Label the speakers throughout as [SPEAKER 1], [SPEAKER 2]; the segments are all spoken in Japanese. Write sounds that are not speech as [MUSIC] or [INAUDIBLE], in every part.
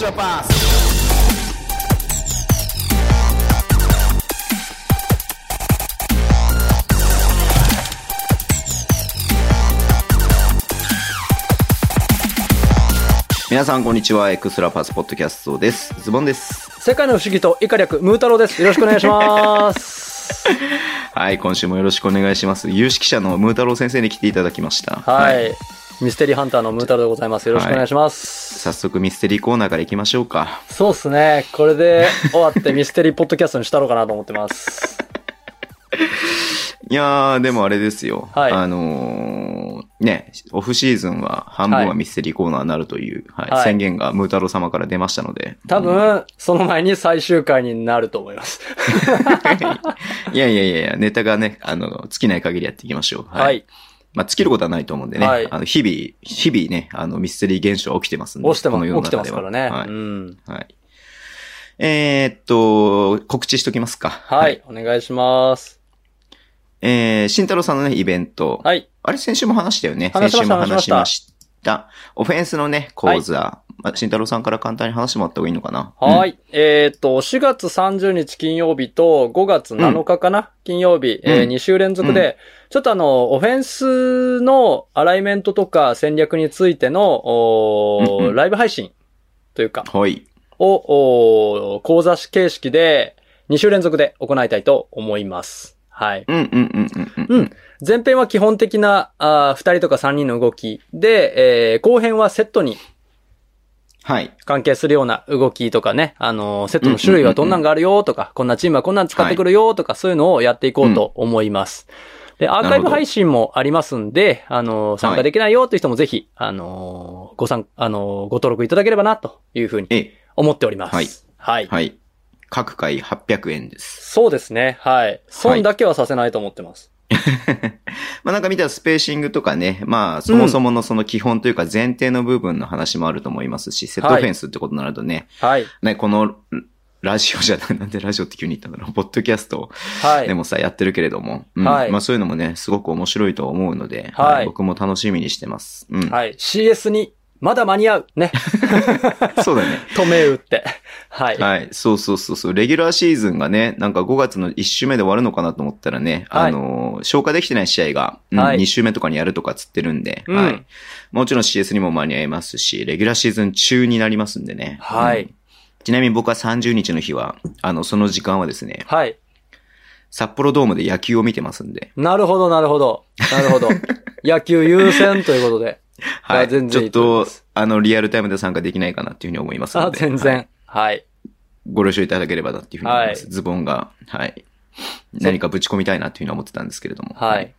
[SPEAKER 1] your past.
[SPEAKER 2] 皆さん、こんにちは。エクストラパスポッドキャストです。ズボンです。
[SPEAKER 3] 世界の不思議とイカリャク、ムータロウです。よろしくお願いし [LAUGHS] ます。
[SPEAKER 2] はい、今週もよろしくお願いします。有識者のムー太郎先生に来ていただきました。
[SPEAKER 3] はい。ミステリーハンターのムータロウでございます。よろしくお願いします。
[SPEAKER 2] 早速ミステリーコーナーから行きましょうか。
[SPEAKER 3] そうっすね。これで終わってミステリーポッドキャストにしたろうかなと思ってます。
[SPEAKER 2] いやー、でもあれですよ。
[SPEAKER 3] はい
[SPEAKER 2] あのー、ね、オフシーズンは半分はミステリーコーナーになるという、はい
[SPEAKER 3] はい
[SPEAKER 2] 宣言がムー太郎様から出ました
[SPEAKER 3] [LAUGHS]
[SPEAKER 2] ので。
[SPEAKER 3] [LAUGHS] 多分、その前に最終回になると思います。
[SPEAKER 2] いやいやいやいや、ネタがね、あの、尽きない限りやっていきましょう。
[SPEAKER 3] は。い。
[SPEAKER 2] まあ、尽きることはないと思うんでね。
[SPEAKER 3] はい
[SPEAKER 2] あの日々、日々ね、あの、ミステリー現象は起きてますんで。
[SPEAKER 3] 押してま
[SPEAKER 2] この世
[SPEAKER 3] す。
[SPEAKER 2] の
[SPEAKER 3] 起きて
[SPEAKER 2] 中
[SPEAKER 3] ま
[SPEAKER 2] ですは
[SPEAKER 3] からね。
[SPEAKER 2] はい
[SPEAKER 3] うん。
[SPEAKER 2] はい。えーっと、告知しときますか。
[SPEAKER 3] はい。。お願いします。
[SPEAKER 2] えー、慎太郎さんのね、イベント。
[SPEAKER 3] はい。
[SPEAKER 2] あれ、先週も話したよね。
[SPEAKER 3] 話しま
[SPEAKER 2] 先週
[SPEAKER 3] した
[SPEAKER 2] も話しました。オフェンスのね、講座。まあ、慎太郎さんから簡単に話してもらった方がいいのかな。。
[SPEAKER 3] はいい。えーっと、4月30日金曜日と5月7日かな、金曜日、え
[SPEAKER 2] うん
[SPEAKER 3] 2週連続で、ちょっとあの、オフェンスのアライメントとか戦略についての、おー
[SPEAKER 2] うんうん
[SPEAKER 3] ライブ配信というか、
[SPEAKER 2] うんはい。
[SPEAKER 3] を、おー講座形式で2週連続で行いたいと思います。はい。
[SPEAKER 2] うんうんうんうんうん。
[SPEAKER 3] うん。前編は基本的な、あ2人とか3人の動きで、えー後編はセットに
[SPEAKER 2] はい。
[SPEAKER 3] 関係するような動きとかね、あの、セットの種類はどんなんがあるよとか、こんなチームはこんなん使ってくるよとか、そういうのをやっていこうと思います。で、アー
[SPEAKER 2] な
[SPEAKER 3] カ
[SPEAKER 2] る
[SPEAKER 3] イ
[SPEAKER 2] ほど
[SPEAKER 3] ブ配信もありますんで、あの、参加できないよという人もぜひ、あの、ご参、あの、ご登録いただければな、というふうに
[SPEAKER 2] え、
[SPEAKER 3] 思っております。
[SPEAKER 2] はい。
[SPEAKER 3] はい。
[SPEAKER 2] はい。各回800円です。
[SPEAKER 3] そうですね。はい。損だけはさせないと思ってます。
[SPEAKER 2] まあなんか見たらスペーシングとかね、まあそもそものその基本というか前提の部分の話もあると思いますし、セットオフェンスってことになるとね、
[SPEAKER 3] はい。
[SPEAKER 2] ね、このラジオじゃない、なんでラジオって急に言ったんだろう、ポッドキャストを
[SPEAKER 3] はい。
[SPEAKER 2] でもさ、やってるけれども。うん
[SPEAKER 3] はい
[SPEAKER 2] まあそういうのもね、すごく面白いと思うので、
[SPEAKER 3] はい
[SPEAKER 2] 僕も楽しみにしてます。うん。
[SPEAKER 3] はい。CS に、まだ間に合う。ね。
[SPEAKER 2] [LAUGHS] そうだね。
[SPEAKER 3] 止め打 [LAUGHS] って。はい。
[SPEAKER 2] はい。そうそうそうそう。レギュラーシーズンがね、なんか5月の1週目で終わるのかなと思ったらね、
[SPEAKER 3] はい
[SPEAKER 2] あのー消化できてない試合が、うん
[SPEAKER 3] はい
[SPEAKER 2] 2週目とかにやるとかつってるんで、
[SPEAKER 3] うん
[SPEAKER 2] はい。もちろん CS にも間に合いますし、レギュラーシーズン中になりますんでね。
[SPEAKER 3] はい
[SPEAKER 2] うんちなみに僕は30日の日は、あの、その時間はですね、
[SPEAKER 3] はい。
[SPEAKER 2] 札幌ドームで野球を見てますんで、
[SPEAKER 3] なるほど、なるほど。なるほ
[SPEAKER 2] [LAUGHS]
[SPEAKER 3] ど。野球優先ということで。
[SPEAKER 2] はい
[SPEAKER 3] や全然いい
[SPEAKER 2] ちょ
[SPEAKER 3] 思い
[SPEAKER 2] っ
[SPEAKER 3] ま
[SPEAKER 2] と
[SPEAKER 3] す、
[SPEAKER 2] あの、リアルタイムで参加できないかなっていうふうに思いますの
[SPEAKER 3] あ、
[SPEAKER 2] で。
[SPEAKER 3] 全
[SPEAKER 2] はい
[SPEAKER 3] 然。はい。
[SPEAKER 2] ご了承いただければなっていうふうに思います。
[SPEAKER 3] は
[SPEAKER 2] ズボンが、はい。何かぶち込みたいなっていうふうに思ってたんですけれども。
[SPEAKER 3] はい。。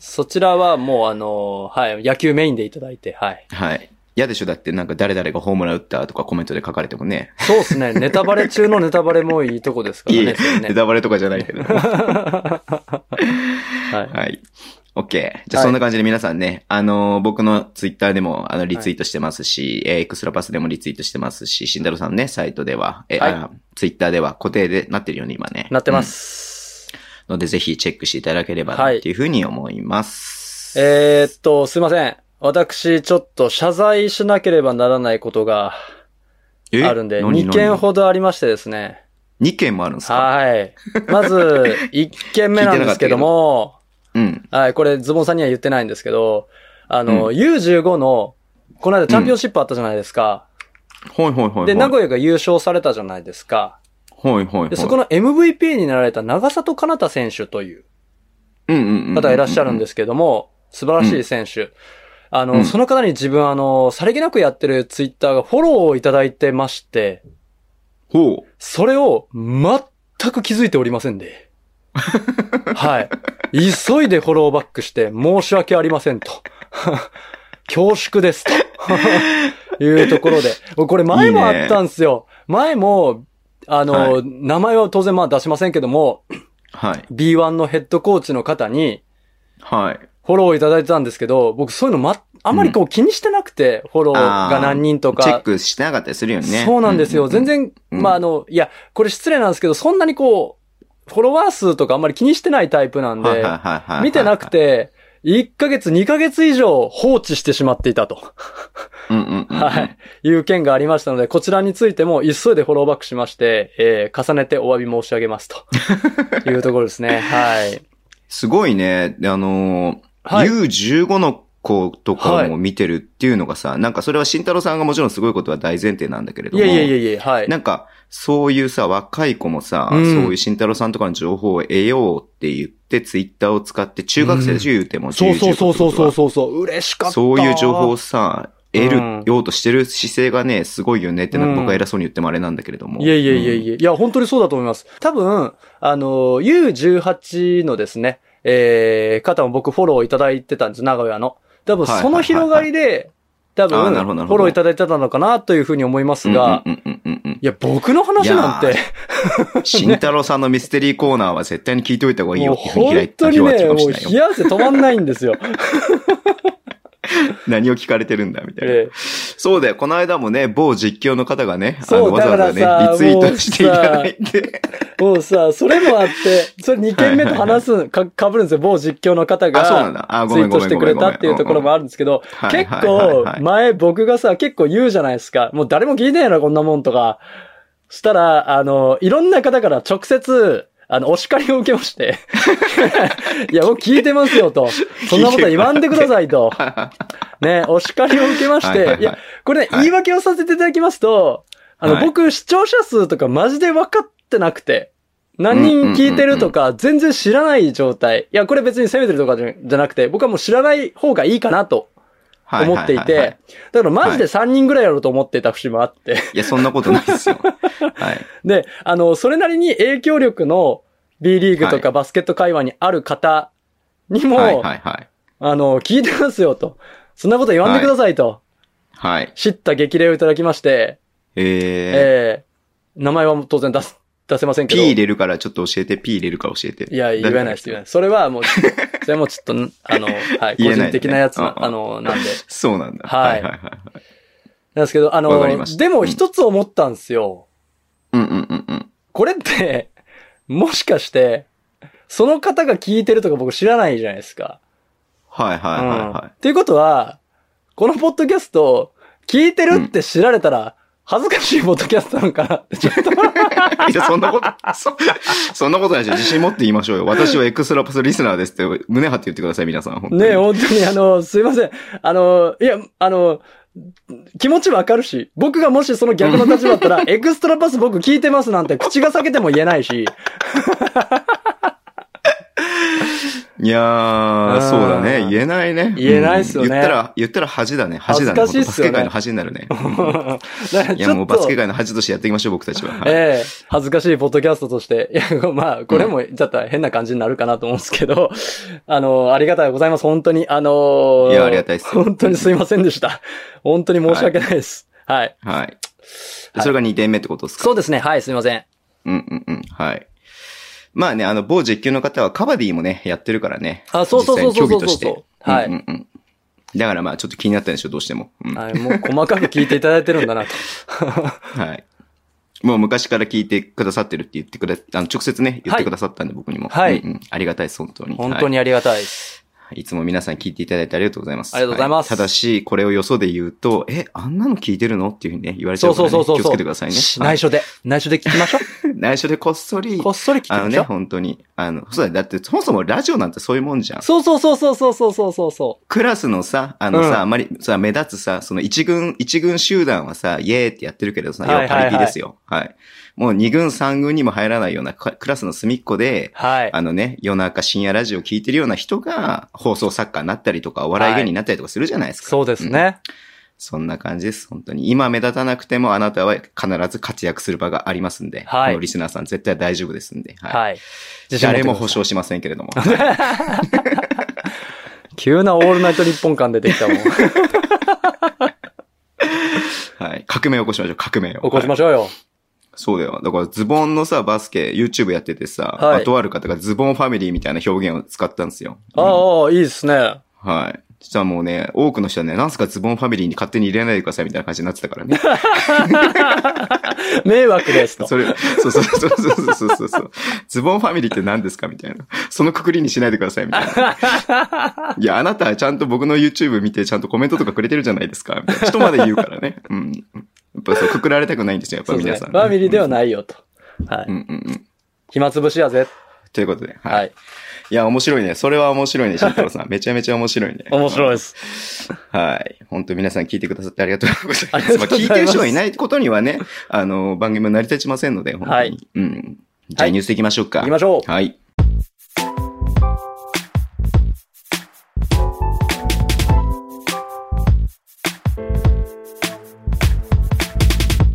[SPEAKER 3] そちらはもうあのーはい、野球メインでいただいて、はい。
[SPEAKER 2] [LAUGHS] はい。嫌でしょだってなんか誰々がホームラン打ったとかコメントで書かれてもね。
[SPEAKER 3] そうですね。ネタバレ中のネタバレもいいとこですか
[SPEAKER 2] い
[SPEAKER 3] ら
[SPEAKER 2] えい
[SPEAKER 3] ね。そ
[SPEAKER 2] え
[SPEAKER 3] れね
[SPEAKER 2] [LAUGHS] ネタバレとかじゃないけ
[SPEAKER 3] [LAUGHS]
[SPEAKER 2] ど。は
[SPEAKER 3] はい。
[SPEAKER 2] い。OK。じゃあそんな感じで皆さんね、あのー僕のツイッターでもあのリツイートしてますし、えーエクストラパスでもリツイートしてますし、慎太郎さんね、サイトでは、えー
[SPEAKER 3] はい
[SPEAKER 2] あツイッターでは固定でなってるよね、今ね。
[SPEAKER 3] なって
[SPEAKER 2] うん
[SPEAKER 3] ます。
[SPEAKER 2] ので、ぜひチェックしていただければ
[SPEAKER 3] は
[SPEAKER 2] ないっていうふうに思います。
[SPEAKER 3] えーっと、すいません。私、ちょっと謝罪しなければならないことが
[SPEAKER 2] え
[SPEAKER 3] あるんで、
[SPEAKER 2] 何
[SPEAKER 3] 2件
[SPEAKER 2] 何
[SPEAKER 3] ほどありましてですね。
[SPEAKER 2] 二件もあるんですか
[SPEAKER 3] はい。まず、1件目なんですけども、
[SPEAKER 2] うん。
[SPEAKER 3] はい、これズボンさんには言ってないんですけど、あの、U15 の、この間チャンピオンシップあったじゃないですか。
[SPEAKER 2] ほいほいほいほい。
[SPEAKER 3] で、名古屋が優勝されたじゃないですか。
[SPEAKER 2] ほいほいほい。
[SPEAKER 3] で、そこの MVP になられた長里かなた選手という
[SPEAKER 2] の。
[SPEAKER 3] 方がいらっしゃるんですすけども、素晴らしい選手。あ
[SPEAKER 2] うん
[SPEAKER 3] の、その方に自分、あの、さりげなくやってるツイッターがフォローをいただいてまして、
[SPEAKER 2] ほう。
[SPEAKER 3] それを全く気づいておりませんで。はい。急いでフォローバックして、申し訳ありませんと。恐縮ですと。いうところで。これ前もあったんですよ。前も、あの、
[SPEAKER 2] は
[SPEAKER 3] 名前は当然まあ出しませんけども、
[SPEAKER 2] はい。
[SPEAKER 3] B1 のヘッドコーチの方に
[SPEAKER 2] はい。
[SPEAKER 3] フォローいただいてたんですけど、僕そういうのま、あんまりこう気にしてなくて、フォローが何人とか。
[SPEAKER 2] チェックしてなかったりするよね。
[SPEAKER 3] そうなんですよ。全
[SPEAKER 2] 然。
[SPEAKER 3] 然、
[SPEAKER 2] うん
[SPEAKER 3] まあ、あの、いや、これ失礼なんですけど、そんなにこう、フォロワー数とかあんまり気にしてないタイプなん
[SPEAKER 2] はい
[SPEAKER 3] で
[SPEAKER 2] は、いはいはい。
[SPEAKER 3] 見てなく。て、1ヶ月、2ヶ月以上放置してしまっていたと。 [LAUGHS]
[SPEAKER 2] うんうんうん。
[SPEAKER 3] はい。いう件がありましたので、こちらについても急いでフォローバックしまして、えー重ねてお詫び申し上げますと。
[SPEAKER 2] [LAUGHS]
[SPEAKER 3] いうところですね。はい。
[SPEAKER 2] すごいね。で、あのー
[SPEAKER 3] はい
[SPEAKER 2] U15 の子とかも見てるっていうのがさ、なんかそれは慎太郎さんがもちろんすごいことは大前提なんだけれど
[SPEAKER 3] い
[SPEAKER 2] も。
[SPEAKER 3] やいやいやいや、はい。
[SPEAKER 2] なんか、そういうさ、若い子もさ、
[SPEAKER 3] うん
[SPEAKER 2] そういう慎太郎さんとかの情報を得ようって言って、ツイッターを使って、中学生でしょ、言うても。
[SPEAKER 3] そうそうそうそうそう
[SPEAKER 2] う。
[SPEAKER 3] そうそう。嬉しかった。
[SPEAKER 2] そういう情報をさ、得
[SPEAKER 3] う
[SPEAKER 2] る
[SPEAKER 3] ん
[SPEAKER 2] ようとしてる姿勢がね、すごいよねって、なんか僕は偉そうに言ってもあれなんだけれども。
[SPEAKER 3] いやいやいや
[SPEAKER 2] うん
[SPEAKER 3] いや、いや、本当にそうだと思います。多分、あの、U18 のですね、えー、方も僕フォローいただいてたんです、名古屋の。多分、
[SPEAKER 2] はい
[SPEAKER 3] その広がりで、多
[SPEAKER 2] あー
[SPEAKER 3] 分、
[SPEAKER 2] なるほどなるほど
[SPEAKER 3] フォローいただいてたのかなというふうに思いますが、
[SPEAKER 2] うんうんうんうん
[SPEAKER 3] いや、僕の話なん
[SPEAKER 2] いや
[SPEAKER 3] て、
[SPEAKER 2] うん。慎太郎さんのミステリーコーナーは絶対に聞いておいた方がいいよ
[SPEAKER 3] もう
[SPEAKER 2] っていうふうに開
[SPEAKER 3] 本
[SPEAKER 2] いた
[SPEAKER 3] 当
[SPEAKER 2] 今
[SPEAKER 3] に
[SPEAKER 2] 日
[SPEAKER 3] ね、も
[SPEAKER 2] は聞くかもし
[SPEAKER 3] う
[SPEAKER 2] れな
[SPEAKER 3] 冷
[SPEAKER 2] いよ。
[SPEAKER 3] や汗止まんないん
[SPEAKER 2] [LAUGHS]
[SPEAKER 3] ですよ。
[SPEAKER 2] 何を聞かれてるんだみたいな。
[SPEAKER 3] え
[SPEAKER 2] そうだよ。この間もね、某実況の方がね、あ
[SPEAKER 3] そう
[SPEAKER 2] の、わざわ
[SPEAKER 3] だ
[SPEAKER 2] ざ
[SPEAKER 3] から
[SPEAKER 2] ね、
[SPEAKER 3] さ
[SPEAKER 2] リツイートしていただいて。
[SPEAKER 3] ーもうさ、それもあって、それ2件目と話す、か、被るんですよ、某実況の方
[SPEAKER 2] あ、そうなん
[SPEAKER 3] が。
[SPEAKER 2] だ。あ、ご
[SPEAKER 3] ツイ
[SPEAKER 2] めん
[SPEAKER 3] ー
[SPEAKER 2] ご
[SPEAKER 3] ト
[SPEAKER 2] め
[SPEAKER 3] し
[SPEAKER 2] ん
[SPEAKER 3] て
[SPEAKER 2] ご
[SPEAKER 3] く
[SPEAKER 2] め
[SPEAKER 3] れ
[SPEAKER 2] んごめん。
[SPEAKER 3] たっていうところもあるんですけど、
[SPEAKER 2] うんうんうん
[SPEAKER 3] 結
[SPEAKER 2] はいはいはいは
[SPEAKER 3] 構
[SPEAKER 2] い、
[SPEAKER 3] 前僕がさ、結構言うじゃないですか。もう誰も聞いてねえな、こんなもんとか。したら、あの、いろんな方から直接、あの、お叱りを受けまして。
[SPEAKER 2] [LAUGHS]
[SPEAKER 3] いや、僕聞いてますよと。そんなこと言わんでくださいと。ね、お叱りを受けまし
[SPEAKER 2] はいはいは
[SPEAKER 3] て
[SPEAKER 2] い。
[SPEAKER 3] いや、これね、
[SPEAKER 2] はい
[SPEAKER 3] 言い訳をさせていただきますと、あの、
[SPEAKER 2] はい
[SPEAKER 3] 僕、視聴者数とかマジで分かってなくて、何人聞いてるとか、全然知らない状態。いや、これ別に責めてるとかじゃじゃなくて、僕はもう知らない方がいいかなと
[SPEAKER 2] はい
[SPEAKER 3] 思
[SPEAKER 2] は
[SPEAKER 3] ってい
[SPEAKER 2] はは
[SPEAKER 3] て、だからマジで3人ぐらいやろうと思ってた節もあって。 [LAUGHS]
[SPEAKER 2] いや、そんなことないですよ。はい。
[SPEAKER 3] で、あの、それなりに影響力の B リーグとかバスケット界隈にある方にも、
[SPEAKER 2] はいはいはい。
[SPEAKER 3] あの、聞いてますよと。そんなこと言わんでくださいと。
[SPEAKER 2] はい。
[SPEAKER 3] 知った激励をいただきまして、
[SPEAKER 2] えー、
[SPEAKER 3] えー、名前は当然出す、出せませんけ
[SPEAKER 2] P
[SPEAKER 3] ど。
[SPEAKER 2] 入れるからちょっと教えて、P 入れるから教えて。
[SPEAKER 3] いや、言えないです、言えない
[SPEAKER 2] い。
[SPEAKER 3] です。それ
[SPEAKER 2] [LAUGHS]
[SPEAKER 3] はもう、それもちょっと、あの、はい、個
[SPEAKER 2] 言えない
[SPEAKER 3] 人的なやつな、
[SPEAKER 2] うんうん
[SPEAKER 3] あの、なんで。
[SPEAKER 2] そうなんだ。
[SPEAKER 3] はい
[SPEAKER 2] はいはいはい。
[SPEAKER 3] なんですけど、あ
[SPEAKER 2] わかりま
[SPEAKER 3] の、
[SPEAKER 2] した
[SPEAKER 3] でも一つ思ったんですよ。
[SPEAKER 2] うんうんうんうん。
[SPEAKER 3] これって、もしかして、その方が聞いてるとか僕知らないじゃないですか。
[SPEAKER 2] はいはいはい
[SPEAKER 3] うん
[SPEAKER 2] は
[SPEAKER 3] っていうことは、このポッドキャスト、聞いてるって知られたら、恥ずかしいポッドキャストなのかなって、ちょっと。
[SPEAKER 2] い。いや、そんなこと、 [LAUGHS] そ、そんなことないでしょ。自信持って言いましょうよ。私はエクストラパスリスナーですって胸張って言ってください、皆さん。本当に
[SPEAKER 3] ねえ、本当に、あの、すいません。あの、いや、あの、気持ちわかるし、僕がもしその逆の立場だ
[SPEAKER 2] [LAUGHS]
[SPEAKER 3] ったら、エクストラパス僕聞いてますなんて口が裂けても言えないし、
[SPEAKER 2] いやー、
[SPEAKER 3] ん
[SPEAKER 2] そうだね。言えないね。
[SPEAKER 3] 言えないっすよね
[SPEAKER 2] うん言ったら、言ったら恥だね。恥だね。
[SPEAKER 3] 恥ずかしいっすよね
[SPEAKER 2] 本当バスケ界の恥になるね。
[SPEAKER 3] [LAUGHS] だから
[SPEAKER 2] い
[SPEAKER 3] ちょ
[SPEAKER 2] や、
[SPEAKER 3] っ
[SPEAKER 2] もうバス
[SPEAKER 3] と
[SPEAKER 2] ケ、界の恥としてやっていきましょう、僕たちは。はい
[SPEAKER 3] ええ恥ずかしいポッドキャストとして、いや、まあ、これも、ちょっと変な感じになるかなと思うんですけど、 [LAUGHS] あの、ありがたいございます。本当に、あの
[SPEAKER 2] いやありがたいっすよ
[SPEAKER 3] 本当にすいませんでした。本当に申し訳ないです。はい。
[SPEAKER 2] はい。でそれが2点目ってことですか
[SPEAKER 3] そうですね。はい、すいません。
[SPEAKER 2] うんうんうん。はい。まあね、あの、某実況の方はカバディもね、やってるからね。
[SPEAKER 3] あそうそうそうそうそうそう
[SPEAKER 2] 実際に競技として。
[SPEAKER 3] はい
[SPEAKER 2] うんうんうんだからまあ、ちょっと気になったんでしょう、どうしても。うん
[SPEAKER 3] はい、もう細かく聞いていただいてるんだなと。
[SPEAKER 2] はい。もう昔から聞いてくださってるって言ってくれ、あの、直接ね、言ってくださったんで、僕にも。
[SPEAKER 3] はい
[SPEAKER 2] うんうんありがたいです、本当に。
[SPEAKER 3] 本当
[SPEAKER 2] は
[SPEAKER 3] にありがたいです。
[SPEAKER 2] い。いつも皆さん聞いていただいてありがとうございます。
[SPEAKER 3] ありがとうございます
[SPEAKER 2] はただし、これをよそで言うと、え、あんなの聞いてるのっていうふうにね、言われちゃ
[SPEAKER 3] そう
[SPEAKER 2] うか
[SPEAKER 3] そう
[SPEAKER 2] ら、ね。
[SPEAKER 3] そうそう。
[SPEAKER 2] 気をつけてくださいね。
[SPEAKER 3] し内緒で、内緒で聞きましょ
[SPEAKER 2] [LAUGHS] はい内緒でこっそり
[SPEAKER 3] う。こっそり聞き
[SPEAKER 2] あの
[SPEAKER 3] ま
[SPEAKER 2] ね、
[SPEAKER 3] しょう。
[SPEAKER 2] 本当に。あの、そうだよだって、そもそもラジオなんてそういうもんじゃん。
[SPEAKER 3] そうそうそうそうそうそうそうそうそ
[SPEAKER 2] クラスのさ、あのさ、
[SPEAKER 3] うん
[SPEAKER 2] あまりさ、目立つさ、その一軍、一軍集団はさ、イエーってやってるけどさ、
[SPEAKER 3] はいはい
[SPEAKER 2] 要はパリピですよ。はい。もう二軍、三軍にも入らないようなかクラスの隅っこで、
[SPEAKER 3] はい。
[SPEAKER 2] あのね、夜中深夜ラジオ聞いてるような人が、放送作家になったりとか、お笑い芸人になったりとかするじゃないですか。
[SPEAKER 3] そうです
[SPEAKER 2] ん
[SPEAKER 3] ね。
[SPEAKER 2] そんな感じです、本当に。今目立たなくても、あなたは必ず活躍する場がありますんで、
[SPEAKER 3] はい
[SPEAKER 2] このリスナーさん絶対大丈夫ですんで、はい。
[SPEAKER 3] はい。自信持って
[SPEAKER 2] 誰
[SPEAKER 3] くだ
[SPEAKER 2] も
[SPEAKER 3] さい
[SPEAKER 2] 保証しませんけれども。
[SPEAKER 3] 急なオールナイト日本感出てきたもん。起
[SPEAKER 2] はい。革命を起こしましょう、革命を。
[SPEAKER 3] こしましょうよ。
[SPEAKER 2] そうだよ。だからズボンのさ、バスケ、YouTube やっててさ、
[SPEAKER 3] はい
[SPEAKER 2] あとある方がズボンファミリーみたいな表現を使ったんですよ。
[SPEAKER 3] ああああ、いいですね。
[SPEAKER 2] はい。そしたらもうね、多くの人はね、なんすかズボンファミリーに勝手に入れないでくださいみたいな感じになってたからね。
[SPEAKER 3] 迷惑ですと。
[SPEAKER 2] それ、そうそうそうそうそうそうそう。ズボンファミリーって何ですかみたいな。そのくくりにしないでくださいみたいな。いや、あなたはちゃんと僕の YouTube 見てちゃんとコメントとかくれてるじゃないですかみたいな。人まで言うからね。うん。やっぱそう、くくられたくないんですよ、やっぱ
[SPEAKER 3] そうで
[SPEAKER 2] 皆
[SPEAKER 3] す
[SPEAKER 2] さん
[SPEAKER 3] ね。
[SPEAKER 2] ね、。
[SPEAKER 3] ファミリーではいないよと。は
[SPEAKER 2] う
[SPEAKER 3] い。
[SPEAKER 2] んうんうん。
[SPEAKER 3] 暇つぶしやぜ。
[SPEAKER 2] ということで、はい。、
[SPEAKER 3] はいい。
[SPEAKER 2] や、面白いね。それは面
[SPEAKER 3] [LAUGHS]
[SPEAKER 2] 白いね、慎太郎さん。めちゃめちゃ面白いね。
[SPEAKER 3] 面白いです。
[SPEAKER 2] はい。本当皆さん聞いてくださってありがとうござい
[SPEAKER 3] あ
[SPEAKER 2] ま
[SPEAKER 3] りがと
[SPEAKER 2] す。
[SPEAKER 3] う
[SPEAKER 2] ま
[SPEAKER 3] ご
[SPEAKER 2] あ
[SPEAKER 3] ざいます
[SPEAKER 2] 聞いてる人がいないことにはね、あの、番組も成り立ちませんので、本当に。
[SPEAKER 3] はい
[SPEAKER 2] うん。じゃあニュースいきましょうか。
[SPEAKER 3] 行きましょう。
[SPEAKER 2] はい。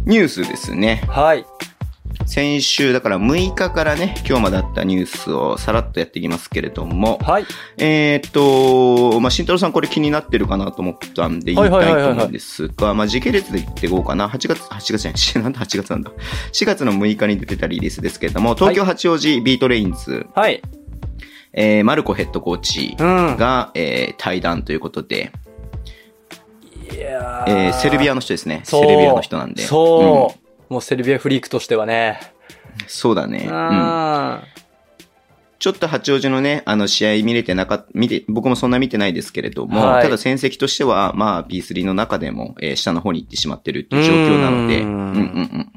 [SPEAKER 2] ニュースですね。
[SPEAKER 3] はい。
[SPEAKER 2] 先週、だから6日からね、今日まであったニュースをさらっとやっていきますけれども、
[SPEAKER 3] はい。
[SPEAKER 2] えーっと、まあ、慎太郎さんこれ気になってるかなと思ったんで言
[SPEAKER 3] はいいはい
[SPEAKER 2] た
[SPEAKER 3] はいいはい
[SPEAKER 2] と思うんですが、まあ、時系列で言っていこうかな。8月、8月じゃないし、なんだ8月なんだ。4月の6日に出てたリリースですけれども、東京八王子ビートレインズ、
[SPEAKER 3] はい。
[SPEAKER 2] えーマルコヘッドコーチ
[SPEAKER 3] うん。
[SPEAKER 2] が、えー対談ということで、
[SPEAKER 3] いや
[SPEAKER 2] えーセルビア
[SPEAKER 3] の、
[SPEAKER 2] の人ですね。
[SPEAKER 3] そ
[SPEAKER 2] セ
[SPEAKER 3] う
[SPEAKER 2] ルビアの人なんで。
[SPEAKER 3] そうう。もうセルビアフリークとしてはね。
[SPEAKER 2] んそうだね。うん
[SPEAKER 3] あ
[SPEAKER 2] ちょっと八王子のね、あの試合見れてなかっ見て、僕もそんな見てないですけれども、
[SPEAKER 3] はい
[SPEAKER 2] ただ戦績としては、まあ P3 の中でも、えー下の方に行ってしまってるっていう状況なので、
[SPEAKER 3] うーん
[SPEAKER 2] うんうんうんうん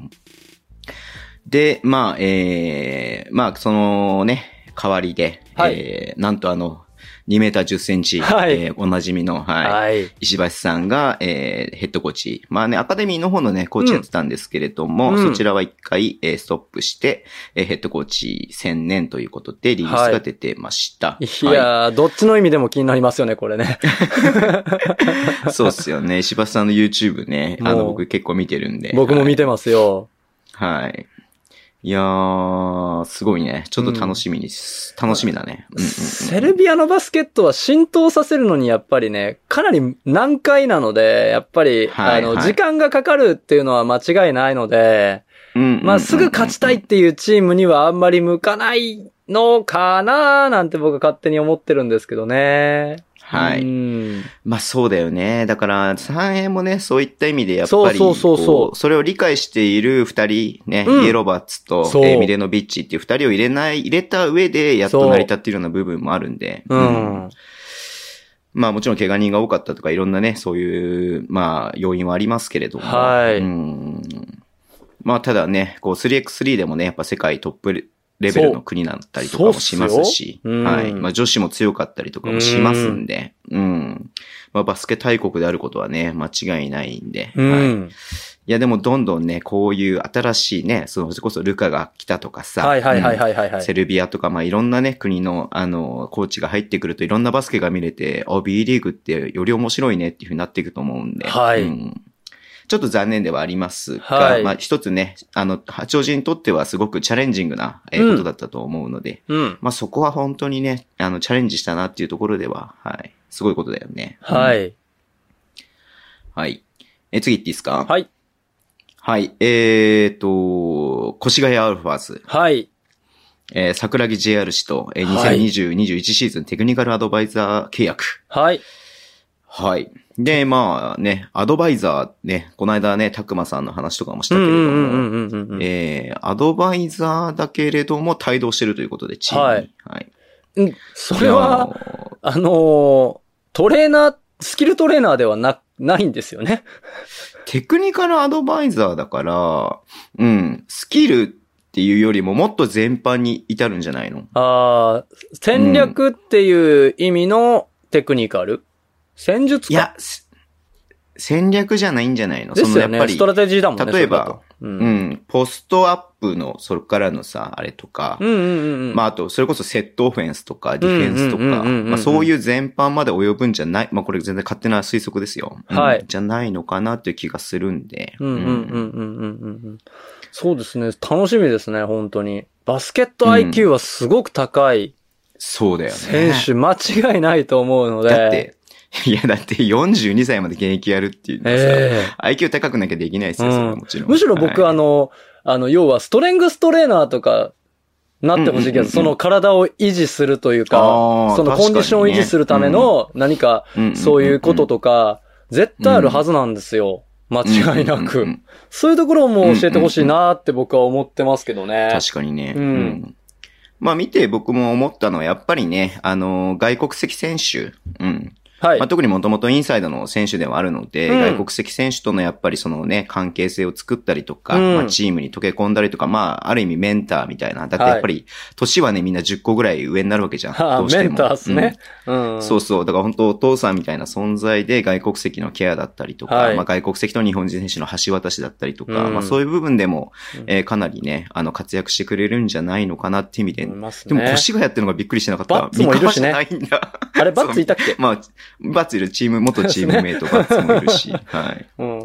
[SPEAKER 2] で、まあ、えー、まあそのね、代わりで、
[SPEAKER 3] はい
[SPEAKER 2] えーなんとあの、2メーター10センチ、
[SPEAKER 3] はい
[SPEAKER 2] えーおなじみの、
[SPEAKER 3] ー
[SPEAKER 2] はい、
[SPEAKER 3] はい。
[SPEAKER 2] 石橋さんが、えーヘッドコーチ。まあね、アカデミーの方のね、コーチやってたんですけれども、
[SPEAKER 3] うん
[SPEAKER 2] そちらは一回、えーストップして、えーヘッドコーチ専念ということで、リリースが出てました。
[SPEAKER 3] いやー、どっちの意味でも気になりますよね、これね。
[SPEAKER 2] はい [LAUGHS] そうっすよね。石橋さんの YouTube ね、
[SPEAKER 3] も
[SPEAKER 2] あの、
[SPEAKER 3] う
[SPEAKER 2] 僕結構見てるんで。
[SPEAKER 3] 僕も見てますよ。
[SPEAKER 2] はい。はい。いやー、すごいね。ちょっと楽しみにす、楽しみだね。うんうんうん
[SPEAKER 3] セルビアのバスケットは浸透させるのにやっぱりね、かなり難解なので、やっぱり、
[SPEAKER 2] はい
[SPEAKER 3] あの、
[SPEAKER 2] はい
[SPEAKER 3] 時間がかかるっていうのは間違いないので、
[SPEAKER 2] うんうんうんうん
[SPEAKER 3] まあ、すぐ勝ちたいっていうチームにはあんまり向かないのかななんて僕は勝手に思ってるんですけどね。
[SPEAKER 2] は
[SPEAKER 3] う
[SPEAKER 2] い。
[SPEAKER 3] ん
[SPEAKER 2] まあそうだよね。だから、三円もね、そういった意味でやっぱり、
[SPEAKER 3] そうそうそうそう
[SPEAKER 2] こそれを理解している二人、ね、
[SPEAKER 3] うん
[SPEAKER 2] イエロバーツと、
[SPEAKER 3] そう
[SPEAKER 2] えーミレノビッチっていう二人を入れない、入れた上で、やっと成り立っているような部分もあるんで。
[SPEAKER 3] う
[SPEAKER 2] うん
[SPEAKER 3] ん。
[SPEAKER 2] まあもちろん怪我人が多かったとか、いろんなね、そういう、まあ、要因はありますけれども。
[SPEAKER 3] はい
[SPEAKER 2] うん。まあただね、こう 3x3 でもね、やっぱ世界トップレベル
[SPEAKER 3] そ
[SPEAKER 2] の
[SPEAKER 3] う
[SPEAKER 2] 国だったりとかもしますし、
[SPEAKER 3] そうっすようん
[SPEAKER 2] はい。まあ女子も強かったりとかもしますんで、うん。まあバスケ大国であることはね、間違いないんで、
[SPEAKER 3] う
[SPEAKER 2] はい。い
[SPEAKER 3] ん。
[SPEAKER 2] やでもどんどんね、こういう新しいね、そのそれこそルカが来たとかさ、
[SPEAKER 3] はいはいはいはいはい
[SPEAKER 2] うん
[SPEAKER 3] は
[SPEAKER 2] セ
[SPEAKER 3] い。
[SPEAKER 2] ルビアとか、まあ、いろんなね、国の、あの、コーチが入ってくると、いろんなバスケが見れて、あ、B リーグってより面白いねっていうふうになっていくと思うんで。
[SPEAKER 3] はい
[SPEAKER 2] うんちょっと残念ではありますが、
[SPEAKER 3] はい
[SPEAKER 2] まあ、一つね、あの、八王子にとってはすごくチャレンジングな、えー
[SPEAKER 3] うん
[SPEAKER 2] ことだったと思うので、
[SPEAKER 3] うん。
[SPEAKER 2] まあ、そこは本当にね、あの、チャレンジしたなっていうところでは、はい、すごいことだよね。
[SPEAKER 3] は
[SPEAKER 2] うん
[SPEAKER 3] い。
[SPEAKER 2] はい。え、次行っていいですかはい。
[SPEAKER 3] はい。
[SPEAKER 2] えーと、越谷アルファーズ。
[SPEAKER 3] はい。
[SPEAKER 2] えー桜木 JR 氏と、えー
[SPEAKER 3] はい
[SPEAKER 2] 2020、21シーズンテクニカルアドバイザー契約。
[SPEAKER 3] はい。
[SPEAKER 2] はい。で、まあね、アドバイザーね、この間ね、たくまさんの話とかもしたけれども、
[SPEAKER 3] うんうんうん
[SPEAKER 2] えーアドバイザーだけれども帯同してるということで、チームに。
[SPEAKER 3] はい。
[SPEAKER 2] はい。
[SPEAKER 3] うん。それは、
[SPEAKER 2] いやー、
[SPEAKER 3] あのートレーナー、スキルトレーナーではな、ないんですよね。
[SPEAKER 2] テクニカルアドバイザーだから、うん、スキルっていうよりももっと全般に至るんじゃないの
[SPEAKER 3] ああ、戦略っていう意味のテクニカル、戦術
[SPEAKER 2] い
[SPEAKER 3] か。
[SPEAKER 2] や、す戦略じゃないんじゃないの
[SPEAKER 3] です
[SPEAKER 2] そのや
[SPEAKER 3] よ
[SPEAKER 2] っぱ
[SPEAKER 3] ね。
[SPEAKER 2] り
[SPEAKER 3] ストラテジーだもんね。
[SPEAKER 2] 例えば
[SPEAKER 3] それだと、う。
[SPEAKER 2] うんん、ポストアップの、それからのさ、あれとか
[SPEAKER 3] う、んうんうんうん。
[SPEAKER 2] まあ、あと、それこそセットオフェンスとか、ディフェンスとか、
[SPEAKER 3] うんうんうんうんうんうん
[SPEAKER 2] まあ、そういう全般まで及ぶんじゃない、まあ、これ全然勝手な推測ですよ。うん
[SPEAKER 3] はい
[SPEAKER 2] じゃないのかなっていう気がするんで。
[SPEAKER 3] うんうんうん
[SPEAKER 2] うん
[SPEAKER 3] うんうんうんうん。そうですね。楽しみですね、本当に。バスケット IQ はすごく高い
[SPEAKER 2] そうだよね。
[SPEAKER 3] 選手、間違いないと思うので。
[SPEAKER 2] だっ、て、いや、だって42歳まで現役やるっていうのはさ、
[SPEAKER 3] ええ
[SPEAKER 2] IQ 高くなきゃできないです
[SPEAKER 3] う
[SPEAKER 2] よ、
[SPEAKER 3] ん
[SPEAKER 2] それはもちろん。
[SPEAKER 3] むしろ僕、
[SPEAKER 2] はい
[SPEAKER 3] あの、あの、要はストレングストレーナーとかなってほしいけ
[SPEAKER 2] うんうんうんう
[SPEAKER 3] ど、
[SPEAKER 2] ん
[SPEAKER 3] その体を維持するというか
[SPEAKER 2] あー、
[SPEAKER 3] そのコンディションを維持するための何かそういうこととか、絶対あるはずなんですよ。間違いな
[SPEAKER 2] うんうんう
[SPEAKER 3] く。
[SPEAKER 2] ん
[SPEAKER 3] そういうところも教えてほしいなって僕は思ってますけどね。
[SPEAKER 2] 確かにね。
[SPEAKER 3] うん
[SPEAKER 2] まあ見て僕も思ったのはやっぱりね、あのー外国籍選手、うん。
[SPEAKER 3] はい
[SPEAKER 2] まあ、。特にもともとインサイドの選手ではあるので、
[SPEAKER 3] うん
[SPEAKER 2] 外国籍選手とのやっぱりそのね、関係性を作ったりとか、
[SPEAKER 3] うん
[SPEAKER 2] まあ、チームに溶け込んだりとか、まあ、ある意味メンターみたいな。だって
[SPEAKER 3] はい
[SPEAKER 2] やっぱり、年はね、みんな10個ぐらい上になるわけじゃん。
[SPEAKER 3] はあ
[SPEAKER 2] どうして
[SPEAKER 3] メ
[SPEAKER 2] も
[SPEAKER 3] ンターっすね。。う
[SPEAKER 2] うん
[SPEAKER 3] ん。
[SPEAKER 2] そうそう。だから本当お父さんみたいな存在で外国籍のケアだったりとか、
[SPEAKER 3] はい
[SPEAKER 2] まあ外国籍と日本人選手の橋渡しだったりとか、
[SPEAKER 3] うん
[SPEAKER 2] まあそういう部分でも
[SPEAKER 3] うん、
[SPEAKER 2] えーかなりね、あの活躍してくれるんじゃないのかなって意味で。
[SPEAKER 3] 思います
[SPEAKER 2] でも
[SPEAKER 3] ね。
[SPEAKER 2] 腰がやってるのがびっくりしてなかった。
[SPEAKER 3] バッツもいるしね
[SPEAKER 2] 三笘じゃ
[SPEAKER 3] [LAUGHS]
[SPEAKER 2] ないんだ。
[SPEAKER 3] あれ、バッツいたっけ
[SPEAKER 2] まあ、バツいるチーム、元チームメイトバツもいるし、はい。
[SPEAKER 3] うん。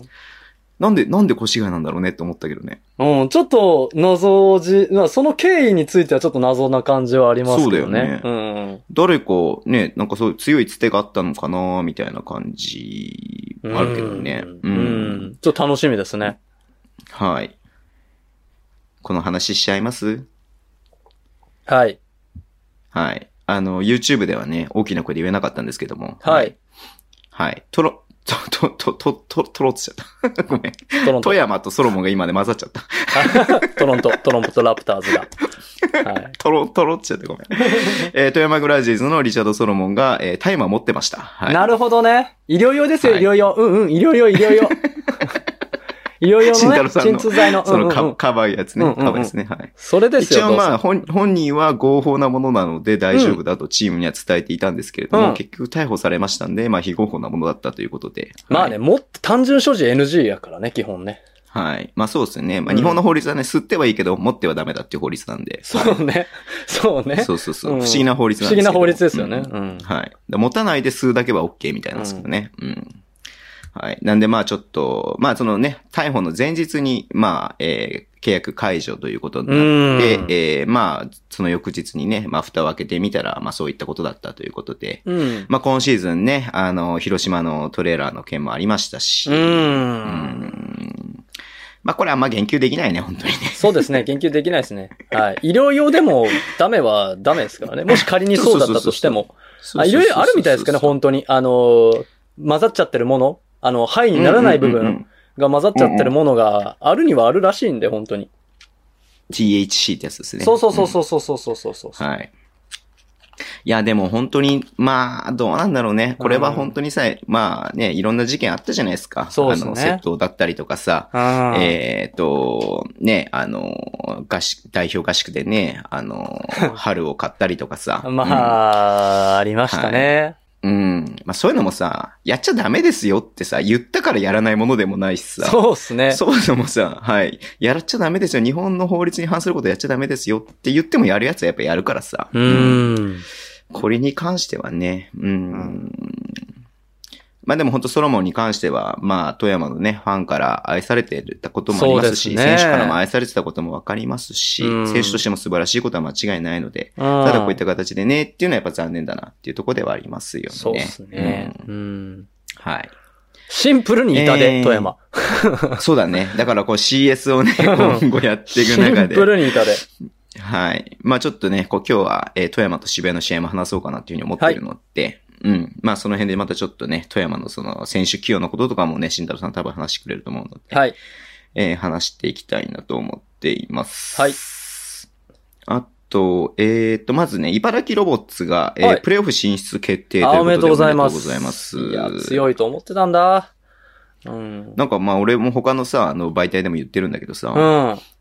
[SPEAKER 2] なんで、なんで越谷なんだろうねって思ったけどね。
[SPEAKER 3] うん、ちょっと謎じ、まあ、その経緯についてはちょっと謎な感じはありますけどね。
[SPEAKER 2] そうだ
[SPEAKER 3] ね。
[SPEAKER 2] 誰かね、なんかそういう強いつてがあったのかなみたいな感じ、
[SPEAKER 3] うん。
[SPEAKER 2] あるけどね。
[SPEAKER 3] うん。うんちょっと楽しみですね。
[SPEAKER 2] はい。この話しちゃいます
[SPEAKER 3] はい。
[SPEAKER 2] はい。あの、YouTube ではね、大きな声で言えなかったんですけども。
[SPEAKER 3] はい。。
[SPEAKER 2] はい。とろ、と、と、と、と、とろっとしちゃった。 [LAUGHS] ごめん。
[SPEAKER 3] トロント
[SPEAKER 2] 富。山とソロモンが今ね混ざっちゃった。
[SPEAKER 3] [LAUGHS] トロント、トロントラプターズが。はい。
[SPEAKER 2] とろ、とろっとしちゃって
[SPEAKER 3] [LAUGHS]
[SPEAKER 2] ごめん。えー富山グラウジーズのリチャード・ソロモンが、えータイマー持ってました。はい。
[SPEAKER 3] なるほどね。医療用ですよ、
[SPEAKER 2] は
[SPEAKER 3] 医
[SPEAKER 2] い
[SPEAKER 3] 療用。うんうん、医療用、医療 [LAUGHS] 用。医療用
[SPEAKER 2] 慎
[SPEAKER 3] の
[SPEAKER 2] 太郎
[SPEAKER 3] ね、
[SPEAKER 2] さんの
[SPEAKER 3] 鎮痛剤の。
[SPEAKER 2] [LAUGHS] その
[SPEAKER 3] うん
[SPEAKER 2] カ,、
[SPEAKER 3] うんうん
[SPEAKER 2] カバーやつね。
[SPEAKER 3] うんうんうん
[SPEAKER 2] カバーですね。はい。
[SPEAKER 3] それです
[SPEAKER 2] 一
[SPEAKER 3] よ、
[SPEAKER 2] 応ま
[SPEAKER 3] あ、
[SPEAKER 2] あ、本本人は合法なものなので大丈夫だとチームには伝えていたんですけれども、
[SPEAKER 3] うん
[SPEAKER 2] 結局逮捕されましたんで、まあ非合法なものだったということで。
[SPEAKER 3] まあね、もっと単純所持 NG やからね、基本ね。
[SPEAKER 2] はい。はい。まあそうですね。ま
[SPEAKER 3] う
[SPEAKER 2] あ
[SPEAKER 3] ん
[SPEAKER 2] 日本の法律はね、吸ってはいいけど、持ってはダメだっていう法律なんで。
[SPEAKER 3] [LAUGHS] そうね。そうね。
[SPEAKER 2] そうそうそう。
[SPEAKER 3] うん
[SPEAKER 2] 不思議な法律
[SPEAKER 3] 不
[SPEAKER 2] なん
[SPEAKER 3] 思
[SPEAKER 2] です
[SPEAKER 3] 議
[SPEAKER 2] けど
[SPEAKER 3] な法律ですよね。
[SPEAKER 2] うん
[SPEAKER 3] うん。
[SPEAKER 2] はい。で持たないで吸うだけは OK みたいなんですけどね。うん。はい。なんでまあちょっと、まあそのね、逮捕の前日に、まあ、えー契約解除ということになって、
[SPEAKER 3] うん
[SPEAKER 2] えーまあ、その翌日にね、まあ、蓋を開けてみたら、まあ、そういったことだったということで、
[SPEAKER 3] うん。
[SPEAKER 2] まあ、今シーズンね、あの、広島のトレーラーの件もありましたし、
[SPEAKER 3] う。
[SPEAKER 2] うんんまあ、これあんま言及できないね、本当にね。
[SPEAKER 3] そうです
[SPEAKER 2] [LAUGHS]
[SPEAKER 3] ね。研究できないですね。はい。医療用でもダメはダメですからね。もし仮にそうだったとしても。あ、いろいろあるみたいですけどね、本当に。あのー、混ざっちゃってるもの。あの、肺にならない部
[SPEAKER 2] うんうんうんう
[SPEAKER 3] 分
[SPEAKER 2] ん
[SPEAKER 3] が混ざっちゃってるものがあるにはあるらしいんで、本当に。
[SPEAKER 2] THC ってやつですね。
[SPEAKER 3] そうそうそうそうそうそうそうそうそう。
[SPEAKER 2] はい。いや、でも本当に、まあ、どうなんだろうね。これは本当にさ、まあね、いろんな事件あったじゃないですか。
[SPEAKER 3] そうですね
[SPEAKER 2] あの、窃盗だったりとかさ。
[SPEAKER 3] あー
[SPEAKER 2] えっ、と、ね、あの、合宿、代表合宿でね、
[SPEAKER 3] [LAUGHS]
[SPEAKER 2] あの、春を買ったりとかさ。
[SPEAKER 3] まあ、ありましたね。
[SPEAKER 2] うん。うん。まあそういうのもさ、やっちゃダメですよってさ、言ったからやらないものでもないしさ。
[SPEAKER 3] そうっすね。
[SPEAKER 2] そういうのもさ、はい。やっちゃダメですよ。日本の法律に反することやっちゃダメですよって言ってもやるやつはやっぱやるからさ。
[SPEAKER 3] うーん。
[SPEAKER 2] これに関してはね、うん。
[SPEAKER 3] う
[SPEAKER 2] まあでも本当ソロモンに関しては、まあ富山のね、ファンから愛されてたこともありますし、
[SPEAKER 3] そうですね
[SPEAKER 2] 選手からも愛されてたこともわかりますし、
[SPEAKER 3] うん
[SPEAKER 2] 選手としても素晴らしいことは間違いないので、
[SPEAKER 3] た
[SPEAKER 2] ただこういった形でね、っていうのはやっぱ残念だなっていうところではありますよね。
[SPEAKER 3] そうですね。
[SPEAKER 2] うん
[SPEAKER 3] うん。
[SPEAKER 2] はい。
[SPEAKER 3] シンプルにいた
[SPEAKER 2] え
[SPEAKER 3] で、
[SPEAKER 2] ー
[SPEAKER 3] 富山。
[SPEAKER 2] [LAUGHS] そうだね。だからこう CS をね、今後やってい
[SPEAKER 3] シ
[SPEAKER 2] く
[SPEAKER 3] ン
[SPEAKER 2] 中で
[SPEAKER 3] プ。ルにいたで。
[SPEAKER 2] はい。まあちょっとね、こう今日は、えー富山と渋谷の試合も話そうかなっていうふうに思ってるので、うん。まあその辺でまたちょっとね、富山のその選手起用のこととかもね、慎太郎さん多分話してくれると思うので、
[SPEAKER 3] はい。
[SPEAKER 2] えー話していきたいなと思っています。
[SPEAKER 3] はい。
[SPEAKER 2] あと、えっ、と、まずね、茨城ロボッツが、えー
[SPEAKER 3] はい
[SPEAKER 2] プレイオフ進出決定ということ
[SPEAKER 3] あ
[SPEAKER 2] で
[SPEAKER 3] おめでとうございます。
[SPEAKER 2] おめでとうございま
[SPEAKER 3] や、
[SPEAKER 2] す。
[SPEAKER 3] 強いと思ってたんだ。うん。
[SPEAKER 2] なんかまあ俺も他のさ、あの媒体でも言ってるんだけどさ、
[SPEAKER 3] うん。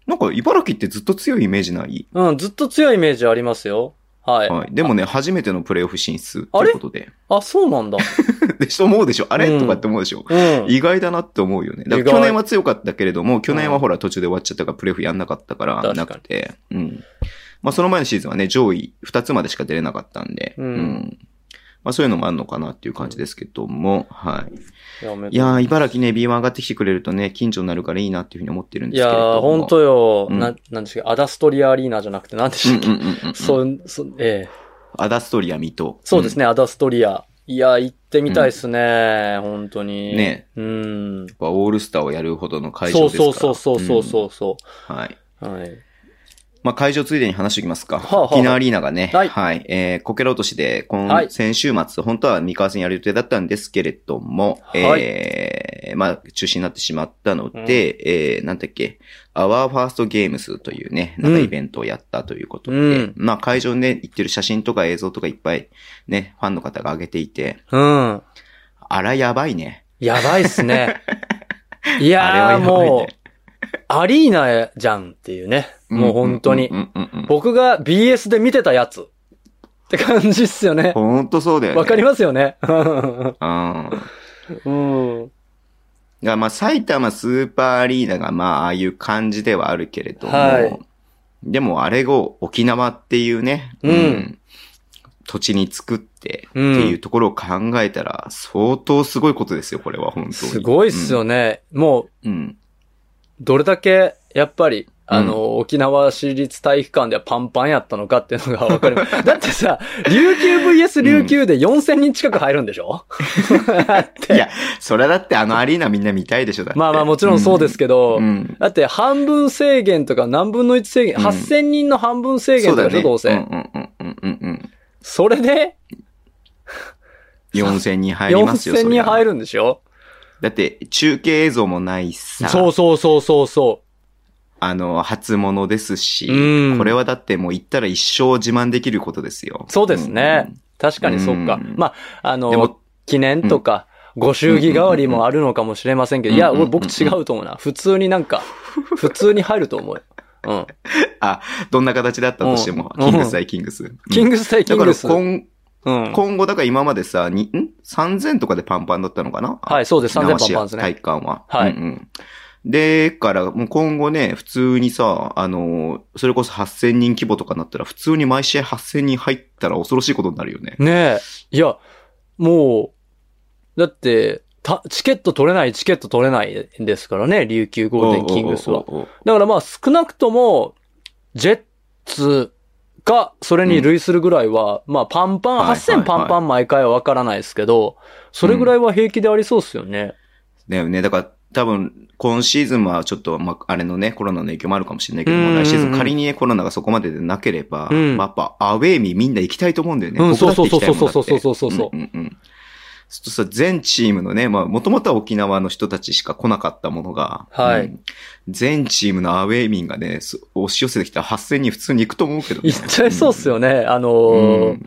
[SPEAKER 2] なんか茨城ってずっと強いイメージない
[SPEAKER 3] うん、ずっと強いイメージありますよ。はい。
[SPEAKER 2] はい。でもね、初めてのプレイオフ進出ということで。 [LAUGHS]
[SPEAKER 3] あ、そうなんだ。
[SPEAKER 2] で、そう思うでしょあれ、
[SPEAKER 3] うん
[SPEAKER 2] とかって思うでしょ
[SPEAKER 3] うん。
[SPEAKER 2] 意外だなって思うよね。だか
[SPEAKER 3] 意
[SPEAKER 2] ら
[SPEAKER 3] 外
[SPEAKER 2] 去年は強かったけれども、去年
[SPEAKER 3] う
[SPEAKER 2] は
[SPEAKER 3] ん
[SPEAKER 2] ほら途中で終わっちゃったからプレーオフやんなかったから
[SPEAKER 3] 確かに
[SPEAKER 2] なくて。うん。まあその前のシーズンはね、上位2つまでしか出れなかったんで。
[SPEAKER 3] うん
[SPEAKER 2] まあそういうのもあるのかなっていう感じですけども、はい。
[SPEAKER 3] いや、おめ
[SPEAKER 2] い
[SPEAKER 3] でとう
[SPEAKER 2] やー、茨城ね、B1 上がってきてくれるとね、近所になるからいいなっていうふうに思ってる
[SPEAKER 3] い
[SPEAKER 2] んですけ
[SPEAKER 3] や
[SPEAKER 2] れども。
[SPEAKER 3] ー、ほんとよ。
[SPEAKER 2] うん
[SPEAKER 3] な、なんですか、アダストリアアリーナじゃなくて、なんで
[SPEAKER 2] うん
[SPEAKER 3] し
[SPEAKER 2] う
[SPEAKER 3] た
[SPEAKER 2] ん
[SPEAKER 3] っ
[SPEAKER 2] う
[SPEAKER 3] け、
[SPEAKER 2] んうん。
[SPEAKER 3] そう、そう、ええ
[SPEAKER 2] アダストリア、水戸。
[SPEAKER 3] そうですね、
[SPEAKER 2] ね。
[SPEAKER 3] アダストリア。いや、行ってみたいっすね、ほん、本当に。
[SPEAKER 2] ね。
[SPEAKER 3] うん。
[SPEAKER 2] やっぱオールスターをやるほどの会場
[SPEAKER 3] そ
[SPEAKER 2] で
[SPEAKER 3] う
[SPEAKER 2] すか
[SPEAKER 3] そ
[SPEAKER 2] ら
[SPEAKER 3] うそうそうそうそううん
[SPEAKER 2] はい。
[SPEAKER 3] はい。
[SPEAKER 2] まあ、会場ついでに話しておきますか。
[SPEAKER 3] はあはあ
[SPEAKER 2] 沖縄アリーナがね、
[SPEAKER 3] は
[SPEAKER 2] はいい、えー、こけら落としで、今、
[SPEAKER 3] はい
[SPEAKER 2] 先週末、本当は三河戦やる予定だったんですけれども、
[SPEAKER 3] はい
[SPEAKER 2] えー、まあ、中止になってしまったので、えー、なんだっけ、アワーファーストゲームスというね、なんか
[SPEAKER 3] うん
[SPEAKER 2] イベントをやったということで、
[SPEAKER 3] うん
[SPEAKER 2] まあ、会場にね、行ってる写真とか映像とかいっぱい、ね、ファンの方が上げていて、
[SPEAKER 3] うん。
[SPEAKER 2] あら、やばいね。
[SPEAKER 3] やばいっす
[SPEAKER 2] [LAUGHS]
[SPEAKER 3] ね。い
[SPEAKER 2] あれは
[SPEAKER 3] やー
[SPEAKER 2] やばいね
[SPEAKER 3] もう、アリーナじゃんっていうね。もう本当に
[SPEAKER 2] う。んうんうんうん
[SPEAKER 3] 僕が BS で見てたやつって感じっすよね。
[SPEAKER 2] 本当そうだよね。
[SPEAKER 3] わかり
[SPEAKER 2] ま
[SPEAKER 3] ますよね。
[SPEAKER 2] [LAUGHS] うん。
[SPEAKER 3] うん。
[SPEAKER 2] だからまあ埼玉スーパーアリーナがまあああいう感じではあるけれども、
[SPEAKER 3] はい
[SPEAKER 2] でもあれを沖縄っていうね、
[SPEAKER 3] うん
[SPEAKER 2] 土地に作ってって
[SPEAKER 3] うん
[SPEAKER 2] いうところを考えたら相当すごいことですよ、これは本当に。
[SPEAKER 3] すごいっすよ
[SPEAKER 2] ね。
[SPEAKER 3] ね。もう、
[SPEAKER 2] うん。
[SPEAKER 3] どれだけ、やっぱり、あの、沖縄市立体育館ではパンパンやったのかっていうのがわか
[SPEAKER 2] [LAUGHS]
[SPEAKER 3] る。だってさ、琉球 VS 琉球で4000人近く入るんでしょ、だって
[SPEAKER 2] いや、それはだってあのアリーナみんな見たいでしょ、だって。
[SPEAKER 3] まあまあもちろんそうですけど、
[SPEAKER 2] うんうん
[SPEAKER 3] だって半分制限とか何分の1制限、
[SPEAKER 2] うん
[SPEAKER 3] 8000人の半分制限
[SPEAKER 2] そう
[SPEAKER 3] とか
[SPEAKER 2] だ
[SPEAKER 3] でしょ、
[SPEAKER 2] ね。
[SPEAKER 3] どうせ。
[SPEAKER 2] うんうんうんうんうんうん。
[SPEAKER 3] それで、
[SPEAKER 2] 4000人入りますよ、
[SPEAKER 3] 4000人入
[SPEAKER 2] る。
[SPEAKER 3] るんでしょ
[SPEAKER 2] だって中継映像もない
[SPEAKER 3] [LAUGHS]
[SPEAKER 2] さ。
[SPEAKER 3] そうそうそうそうそ
[SPEAKER 2] あの、初物ですし、
[SPEAKER 3] うん
[SPEAKER 2] これはだってもう言ったら一生自慢できることですよ。
[SPEAKER 3] う。そうですね。確かにそっか。
[SPEAKER 2] うん
[SPEAKER 3] まあ、あ
[SPEAKER 2] うん。で
[SPEAKER 3] の
[SPEAKER 2] も、、
[SPEAKER 3] 記念とか、ご祝儀代わりもあるのかもしれませんけど、いや、俺僕違うと思うな。普通になんか、
[SPEAKER 2] [LAUGHS]
[SPEAKER 3] 普通に入ると思うよ。うん。
[SPEAKER 2] あ、どんな形だったとしても、
[SPEAKER 3] うん
[SPEAKER 2] キングス対キングス。うん
[SPEAKER 3] キングス対キングス。
[SPEAKER 2] だから今、
[SPEAKER 3] うん。
[SPEAKER 2] 今後、だから今までさ、に、ん ?3000 とかでパンパンだったのかな
[SPEAKER 3] はいそうです
[SPEAKER 2] 沖縄
[SPEAKER 3] 3000パ
[SPEAKER 2] 市
[SPEAKER 3] ンパンですね
[SPEAKER 2] 体育館は。
[SPEAKER 3] はい
[SPEAKER 2] うんうんで、から、もう今後ね、普通にさ、あの、それこそ8000人規模とかなったら、普通に毎試合8000人入ったら恐ろしいことになるよね。
[SPEAKER 3] ねえ。いや、もう、だって、た、チケット取れない、チケット取れないですからね、琉球ゴールデンキングスは。
[SPEAKER 2] おうおうおうおう。
[SPEAKER 3] だからまあ少なくとも、ジェッツか、それに類するぐらいは、まあパンパン、
[SPEAKER 2] はいはいは
[SPEAKER 3] 8000
[SPEAKER 2] い
[SPEAKER 3] パンパン毎回はわからないですけど、それぐらいは平気でありそうっすよね。
[SPEAKER 2] だよね。だから、多分、今シーズンはちょっと、まあ、あれのね、コロナの影響もあるかもしれないけども、
[SPEAKER 3] うんうんうん
[SPEAKER 2] 来シーズン仮にね、コロナがそこまででなければ、
[SPEAKER 3] うん
[SPEAKER 2] まあやっぱ、アウェーにみんな行きたいと思うんだよね。
[SPEAKER 3] うん
[SPEAKER 2] 僕だって行きたいもんだって
[SPEAKER 3] そうそうそうそうそうそうそう
[SPEAKER 2] うんうんうんそうするとさ、全チームのね、まあ、もともとは沖縄の人たちしか来なかったものが、
[SPEAKER 3] はい
[SPEAKER 2] うん全チームのアウェー民がね、そ押し寄せてきたら8000人普通に行くと思うけどね、
[SPEAKER 3] いっちゃいそうっすよ
[SPEAKER 2] ね。
[SPEAKER 3] ね。あのー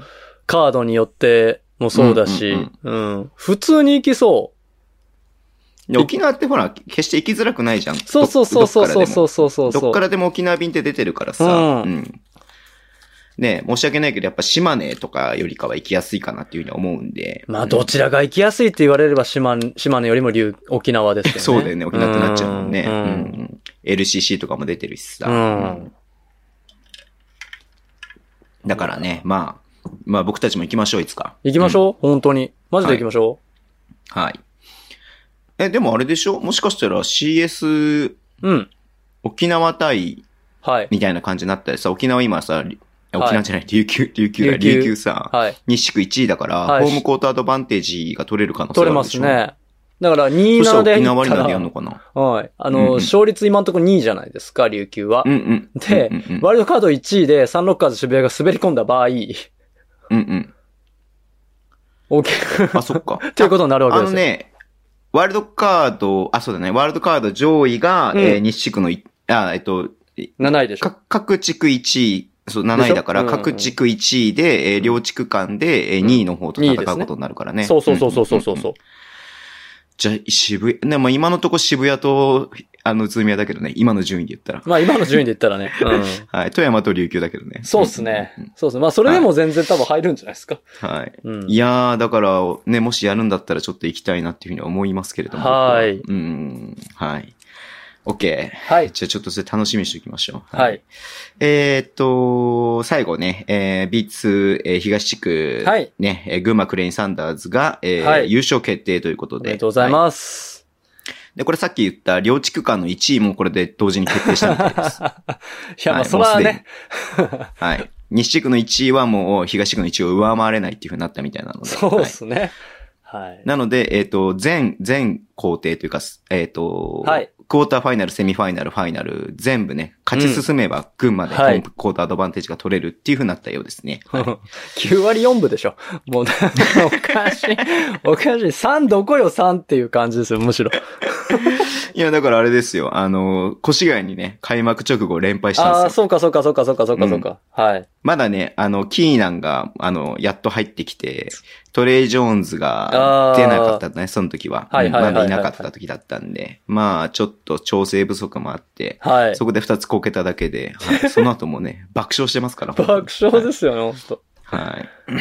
[SPEAKER 3] カードによってもそうだし、うん普通に行きそ
[SPEAKER 2] で沖縄ってほら、決して行きづらくないじゃん。
[SPEAKER 3] う。そうそうそうそう
[SPEAKER 2] どっからで
[SPEAKER 3] そ
[SPEAKER 2] も
[SPEAKER 3] うそうそうそう。
[SPEAKER 2] どっからでも沖縄便って出てるからさ、
[SPEAKER 3] うん
[SPEAKER 2] うんねえ申し訳ないけど、やっぱ島根とかよりかは行きやすいかなっていうふうに思うんで。
[SPEAKER 3] ま
[SPEAKER 2] う
[SPEAKER 3] あ
[SPEAKER 2] ん
[SPEAKER 3] どちらが行きやすいって言われれば島根、島根よりも琉沖縄ですよね。
[SPEAKER 2] そうだよね、沖縄ってなっちゃうもんね。
[SPEAKER 3] うん
[SPEAKER 2] うん LCC とかも出てるしさ。
[SPEAKER 3] うん
[SPEAKER 2] うんだからね、まあ、まあ僕たちも行きましょう、いつか。
[SPEAKER 3] 行きましょう、本当に。マジで行きましょ
[SPEAKER 2] はい。え、でもあれでしょもしかしたら CS
[SPEAKER 3] う。うん。
[SPEAKER 2] 沖縄対
[SPEAKER 3] はい。
[SPEAKER 2] みたいな感じになったりさ、沖縄今さ、り
[SPEAKER 3] はい
[SPEAKER 2] 沖縄じゃない、琉球、琉球だ、
[SPEAKER 3] 琉球
[SPEAKER 2] 琉球さ、
[SPEAKER 3] はい。
[SPEAKER 2] 西区1位だから、
[SPEAKER 3] はい
[SPEAKER 2] ホームコートアドバンテージが取れる可能性
[SPEAKER 3] 取
[SPEAKER 2] が
[SPEAKER 3] れ
[SPEAKER 2] ある
[SPEAKER 3] ま
[SPEAKER 2] でし
[SPEAKER 3] す
[SPEAKER 2] ょ。
[SPEAKER 3] ね。だから2、
[SPEAKER 2] そしたら
[SPEAKER 3] 7で
[SPEAKER 2] 沖
[SPEAKER 3] 行
[SPEAKER 2] 縄
[SPEAKER 3] っ
[SPEAKER 2] に
[SPEAKER 3] た
[SPEAKER 2] な
[SPEAKER 3] ら
[SPEAKER 2] でやるのかな
[SPEAKER 3] はい。あ
[SPEAKER 2] うんう
[SPEAKER 3] の、
[SPEAKER 2] ん
[SPEAKER 3] 勝率今んとこ2位じゃないですか、琉球は。
[SPEAKER 2] うんうん。
[SPEAKER 3] で
[SPEAKER 2] うんうん
[SPEAKER 3] ワイルドカード1位でサンロッカーズ渋谷が滑り込んだ場合、
[SPEAKER 2] うんうん。
[SPEAKER 3] OK。
[SPEAKER 2] あ、そっか。
[SPEAKER 3] [LAUGHS] ということになるわけ
[SPEAKER 2] あ
[SPEAKER 3] で
[SPEAKER 2] の
[SPEAKER 3] すよ。
[SPEAKER 2] ね、ワールドカード、あ、そうだね、ワールドカード上位が、
[SPEAKER 3] うん
[SPEAKER 2] えー西地区のい、あ、えっと、
[SPEAKER 3] 7位でしょ。
[SPEAKER 2] か各地区1位、そう、7位だから、
[SPEAKER 3] でしょうんうん
[SPEAKER 2] 各地区1位で、えー両地区間で、えー2位の方と戦
[SPEAKER 3] 二位です
[SPEAKER 2] う
[SPEAKER 3] ね
[SPEAKER 2] ことになるからね。
[SPEAKER 3] そうそうそうそうそうそう。
[SPEAKER 2] んんんんじゃあ、渋谷、でも今のとこ渋谷と、あの、宇都宮だけどね、今の順位で言ったら。
[SPEAKER 3] まあ今の順位で言ったらね。うん。
[SPEAKER 2] はい。富山と琉球だけどね。
[SPEAKER 3] そうっすね
[SPEAKER 2] うんうん。
[SPEAKER 3] そうっすね。まあそれでも全然多分入るんじゃないですか。
[SPEAKER 2] うん。はい。
[SPEAKER 3] うん。
[SPEAKER 2] いやー、だから、ね、もしやるんだったらちょっと行きたいなっていうふうには思いますけれども。
[SPEAKER 3] はい
[SPEAKER 2] 僕はうん。はい。OK。
[SPEAKER 3] はい。
[SPEAKER 2] じゃあちょっとそれ楽しみにしておきましょう。
[SPEAKER 3] はい。。
[SPEAKER 2] えーっと、最後ね、えー、B2、えー東地区、
[SPEAKER 3] はい
[SPEAKER 2] ね、えー群馬クレインサンダーズが、えー
[SPEAKER 3] はい
[SPEAKER 2] 優勝決定ということ
[SPEAKER 3] お
[SPEAKER 2] で。
[SPEAKER 3] めでとうございます。
[SPEAKER 2] す。で、これさっき言った両地区間の1位もこれで同時に決定したみたいです。
[SPEAKER 3] いや、まあ
[SPEAKER 2] はい
[SPEAKER 3] それは
[SPEAKER 2] もうす
[SPEAKER 3] ね、
[SPEAKER 2] はい。西地区の1位はもう東地区の1位を上回れないっていうふうになったみたいなので。
[SPEAKER 3] そう
[SPEAKER 2] は
[SPEAKER 3] っ
[SPEAKER 2] い
[SPEAKER 3] すね。はい。
[SPEAKER 2] [LAUGHS] なので、えっ、と、全、全工程というか、すえっ、と、
[SPEAKER 3] はい
[SPEAKER 2] クォーターファイナル、セミファイナル、ファイナル、全部ね、勝ち進めば群馬で
[SPEAKER 3] はい
[SPEAKER 2] ホームコートアドバンテージが取れるっていう風になったようですね。 [LAUGHS]
[SPEAKER 3] 9割4分でしょ。もう、 [LAUGHS] おかしい。おかしい。3どこよ3っていう感じですよ、むしろ。
[SPEAKER 2] いや、だからあれですよ。あの、越谷にね、開幕直後連敗したん
[SPEAKER 3] ああー、
[SPEAKER 2] ですよ。
[SPEAKER 3] そうかそうかそうかそうかそうかそうか。はい。
[SPEAKER 2] まだね、あの、キーナンが、あの、やっと入ってきて、トレイ・ジョーンズが
[SPEAKER 3] あー
[SPEAKER 2] 出なかったんだね、その時は。
[SPEAKER 3] はいはいはいはい
[SPEAKER 2] まだいなかった時だったんで、まあ、ちょっと調整不足もあって、
[SPEAKER 3] はい
[SPEAKER 2] そ。こで2つこけただけで、
[SPEAKER 3] [LAUGHS]
[SPEAKER 2] はいその後もね、爆笑してますから。
[SPEAKER 3] 爆笑ですよね、本当。
[SPEAKER 2] はい。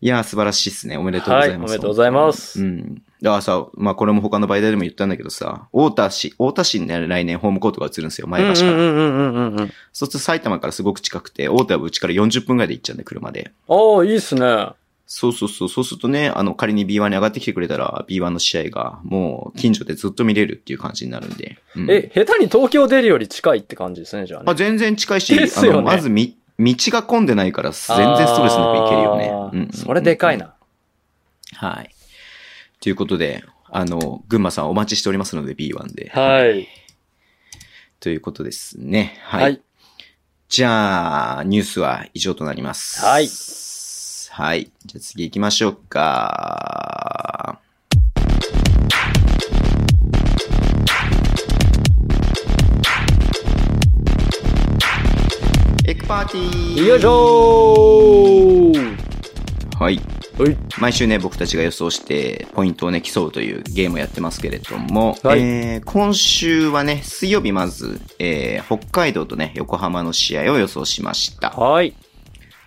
[SPEAKER 2] いやー、素晴らしいっすね。おめでとうございます。
[SPEAKER 3] はいおめでとうございます
[SPEAKER 2] うん。だからさ、まあこれも他の媒体でも言ったんだけどさ、大田市、大田市にね来年ホームコートが移るんですよ、前橋から。
[SPEAKER 3] うんうんうんうんうんうん。
[SPEAKER 2] そうすると埼玉からすごく近くて、大田はうちから40分ぐらいで行っちゃうんで、車で。
[SPEAKER 3] ああ、いいっすね。あ
[SPEAKER 2] そうそうそう、そうするとね、あの、仮に B1 に上がってきてくれたら、B1 の試合が、もう、近所でずっと見れるっていう感じになるんで。うん
[SPEAKER 3] え、下手に東京出るより近いって感じですね、じゃあ
[SPEAKER 2] まあ
[SPEAKER 3] ね。
[SPEAKER 2] 全然近いし、
[SPEAKER 3] です
[SPEAKER 2] あ
[SPEAKER 3] よね
[SPEAKER 2] の、まずみ、道が混んでないから、全然ストレスなく行けるよね
[SPEAKER 3] あー
[SPEAKER 2] うんうんうん。
[SPEAKER 3] それでかいな。
[SPEAKER 2] はい。ということで、あの、群馬さんお待ちしておりますので B1 で。
[SPEAKER 3] はい。
[SPEAKER 2] ということですね。はい。
[SPEAKER 3] はい。
[SPEAKER 2] じゃあ、ニュースは以上となります。
[SPEAKER 3] はい。
[SPEAKER 2] はい。じゃあ次行きましょうか。エクパーティー
[SPEAKER 3] よいしょー
[SPEAKER 2] はい。
[SPEAKER 3] はい。
[SPEAKER 2] 毎週ね、僕たちが予想して、ポイントをね、競うというゲームをやってますけれども、
[SPEAKER 3] はい
[SPEAKER 2] えー今週はね、水曜日まず、えー北海道とね、横浜の試合を予想しました。
[SPEAKER 3] はい。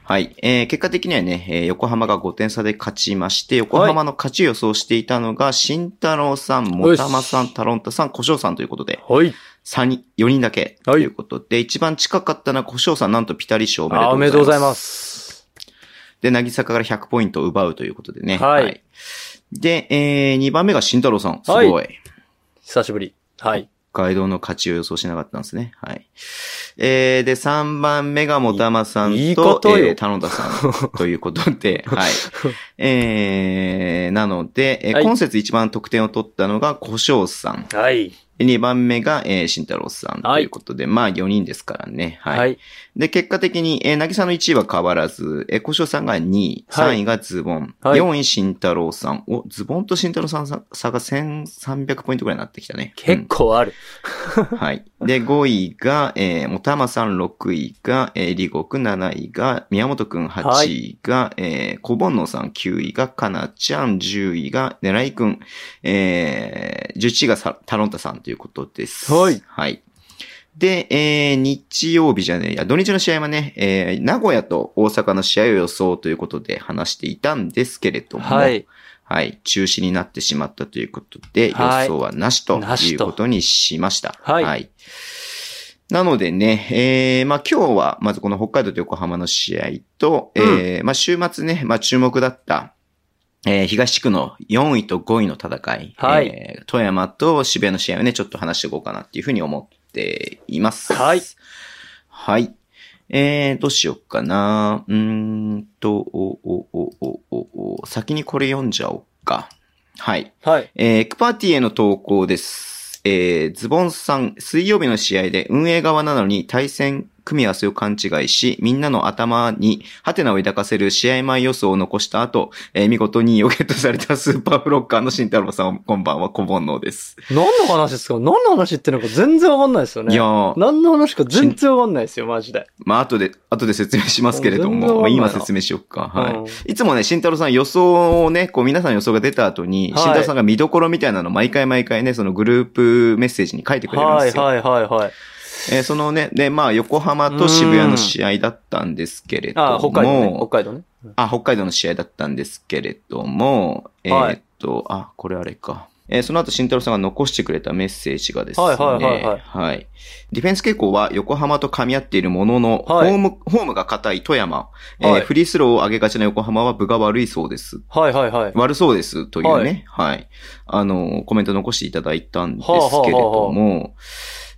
[SPEAKER 2] はい。えー結果的にはね、えー横浜が5点差で勝ちまして、横浜の勝ちを予想していたのが、慎太郎さん、もたまさん、タロンタさん、小翔さんということで、
[SPEAKER 3] はい。
[SPEAKER 2] 3人、4人だけ、
[SPEAKER 3] はい
[SPEAKER 2] ということで、一番近かったのは小翔さん、なんとピタリ賞おめで
[SPEAKER 3] あー
[SPEAKER 2] と
[SPEAKER 3] お
[SPEAKER 2] うござ
[SPEAKER 3] めでとうござい
[SPEAKER 2] います。
[SPEAKER 3] ます。
[SPEAKER 2] で、なぎさかから100ポイントを奪うということでね。
[SPEAKER 3] はい
[SPEAKER 2] で、えー、2番目が慎太郎さん。すごい。
[SPEAKER 3] は久しぶり。はい。
[SPEAKER 2] 北海道の勝ちを予想しなかったんですね。はい。えー、で、3番目がもたまさんと、
[SPEAKER 3] いいいことよ
[SPEAKER 2] えー、田野田さん
[SPEAKER 3] [LAUGHS]
[SPEAKER 2] ということで、はい。えー、なので、えー
[SPEAKER 3] はい
[SPEAKER 2] 今節一番得点を取ったのが、小翔さん。
[SPEAKER 3] はい。
[SPEAKER 2] 2番目が、えー、慎太郎さん。と
[SPEAKER 3] はい
[SPEAKER 2] いうことで、まあ、4人ですからね。はい。
[SPEAKER 3] はい。
[SPEAKER 2] で、結果的に、えー、なぎさの1位は変わらず、えー、小翔さんが2位、
[SPEAKER 3] はい
[SPEAKER 2] 3位がズボン、
[SPEAKER 3] はい
[SPEAKER 2] 4位慎太郎さん。お、ズボンと慎太郎さんさ差が1300ポイントくらいになってきたね。
[SPEAKER 3] 結構ある。
[SPEAKER 2] うんはい。で、5位が、えー、もたまさん、6位が、えー、りごくん、7位が、宮本くん、8
[SPEAKER 3] は
[SPEAKER 2] 位が、えー、こぼんのさん、9位が、かなちゃん、10位が、ねらいくん、えー、11位がさタロンタさんということです。
[SPEAKER 3] はい。
[SPEAKER 2] はい。で、えー、日曜日じゃねえや、土日の試合はね、えー、名古屋と大阪の試合を予想ということで話していたんですけれども、
[SPEAKER 3] はい。
[SPEAKER 2] はい。中止になってしまったということで、
[SPEAKER 3] はい
[SPEAKER 2] 予想はなしと
[SPEAKER 3] な
[SPEAKER 2] いう
[SPEAKER 3] しと
[SPEAKER 2] ことにしました。
[SPEAKER 3] はい
[SPEAKER 2] なのでね、えー、まあ今日は、まずこの北海道と横浜の試合と、
[SPEAKER 3] うん
[SPEAKER 2] えー、まあ週末ね、まあ注目だった、えー、東地区の4位と5位の戦い、
[SPEAKER 3] はい
[SPEAKER 2] えー富山と渋谷の試合をね、ちょっと話していこうかなっていうふうに思っています。
[SPEAKER 3] はい。
[SPEAKER 2] はい。えー、どうしよっかな。うーんと、お、お、お、お、お、お、先にこれ読んじゃおうか。はい。
[SPEAKER 3] はい。
[SPEAKER 2] えー、エクパーティーへの投稿です。えー、ズボンさん、水曜日の試合で運営側なのに対戦組み合わせを勘違いし、みんなの頭にハテナを抱かせる試合前予想を残した後、えー見事に位をゲットされたスーパーフロッカーの慎太郎さん、こんばんは、こぼんのうです。
[SPEAKER 3] 何の話ですか何の話ってのか全然わかんないですよね。
[SPEAKER 2] いやー、
[SPEAKER 3] 何の話か全然わかんないですよ、マジで。
[SPEAKER 2] まあ、後で、後で説明しますけれど
[SPEAKER 3] 全然わかん
[SPEAKER 2] も、
[SPEAKER 3] ないな
[SPEAKER 2] 今説明しよっか。はい。
[SPEAKER 3] うん
[SPEAKER 2] いつもね、慎太郎さん予想をね、こう皆さん予想が出た後に、
[SPEAKER 3] はい
[SPEAKER 2] 慎太郎さんが見どころみたいなの毎回毎回ね、そのグループメッセージに書いてくれるん
[SPEAKER 3] は
[SPEAKER 2] で
[SPEAKER 3] い
[SPEAKER 2] すよ。
[SPEAKER 3] はいはいはい。
[SPEAKER 2] えーそのね、で、まあ、横浜と渋谷の試合だったんですけれども、
[SPEAKER 3] あ、北海道ね。北海道ね。
[SPEAKER 2] あ、北海道の試合だったんですけれども、え
[SPEAKER 3] はい
[SPEAKER 2] ーっと、あ、これあれか。えーその後、慎太郎さんが残してくれたメッセージがですね。
[SPEAKER 3] はいはいはいはい
[SPEAKER 2] はいディフェンス傾向は横浜と噛み合っているものの、
[SPEAKER 3] はい
[SPEAKER 2] ホーム、ホームが硬い富山、えー
[SPEAKER 3] はい
[SPEAKER 2] フリースローを上げがちな横浜は部が悪いそうです。
[SPEAKER 3] はいはいはい。
[SPEAKER 2] 悪そうですというね、はい、あの、コメント残していただいたんですけれども、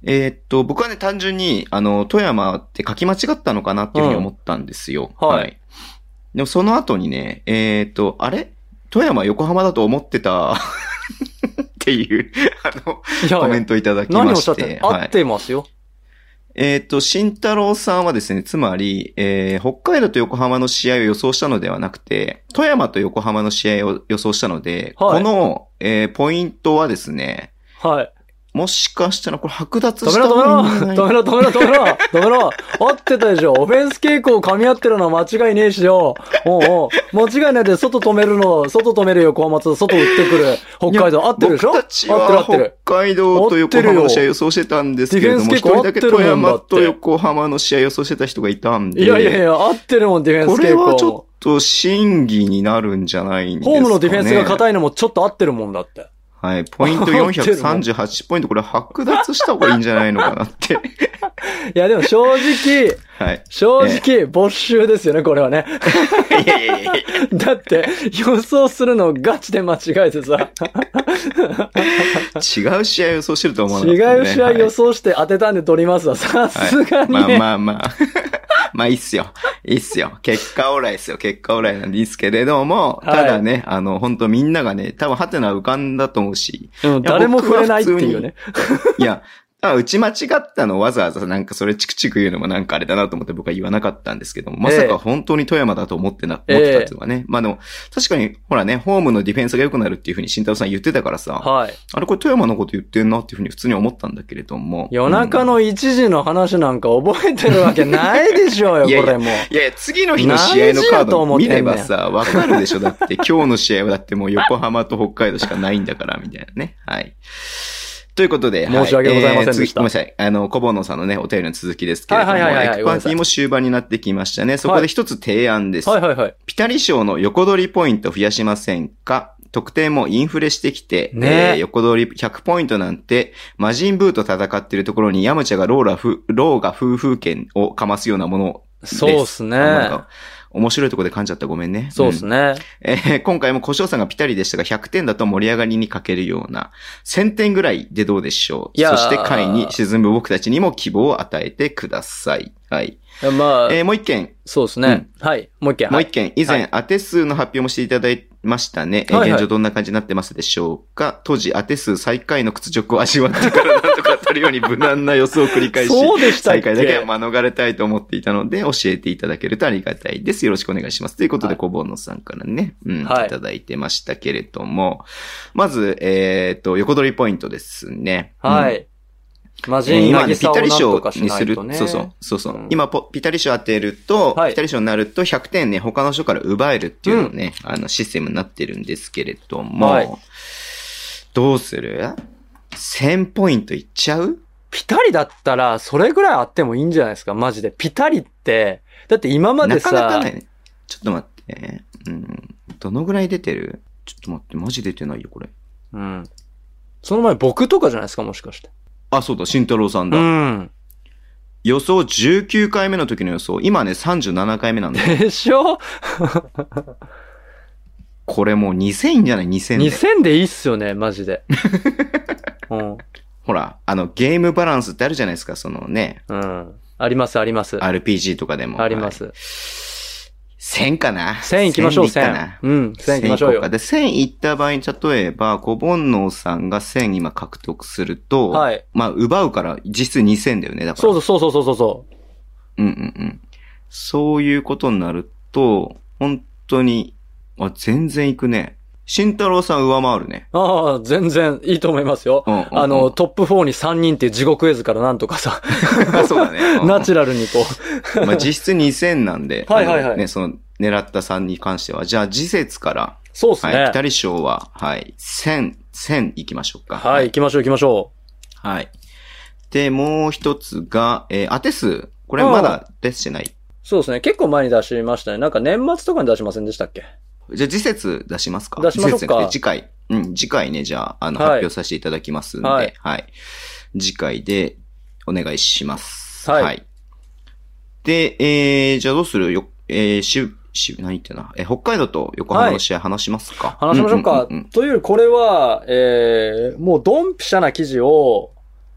[SPEAKER 2] えーっと、僕はね、単純に、あの、富山って書き間違ったのかなっていうふうに思ったんですよ。
[SPEAKER 3] うんはい
[SPEAKER 2] でもその後にね、えーっと、あれ富山横浜だと思ってた [LAUGHS] っっていう、あの、
[SPEAKER 3] いや
[SPEAKER 2] コメントいただき
[SPEAKER 3] 何を
[SPEAKER 2] ま
[SPEAKER 3] おっしゃっ
[SPEAKER 2] し
[SPEAKER 3] てん
[SPEAKER 2] て。
[SPEAKER 3] の合ってますよ。
[SPEAKER 2] えっ、と、慎太郎さんはですね、つまり、えー北海道と横浜の試合を予想したのではなくて、富山と横浜の試合を予想したので、
[SPEAKER 3] はい
[SPEAKER 2] この、えーポイントはですね、
[SPEAKER 3] はい。
[SPEAKER 2] もしかしたらこれ剥奪
[SPEAKER 3] 止
[SPEAKER 2] し
[SPEAKER 3] め
[SPEAKER 2] た
[SPEAKER 3] ろ
[SPEAKER 2] 方がいいん
[SPEAKER 3] 止
[SPEAKER 2] じゃ
[SPEAKER 3] め
[SPEAKER 2] な
[SPEAKER 3] ろ止
[SPEAKER 2] い
[SPEAKER 3] めろ止めろ止めろ止めろ合ってたでしょオフェンス傾向噛み合ってるのは間違いねえしよ。おうおう間違いないで外止めるの、外止める横浜と外打ってくる北海道合ってるでしょ合
[SPEAKER 2] 僕た
[SPEAKER 3] って
[SPEAKER 2] ち
[SPEAKER 3] る合
[SPEAKER 2] は
[SPEAKER 3] ってる。
[SPEAKER 2] 北海道と横浜の試合予想してたんですけれども、
[SPEAKER 3] ディ
[SPEAKER 2] 一
[SPEAKER 3] フェンス結構
[SPEAKER 2] 人だけ
[SPEAKER 3] 合って
[SPEAKER 2] 富
[SPEAKER 3] るもんだ
[SPEAKER 2] 山
[SPEAKER 3] って
[SPEAKER 2] と横浜の試合予想してた人がいたんで、
[SPEAKER 3] いやいやいや、合ってるもん、ディフェン
[SPEAKER 2] こ
[SPEAKER 3] ス傾
[SPEAKER 2] れ
[SPEAKER 3] 向。
[SPEAKER 2] はちょっと審議になるんじゃないんですか、
[SPEAKER 3] ホ
[SPEAKER 2] ね。
[SPEAKER 3] ームのディフェンスが硬いのもちょっと合ってるもんだって。
[SPEAKER 2] はい。ポイント438ポイント、これ剥奪した方がいいんじゃないのか
[SPEAKER 3] [LAUGHS]
[SPEAKER 2] なって。
[SPEAKER 3] いや、でも正直、
[SPEAKER 2] はい。
[SPEAKER 3] 正直、没収ですよね、これはね。 [LAUGHS]
[SPEAKER 2] いやいやいや
[SPEAKER 3] だって、予想するのをガチで間違えてさ、
[SPEAKER 2] 違う試合予想してると思わなかった、
[SPEAKER 3] 違
[SPEAKER 2] ね。
[SPEAKER 3] う試合予想して当てたんで取りますわ。さすがにね。
[SPEAKER 2] はいまあまあまあ。 [LAUGHS] まあいいっすよ。いいっすよ。結果オーライっすよ。結果オーライなんでいいっすけれども、
[SPEAKER 3] はい
[SPEAKER 2] ただね、あの、本当みんながね、多分ハテナ浮かんだと思うし、
[SPEAKER 3] うん
[SPEAKER 2] いや
[SPEAKER 3] 誰も触れないっていうね。
[SPEAKER 2] いや、あ打ち間違ったのわざわざなんかそれチクチク言うのもなんかあれだなと思って僕は言わなかったんですけども、まさ
[SPEAKER 3] ええ
[SPEAKER 2] か本当に富山だと思ってな、思ってたっていうのはね。まあでも、確かにほらね、ホームのディフェンスが良くなるっていうふうに慎太郎さん言ってたからさ、
[SPEAKER 3] はい。
[SPEAKER 2] あれこれ富山のこと言ってんなっていうふうに普通に思ったんだけれども。
[SPEAKER 3] 夜中
[SPEAKER 2] うん
[SPEAKER 3] の1時の話なんか覚えてるわけないでしょうよ、
[SPEAKER 2] いやいや
[SPEAKER 3] これもう。
[SPEAKER 2] いやいや、次の日の試合のカー
[SPEAKER 3] 何時だと
[SPEAKER 2] ド
[SPEAKER 3] 思っ
[SPEAKER 2] 見
[SPEAKER 3] てんね
[SPEAKER 2] れ
[SPEAKER 3] ん
[SPEAKER 2] ばさ、わかるでしょ。だって今日の試合はだってもう横浜と北海道しかないんだから、みたいなね。はい。ということで、はい
[SPEAKER 3] 申し訳ございませんでした
[SPEAKER 2] えー次ごめんなさい。あの、小坊野さんのね、お便りの続きですけれども、
[SPEAKER 3] はいはいはいはい
[SPEAKER 2] エクパーティーも終盤になってきましたね。そこで一つ提案です。
[SPEAKER 3] はいはいはい。
[SPEAKER 2] ピタリ賞の横取りポイント増やしませんか得点もインフレしてきて、
[SPEAKER 3] ねえ
[SPEAKER 2] ー横取り100ポイントなんて、魔人ブーと戦ってるところにヤムチャがローラフ、ローが夫婦権をかますようなものを
[SPEAKER 3] そうっすね。
[SPEAKER 2] なんか面白いとこで噛んじゃったごめんね。
[SPEAKER 3] そうです
[SPEAKER 2] ね。
[SPEAKER 3] ね。
[SPEAKER 2] えー今回も小翔さんがピタリでしたが、100点だと盛り上がりに欠けるような、1000点ぐらいでどうでしょう。
[SPEAKER 3] いやー
[SPEAKER 2] そして会に沈む僕たちにも希望を与えてください。はい。
[SPEAKER 3] まあ、
[SPEAKER 2] えーもう一件、
[SPEAKER 3] そうですね、はい。もう一件。
[SPEAKER 2] も
[SPEAKER 3] は
[SPEAKER 2] う
[SPEAKER 3] い
[SPEAKER 2] 一件、以前、当て数の発表もしていただいましたね。えー
[SPEAKER 3] はいはい
[SPEAKER 2] 現状どんな感じになってますでしょうか当時、当て数最下位の屈辱を味わってからなんとか当たるように無難な予想を繰り返し、
[SPEAKER 3] そうでしたっ
[SPEAKER 2] 最
[SPEAKER 3] け
[SPEAKER 2] 下位だけは免れたいと思っていたので、教えていただけるとありがたいです。よろしくお願いします。ということで、
[SPEAKER 3] はい
[SPEAKER 2] 小坊野さんからね、うん、
[SPEAKER 3] はい
[SPEAKER 2] いただいてましたけれども、まず、えっ、と、横取りポイントですね。
[SPEAKER 3] は
[SPEAKER 2] うん
[SPEAKER 3] い。魔
[SPEAKER 2] えー
[SPEAKER 3] 人
[SPEAKER 2] 今
[SPEAKER 3] な
[SPEAKER 2] ね、
[SPEAKER 3] ぎ
[SPEAKER 2] ピ
[SPEAKER 3] さを
[SPEAKER 2] タ
[SPEAKER 3] なん
[SPEAKER 2] リ
[SPEAKER 3] と
[SPEAKER 2] 賞
[SPEAKER 3] かし
[SPEAKER 2] に
[SPEAKER 3] な
[SPEAKER 2] す
[SPEAKER 3] い
[SPEAKER 2] る
[SPEAKER 3] と、ね。
[SPEAKER 2] そうそう、そうそう。
[SPEAKER 3] うん
[SPEAKER 2] 今ポ、ピタリ賞当てると、
[SPEAKER 3] はい
[SPEAKER 2] ピタリ賞になると100点ね、他の賞から奪えるっていうのね、あの、システムになってるんですけれども、
[SPEAKER 3] はい
[SPEAKER 2] どうする ?1000 ポイントいっちゃう
[SPEAKER 3] ピタリだったら、それぐらいあってもいいんじゃないですか、マジで。ピタリって、だって今まで
[SPEAKER 2] な
[SPEAKER 3] さ、
[SPEAKER 2] かなかないね。ちょっと待って。うん。どのぐらい出てるちょっと待って、マジ出てないよ、これ。
[SPEAKER 3] うん。その前僕とかじゃないですか、もしかして。
[SPEAKER 2] あ、そうだ、慎太郎さん
[SPEAKER 3] う
[SPEAKER 2] だ。
[SPEAKER 3] ん。
[SPEAKER 2] 予想19回目の時の予想。今ね、37回目なんだ。
[SPEAKER 3] でしょ
[SPEAKER 2] これもう2000じゃない ?2000 で。
[SPEAKER 3] 2000でいいっすよね、マジ
[SPEAKER 2] [LAUGHS]
[SPEAKER 3] で。うん。
[SPEAKER 2] ほら、あの、ゲームバランスってあるじゃないですか、そのね、
[SPEAKER 3] うん。あります、あります。あ
[SPEAKER 2] RPG とかでも。
[SPEAKER 3] りま
[SPEAKER 2] はい。
[SPEAKER 3] す。
[SPEAKER 2] 1000かな
[SPEAKER 3] 1000行きましょう、
[SPEAKER 2] でいいか
[SPEAKER 3] 1000
[SPEAKER 2] な。。
[SPEAKER 3] うん、1000行きましょう
[SPEAKER 2] 行こ
[SPEAKER 3] よ
[SPEAKER 2] か。で、1000行った場合に、例えば、小煩悩さんが1000今獲得すると、
[SPEAKER 3] はい。
[SPEAKER 2] まあ、奪うから実質2000だよね、だから。
[SPEAKER 3] そう
[SPEAKER 2] う。
[SPEAKER 3] そうそうそうそうそう。
[SPEAKER 2] うんうんうん。そういうことになると、本当に、あ、全然行くね。慎太郎さん上回るね。
[SPEAKER 3] ああ、全然いいと思いますよ。
[SPEAKER 2] うんうんうん
[SPEAKER 3] あの、、トップ4に3人っていう地獄絵図からなんとかさ、
[SPEAKER 2] [LAUGHS] そうだね。うんうん
[SPEAKER 3] ナチュラルにこ、
[SPEAKER 2] まあ実質2000なんで
[SPEAKER 3] はいはいはい
[SPEAKER 2] あのね、その、狙った3に関しては、じゃあ次節から、
[SPEAKER 3] う。そうっす
[SPEAKER 2] はい、
[SPEAKER 3] ね
[SPEAKER 2] ピ。タリ賞は、はい、1000、1000行きましょうか。
[SPEAKER 3] はい、行。きましょう行きましょ
[SPEAKER 2] はい。で、もう一つが、えー当て数。これまだ出してない。
[SPEAKER 3] う。そうですね。結構前に出しましたね。なんか年末とかに出しませんでしたっけ
[SPEAKER 2] じゃあ次節出しますか
[SPEAKER 3] 出しましょうか
[SPEAKER 2] 次節じゃなくて次回。うん、次回ね、じゃあ、あの、
[SPEAKER 3] はい
[SPEAKER 2] 発表させていただきますんで、は
[SPEAKER 3] はいい。
[SPEAKER 2] 次回で、お願いします。
[SPEAKER 3] はい
[SPEAKER 2] で、えー、じゃあどうするよ、えー、し、し、何言ってんな。えー、北海道と横浜の試合話しますか、
[SPEAKER 3] 話しましょうか。
[SPEAKER 2] んんんん
[SPEAKER 3] というより、これは、えー、もうドンピシャな記事を、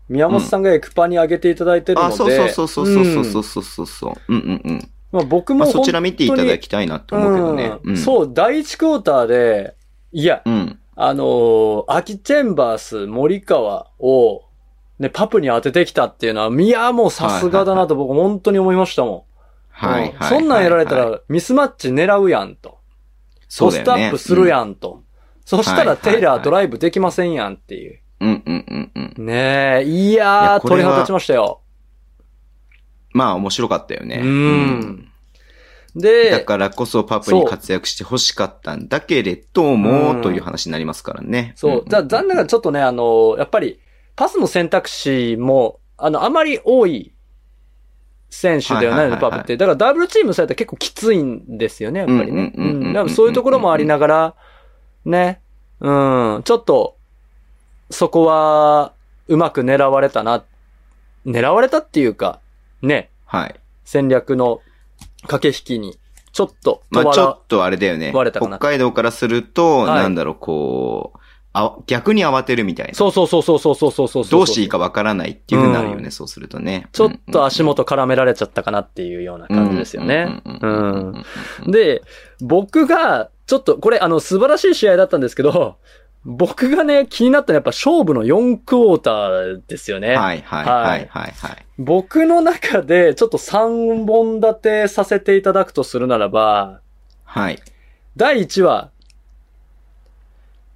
[SPEAKER 3] 宮本さんがエクパに上げていただいてるの
[SPEAKER 2] あ、
[SPEAKER 3] で。
[SPEAKER 2] そうそうそうそうそうそううんそうそうそう。うんうんうん。
[SPEAKER 3] まあ僕も
[SPEAKER 2] まあ、
[SPEAKER 3] 本当
[SPEAKER 2] そ
[SPEAKER 3] に、
[SPEAKER 2] ちら見ていただきたいなって思うけどね。
[SPEAKER 3] うん
[SPEAKER 2] うん、う。
[SPEAKER 3] そう、第一クォーターで、いや、
[SPEAKER 2] うん。
[SPEAKER 3] あのーアキチェンバース、森川を、ね、パプに当ててきたっていうのは、いや、もうさすがだなと僕本当に思いましたもん。
[SPEAKER 2] はいはい
[SPEAKER 3] うん
[SPEAKER 2] はい。
[SPEAKER 3] そんなんやられた
[SPEAKER 2] はい、
[SPEAKER 3] ら、ミスマッチ狙うやんと。
[SPEAKER 2] そうだ
[SPEAKER 3] ポ
[SPEAKER 2] よ
[SPEAKER 3] ストア
[SPEAKER 2] ね
[SPEAKER 3] ップするやんと。そした
[SPEAKER 2] は
[SPEAKER 3] ら
[SPEAKER 2] いはいはい
[SPEAKER 3] テイラードライブできませんやんっていう。
[SPEAKER 2] うんうんうんうん。
[SPEAKER 3] ねえ、い
[SPEAKER 2] い
[SPEAKER 3] やー、
[SPEAKER 2] やこれ
[SPEAKER 3] 鳥
[SPEAKER 2] は
[SPEAKER 3] 肌立ちましたよ。
[SPEAKER 2] まあ面白かったよね。
[SPEAKER 3] うん
[SPEAKER 2] うんだ
[SPEAKER 3] で、
[SPEAKER 2] からこそパプに活躍して欲しかったんだけれど
[SPEAKER 3] うん
[SPEAKER 2] も、という話になりますからね。
[SPEAKER 3] そう。
[SPEAKER 2] ん
[SPEAKER 3] じゃあ残念ながらちょっとね、あの、やっぱり、パスの選択肢も、あの、あまり多い選手ではないの
[SPEAKER 2] はいはいはい
[SPEAKER 3] で、
[SPEAKER 2] はい
[SPEAKER 3] パブって。だからダブルチームされたら結構きついんですよね、やっぱりね。
[SPEAKER 2] うんうんうんうんうん
[SPEAKER 3] だからそういうところもありながら、ね、うん、ちょっと、そこは、うまく狙われたな。狙われたっていうか、ね、
[SPEAKER 2] はい。
[SPEAKER 3] 戦略の駆け引きに、ちょっと、
[SPEAKER 2] まあちょ
[SPEAKER 3] ら
[SPEAKER 2] っとあれだよね。
[SPEAKER 3] 割れたか
[SPEAKER 2] 北
[SPEAKER 3] な
[SPEAKER 2] 海道からすると、
[SPEAKER 3] はい
[SPEAKER 2] なんだろう、こう、あ逆に慌てるみたいな。
[SPEAKER 3] そうそうそうそうそうそうそうそう。
[SPEAKER 2] どうしていいかわからないっていうふうになるよね、
[SPEAKER 3] う
[SPEAKER 2] そうするとね。
[SPEAKER 3] ちょっと足
[SPEAKER 2] も
[SPEAKER 3] 元絡められちゃったかなっていうような感じですよね。うん。で、僕が、ちょっと、これあの素晴らしい試合だったんですけど、 [LAUGHS] 僕がね、気になったのはやっぱ勝負の4クォーターですよね。
[SPEAKER 2] はいはいはいはいはい。
[SPEAKER 3] 僕の中でちょっと3本立てさせていただくとするならば、
[SPEAKER 2] はい。
[SPEAKER 3] 第1話、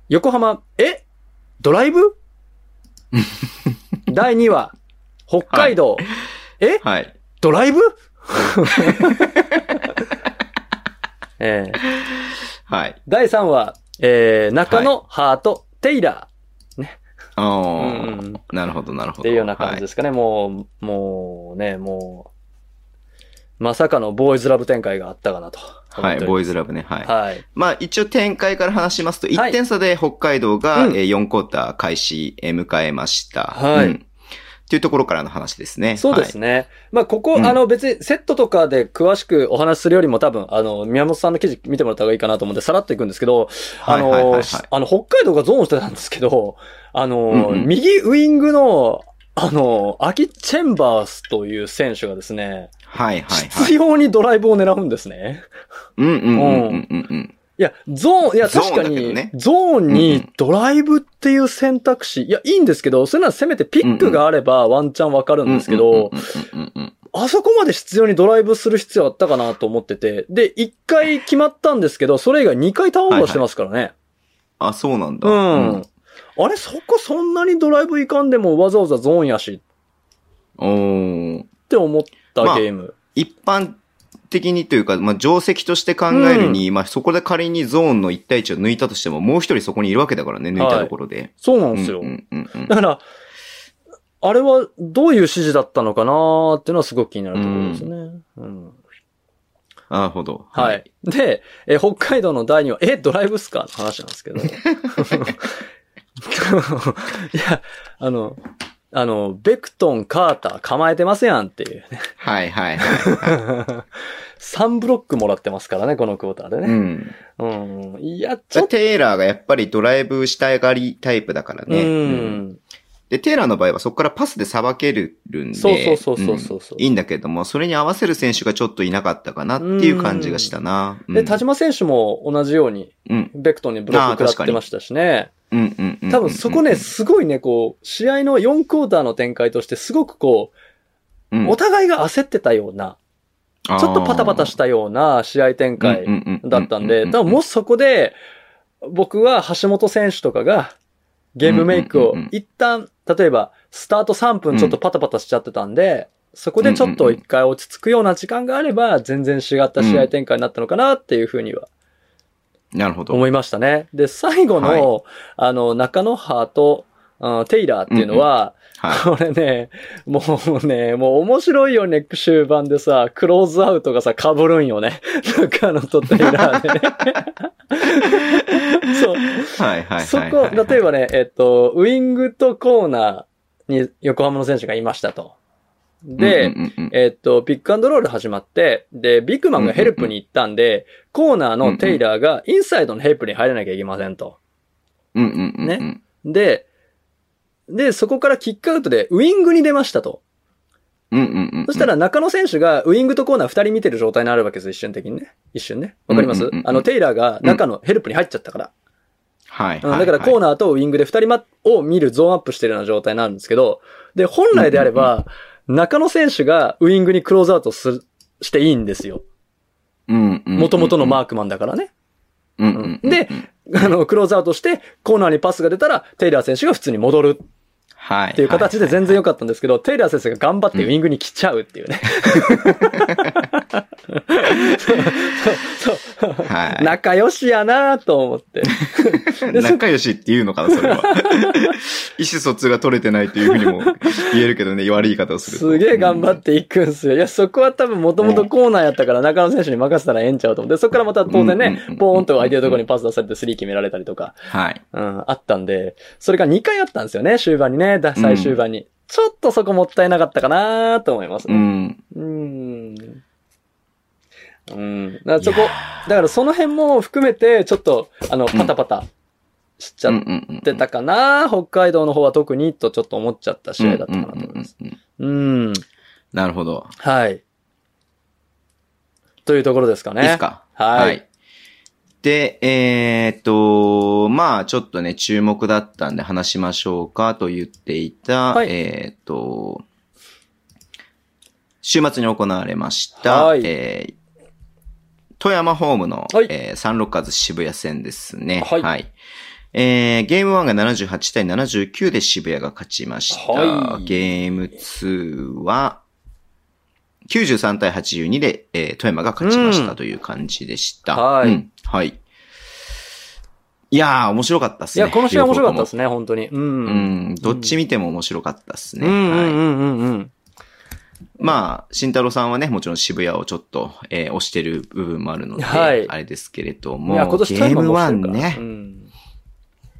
[SPEAKER 3] 横浜、えドライ
[SPEAKER 2] [LAUGHS]
[SPEAKER 3] ブ第2話、北海道、え
[SPEAKER 2] はい。
[SPEAKER 3] ドライブ [LAUGHS] えー
[SPEAKER 2] はい。
[SPEAKER 3] 第3話、えー中野、ハート、テイラ
[SPEAKER 2] あ
[SPEAKER 3] ー、
[SPEAKER 2] ー
[SPEAKER 3] うんうんっ
[SPEAKER 2] なるほどなるほど。
[SPEAKER 3] ていうような感じ
[SPEAKER 2] は
[SPEAKER 3] で
[SPEAKER 2] い
[SPEAKER 3] すかね。もう、もうね、もう、まさかのボーイズラブ展開があったかなと。
[SPEAKER 2] はい、ボーイズラブね。はい。
[SPEAKER 3] はい。
[SPEAKER 2] まあ一応展開から話しますと、
[SPEAKER 3] はい
[SPEAKER 2] 1点差で北海道が
[SPEAKER 3] うん
[SPEAKER 2] えー4クォーター開始えー迎えました。
[SPEAKER 3] はい
[SPEAKER 2] うんっていうところからの話ですね。
[SPEAKER 3] そうです
[SPEAKER 2] ね。
[SPEAKER 3] ね。まあ、ここ、
[SPEAKER 2] うん
[SPEAKER 3] あの、別にセットとかで詳しくお話しするよりも多分、あの、宮本さんの記事見てもらった方がいいかなと思って、さらっといくんですけど、あ
[SPEAKER 2] はい
[SPEAKER 3] の、
[SPEAKER 2] はいはいはい
[SPEAKER 3] しあの、北海道がゾーンしてたんですけど、あの、
[SPEAKER 2] うんうん
[SPEAKER 3] 右ウイングの、あの、アキ・チェンバースという選手がですね、
[SPEAKER 2] はいはいは
[SPEAKER 3] 必
[SPEAKER 2] い。
[SPEAKER 3] 要にドライブを狙うんですね。
[SPEAKER 2] うんうんうんうんうんうん。
[SPEAKER 3] いや、ゾーン、いや、
[SPEAKER 2] ゾーン
[SPEAKER 3] 確か
[SPEAKER 2] だけ
[SPEAKER 3] に、
[SPEAKER 2] どね
[SPEAKER 3] ゾーン
[SPEAKER 2] うんう
[SPEAKER 3] に
[SPEAKER 2] ん
[SPEAKER 3] ドライブっていう選択肢、いや、いいんですけど、それならせめてピックがあればワンチャンわかるんですけど、
[SPEAKER 2] うんうんうんうんうん
[SPEAKER 3] あそこまで必要にドライブする必要あったかなと思ってて、で、1回決まったんですけど、それ以外2回ターンオーバーしてますからね。
[SPEAKER 2] あ、そうなんだ。
[SPEAKER 3] うん。。あれ、そこそんなにドライブいかんでもわざわざゾーンやし
[SPEAKER 2] おー
[SPEAKER 3] って思った
[SPEAKER 2] まあ
[SPEAKER 3] ゲーム。
[SPEAKER 2] 一般的にというか、まあ、定石として考えるに、まあ、そこで仮にゾーンの1対1を抜いたとしても、もう一人そこにいるわけだからね、抜いたところで。
[SPEAKER 3] そうな
[SPEAKER 2] うんん
[SPEAKER 3] ですよ。
[SPEAKER 2] うんうんうん
[SPEAKER 3] だから、あれはどういう指示だったのかなーっていうのはすごく気になるところですね。うん
[SPEAKER 2] なるほど。
[SPEAKER 3] は。い。で、えー北海道の第2話、え、ドライブっすかの話なんですけど。い [LAUGHS] や、あの、あの、ベクトン、カーター構えてますやんっていうね。
[SPEAKER 2] は
[SPEAKER 3] [LAUGHS]
[SPEAKER 2] いはいはい。
[SPEAKER 3] 3ブロックもらってますからね、このクォーターで
[SPEAKER 2] う
[SPEAKER 3] ね。
[SPEAKER 2] ん。
[SPEAKER 3] うん。いや、ちょっと。
[SPEAKER 2] テイラーがやっぱりドライブしたがりタイプだからね。
[SPEAKER 3] う
[SPEAKER 2] うん
[SPEAKER 3] ん。
[SPEAKER 2] で、テイラーの場合はそこからパスでさばけるんで。
[SPEAKER 3] そうそうそうそうそうそうん
[SPEAKER 2] いいんだけども、それに合わせる選手がちょっといなかったかなっていう感じがしたな。う
[SPEAKER 3] で、
[SPEAKER 2] ん
[SPEAKER 3] 田島選手も同じように、
[SPEAKER 2] うん。
[SPEAKER 3] ベクトンにブロック食らってましたしね。
[SPEAKER 2] うんうんうんうん。
[SPEAKER 3] 多分そこね、すごいね、こう、試合の4クォーターの展開として、すごくこ
[SPEAKER 2] うん、
[SPEAKER 3] う、お互いが焦ってたような、
[SPEAKER 2] ちょ
[SPEAKER 3] ちょっとパタパタしたような試合展開だったんで、多分もしそこで、僕は橋本選手とかがゲームメイクを
[SPEAKER 2] うんうんうんうん
[SPEAKER 3] 一旦、例えばスタート3分ちょっとパタパタしちゃってたんで、そこでちょっと一回落ち着くような時間があれば、全然違った試合展開になったのかなっていうふうには
[SPEAKER 2] なるほど。
[SPEAKER 3] 思いましたね。で、最後の、あの、中野派と、うんテイラーっていうのは、
[SPEAKER 2] は
[SPEAKER 3] [LAUGHS] これね、もうね、もう面白いよね、終盤でさ、クローズアウトがさ、被るんよね。 [LAUGHS] 中野とテイラーで [LAUGHS] ね。そう。
[SPEAKER 2] い。はいはい
[SPEAKER 3] そ
[SPEAKER 2] はい
[SPEAKER 3] こ、
[SPEAKER 2] はい。
[SPEAKER 3] 例えばね、えっと、ウィングとコーナーに横浜の選手がいましたと。で、
[SPEAKER 2] うんうんうんうん、
[SPEAKER 3] えっと、ピックアンドロール始まって、で、ビッグマンがヘルプに行ったんで、コーナーのテイラーがインサイドのヘルプに入らなきゃいけませんと。
[SPEAKER 2] うんうんうんうん
[SPEAKER 3] ね。で、で、そこからキックアウトでウィングに出ましたと。
[SPEAKER 2] うんうんうんうん。
[SPEAKER 3] そしたら中野選手がウィングとコーナー二人見てる状態になるわけです、一瞬的にね。一瞬ね。わかります、
[SPEAKER 2] うんうんうんうん
[SPEAKER 3] あの、テイラーが中のヘルプに入っちゃったから。
[SPEAKER 2] は
[SPEAKER 3] う
[SPEAKER 2] い。
[SPEAKER 3] んだからコーナーとウィングで二人まを見るゾーンアップしてるような状態なんですけど、で、本来であれば、中野選手がウィングにクローズアウトする、していいんですよ。
[SPEAKER 2] ー、
[SPEAKER 3] 元々のマ
[SPEAKER 2] ー
[SPEAKER 3] ークマンだからね。
[SPEAKER 2] ク。うんうんうん
[SPEAKER 3] で、あの、クローズアウトして、コーナーにパスが出たら、テイラー選手が普通に戻る
[SPEAKER 2] はい。
[SPEAKER 3] っていう形で全然良
[SPEAKER 2] かっ
[SPEAKER 3] かったんですけど、テイラー先生が頑張ってウィングに来ちゃうっていうね。そうそう
[SPEAKER 2] た。はい。
[SPEAKER 3] 仲良しやなと思って。
[SPEAKER 2] [LAUGHS]
[SPEAKER 3] でそ
[SPEAKER 2] 仲良しっていうのかな、そ
[SPEAKER 3] [LAUGHS]
[SPEAKER 2] れは。意思疎通が取れてないというふうにも言えるけどね、悪い言い方をすると。
[SPEAKER 3] すげえ頑張
[SPEAKER 2] て。
[SPEAKER 3] っていくんすよ。いや、そこは多分もともとコーナーやったから中野選手に任せたらええんちゃうと思って、そこからまた当然ね
[SPEAKER 2] うんうんうんう、ん
[SPEAKER 3] ポーンと相手のところにパス出されてスリー決められたりとか、
[SPEAKER 2] はい。
[SPEAKER 3] うん、あったんで、それが2回あったんですよね、終盤にね、だ最終盤に。ちょっとそこもったいなかったかなと思います
[SPEAKER 2] う
[SPEAKER 3] ね。
[SPEAKER 2] ん。
[SPEAKER 3] うーん。うん。だからそこ
[SPEAKER 2] いや、ー
[SPEAKER 3] だからその辺も含めて、ちょっと、あの、パタパタしちゃ
[SPEAKER 2] うん
[SPEAKER 3] っ
[SPEAKER 2] うんうん
[SPEAKER 3] てたかな、北海道の方は特に、とちょっと思っちゃった試合だったかなと思います。
[SPEAKER 2] うんうんうんうん
[SPEAKER 3] うん。
[SPEAKER 2] なるほど。
[SPEAKER 3] はい。というところですかね。
[SPEAKER 2] いいですか
[SPEAKER 3] はい。
[SPEAKER 2] で、えーっと、まあちょっとね、注目だったんで話しましょうかと言っていた、
[SPEAKER 3] はい
[SPEAKER 2] えーっと、週末に行われました、
[SPEAKER 3] はい
[SPEAKER 2] えー富山ホームの、
[SPEAKER 3] はい
[SPEAKER 2] えーサンロッカーズ渋谷戦ですね。
[SPEAKER 3] はい
[SPEAKER 2] えーゲーム1が78対79で渋谷が勝ちました。
[SPEAKER 3] はい
[SPEAKER 2] ゲーム2は93対82で、えー富山が勝ちまし
[SPEAKER 3] う
[SPEAKER 2] た
[SPEAKER 3] ん
[SPEAKER 2] という感じでした。
[SPEAKER 3] はい
[SPEAKER 2] うんはい。いやー、面白かったっす
[SPEAKER 3] い
[SPEAKER 2] ね。
[SPEAKER 3] や、この試合面白かったです
[SPEAKER 2] ね。
[SPEAKER 3] ね、本当に。う。
[SPEAKER 2] うんん、どっち見ても面白かったっす
[SPEAKER 3] う
[SPEAKER 2] ね。
[SPEAKER 3] んうん
[SPEAKER 2] はい。
[SPEAKER 3] うんうんうん。
[SPEAKER 2] まあ、慎太郎さんはね、もちろん渋谷をちょっと、えー推してる部分もあるので、
[SPEAKER 3] はい
[SPEAKER 2] あれですけれど
[SPEAKER 3] い
[SPEAKER 2] も、
[SPEAKER 3] や、今年
[SPEAKER 2] ゲ
[SPEAKER 3] 富
[SPEAKER 2] ー
[SPEAKER 3] 山
[SPEAKER 2] ム
[SPEAKER 3] もして
[SPEAKER 2] 1
[SPEAKER 3] るから
[SPEAKER 2] ね、
[SPEAKER 3] うん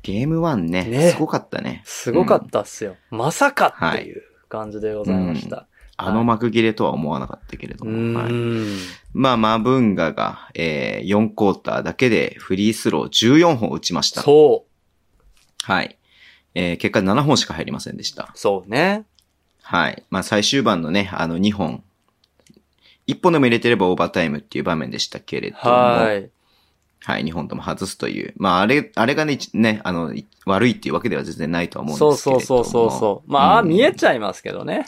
[SPEAKER 2] ゲーム1ね、
[SPEAKER 3] ね
[SPEAKER 2] すごかったね。
[SPEAKER 3] すごか
[SPEAKER 2] う
[SPEAKER 3] っ
[SPEAKER 2] ん
[SPEAKER 3] たっすよ。まさかっていう感じでございました。
[SPEAKER 2] あの幕切れとは思わなかったけれど
[SPEAKER 3] う
[SPEAKER 2] も。はい
[SPEAKER 3] ん。
[SPEAKER 2] まあ、マブンガが、えー、4クォーターだけでフリースロー14本打ちました。
[SPEAKER 3] そ
[SPEAKER 2] はい。えー、結果7本しか入りませんでした。
[SPEAKER 3] う。そうね。
[SPEAKER 2] はい。まあ、最終盤のね、あの2本。1本でも入れてればオーバータイムっていう場面でしたけれども。。
[SPEAKER 3] はいい。
[SPEAKER 2] はい、2本とも外すという。まあ、あれ、あれがね、一ね、あの、い悪いっていうわけでは全然ないとは思うん
[SPEAKER 3] そう
[SPEAKER 2] ですけ
[SPEAKER 3] そ
[SPEAKER 2] れ
[SPEAKER 3] う
[SPEAKER 2] ど
[SPEAKER 3] そ
[SPEAKER 2] も。
[SPEAKER 3] うそうそう。まあ、
[SPEAKER 2] うん
[SPEAKER 3] 見えちゃいますけどね。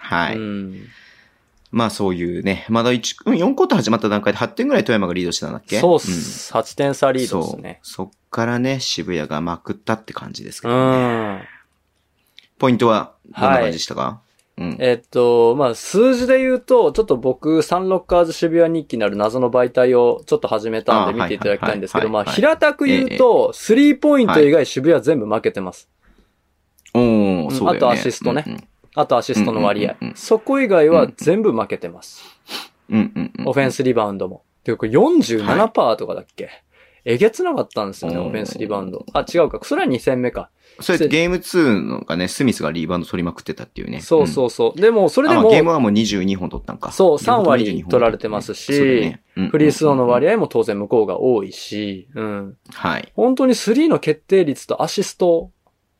[SPEAKER 2] はい。
[SPEAKER 3] うん。
[SPEAKER 2] まあ、そういうね、まだ1、うん、4クォーター始まった段階で8点ぐらい富山がリードしてたんだっけ
[SPEAKER 3] そうっ
[SPEAKER 2] ん
[SPEAKER 3] す。8点差リードですね。
[SPEAKER 2] そう。そっからね、渋谷がまくったって感じですけ
[SPEAKER 3] う
[SPEAKER 2] どね。
[SPEAKER 3] ん。
[SPEAKER 2] ポイントは、どんな感じでしたか、うん。
[SPEAKER 3] えっと、まあ、数字で言うと、ちょっと僕、サンロッカーズ渋谷日記なる謎の媒体をちょっと始めたんで
[SPEAKER 2] あ
[SPEAKER 3] 見ていただきたいんですけど、
[SPEAKER 2] はい
[SPEAKER 3] ま
[SPEAKER 2] は
[SPEAKER 3] あ、
[SPEAKER 2] いはいは
[SPEAKER 3] 平
[SPEAKER 2] い
[SPEAKER 3] たく言うと、スリーポイント以外渋谷全部負けてます。
[SPEAKER 2] お
[SPEAKER 3] う
[SPEAKER 2] お
[SPEAKER 3] ん
[SPEAKER 2] そうだよね。
[SPEAKER 3] あとアシストねあとアシストの割合
[SPEAKER 2] うんうんうんう。ん
[SPEAKER 3] そこ以外は全部負けてます。
[SPEAKER 2] うん。うんうんうん。
[SPEAKER 3] オフェン
[SPEAKER 2] ス。
[SPEAKER 3] スリバウンドも。で、これ47%とかだっけ、えげつなかったんですよね、
[SPEAKER 2] うん
[SPEAKER 3] オフェンスリバウンド。あ、違うか。それは2戦目か。
[SPEAKER 2] それゲーム2のがね、スミスがリーバウンド取りまくってたっていうね。
[SPEAKER 3] そうそうそう。でも、そ
[SPEAKER 2] うん。
[SPEAKER 3] れで
[SPEAKER 2] あ
[SPEAKER 3] も
[SPEAKER 2] まあ、ゲーム1も22本取ったんか。
[SPEAKER 3] そう3割
[SPEAKER 2] ゲーム2
[SPEAKER 3] 取られてますし
[SPEAKER 2] そうだよねうんうんうん
[SPEAKER 3] フリースローの割合も当然向こうが多いし、うん。
[SPEAKER 2] はい。
[SPEAKER 3] 本当にスリーの決定率とアシスト、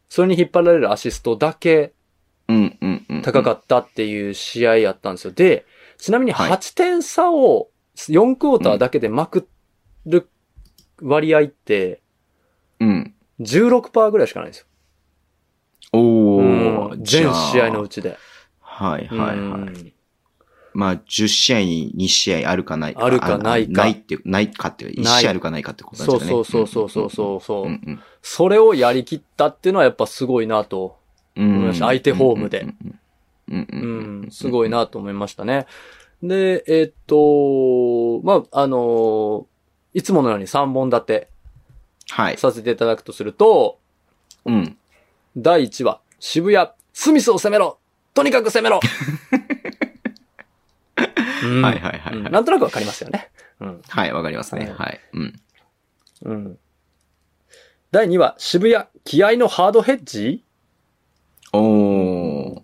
[SPEAKER 3] それに引っ張られるアシストだけ
[SPEAKER 2] うんうんうん。
[SPEAKER 3] 高か
[SPEAKER 2] っ
[SPEAKER 3] ったっていう試合やったんですよ。で、ちなみに
[SPEAKER 2] はい
[SPEAKER 3] 8点差を4クォーターだけでまくる割合って
[SPEAKER 2] た。うん。
[SPEAKER 3] 16%ぐらいしかないんですよ。
[SPEAKER 2] お
[SPEAKER 3] う
[SPEAKER 2] ー
[SPEAKER 3] ん
[SPEAKER 2] じゃ
[SPEAKER 3] 全
[SPEAKER 2] あ
[SPEAKER 3] 試合のうちで。
[SPEAKER 2] はいはいはい。
[SPEAKER 3] い。
[SPEAKER 2] まあ、10試合に2試合あるかないか。
[SPEAKER 3] あるかないか
[SPEAKER 2] ないって、ないかっていう、1
[SPEAKER 3] ない
[SPEAKER 2] 試合あるかないかってことなん
[SPEAKER 3] そ
[SPEAKER 2] で
[SPEAKER 3] う
[SPEAKER 2] すよね。
[SPEAKER 3] そうそうそうそうそうそう。
[SPEAKER 2] うんうん。
[SPEAKER 3] それをやりきったっていうのはやっぱすごいなと。
[SPEAKER 2] 思
[SPEAKER 3] いました相手ホームで。
[SPEAKER 2] うんう
[SPEAKER 3] うん
[SPEAKER 2] うんうん
[SPEAKER 3] ん、すごい。なと思いましたね。で、えっと、まあ、あのいつものように3本立て
[SPEAKER 2] はい。
[SPEAKER 3] させていただくとすると、
[SPEAKER 2] うん。
[SPEAKER 3] 第1話、渋谷、スミスを攻めろとにかく攻めろうん
[SPEAKER 2] [LAUGHS] はいはいはい
[SPEAKER 3] うん
[SPEAKER 2] は。
[SPEAKER 3] ないんとなくわかりますよね。うん。
[SPEAKER 2] はい、わかりますね。
[SPEAKER 3] は
[SPEAKER 2] はい。うん。
[SPEAKER 3] うん。第2話、渋谷、気合のハードヘッジ
[SPEAKER 2] おー。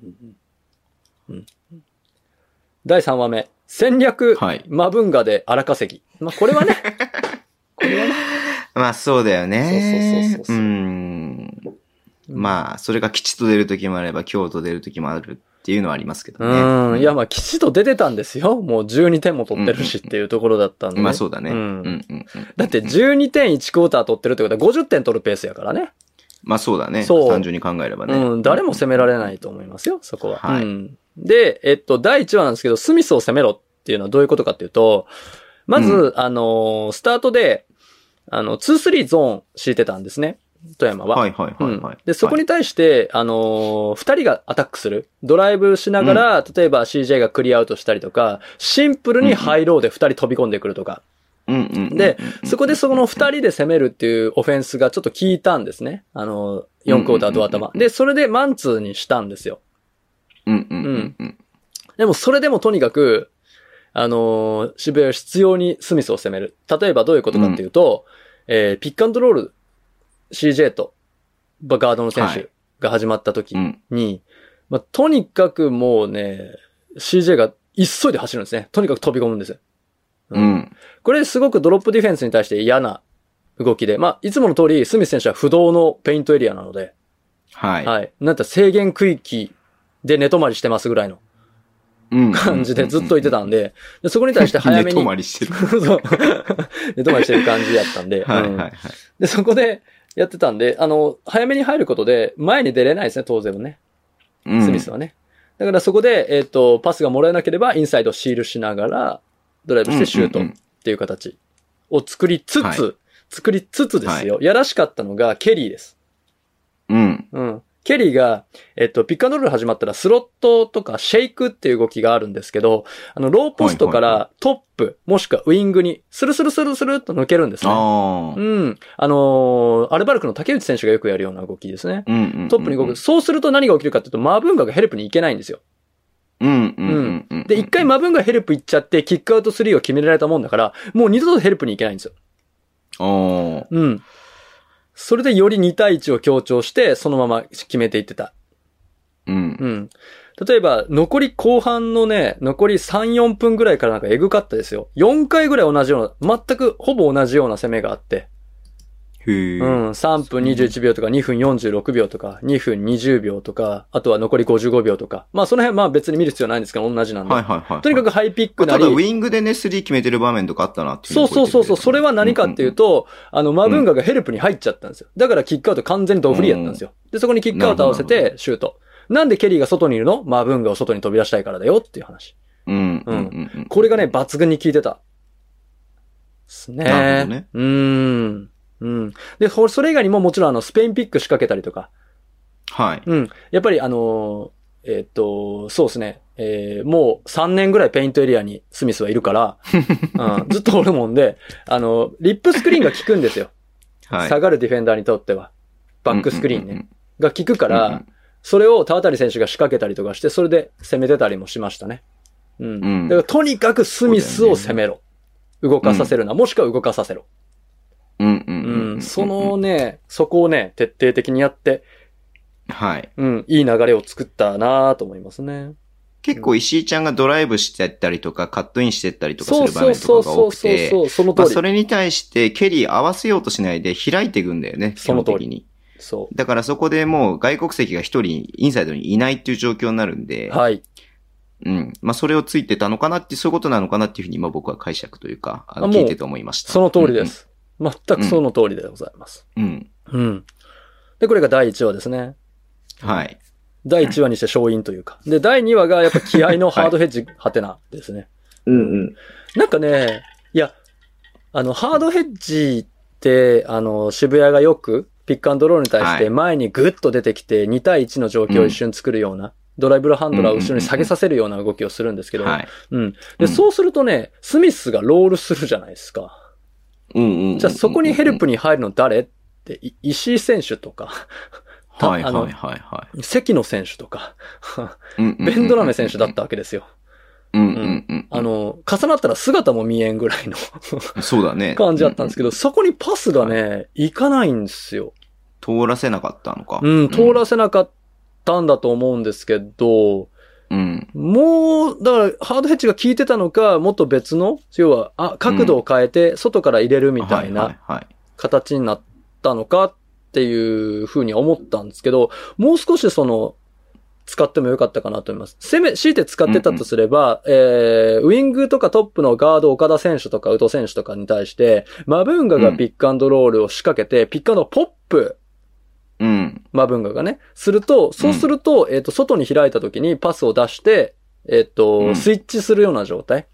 [SPEAKER 3] 第3話目、戦略、
[SPEAKER 2] はい
[SPEAKER 3] マブンガで荒稼ぎ。まあ、これは
[SPEAKER 2] [LAUGHS]
[SPEAKER 3] ね、これはね、
[SPEAKER 2] まあそうだよね。
[SPEAKER 3] そうそうそうそうそう
[SPEAKER 2] うん。まあ、それが吉と出るときもあれば、京と出るときもあるっていうのはありますけどね。
[SPEAKER 3] うん。いや、まあ、きちっと出てたんですよ。もう12点も取ってるしっていうところだったんで、
[SPEAKER 2] まあそうだね。
[SPEAKER 3] う
[SPEAKER 2] うんんうんうん
[SPEAKER 3] だって12点1クォーター取ってるってことは50点取るペースやからね。
[SPEAKER 2] まあそうだね。
[SPEAKER 3] そう
[SPEAKER 2] 単純に考えればね。
[SPEAKER 3] うん、誰も攻められないと思いますよ、そこは。
[SPEAKER 2] はい
[SPEAKER 3] うん、で、えっと、第1話なんですけど、スミスを攻めろっていうのはどういうことかっていうと、まず、
[SPEAKER 2] う
[SPEAKER 3] あのースタートで、あの、2-3ゾーン敷いてたんですね、富山は。
[SPEAKER 2] はいはいは
[SPEAKER 3] う
[SPEAKER 2] い
[SPEAKER 3] ん
[SPEAKER 2] はい。
[SPEAKER 3] で、そこに対して、あのー二人がアタックする。ドライブしながら、例えば CJ がクリアアウトしたりとか、シンプルにハイローで二人飛び込んでくるとか。
[SPEAKER 2] はい、うんうんうんうん
[SPEAKER 3] で、そこでその二人で攻めるっていうオフェンスがちょっと効いたんですね。あのー、4クォーターと頭。で、それでマンツーにしたんですよ。
[SPEAKER 2] うんうんうんうん。
[SPEAKER 3] でもそれでもとにかく、あのー渋谷は必要にスミスを攻める。例えばどういうことかっていうと、えーピックアンドロール CJ とガードの選
[SPEAKER 2] は
[SPEAKER 3] 手
[SPEAKER 2] い
[SPEAKER 3] が始まった時
[SPEAKER 2] う
[SPEAKER 3] に、
[SPEAKER 2] ん。
[SPEAKER 3] まあ、とにかくもうね、CJ が急いで走るんですね。とにかく飛び込むんですよ。
[SPEAKER 2] う
[SPEAKER 3] うん
[SPEAKER 2] ん。
[SPEAKER 3] これすごくドロップディフェンスに対して嫌な動きで、まあ、いつもの通りスミス選手は不動のペイントエリアなので、
[SPEAKER 2] はい。
[SPEAKER 3] はい。なんて制限区域で寝泊まりしてますぐらいの
[SPEAKER 2] うん
[SPEAKER 3] 感じでずっといてたんで、でそこに対して早
[SPEAKER 2] [LAUGHS] 寝
[SPEAKER 3] めに。
[SPEAKER 2] 泊まりしてる。
[SPEAKER 3] [LAUGHS] そう。寝泊まりしてる感じやったんで。
[SPEAKER 2] はいは
[SPEAKER 3] う
[SPEAKER 2] い
[SPEAKER 3] ん
[SPEAKER 2] はい。
[SPEAKER 3] で、そこでやってたんで、あの、早めに入ることで、前に出れないですね、当然ね。
[SPEAKER 2] うん
[SPEAKER 3] スミスはね。だからそこで、えっ、と、パスがもらえなければ、インサイドをシールしながら、ドライブしてシュート
[SPEAKER 2] う
[SPEAKER 3] っ
[SPEAKER 2] んうんうん
[SPEAKER 3] ていう形を作りつつ、
[SPEAKER 2] は
[SPEAKER 3] 作りつつですよ、やらしかったのが、ケリーです。
[SPEAKER 2] うん。
[SPEAKER 3] うん。ケリーが、えっと、ピックアンドロール始まったら、スロットとかシェイクっていう動きがあるんですけど、あの、ローポストか
[SPEAKER 2] はい
[SPEAKER 3] らトップ、もしくはウィングに、スルスルスルスルっと抜けるんですね。
[SPEAKER 2] ああ。
[SPEAKER 3] うん。あのーアルバルクの竹内選手がよくやるような動きですね。
[SPEAKER 2] うんうんうん
[SPEAKER 3] トップに動く。そうすると何が起きるかっていうと、マーブンガがヘルプに行けないんですよ。
[SPEAKER 2] うんうんうんうん。
[SPEAKER 3] で、一回マブンガヘルプ行っちゃって、キックアウト3を決められたもんだから、もう二度とヘルプに行けないんですよ。
[SPEAKER 2] あー。
[SPEAKER 3] うん。それでより2対1を強調して、そのまま決めていってた。
[SPEAKER 2] うん。
[SPEAKER 3] うん。例えば、残り後半のね、残り3、4分ぐらいからなんかエグかったですよ。4回ぐらい同じような、全くほぼ同じような攻めがあって。
[SPEAKER 2] へえ。
[SPEAKER 3] うん、3分21秒とか、2分46秒とか、2分20秒とか、あとは残り55秒とか。まあ、その辺、まあ別に見る必要ないんですけど、同じなんで。
[SPEAKER 2] はいはいはい。
[SPEAKER 3] とにかく
[SPEAKER 2] く、
[SPEAKER 3] ハイピック
[SPEAKER 2] た
[SPEAKER 3] な
[SPEAKER 2] だ
[SPEAKER 3] り。
[SPEAKER 2] ウィングでね、3決めてる場面とかあったなってい
[SPEAKER 3] そうそうそうそう。それは何かっていう、と、あの、マブンガがヘルプに入っちゃったんですよ。だからキックアウト完全にドフリーやったんですよ。で、そこにキックアウト合わせ
[SPEAKER 2] なる
[SPEAKER 3] てシュート。なんでケリーが外にいるのマブンガを外に飛び出したいからだよっていう話。
[SPEAKER 2] うんうんうんうん。
[SPEAKER 3] これがね、抜群に効いてた。ですね。
[SPEAKER 2] なるほどね
[SPEAKER 3] うーん。うん。で、ほそれ以外にももちろんあの、スペインピック仕掛けたりとか。
[SPEAKER 2] はい。
[SPEAKER 3] うん。やっぱりあのーえっと、そうですね。えーもう3年ぐらいペイントエリアにスミスはいるから、うん、ずっとおるもんで、あの、リップスクリーンが効くんですよ。
[SPEAKER 2] はい。
[SPEAKER 3] 下がるディフェンダーにとっては。バックスクリーンね。
[SPEAKER 2] うんうんうん
[SPEAKER 3] が効くか
[SPEAKER 2] うんう
[SPEAKER 3] ら
[SPEAKER 2] ん、
[SPEAKER 3] それを田渡選手が仕掛けたりとかして、それで攻めてたりもしましたね。うん。
[SPEAKER 2] うん
[SPEAKER 3] だからとにかくスミスを攻めろ。動かさせるな、もしくは動かさせろ。
[SPEAKER 2] うんうん
[SPEAKER 3] う
[SPEAKER 2] うんうん
[SPEAKER 3] ん。その、ね、そこをね、徹底的にやって、
[SPEAKER 2] はい。
[SPEAKER 3] うん、いい流れを作ったなぁと思いますね。
[SPEAKER 2] 結構石井ちゃんがドライブしてったりとか、カットインしてったりとかす
[SPEAKER 3] そう
[SPEAKER 2] る場
[SPEAKER 3] そう
[SPEAKER 2] 面
[SPEAKER 3] そ
[SPEAKER 2] と
[SPEAKER 3] う
[SPEAKER 2] かが
[SPEAKER 3] そう
[SPEAKER 2] 多く
[SPEAKER 3] そう
[SPEAKER 2] て、
[SPEAKER 3] そう、その
[SPEAKER 2] まあ、
[SPEAKER 3] 通り。
[SPEAKER 2] それに対して、ケリー合わせようとしないで開いていくんだよね、基
[SPEAKER 3] その
[SPEAKER 2] 本
[SPEAKER 3] 通り
[SPEAKER 2] 的に。
[SPEAKER 3] そ
[SPEAKER 2] だからそこでもう外国籍が一人インサイドにいないっていう状況になるんで、
[SPEAKER 3] う。はい。
[SPEAKER 2] うん。まあ、それをついてたのかなって、そういうことなのかなっていうふうに、まあ、僕は解釈というか、あの
[SPEAKER 3] あもう
[SPEAKER 2] 聞いてて思いました。
[SPEAKER 3] その通りで。す。全くその通りでございます。
[SPEAKER 2] うん、うん。
[SPEAKER 3] うん。で、これが第1話ですね。
[SPEAKER 2] はい。
[SPEAKER 3] 第1話にして勝因というか。で、第2話がやっぱ気合のハードヘッジ、ハテナですね。
[SPEAKER 2] うんうん。
[SPEAKER 3] なんかね、いや、あの、ハードヘッジって、あの、渋谷がよくピックアンドロールに対し
[SPEAKER 2] は
[SPEAKER 3] て
[SPEAKER 2] い
[SPEAKER 3] 前にグッと出てきて2対1の状況を一瞬作るような、ドライブルハンドラーを後ろに下げさせるような動きをするんですけど、
[SPEAKER 2] はい。
[SPEAKER 3] うん。
[SPEAKER 2] う
[SPEAKER 3] で、
[SPEAKER 2] ん
[SPEAKER 3] そうするとね、スミスがロールするじゃないですか。
[SPEAKER 2] うんうんうんうん。
[SPEAKER 3] じゃあそこにヘル
[SPEAKER 2] プ。
[SPEAKER 3] プに入るの誰って、い石井選手とか、た
[SPEAKER 2] はい
[SPEAKER 3] あ
[SPEAKER 2] はい
[SPEAKER 3] の
[SPEAKER 2] はいは
[SPEAKER 3] 関野選手とか、
[SPEAKER 2] いうんうんうん。
[SPEAKER 3] ベンドラメ選手だったわけですよ。
[SPEAKER 2] うんうんうん。
[SPEAKER 3] あの、重なったら姿も見えんぐらい [LAUGHS] の
[SPEAKER 2] そうだね。
[SPEAKER 3] 感じだったんですけど、そこにパスがね、いかないんですよ。
[SPEAKER 2] うんうん通らせなかったのか。
[SPEAKER 3] うん、通らせなかったんだと思うんですけど、
[SPEAKER 2] うん。
[SPEAKER 3] もう、だから、ハードヘッジが効いてたのか、もっと別の、要は、あ、角度を変えて、外から入れるみたいな
[SPEAKER 2] はいはいはい。
[SPEAKER 3] 形になったのかっていうふうに思ったんですけど、もう少しその、使ってもよかったかなと思います。せめ、強いて使ってたとすれば、えー、ウィングとかトップのガード岡田選手とか宇都選手とかに対して、マブンガがピックアンドロールを仕掛けて、ピックアンドポップ、
[SPEAKER 2] うん。
[SPEAKER 3] マブンガがね、すると、そうすると、えっ、と、外に開いた時にパスを出して、えっ、と、
[SPEAKER 2] うん
[SPEAKER 3] スイッチするような状態。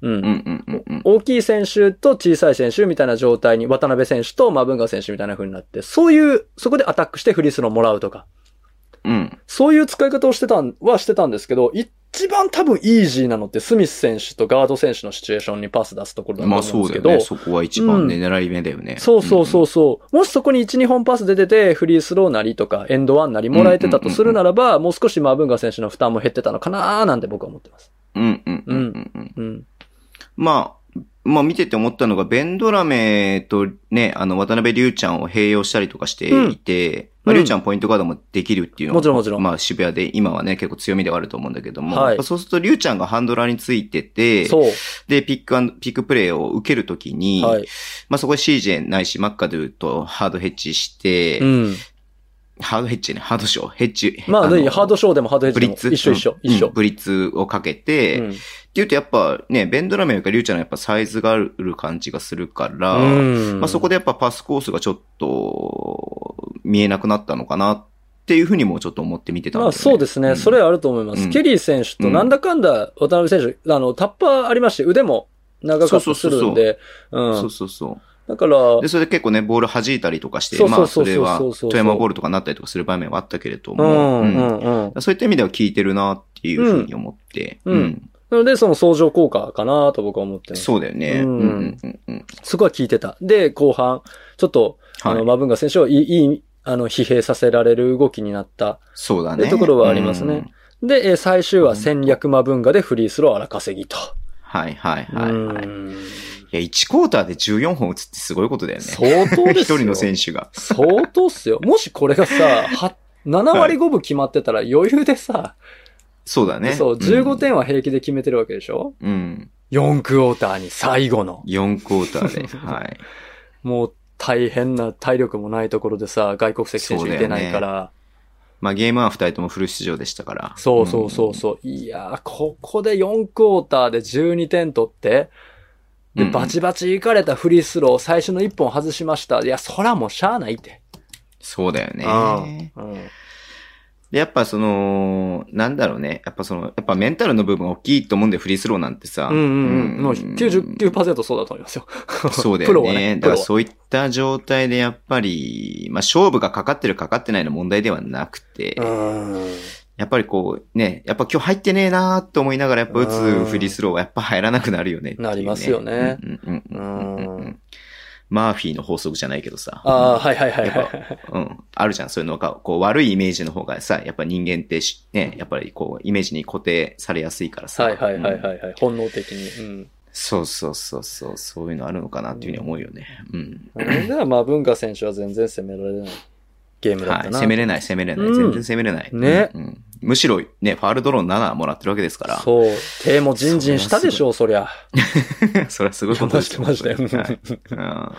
[SPEAKER 3] うん
[SPEAKER 2] うんうんうんうん。
[SPEAKER 3] 大きい選手と小さい選手みたいな状態に、渡辺選手とマブンガ選手みたいな風になって、そういう、そこでアタックしてフリースローもらうとか、
[SPEAKER 2] うん。
[SPEAKER 3] そういう使い方をしてたん、はしてたんですけど、一番多分イージーなのってスミス選手とガード選手のシチュエーションにパス出すところだと
[SPEAKER 2] まあ
[SPEAKER 3] 思うん
[SPEAKER 2] そ
[SPEAKER 3] です
[SPEAKER 2] うだ
[SPEAKER 3] け
[SPEAKER 2] よ
[SPEAKER 3] ど、
[SPEAKER 2] ね。そこは一番ね、狙い目だよね。
[SPEAKER 3] そうそうそうそう。もしそこに1、2本パス出てて、フリースローなりとか、エンドワンなりもらえてたとするならば、もう少しマブンガ選手の負担も減ってたのかなーなんて僕は思ってます。
[SPEAKER 2] うんうんうんうんうん。
[SPEAKER 3] うん。
[SPEAKER 2] まあ、まあ見てて思ったのが、ベンドラメとね、あの、渡辺龍ちゃんを併用したりとかしていて、ま
[SPEAKER 3] う
[SPEAKER 2] あ、
[SPEAKER 3] ん
[SPEAKER 2] 龍ちゃんポイントガードもできるっていうのは
[SPEAKER 3] もちろんもちろん
[SPEAKER 2] まあ渋谷で今はね、結構強みではあると思うんだけども、
[SPEAKER 3] はい
[SPEAKER 2] やっぱそうすると龍ちゃんがハンドラーについてて、
[SPEAKER 3] そう。
[SPEAKER 2] で、ピックアンド、ピックプレイを受けるときに、
[SPEAKER 3] はい。
[SPEAKER 2] まあそこで CJ ないしマッカドゥとハードヘッジして、
[SPEAKER 3] うん。
[SPEAKER 2] ハードヘッジね、ハードショー、ヘッジ。
[SPEAKER 3] [LAUGHS] まあ、
[SPEAKER 2] の
[SPEAKER 3] ねハードショーでもハードヘッ
[SPEAKER 2] ブ
[SPEAKER 3] ジでも
[SPEAKER 2] リッツ
[SPEAKER 3] 一緒一緒、
[SPEAKER 2] うん
[SPEAKER 3] 一緒
[SPEAKER 2] うん。ブリッツをかけて、
[SPEAKER 3] うん
[SPEAKER 2] っていうとやっぱね、ベンドラメよりかリュウちゃんのやっぱサイズがある感じがするから、
[SPEAKER 3] うん
[SPEAKER 2] まあそこでやっぱパスコースがちょっと見えなくなったのかなっていうふうにもちょっと思って見てたん。
[SPEAKER 3] まあそうですすね、
[SPEAKER 2] うん
[SPEAKER 3] それあると思います。
[SPEAKER 2] うん
[SPEAKER 3] ケリー選手となんだかんだ渡辺選手、あの、タッパーありまして、腕も長かったりするんで、う
[SPEAKER 2] そ
[SPEAKER 3] ん
[SPEAKER 2] う。そうそ
[SPEAKER 3] だから、
[SPEAKER 2] う。で、それで結構ね、ボール弾いたりとかして、
[SPEAKER 3] そう
[SPEAKER 2] ま
[SPEAKER 3] そう
[SPEAKER 2] あ
[SPEAKER 3] そ
[SPEAKER 2] そう
[SPEAKER 3] そう
[SPEAKER 2] れは
[SPEAKER 3] そうそう
[SPEAKER 2] 富山ボールとかになったりとかする場面はあったけれど
[SPEAKER 3] う
[SPEAKER 2] も、
[SPEAKER 3] ん、う
[SPEAKER 2] うん
[SPEAKER 3] ん、うん。
[SPEAKER 2] そういった意味では効いてるなっていうふうに思って、
[SPEAKER 3] うんなので、その相乗効果かなと僕は思ってます。
[SPEAKER 2] そうだよね。
[SPEAKER 3] うん
[SPEAKER 2] うんうんうん
[SPEAKER 3] そこは聞いてた。で、後半、ちょっと、あ
[SPEAKER 2] は
[SPEAKER 3] の、
[SPEAKER 2] い。
[SPEAKER 3] マブンガ選手をいい、いい、あの、疲弊させられる動きになった。
[SPEAKER 2] そうだ
[SPEAKER 3] っ
[SPEAKER 2] ね。
[SPEAKER 3] てところはありますね
[SPEAKER 2] うん。
[SPEAKER 3] で、えー最終は戦略マブンガでフリースロー荒稼ぎと。
[SPEAKER 2] はいはいはい。
[SPEAKER 3] う
[SPEAKER 2] い
[SPEAKER 3] ん
[SPEAKER 2] や、1クォーターで14本打つってすごいことだよね。
[SPEAKER 3] 相当
[SPEAKER 2] 一
[SPEAKER 3] ですよ。
[SPEAKER 2] 人の選手が。
[SPEAKER 3] 相当っすよ。もしこれがさ、は7割5分決まってたら余裕でさ、
[SPEAKER 2] そうだね。
[SPEAKER 3] そう、
[SPEAKER 2] ん
[SPEAKER 3] 15。点は平気で決めてるわけでしょ、
[SPEAKER 2] うん。
[SPEAKER 3] ?4 クォーターに最後の。
[SPEAKER 2] 4クォーターで。
[SPEAKER 3] [LAUGHS]
[SPEAKER 2] はい。
[SPEAKER 3] もう大変な体力もないところでさ、外国籍選手出ないから。
[SPEAKER 2] まあゲームは2人ともフル出場でしたから。
[SPEAKER 3] そうそうそうそう。いやー、ここで4クォーターで12点取って、
[SPEAKER 2] う
[SPEAKER 3] で、
[SPEAKER 2] ん
[SPEAKER 3] バチバチいかれたフリースロー、最初の1本外しました。いや、そらもうしゃあないって。
[SPEAKER 2] そうだよね。
[SPEAKER 3] うん。うん
[SPEAKER 2] で、やっぱその、なんだろうね。やっぱその、やっぱメンタルの部分大きいと思うんで、フリースローなんてさ。
[SPEAKER 3] うんうん。もう
[SPEAKER 2] ー。
[SPEAKER 3] 99%そうだと思いますよ。
[SPEAKER 2] そう
[SPEAKER 3] [LAUGHS]
[SPEAKER 2] だ
[SPEAKER 3] プ
[SPEAKER 2] よ
[SPEAKER 3] ロはね。
[SPEAKER 2] ね。だから
[SPEAKER 3] プロは
[SPEAKER 2] そういった状態でやっぱり、まあ勝負がかかってるかかってないの問題ではなくて、やっぱりこうね、やっぱ今日入ってねえなーと思いながらやっぱ打つフリースローはやっぱ入らなくなるよねっていうね
[SPEAKER 3] なりますよね。
[SPEAKER 2] うんうんうんうんうんう。
[SPEAKER 3] うん
[SPEAKER 2] マーフィーの法則じゃないけどさ。
[SPEAKER 3] ああ、はいはいはいは
[SPEAKER 2] やっ
[SPEAKER 3] い。
[SPEAKER 2] うん。あるじゃん。そういうのが、こう悪いイメージの方がさ、やっぱ人間ってしね、やっぱりこうイメージに固定されやすいからさ。
[SPEAKER 3] はいはいはい
[SPEAKER 2] うん
[SPEAKER 3] はいはい。本能的に。うん。
[SPEAKER 2] そうそうそうそう、そういうのあるのかなっていうふうに思うよね。うん。
[SPEAKER 3] それではまあ、文化選手は全然攻められないゲームだっ
[SPEAKER 2] は
[SPEAKER 3] た
[SPEAKER 2] い。
[SPEAKER 3] な。
[SPEAKER 2] 攻めれない、攻めれない。
[SPEAKER 3] うん
[SPEAKER 2] 全然攻めれない。
[SPEAKER 3] ね
[SPEAKER 2] うん。うんむしろね、ファールドロー7もらってるわけですから。
[SPEAKER 3] そう。手もジンジンしたでしょう、そりゃ。
[SPEAKER 2] [LAUGHS] それはすごいこ
[SPEAKER 3] 騙
[SPEAKER 2] とで
[SPEAKER 3] し
[SPEAKER 2] す
[SPEAKER 3] てましたよ。
[SPEAKER 2] はい。うん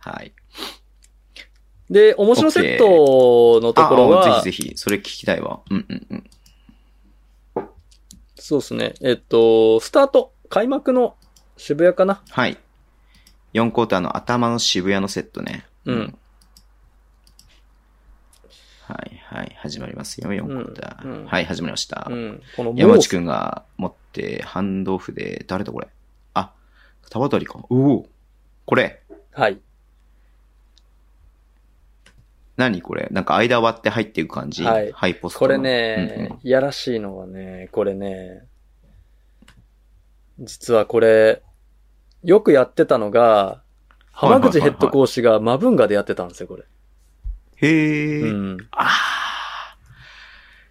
[SPEAKER 2] はい。
[SPEAKER 3] で、面白セットのところ
[SPEAKER 2] あ
[SPEAKER 3] は、
[SPEAKER 2] ぜひぜひ、それ聞きたいわ。うんうんうん。
[SPEAKER 3] そうですね。えっと、スタート。開幕の渋谷かな。
[SPEAKER 2] はい。4クォーターの頭の渋谷のセットね。
[SPEAKER 3] うん。
[SPEAKER 2] はいはい。始まりますよ、4クォーター。
[SPEAKER 3] うんうん
[SPEAKER 2] はい、始まりました。
[SPEAKER 3] うん。この
[SPEAKER 2] 山
[SPEAKER 3] もう
[SPEAKER 2] 内くんが持って、ハンドオフで、誰だこれあ、田渡りか。おおこれ、
[SPEAKER 3] はい。
[SPEAKER 2] 何これなんか間割って入っていく感じ
[SPEAKER 3] はい
[SPEAKER 2] ハイポスト
[SPEAKER 3] こ
[SPEAKER 2] の。
[SPEAKER 3] れ
[SPEAKER 2] うんう
[SPEAKER 3] ね
[SPEAKER 2] ん、
[SPEAKER 3] いやらしいのはね、これね、実はこれ、よくやってたのが、
[SPEAKER 2] はいはいはいは
[SPEAKER 3] 浜
[SPEAKER 2] い
[SPEAKER 3] 口ヘッドコーチがマブンガでやってたんですよ、これ。
[SPEAKER 2] へえ、
[SPEAKER 3] うん。
[SPEAKER 2] ああ。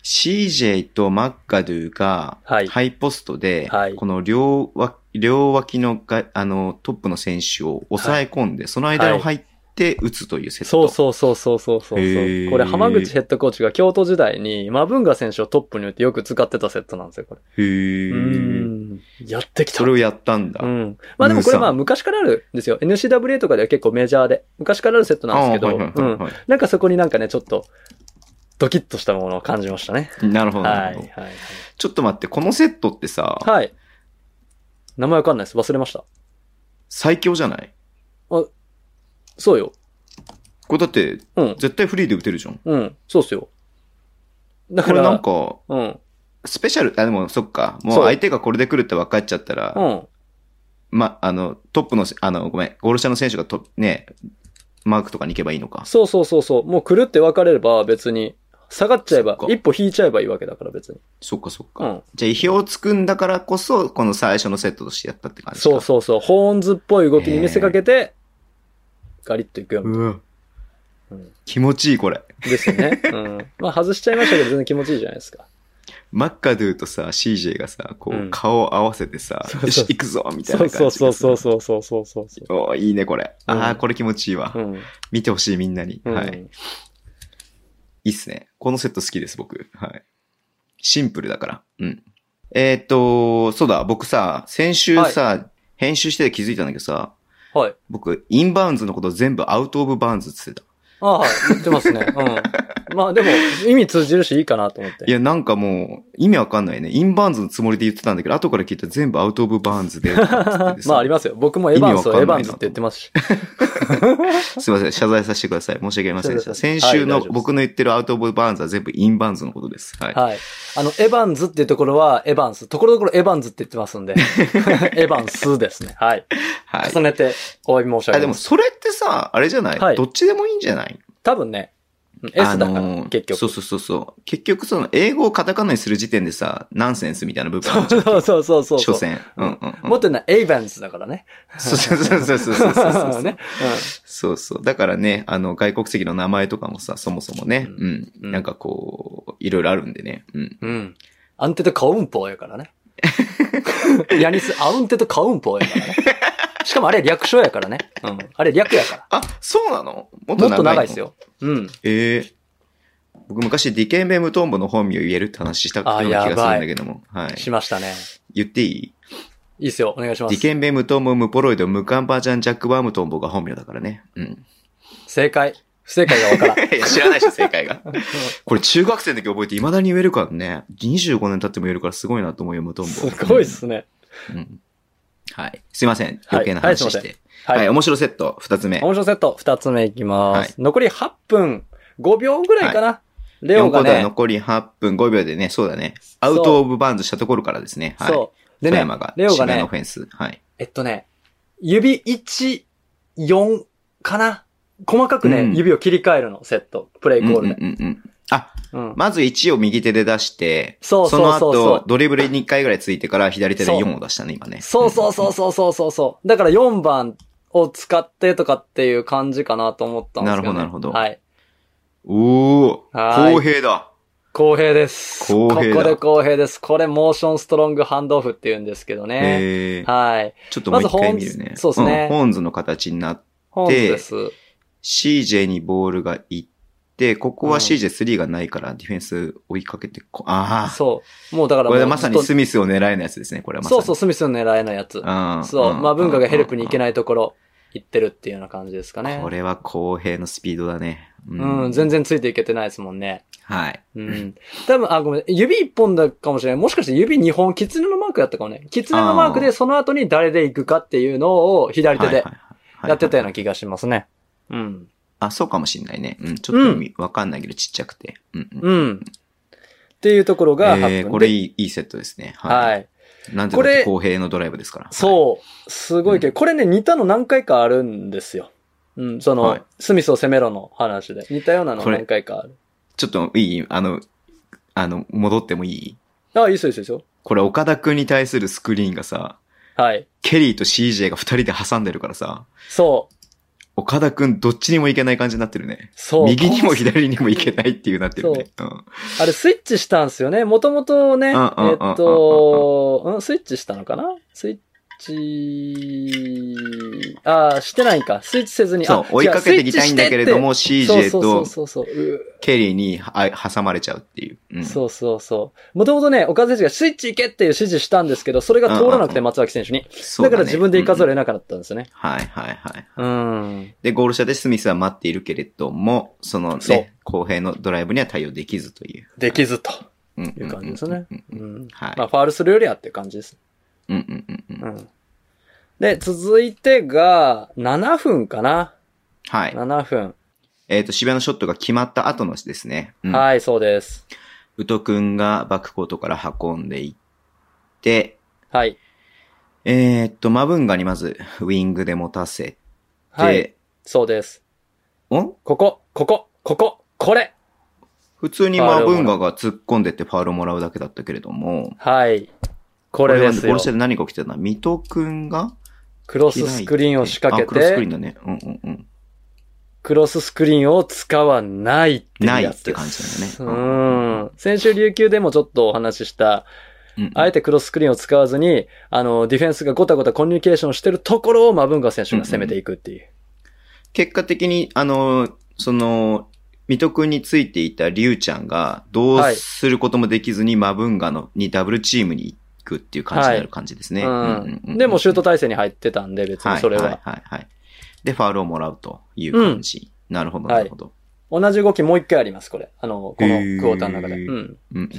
[SPEAKER 2] CJ とマッカドゥが、
[SPEAKER 3] はい
[SPEAKER 2] ハイポストで、
[SPEAKER 3] はい
[SPEAKER 2] この両脇、両脇のが、あの、トップの選手を抑え込んで、その間を入って打つというセッ
[SPEAKER 3] そ
[SPEAKER 2] ト。
[SPEAKER 3] うそうそうそうそうそうそう。こ
[SPEAKER 2] へー
[SPEAKER 3] れ浜口ヘッドコーチが京都時代にマブンガ選手をトップに打ってよく使ってたセットなんですよ、これ。
[SPEAKER 2] へ
[SPEAKER 3] う
[SPEAKER 2] え。
[SPEAKER 3] ん。やってきた
[SPEAKER 2] それ。をやったんだ。
[SPEAKER 3] うん。まあでもこれまあ
[SPEAKER 2] ム
[SPEAKER 3] 昔からあるんですよ。NCWA とかでは結構メジャーで。昔からあるセットなんですけ
[SPEAKER 2] あ
[SPEAKER 3] ど。
[SPEAKER 2] ーはいはいはい
[SPEAKER 3] うん。
[SPEAKER 2] はい
[SPEAKER 3] なんかそこになんかね、ちょっと、ドキッとしたものを感じましたね。
[SPEAKER 2] なるほど、
[SPEAKER 3] はい
[SPEAKER 2] な
[SPEAKER 3] は
[SPEAKER 2] る
[SPEAKER 3] い
[SPEAKER 2] ほど。
[SPEAKER 3] はい。
[SPEAKER 2] ちょっと待って、このセットってさ、
[SPEAKER 3] はい。名前わかんないです。忘れました。
[SPEAKER 2] 最強じゃない
[SPEAKER 3] そうよ。
[SPEAKER 2] これだって、
[SPEAKER 3] うん。
[SPEAKER 2] 絶対フリーで打てるじゃん。
[SPEAKER 3] うん。そうっすよ。だ
[SPEAKER 2] こ
[SPEAKER 3] か
[SPEAKER 2] れ
[SPEAKER 3] ら、
[SPEAKER 2] なんか、
[SPEAKER 3] うん。
[SPEAKER 2] スペシャル、あ、でもそっか。も
[SPEAKER 3] そうう
[SPEAKER 2] 相手がこれで来るって分かっちゃったら、
[SPEAKER 3] うん。
[SPEAKER 2] ま、あの、トップの、あの、ごめん、ゴール下の選手がと、ね、マークとかに行けばいいのか。
[SPEAKER 3] そうそうそうそう。もう狂って分かれれば別に、下がっちゃえば
[SPEAKER 2] そっ、か
[SPEAKER 3] 一歩引いちゃえばいいわけだから別に。
[SPEAKER 2] そっかそっか。
[SPEAKER 3] うん。
[SPEAKER 2] じゃあ、意表をつくんだからこそ、この最初のセットとしてやったって感じか。
[SPEAKER 3] そうそうそう。ホーンズっぽい動きに見せかけて、ガリッといくような。
[SPEAKER 2] うわ
[SPEAKER 3] うん
[SPEAKER 2] 気持ちいい、これ。
[SPEAKER 3] ですよね。うん。まあ外しちゃいましたけど全然気持ちいいじゃないですか。
[SPEAKER 2] マッカドゥとさ、CJ がさ、こ
[SPEAKER 3] う
[SPEAKER 2] う、
[SPEAKER 3] ん
[SPEAKER 2] 顔を合わせてさ、
[SPEAKER 3] そうそう
[SPEAKER 2] よし、行くぞみたいな
[SPEAKER 3] そ
[SPEAKER 2] 感
[SPEAKER 3] う
[SPEAKER 2] じ
[SPEAKER 3] そうそうそう
[SPEAKER 2] う。
[SPEAKER 3] そうそうそうそう。
[SPEAKER 2] おーいいね、これ。ああ、
[SPEAKER 3] うん
[SPEAKER 2] これ気持ちいいわ。
[SPEAKER 3] うん。
[SPEAKER 2] 見てほしい、みんなに。
[SPEAKER 3] うん。
[SPEAKER 2] はい。いいっすね。このセット好きです、僕。はい。シンプルだから。うん。えーっと、そうだ、僕さ、先週さ、編集してて気づいたんだけどさ、
[SPEAKER 3] はい。
[SPEAKER 2] 僕、インバウンズのこと全部アウトオブバウンズって言って
[SPEAKER 3] ああ、はい。言ってますね。うん。まあでも、意味通じるしいいかなと思って。
[SPEAKER 2] た。いや、なんかもう、意味わかんないね。インバウンズのつもりで言ってたんだけど、後から聞いたら全部アウトオブバウンズで。
[SPEAKER 3] [LAUGHS] [LAUGHS] まあありますよ。僕もエヴァンスをエヴァンズって言ってますし。
[SPEAKER 2] すいません、謝罪させてください。申し訳ありませんでした。
[SPEAKER 3] 謝罪
[SPEAKER 2] 先
[SPEAKER 3] させて
[SPEAKER 2] 週の
[SPEAKER 3] はい大丈夫です
[SPEAKER 2] 僕の言ってるアウトオブバーンズは全部インバウンズのことです。はい。
[SPEAKER 3] はい。あの、エヴァンズっていうところは、エヴァンス。ところどころエヴァンズって言ってますん
[SPEAKER 2] [LAUGHS]
[SPEAKER 3] で。エヴァンスですね。はい。
[SPEAKER 2] はい。
[SPEAKER 3] 重ねてお詫び申し上
[SPEAKER 2] あ、
[SPEAKER 3] げ
[SPEAKER 2] で
[SPEAKER 3] ま
[SPEAKER 2] も
[SPEAKER 3] す。
[SPEAKER 2] それってさ、あれじゃない、
[SPEAKER 3] はい
[SPEAKER 2] どっちでもいいんじゃない
[SPEAKER 3] 多分ね、うん S だから、
[SPEAKER 2] ー
[SPEAKER 3] 結局。
[SPEAKER 2] そうそうそうそう。結局その、英語をカタカナにする時点でさ、ナンセンスみたいな部分あるじゃ
[SPEAKER 3] [LAUGHS]
[SPEAKER 2] ん。
[SPEAKER 3] そうそうそうそう。
[SPEAKER 2] 所詮。うんうんうん。
[SPEAKER 3] もっと言うのはエイヴァンスだからね。
[SPEAKER 2] そうそうそうそうそうそうそうそ
[SPEAKER 3] [LAUGHS]
[SPEAKER 2] う、
[SPEAKER 3] ね。
[SPEAKER 2] そうそう。だからね、あの、外国籍の名前とかもさ、そもそもね、
[SPEAKER 3] う
[SPEAKER 2] うん。
[SPEAKER 3] うん
[SPEAKER 2] なんかこう、いろいろあるんでね。うん。
[SPEAKER 3] うん。うん。アンテとカウンポーやからね。 [LAUGHS] ヤニス、アウンテとカウンポーやからね。しかもあれ略称やからね。うん。あれ略やから。
[SPEAKER 2] あ、そうなのも
[SPEAKER 3] も
[SPEAKER 2] っと長
[SPEAKER 3] っ
[SPEAKER 2] いの
[SPEAKER 3] と長いですよ。うん。
[SPEAKER 2] ええ僕昔、ディケンベムトンボの本名言えるって話したよ
[SPEAKER 3] あ
[SPEAKER 2] うな気
[SPEAKER 3] やば
[SPEAKER 2] が
[SPEAKER 3] い
[SPEAKER 2] するんだけども。はい。
[SPEAKER 3] しましたね。
[SPEAKER 2] 言っていい
[SPEAKER 3] いいっすよ。お願いしま
[SPEAKER 2] ディ
[SPEAKER 3] す。
[SPEAKER 2] ケンベムトンボムポロイドムカンバジャンジャックバームトンボが本名だからね。
[SPEAKER 3] [LAUGHS]
[SPEAKER 2] うん。
[SPEAKER 3] 正解。不正解がわからん。
[SPEAKER 2] いや知らないし、正解が。
[SPEAKER 3] [LAUGHS]
[SPEAKER 2] これ中学生の時覚えて未だに言えるからね。25年経っても言えるからすごいなと思うよ、ムトンボ。
[SPEAKER 3] すごいっすね。
[SPEAKER 2] うん。はい。すいません。
[SPEAKER 3] はい
[SPEAKER 2] 余計な話
[SPEAKER 3] はい
[SPEAKER 2] し
[SPEAKER 3] すいま
[SPEAKER 2] て。
[SPEAKER 3] せん
[SPEAKER 2] はい、
[SPEAKER 3] はい。
[SPEAKER 2] 面白セット、二つ目。
[SPEAKER 3] 面白セット、二つ目いきま
[SPEAKER 2] はい
[SPEAKER 3] す。残り8分5秒ぐらいかな。レオ
[SPEAKER 2] 4
[SPEAKER 3] が
[SPEAKER 2] 個台
[SPEAKER 3] ね、
[SPEAKER 2] 残り8分5秒でね、そうだね。アウトオブバウンドしたところからですね。はい。
[SPEAKER 3] そう。で
[SPEAKER 2] 富
[SPEAKER 3] ね
[SPEAKER 2] 山が、、
[SPEAKER 3] レオが
[SPEAKER 2] 芝居の
[SPEAKER 3] ね
[SPEAKER 2] オフ、ェンス。はい。
[SPEAKER 3] えっとね、指1、4かな細かく
[SPEAKER 2] う
[SPEAKER 3] ね
[SPEAKER 2] ん、
[SPEAKER 3] 指を切り替えるの、セット。プレイコール
[SPEAKER 2] う
[SPEAKER 3] で。
[SPEAKER 2] んうんうんうん。あ、
[SPEAKER 3] うん。
[SPEAKER 2] まず1を右手で出して、
[SPEAKER 3] そうそうそうそう
[SPEAKER 2] の後、ドリブルに1回ぐらいついてから左手で4を出したね、今ね。
[SPEAKER 3] そうそうそうそうそうそうそう。だから4番を使ってとかっていう感じかなと思ったんですけどね。
[SPEAKER 2] なるほどなるほど
[SPEAKER 3] はい。
[SPEAKER 2] うん。お
[SPEAKER 3] は
[SPEAKER 2] ー、
[SPEAKER 3] い
[SPEAKER 2] 公平だ。
[SPEAKER 3] 公平です。
[SPEAKER 2] 公平だ
[SPEAKER 3] ここで公平です。これ、モーションストロングハンドオフって言うんですけどね。
[SPEAKER 2] えー、
[SPEAKER 3] はい。
[SPEAKER 2] ちょっともう一回
[SPEAKER 3] ま
[SPEAKER 2] 見るね。
[SPEAKER 3] ずホーンズそうですね
[SPEAKER 2] んホーンズの形になって、
[SPEAKER 3] 本日です。
[SPEAKER 2] CJ にボールがいって、ここ
[SPEAKER 3] う
[SPEAKER 2] は
[SPEAKER 3] ん
[SPEAKER 2] CJ3 がないからディフェンス追いかけてこ、ああ。
[SPEAKER 3] そう。もうだから
[SPEAKER 2] こ
[SPEAKER 3] もう
[SPEAKER 2] れ
[SPEAKER 3] ず
[SPEAKER 2] は
[SPEAKER 3] っと、
[SPEAKER 2] まさにスミスを狙えないやつですね、これはまさ
[SPEAKER 3] そ
[SPEAKER 2] に。
[SPEAKER 3] うそう、
[SPEAKER 2] う
[SPEAKER 3] スミスの狙えないやつ。
[SPEAKER 2] ん。
[SPEAKER 3] そう。まあ、文化がヘルプに行け
[SPEAKER 2] い。
[SPEAKER 3] ないところ、行ってるっていうような感じですかね
[SPEAKER 2] こ。れは公平のスピードだね。
[SPEAKER 3] うん、全然ついていけてないですもんね。
[SPEAKER 2] はい。
[SPEAKER 3] [LAUGHS] うん。多分、あ、ごめん、指一本だかもしれない。もしかして指二本、キツネのマークだったかもね。キツネのマーク
[SPEAKER 2] あ
[SPEAKER 3] で、
[SPEAKER 2] ー
[SPEAKER 3] その後に誰で行くかっていうのを左手でやってたような気がしますね。うん。
[SPEAKER 2] あ、そうかもしんないね。うん、ちょっと意味わかんないけどちっちゃくて。うん、うん。
[SPEAKER 3] うん。っていうところが8分で、
[SPEAKER 2] えー、これいい、いいセットですね。。
[SPEAKER 3] はいい。
[SPEAKER 2] なんていう
[SPEAKER 3] こ
[SPEAKER 2] か
[SPEAKER 3] れ
[SPEAKER 2] 公平のドライブですから。う。
[SPEAKER 3] そう。すごいけど、これね、似たの何回かあるんですよ。うん、その、
[SPEAKER 2] はい
[SPEAKER 3] スミスを攻めろの話で。似たようなの
[SPEAKER 2] これ
[SPEAKER 3] 何回かある。
[SPEAKER 2] ちょっといいあの、あの、戻ってもいい
[SPEAKER 3] あ、いいですよ、いいですよ。
[SPEAKER 2] これ岡田くんに対するスクリーンがさ、
[SPEAKER 3] はい。
[SPEAKER 2] ケリーと CJ が二人で挟んでるからさ、
[SPEAKER 3] そう。
[SPEAKER 2] 岡田くんどっちにも行けない感じになってるね。
[SPEAKER 3] そう。
[SPEAKER 2] 右にも左にも行けないっていうなってるね。うん。
[SPEAKER 3] あれ、スイッチしたんですよね。もともとね、え
[SPEAKER 2] うんうんうんうんうん
[SPEAKER 3] っと、うんスイッチしたのかなスイッチ、ああ、してないんか。スイッチせずに。
[SPEAKER 2] そう
[SPEAKER 3] あ、
[SPEAKER 2] 追いかけていきたいんだけれども、
[SPEAKER 3] 違うスイッチして
[SPEAKER 2] CJ
[SPEAKER 3] ってそう
[SPEAKER 2] と
[SPEAKER 3] そうそうそう。う
[SPEAKER 2] ケリーにあ挟まれちゃうっていう。うん、
[SPEAKER 3] そうそうそう。もともとね、岡田選手がスイッチ行けっていう指示したんですけど、それが通らなく
[SPEAKER 2] うんうんう
[SPEAKER 3] て、
[SPEAKER 2] ん
[SPEAKER 3] 松脇選手に。
[SPEAKER 2] そう
[SPEAKER 3] だ
[SPEAKER 2] だ
[SPEAKER 3] から
[SPEAKER 2] ね
[SPEAKER 3] 自分で行かざ
[SPEAKER 2] うん
[SPEAKER 3] るを得なかったんですよね。
[SPEAKER 2] はいはいはい。
[SPEAKER 3] うん。
[SPEAKER 2] で、ゴール下でスミスは待っているけれども、その
[SPEAKER 3] そう
[SPEAKER 2] ね、公平のドライブには対応できずという。
[SPEAKER 3] できずと。
[SPEAKER 2] うんんんん
[SPEAKER 3] いう感じですね
[SPEAKER 2] うん
[SPEAKER 3] う
[SPEAKER 2] うん
[SPEAKER 3] ん。
[SPEAKER 2] はい
[SPEAKER 3] まあ、ファールするよりはっていう感じです。
[SPEAKER 2] うんうんうんう。
[SPEAKER 3] うんん。で、続いてが、7分かな。
[SPEAKER 2] はい。
[SPEAKER 3] 7分。
[SPEAKER 2] えっ、と、渋谷のショットが決まった後のですね。うん、
[SPEAKER 3] はい、そうです。
[SPEAKER 2] 宇都くんがバックコートから運んでいって、
[SPEAKER 3] はい。
[SPEAKER 2] えっ、と、マブンガにまずウイングで持たせて、
[SPEAKER 3] はい。そうです。
[SPEAKER 2] お
[SPEAKER 3] ここ、ここ、ここ、これ。
[SPEAKER 2] 普通にマブンガが突っ込んでってファールをもらうだけだったけれども、
[SPEAKER 3] はい。これです
[SPEAKER 2] これはねゴー
[SPEAKER 3] よ
[SPEAKER 2] ル。下で何が起きてたの水戸くんが
[SPEAKER 3] クロススクリーンを仕掛け
[SPEAKER 2] あ、クロススクリー
[SPEAKER 3] て
[SPEAKER 2] ン、だね。うんうんうん。
[SPEAKER 3] クロススクリーンを使わないっていうやつで
[SPEAKER 2] ないって感じ
[SPEAKER 3] す
[SPEAKER 2] だよねう
[SPEAKER 3] うん。先週琉球でもちょっとお話しした、
[SPEAKER 2] うんうん
[SPEAKER 3] あえてクロススクリーンを使わずに、あの、ディフェンスがごたごたコミュニケーションしてるところをマブンガ選手が攻めていくっていう。
[SPEAKER 2] 結果的に、あの、その、水戸くんについていたリュウちゃんが、どうすることもできずに、マブンガのにダブルチームに行くっていう感じになる感じですね。うんうん
[SPEAKER 3] う。
[SPEAKER 2] うんん
[SPEAKER 3] でもシュート体制に入ってたんで、別にそれは。
[SPEAKER 2] いはいはいはい。で、ファールをもらうという感じ。なるほど、なるほど。
[SPEAKER 3] 同じ動きもう一回あります、これ。あの、この
[SPEAKER 2] へー
[SPEAKER 3] クォーターの中で。うん。
[SPEAKER 2] うんうんうん。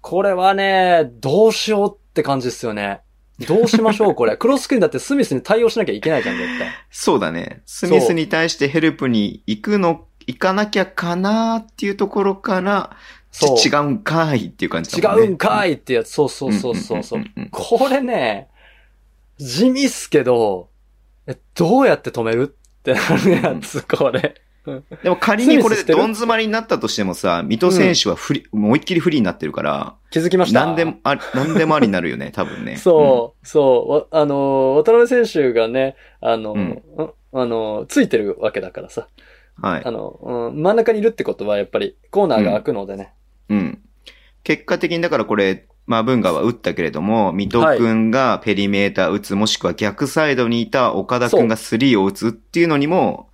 [SPEAKER 3] これはね、どうしようって感じですよね。どうしましょう、こ
[SPEAKER 2] [LAUGHS]
[SPEAKER 3] れ。クロススクリーンだってスミスに対応しなきゃいけないじゃん、絶対。
[SPEAKER 2] そうだね。スミスに対してヘルプに行くの、行かなきゃかなっていうところから、ち
[SPEAKER 3] そう。
[SPEAKER 2] 違うんかいっていう感じ
[SPEAKER 3] 違
[SPEAKER 2] だもんね。
[SPEAKER 3] うんか
[SPEAKER 2] い
[SPEAKER 3] いってやつ。そうそうそうそうそう。
[SPEAKER 2] んんんん
[SPEAKER 3] これね、地味っすけど、え、どうやって止めるってなるやつ、これ。
[SPEAKER 2] でも仮にこれ
[SPEAKER 3] スミスし
[SPEAKER 2] で
[SPEAKER 3] てる
[SPEAKER 2] どん詰まりになったとしてもさ、水戸選手はフリ、思いっきりフリーになってるから、
[SPEAKER 3] 気づきました。
[SPEAKER 2] 何でもあ、何でもありになるよね、多分ね。
[SPEAKER 3] そう、そう、わあのー、渡辺選手がね、あのー、
[SPEAKER 2] うん
[SPEAKER 3] んあのー、ついてるわけだからさ。
[SPEAKER 2] うん。はい
[SPEAKER 3] あ。の、うん、真ん中にいるってことはやっぱりコーナーが開くのでね。 [LAUGHS]
[SPEAKER 2] うん。結果的にだからこれ、まあ、文賀は打ったけれども、水戸くんがペリメーター打つ、もしくは逆サイドにいた岡田くんがスリーを打つっていうのにも、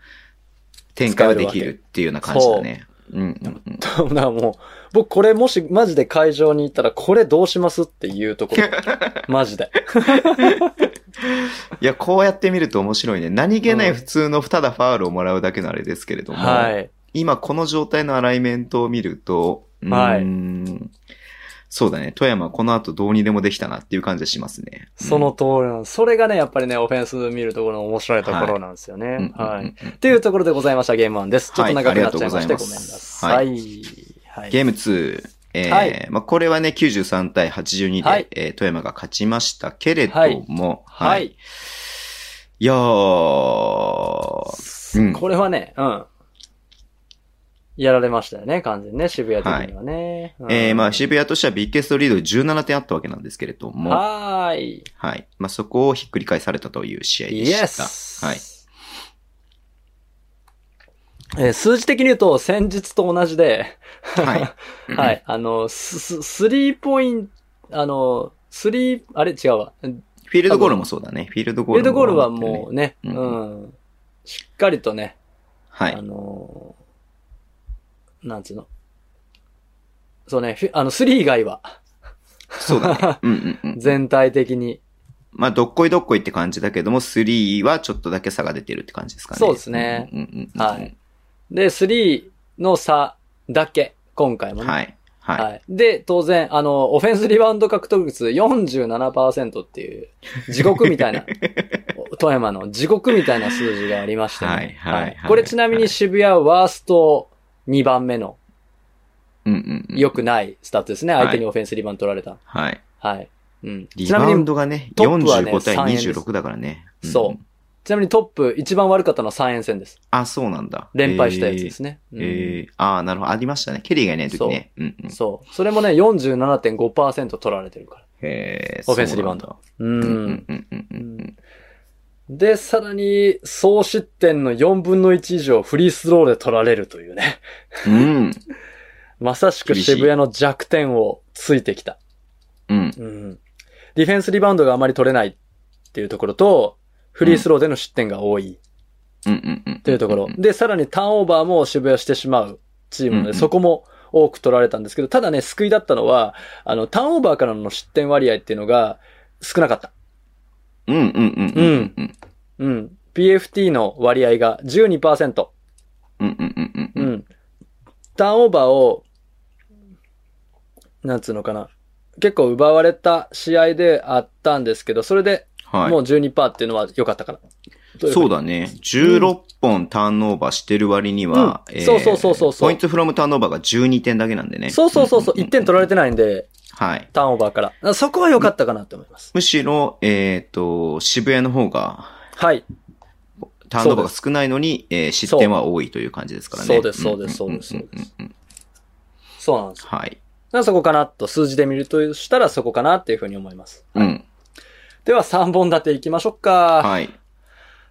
[SPEAKER 2] 展開はできるっていうような感じだね。うんうんうん。
[SPEAKER 3] だからもう、僕これもしマジで会場に行ったらこれどうしますっていうとこ
[SPEAKER 2] [LAUGHS]
[SPEAKER 3] ろ。マジで。
[SPEAKER 2] いや、こうやって見ると面白いね。何気な
[SPEAKER 3] う
[SPEAKER 2] い
[SPEAKER 3] ん
[SPEAKER 2] 普通のただファールをもらうだけのあれですけれども、
[SPEAKER 3] はい。
[SPEAKER 2] 今この状態のアライメントを見ると、うーんそうだね。富山はこの後どうにでもできたなっていう感じがしますね。
[SPEAKER 3] その通りなんですそれがね、やっぱりね、オフェンス見るところの面白いところなんですよ
[SPEAKER 2] うん、
[SPEAKER 3] ね。
[SPEAKER 2] うんうんうん
[SPEAKER 3] はい。っていうところでございました、ゲーム1です。ちょっと長くなっちゃいまして、
[SPEAKER 2] はいありがとうございます
[SPEAKER 3] ごめんなさい。はい。
[SPEAKER 2] ゲーム2。えー
[SPEAKER 3] はい
[SPEAKER 2] まあ、これはね、93対82で、
[SPEAKER 3] はい
[SPEAKER 2] えー富山が勝ちましたけれども、
[SPEAKER 3] は
[SPEAKER 2] はい。い、
[SPEAKER 3] い。
[SPEAKER 2] やー、うん
[SPEAKER 3] これはね、うん。やられましたよね、完全にね、渋谷的にはね。
[SPEAKER 2] えーまあ、
[SPEAKER 3] 渋
[SPEAKER 2] 渋谷としてはビッケストリード17点あったわけなんですけれども、
[SPEAKER 3] 谷。
[SPEAKER 2] は
[SPEAKER 3] はーい。
[SPEAKER 2] い。まあ、そこをひっくり返されたという試合で
[SPEAKER 3] イエ
[SPEAKER 2] した。
[SPEAKER 3] ス。
[SPEAKER 2] はい。。
[SPEAKER 3] えー数字的に言うと、先日と同じで、
[SPEAKER 2] は
[SPEAKER 3] はい。あの、ス、ススリーポイント、あの、スリー、あれ違うわ。フィ
[SPEAKER 2] フィールドゴールもそうだね。フィールドゴー
[SPEAKER 3] ー
[SPEAKER 2] ル
[SPEAKER 3] ルドゴールはも
[SPEAKER 2] う、
[SPEAKER 3] うね、
[SPEAKER 2] う
[SPEAKER 3] うんん、しっかりとね、
[SPEAKER 2] は
[SPEAKER 3] あ
[SPEAKER 2] い。
[SPEAKER 3] のーなんつうの。そうね、フィあの、スリー以外は、
[SPEAKER 2] そう
[SPEAKER 3] [LAUGHS]
[SPEAKER 2] だね。うんうんうん。
[SPEAKER 3] 全体的に、
[SPEAKER 2] まあ、どっこいどっこいって感じだけども、3はちょっとだけ差が出てるって感じですかね。
[SPEAKER 3] そうですね
[SPEAKER 2] うんうんうんうん。
[SPEAKER 3] はい。で、3の差だけ、今回もね。
[SPEAKER 2] はい。はい。
[SPEAKER 3] はい。で、当然、あの、オフェンスリバウンド獲得率47%っていう、地獄みたい
[SPEAKER 2] [LAUGHS]
[SPEAKER 3] な、富山の地獄みたいな数字がありまして、ね。
[SPEAKER 2] はいはいはい
[SPEAKER 3] これちなみに渋谷ワースト2番目の
[SPEAKER 2] うんうんうん。
[SPEAKER 3] 良くないスタッツですね。
[SPEAKER 2] はい
[SPEAKER 3] 相手にオフェンスリバウンド取られた。
[SPEAKER 2] はい。
[SPEAKER 3] はい。うん。
[SPEAKER 2] リ
[SPEAKER 3] ちな
[SPEAKER 2] バ
[SPEAKER 3] み
[SPEAKER 2] ウ
[SPEAKER 3] に
[SPEAKER 2] ン、ドがね、
[SPEAKER 3] トップはね
[SPEAKER 2] 45対
[SPEAKER 3] 3円です
[SPEAKER 2] 26だからね。ん
[SPEAKER 3] そうちなみにトップ一番悪かったのは3円戦です。
[SPEAKER 2] あ、そうなんだ。
[SPEAKER 3] 連敗したやつですね。
[SPEAKER 2] えー。えーああ、なるほど。ありましたね。ケリーがいない時ね。うんう
[SPEAKER 3] うんん、。そう。それもね、47.5%取られてるから。
[SPEAKER 2] へ
[SPEAKER 3] オフェンスリバウン
[SPEAKER 2] ド。
[SPEAKER 3] う
[SPEAKER 2] うん
[SPEAKER 3] ん。
[SPEAKER 2] うんうんうんうんうん。
[SPEAKER 3] で、さらに、総失点の4分の1以上フリースローで取られるというね。 [LAUGHS]
[SPEAKER 2] うん。
[SPEAKER 3] まさしく
[SPEAKER 2] 厳しい
[SPEAKER 3] 渋谷の弱点をついてきた。
[SPEAKER 2] うん。
[SPEAKER 3] うん。ディフェンスリバウンドがあまり取れないっっていうところと、フリースローでの失点が多い
[SPEAKER 2] うんうんうん。
[SPEAKER 3] というところ
[SPEAKER 2] ん。
[SPEAKER 3] で、さらにターンオーバーも渋谷してしまうチームなの
[SPEAKER 2] うんう
[SPEAKER 3] で、
[SPEAKER 2] ん
[SPEAKER 3] そこも多く取られたんですけど、ただね、救いだったのは、あの、ターンオーバーからの失点割合っていうのが少なかった。
[SPEAKER 2] うんうんうんうんうんうん。
[SPEAKER 3] うん。PFT の割合が12%。
[SPEAKER 2] うんうんうんう
[SPEAKER 3] うんん。ターンオーバーを、なんつうのかな。結構奪われた試合であったんですけど、それで
[SPEAKER 2] はい。
[SPEAKER 3] もう12%っていうのは良かったから。とい
[SPEAKER 2] そう
[SPEAKER 3] だ。
[SPEAKER 2] だね。16本ターンオーバーしてる割には、
[SPEAKER 3] うんそうそうそうそうそう
[SPEAKER 2] ポイントフロムターンオーバーが12点だけなんでね。
[SPEAKER 3] そうそうそうそう、
[SPEAKER 2] んんん
[SPEAKER 3] 1点取られてないんで、
[SPEAKER 2] はい。
[SPEAKER 3] ターンオーバーからだから。そこは良かったかなと思います。
[SPEAKER 2] むしろ、えっ、と、渋谷の方が、
[SPEAKER 3] はい。
[SPEAKER 2] ターンオーバーが少ないのに、えー失点は多いという感じですからね。
[SPEAKER 3] そうですそうですそうです
[SPEAKER 2] んんんんんん
[SPEAKER 3] そうなんですよ。
[SPEAKER 2] はい。
[SPEAKER 3] だからそこかなと、数字で見るとしたらそこかなっていうふうに思います。
[SPEAKER 2] うん。
[SPEAKER 3] では3本立ていきましょうか。
[SPEAKER 2] はい。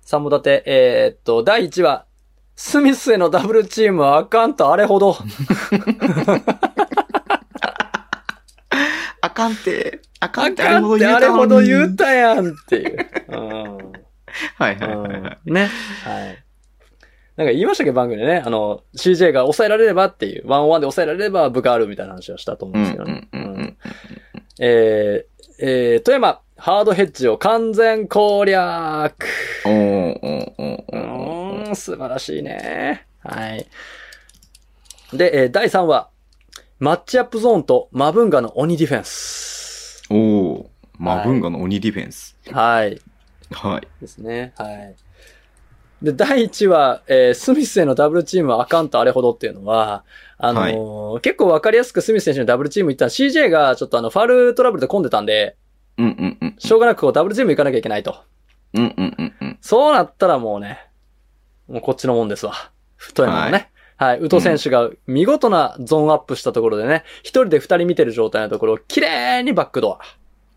[SPEAKER 3] 三3本立て、えーっと、第1話。スミスへのダブルチームはあかんとあれほど。
[SPEAKER 2] あかんって、あかん
[SPEAKER 3] あ
[SPEAKER 2] って
[SPEAKER 3] かんってあ
[SPEAKER 2] あれ
[SPEAKER 3] れほ
[SPEAKER 2] ほ
[SPEAKER 3] ど
[SPEAKER 2] ど
[SPEAKER 3] 言
[SPEAKER 2] 言
[SPEAKER 3] う
[SPEAKER 2] う
[SPEAKER 3] たやんっていう。
[SPEAKER 2] はいは
[SPEAKER 3] う
[SPEAKER 2] いはい
[SPEAKER 3] ん
[SPEAKER 2] はい。。
[SPEAKER 3] うん。ね。はい。なんか言いましたっけど番組でね、あの、CJ が抑えられればっていう、ワンオンワンで抑えられれば部があるみたいな話をしたと思う
[SPEAKER 2] うんん
[SPEAKER 3] で
[SPEAKER 2] う
[SPEAKER 3] すけどね
[SPEAKER 2] ん。う
[SPEAKER 3] う
[SPEAKER 2] んうんん。
[SPEAKER 3] えー、えー、富山、ハードヘッジを完全攻略。
[SPEAKER 2] おーお
[SPEAKER 3] う
[SPEAKER 2] ーおーおーおー
[SPEAKER 3] ーん、素晴らしいね。はい。で、えー第3話、マッチアップゾーンとマブンガの鬼ディフェンス。
[SPEAKER 2] おーマブンガの鬼ディフェンス。
[SPEAKER 3] はい。
[SPEAKER 2] はい。
[SPEAKER 3] ですね。はい。で、第1話、えースミスへのダブルチームはあかんとあれほどっていうのは、あのー結構わかりやすくスミス選手のダブルチーム行ったら CJ がちょっとあの、ファルトラブルで混んでたんで、
[SPEAKER 2] うんうんうん。
[SPEAKER 3] しょうがなくこうダブルチーム行かなきゃいけないと。
[SPEAKER 2] うんうんうんうん。
[SPEAKER 3] そうなったらもうね、もうこっちのもんですわ。富山のね。はい。宇都選手が見事なゾーンアップしたところでね、一、人で二人見てる状態のところを綺麗にバックド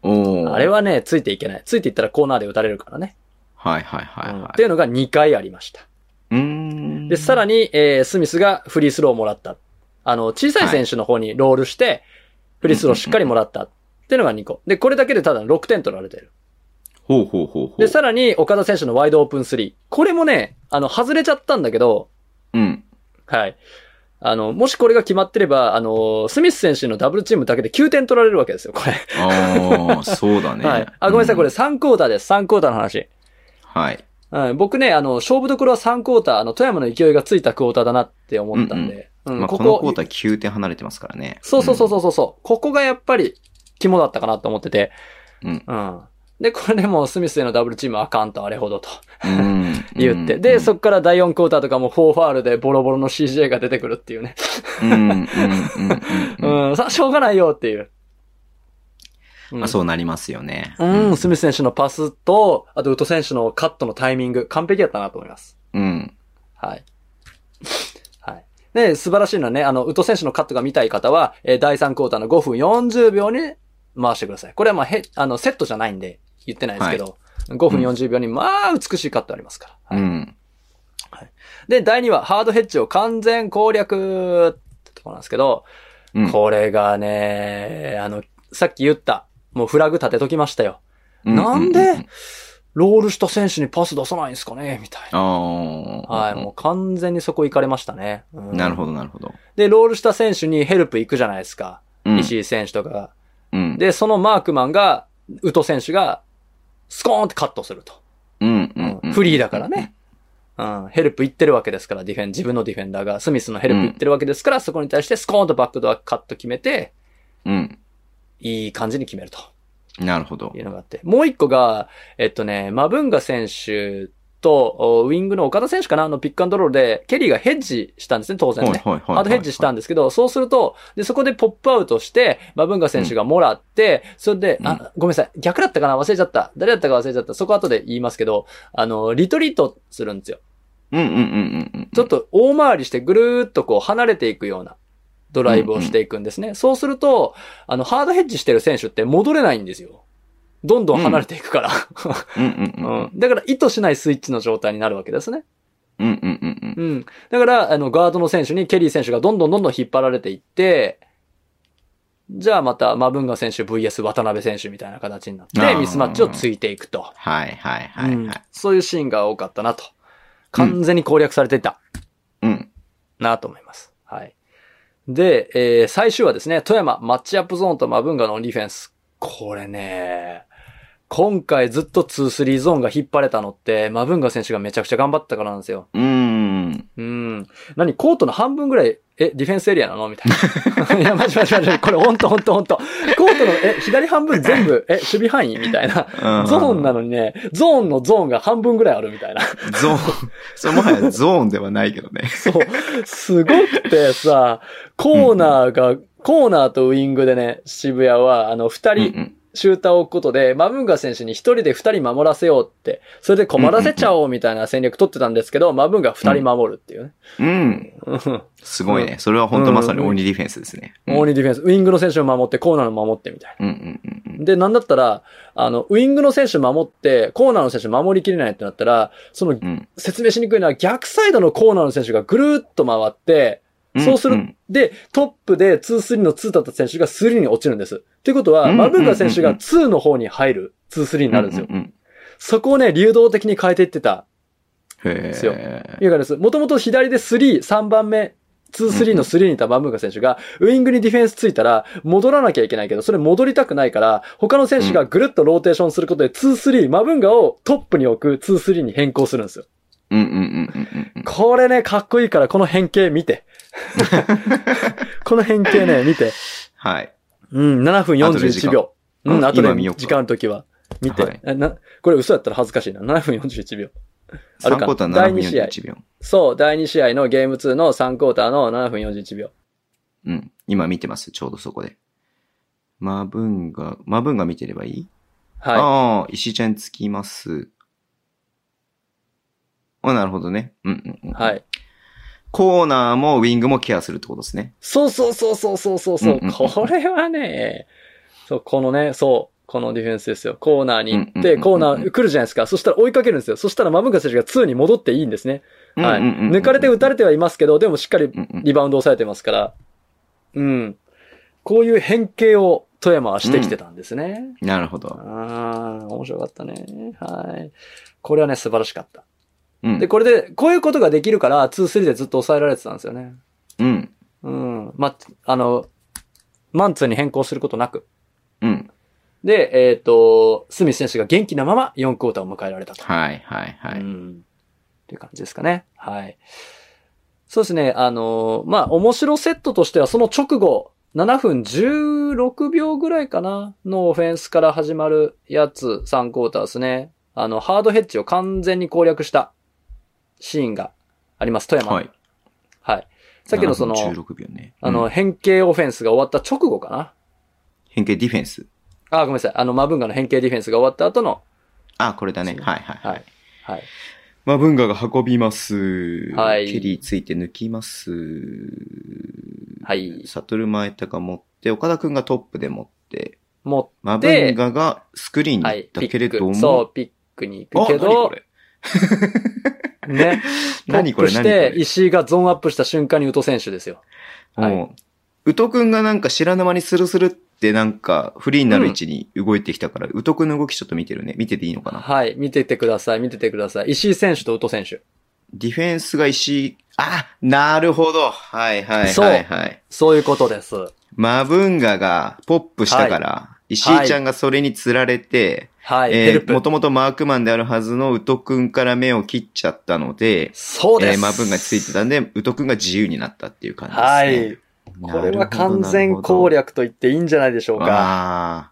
[SPEAKER 2] おー
[SPEAKER 3] ア。あれはね、ついていけない。ついていったらコーナーで打たれるからね。
[SPEAKER 2] はいはいは
[SPEAKER 3] うんっ
[SPEAKER 2] いは
[SPEAKER 3] ていうのが2回ありました。
[SPEAKER 2] い。うーん。
[SPEAKER 3] で、さらに、えー、スミスがフリースローをもらった。あの、小さい選手の方にロールして、フリースローをしっかりもらった。っていうのが2個。で、これだけでただ6点取られてる。
[SPEAKER 2] ほうほうほうほう。
[SPEAKER 3] で、さらに、岡田選手のワイドオープン3。これもね、あの、外れちゃったんだけど、
[SPEAKER 2] うん。
[SPEAKER 3] はい。あの、もしこれが決まってれば、あの、スミス選手のダブルチームだけで9点取られるわけですよ、これ。
[SPEAKER 2] ああ、そうだ
[SPEAKER 3] [LAUGHS]
[SPEAKER 2] ね。
[SPEAKER 3] はい。あ、ごめんなさい、これ
[SPEAKER 2] う。
[SPEAKER 3] 3クォーターです。3クォーターの話。
[SPEAKER 2] はい。
[SPEAKER 3] はい、僕ね、あの、勝負どころは3クォーター、あの、富山の勢いがついたクォーターだなって思ったんで。うん
[SPEAKER 2] まあ、このコーター9点離れてますからね。
[SPEAKER 3] そうそうそうそうそうそう。ここがやっぱり肝だったかなと思ってて。
[SPEAKER 2] うん
[SPEAKER 3] うん。で、これでもうスミスへのダブルチームはあかんとあれほどと
[SPEAKER 2] うん。うん。
[SPEAKER 3] 言って。
[SPEAKER 2] うん
[SPEAKER 3] で、そっから第4クォーターとかも4ファールでボロボロの CJ が出てくるっていうね。
[SPEAKER 2] うん。うん。うん。うん。うん
[SPEAKER 3] うん、さ、しょうがないよっていう。うん
[SPEAKER 2] まあ、そうなりますよね。
[SPEAKER 3] うん、スミス選手のパスと、あと、ウト選手のカットのタイミング、完璧だったなと思います。
[SPEAKER 2] うん。
[SPEAKER 3] はい。はい。で、素晴らしいのはね、あの、ウト選手のカットが見たい方は、えー第3クォーターの5分40秒に回してください。これはまあ、へ、あの、セットじゃないんで、言ってないですけど、5分40秒に、まあ、美しいカットありますから。は
[SPEAKER 2] う
[SPEAKER 3] い
[SPEAKER 2] ん。
[SPEAKER 3] で、第2話、ハードヘッジを完全攻略ってとこなんですけど、
[SPEAKER 2] うん
[SPEAKER 3] これがね、あの、さっき言った、もうフラグ立てときましたよ。
[SPEAKER 2] う
[SPEAKER 3] なん
[SPEAKER 2] う
[SPEAKER 3] で、ロールした選手にパス出さないんですかねみたい
[SPEAKER 2] あ
[SPEAKER 3] な。
[SPEAKER 2] あ。
[SPEAKER 3] はい、もう完全にそこ行かれましたね。うん
[SPEAKER 2] なるほど、なるほど。
[SPEAKER 3] で、ロールした選手にヘルプ行くじゃないですか。
[SPEAKER 2] うん。
[SPEAKER 3] 石井選手とかが。
[SPEAKER 2] うん。
[SPEAKER 3] で、そのマークマンが、ウト選手が、スコーンってカットすると。
[SPEAKER 2] うん。うん。うん
[SPEAKER 3] フリーだからね。うん、ヘルプ行ってるわけですから、ディフェン、自分のディフェンダーが、スミスのヘルプ行ってるわけですから、そこに対してスコーンとバックドアカット決めて、
[SPEAKER 2] うん。
[SPEAKER 3] いい感じに決めると。
[SPEAKER 2] なるほど
[SPEAKER 3] ってい。うのがあって。もう一個が、えっとね、マブンガ選手と、おウィングの岡田選手かなあのピックアンドロールで、ケリーがヘッジしたんですね、当然
[SPEAKER 2] はいはい
[SPEAKER 3] ね。
[SPEAKER 2] はい。
[SPEAKER 3] ハードヘッジしたんですけど、そうすると、で、そこでポップアウトして、マブンガ選手がもらって、それで、あ、ごめんなさい、逆だったかな忘れちゃった。誰だったか忘れちゃった。そこ後で言いますけど、あの、リトリートするんですよ。
[SPEAKER 2] うんうんうんうんうん。
[SPEAKER 3] ちょっと大回りしてぐるーっとこう離れていくようなドライブをしていくんですね。そうすると、あの、ハードヘッジしてる選手って戻れないんですよ。どんどん離れていくから。
[SPEAKER 2] うんうんうん。
[SPEAKER 3] [LAUGHS] うんだから意図しないスイッチの状態になるわけですね。
[SPEAKER 2] うんうんうんうん。
[SPEAKER 3] うん。だから、あの、ガードの選手にケリー選手がどんどんどんどん引っ張られていって、じゃあまた、マブンガ選手 VS 渡辺選手みたいな形になって、
[SPEAKER 2] あー
[SPEAKER 3] ミスマッチをついていくと。
[SPEAKER 2] はいはいはい
[SPEAKER 3] うん
[SPEAKER 2] はい。
[SPEAKER 3] そういうシーンが多かったなと。完全に攻略されていた
[SPEAKER 2] うん。
[SPEAKER 3] なと思います。はい。で、えー最終はですね、富山マッチアップゾーンとマブンガのディフェンス。これね、今回ずっと2-3ゾーンが引っ張れたのって、マブンガ選手がめちゃくちゃ頑張ったからなんですよ。
[SPEAKER 2] うーん。
[SPEAKER 3] うん。何コートの半分ぐらい、え、ディフェンスエリアなのみたいな。いや、 [LAUGHS] マジマジマジ。これほんとほんとほんと。コートの、え、左半分全部、え、守備範囲みたいな。ゾーンな
[SPEAKER 2] の
[SPEAKER 3] のにね、ゾーンのゾーンが半分ぐらいあるみたいな。
[SPEAKER 2] ゾーン。 [LAUGHS] それもはやゾーンではないけどね。
[SPEAKER 3] そう。すごくてさ、コーナーが、コーナーとウイングでね、渋谷は、あの、二
[SPEAKER 2] うんう
[SPEAKER 3] 人、
[SPEAKER 2] ん
[SPEAKER 3] シューターを置くことで、マブンガ選手に一人で二人守らせようって、それで困らせちゃおうみたいな戦略取ってたんですけど、マブンガ二人守るっていうね。
[SPEAKER 2] うん。
[SPEAKER 3] [LAUGHS] うん
[SPEAKER 2] すごいね。それは本当まさに鬼ディフェンスですね。うん
[SPEAKER 3] オーニーディフェンス、ウイングの選手を守って、コーナーを守ってみたい
[SPEAKER 2] うんうんうんうん
[SPEAKER 3] な。で、なんだったら、あの、ウイングの選手守って、コーナーの選手守りきれないってなったら、その、
[SPEAKER 2] うん
[SPEAKER 3] 説明しにくいのは逆サイドのコーナーの選手がぐるーっと回って、
[SPEAKER 2] ん。
[SPEAKER 3] そうする
[SPEAKER 2] ん
[SPEAKER 3] で、トップで2-3の2だった選手が3に落ちるんです。ということ
[SPEAKER 2] うんう
[SPEAKER 3] は、
[SPEAKER 2] んうんう
[SPEAKER 3] マ
[SPEAKER 2] ん
[SPEAKER 3] ブンガ選手が2の方に入る、2-3になるんですよ。
[SPEAKER 2] ううん
[SPEAKER 3] そこをね、流動的に変えていってた、
[SPEAKER 2] うんへ
[SPEAKER 3] すよ
[SPEAKER 2] え。
[SPEAKER 3] いう感じです。もともと左で3、3番目、2-3の3にいたマブンガ選手が、ウイングにディフェンスついたら、戻らなきゃいけないけど、それ戻りたくないから、他の選手がぐるっとローテーションすることで、2-3、マブンガをトップに置く2-3に変更するんですよ。
[SPEAKER 2] うんうんうんうんうん。
[SPEAKER 3] これね、かっこいいから、この変形見
[SPEAKER 2] [LAUGHS]
[SPEAKER 3] て。この変形ね、見て。
[SPEAKER 2] はい。
[SPEAKER 3] うん、7分
[SPEAKER 2] 後で時
[SPEAKER 3] 41
[SPEAKER 2] 間
[SPEAKER 3] 秒。うん、
[SPEAKER 2] うん
[SPEAKER 3] 後
[SPEAKER 2] 今見
[SPEAKER 3] で
[SPEAKER 2] ようか
[SPEAKER 3] 時間の時は。見て、
[SPEAKER 2] はい
[SPEAKER 3] えな。これ嘘だったら恥ずかしいな。7分41秒。ある
[SPEAKER 2] 3
[SPEAKER 3] か
[SPEAKER 2] コートは
[SPEAKER 3] 第
[SPEAKER 2] 7分
[SPEAKER 3] 二試合
[SPEAKER 2] 41秒。
[SPEAKER 3] そう、第2試合のゲーム2の3クォーターの7分41秒。
[SPEAKER 2] うん。今見てます。ちょうどそこで。マブンが、マブンが見てればいい、
[SPEAKER 3] は
[SPEAKER 2] ああ、石井ちゃんつきます。あ、なるほどね。うんうん、う
[SPEAKER 3] い。
[SPEAKER 2] ん。
[SPEAKER 3] はい。
[SPEAKER 2] コーナーもウィングもケアするってことですね。
[SPEAKER 3] そうそうそうそうそうそうそう。
[SPEAKER 2] うんうんうん
[SPEAKER 3] これはね、そう、このね、そう。このディフェンスですよ。コーナーに行っ
[SPEAKER 2] うんうんうん
[SPEAKER 3] て、
[SPEAKER 2] うん
[SPEAKER 3] コーナー来るじゃないですか。そしたら追いかけるんですよ。そしたらマブンカ選手が2に戻っていいんですね。はい。
[SPEAKER 2] うんうんうんうん
[SPEAKER 3] 抜かれて打たれてはいますけど、でもしっかり
[SPEAKER 2] うんうん
[SPEAKER 3] リバウンドを抑えてますから。うん。こういう変形を富山はしてきてたんですね。
[SPEAKER 2] なるほど。
[SPEAKER 3] ああ、面白かったね。はい。これはね、素晴らしかった。
[SPEAKER 2] うん。
[SPEAKER 3] で、これで、こういうことができるから、2-3でずっと抑えられてたんですよね。
[SPEAKER 2] うん。
[SPEAKER 3] うん。ま、あの、マンツーに変更することなく。
[SPEAKER 2] うん。
[SPEAKER 3] で、えっ、と、スミス選手が元気なまま4クォーターを迎えられたと。
[SPEAKER 2] はいはいはい。
[SPEAKER 3] うん。っていう感じですかね。はい。そうですね。あのーまあ、面白セットとしては、その直後、7分16秒ぐらいかなのオフェンスから始まるやつ、3クォーターですね。あの、ハードヘッジを完全に攻略したシーンがあります。富山。
[SPEAKER 2] は
[SPEAKER 3] はい。
[SPEAKER 2] い。
[SPEAKER 3] さっきのその、
[SPEAKER 2] 7分16秒ね。
[SPEAKER 3] あの、
[SPEAKER 2] うん、
[SPEAKER 3] 変形オフェンスが終わった直後かな
[SPEAKER 2] 変形ディフェンス。
[SPEAKER 3] あ、ごめんなさい。あの、マブンガの変形ディフェンスが終わった後の、
[SPEAKER 2] あ、これだね。
[SPEAKER 3] そう
[SPEAKER 2] はいはい。
[SPEAKER 3] はい。はい。
[SPEAKER 2] マブンガが運びます。
[SPEAKER 3] はい
[SPEAKER 2] ケリーついて抜きます。
[SPEAKER 3] はい。
[SPEAKER 2] サトルマエタが持って、岡田くんがトップで持って、
[SPEAKER 3] もう
[SPEAKER 2] マブンガがスクリーンに行ったけれども、
[SPEAKER 3] はい、ピックそう、ピックに行くけ
[SPEAKER 2] あ何
[SPEAKER 3] ど
[SPEAKER 2] こ、れ
[SPEAKER 3] ね。
[SPEAKER 2] [LAUGHS] 何これ
[SPEAKER 3] ポップし
[SPEAKER 2] 何
[SPEAKER 3] て
[SPEAKER 2] こ、れ
[SPEAKER 3] 石井がゾーンアップした瞬間にウト選手ですよ。はい
[SPEAKER 2] もう、宇都くんがなんか知らぬ間にスルスルってなんかフリーになる位置に動いてきたから、宇都くんの動きちょっと見てるね。見てていいのかな
[SPEAKER 3] はい、見ててください、見ててください。石井選手とウト選手。
[SPEAKER 2] ディフェンスが石井、あ、なるほど。はいはい
[SPEAKER 3] そう
[SPEAKER 2] はいはい。
[SPEAKER 3] そういうことです。
[SPEAKER 2] マブンガがポップしたから、石井ちゃんがそれにつられて、
[SPEAKER 3] はい、ヘ
[SPEAKER 2] え
[SPEAKER 3] ル
[SPEAKER 2] ー、も
[SPEAKER 3] プ。
[SPEAKER 2] ともとマークマンであるはずの宇都くんから目を切っちゃったので、
[SPEAKER 3] そうで
[SPEAKER 2] え
[SPEAKER 3] す。
[SPEAKER 2] ー、マブンがついてたんで、宇都くんが自由になったっていう感じ
[SPEAKER 3] は
[SPEAKER 2] ですね。
[SPEAKER 3] い。これは完
[SPEAKER 2] なる
[SPEAKER 3] 全
[SPEAKER 2] ほど
[SPEAKER 3] 攻略と言っていいんじゃないでしょうか。
[SPEAKER 2] ああ。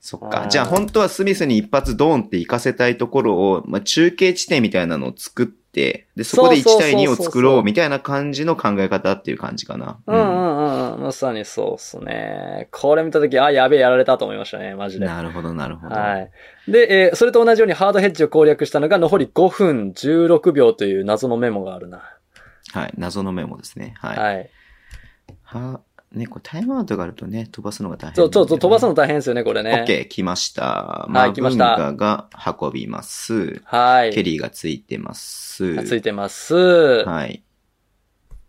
[SPEAKER 2] そっ
[SPEAKER 3] あー
[SPEAKER 2] か。じゃあ本当はスミスに一発ドーンって行かせたいところを、まあ、中継地点みたいなのを作って、で、そこで
[SPEAKER 3] そうそ
[SPEAKER 2] 1
[SPEAKER 3] うそう
[SPEAKER 2] 対
[SPEAKER 3] そう
[SPEAKER 2] 2を作ろうみたいな感じの考え方っていう感じかな。
[SPEAKER 3] うんうんうんうん。まさにそうっすね。これ見たとき、あ、やべえ、やられたと思いましたね、マジで。
[SPEAKER 2] なるほど、なるほど。
[SPEAKER 3] はい。で、えーそれと同じようにハードヘッジを攻略したのが残り5分16秒という謎のメモがあるな。
[SPEAKER 2] はい。謎のメモですね。はい。
[SPEAKER 3] はい。
[SPEAKER 2] は、ね、これタイムアウトがあるとね、飛ばすのが大変、
[SPEAKER 3] そう、ちょっと飛ばすの
[SPEAKER 2] の。
[SPEAKER 3] 大変ですよね、これ
[SPEAKER 2] オ
[SPEAKER 3] ね。
[SPEAKER 2] ッケー、来ました。
[SPEAKER 3] は
[SPEAKER 2] マ
[SPEAKER 3] い
[SPEAKER 2] ー
[SPEAKER 3] 来
[SPEAKER 2] ブ
[SPEAKER 3] まし
[SPEAKER 2] ン
[SPEAKER 3] た
[SPEAKER 2] ガが運びます。
[SPEAKER 3] はい。
[SPEAKER 2] ケリーがついてます。
[SPEAKER 3] ついてます。
[SPEAKER 2] はい。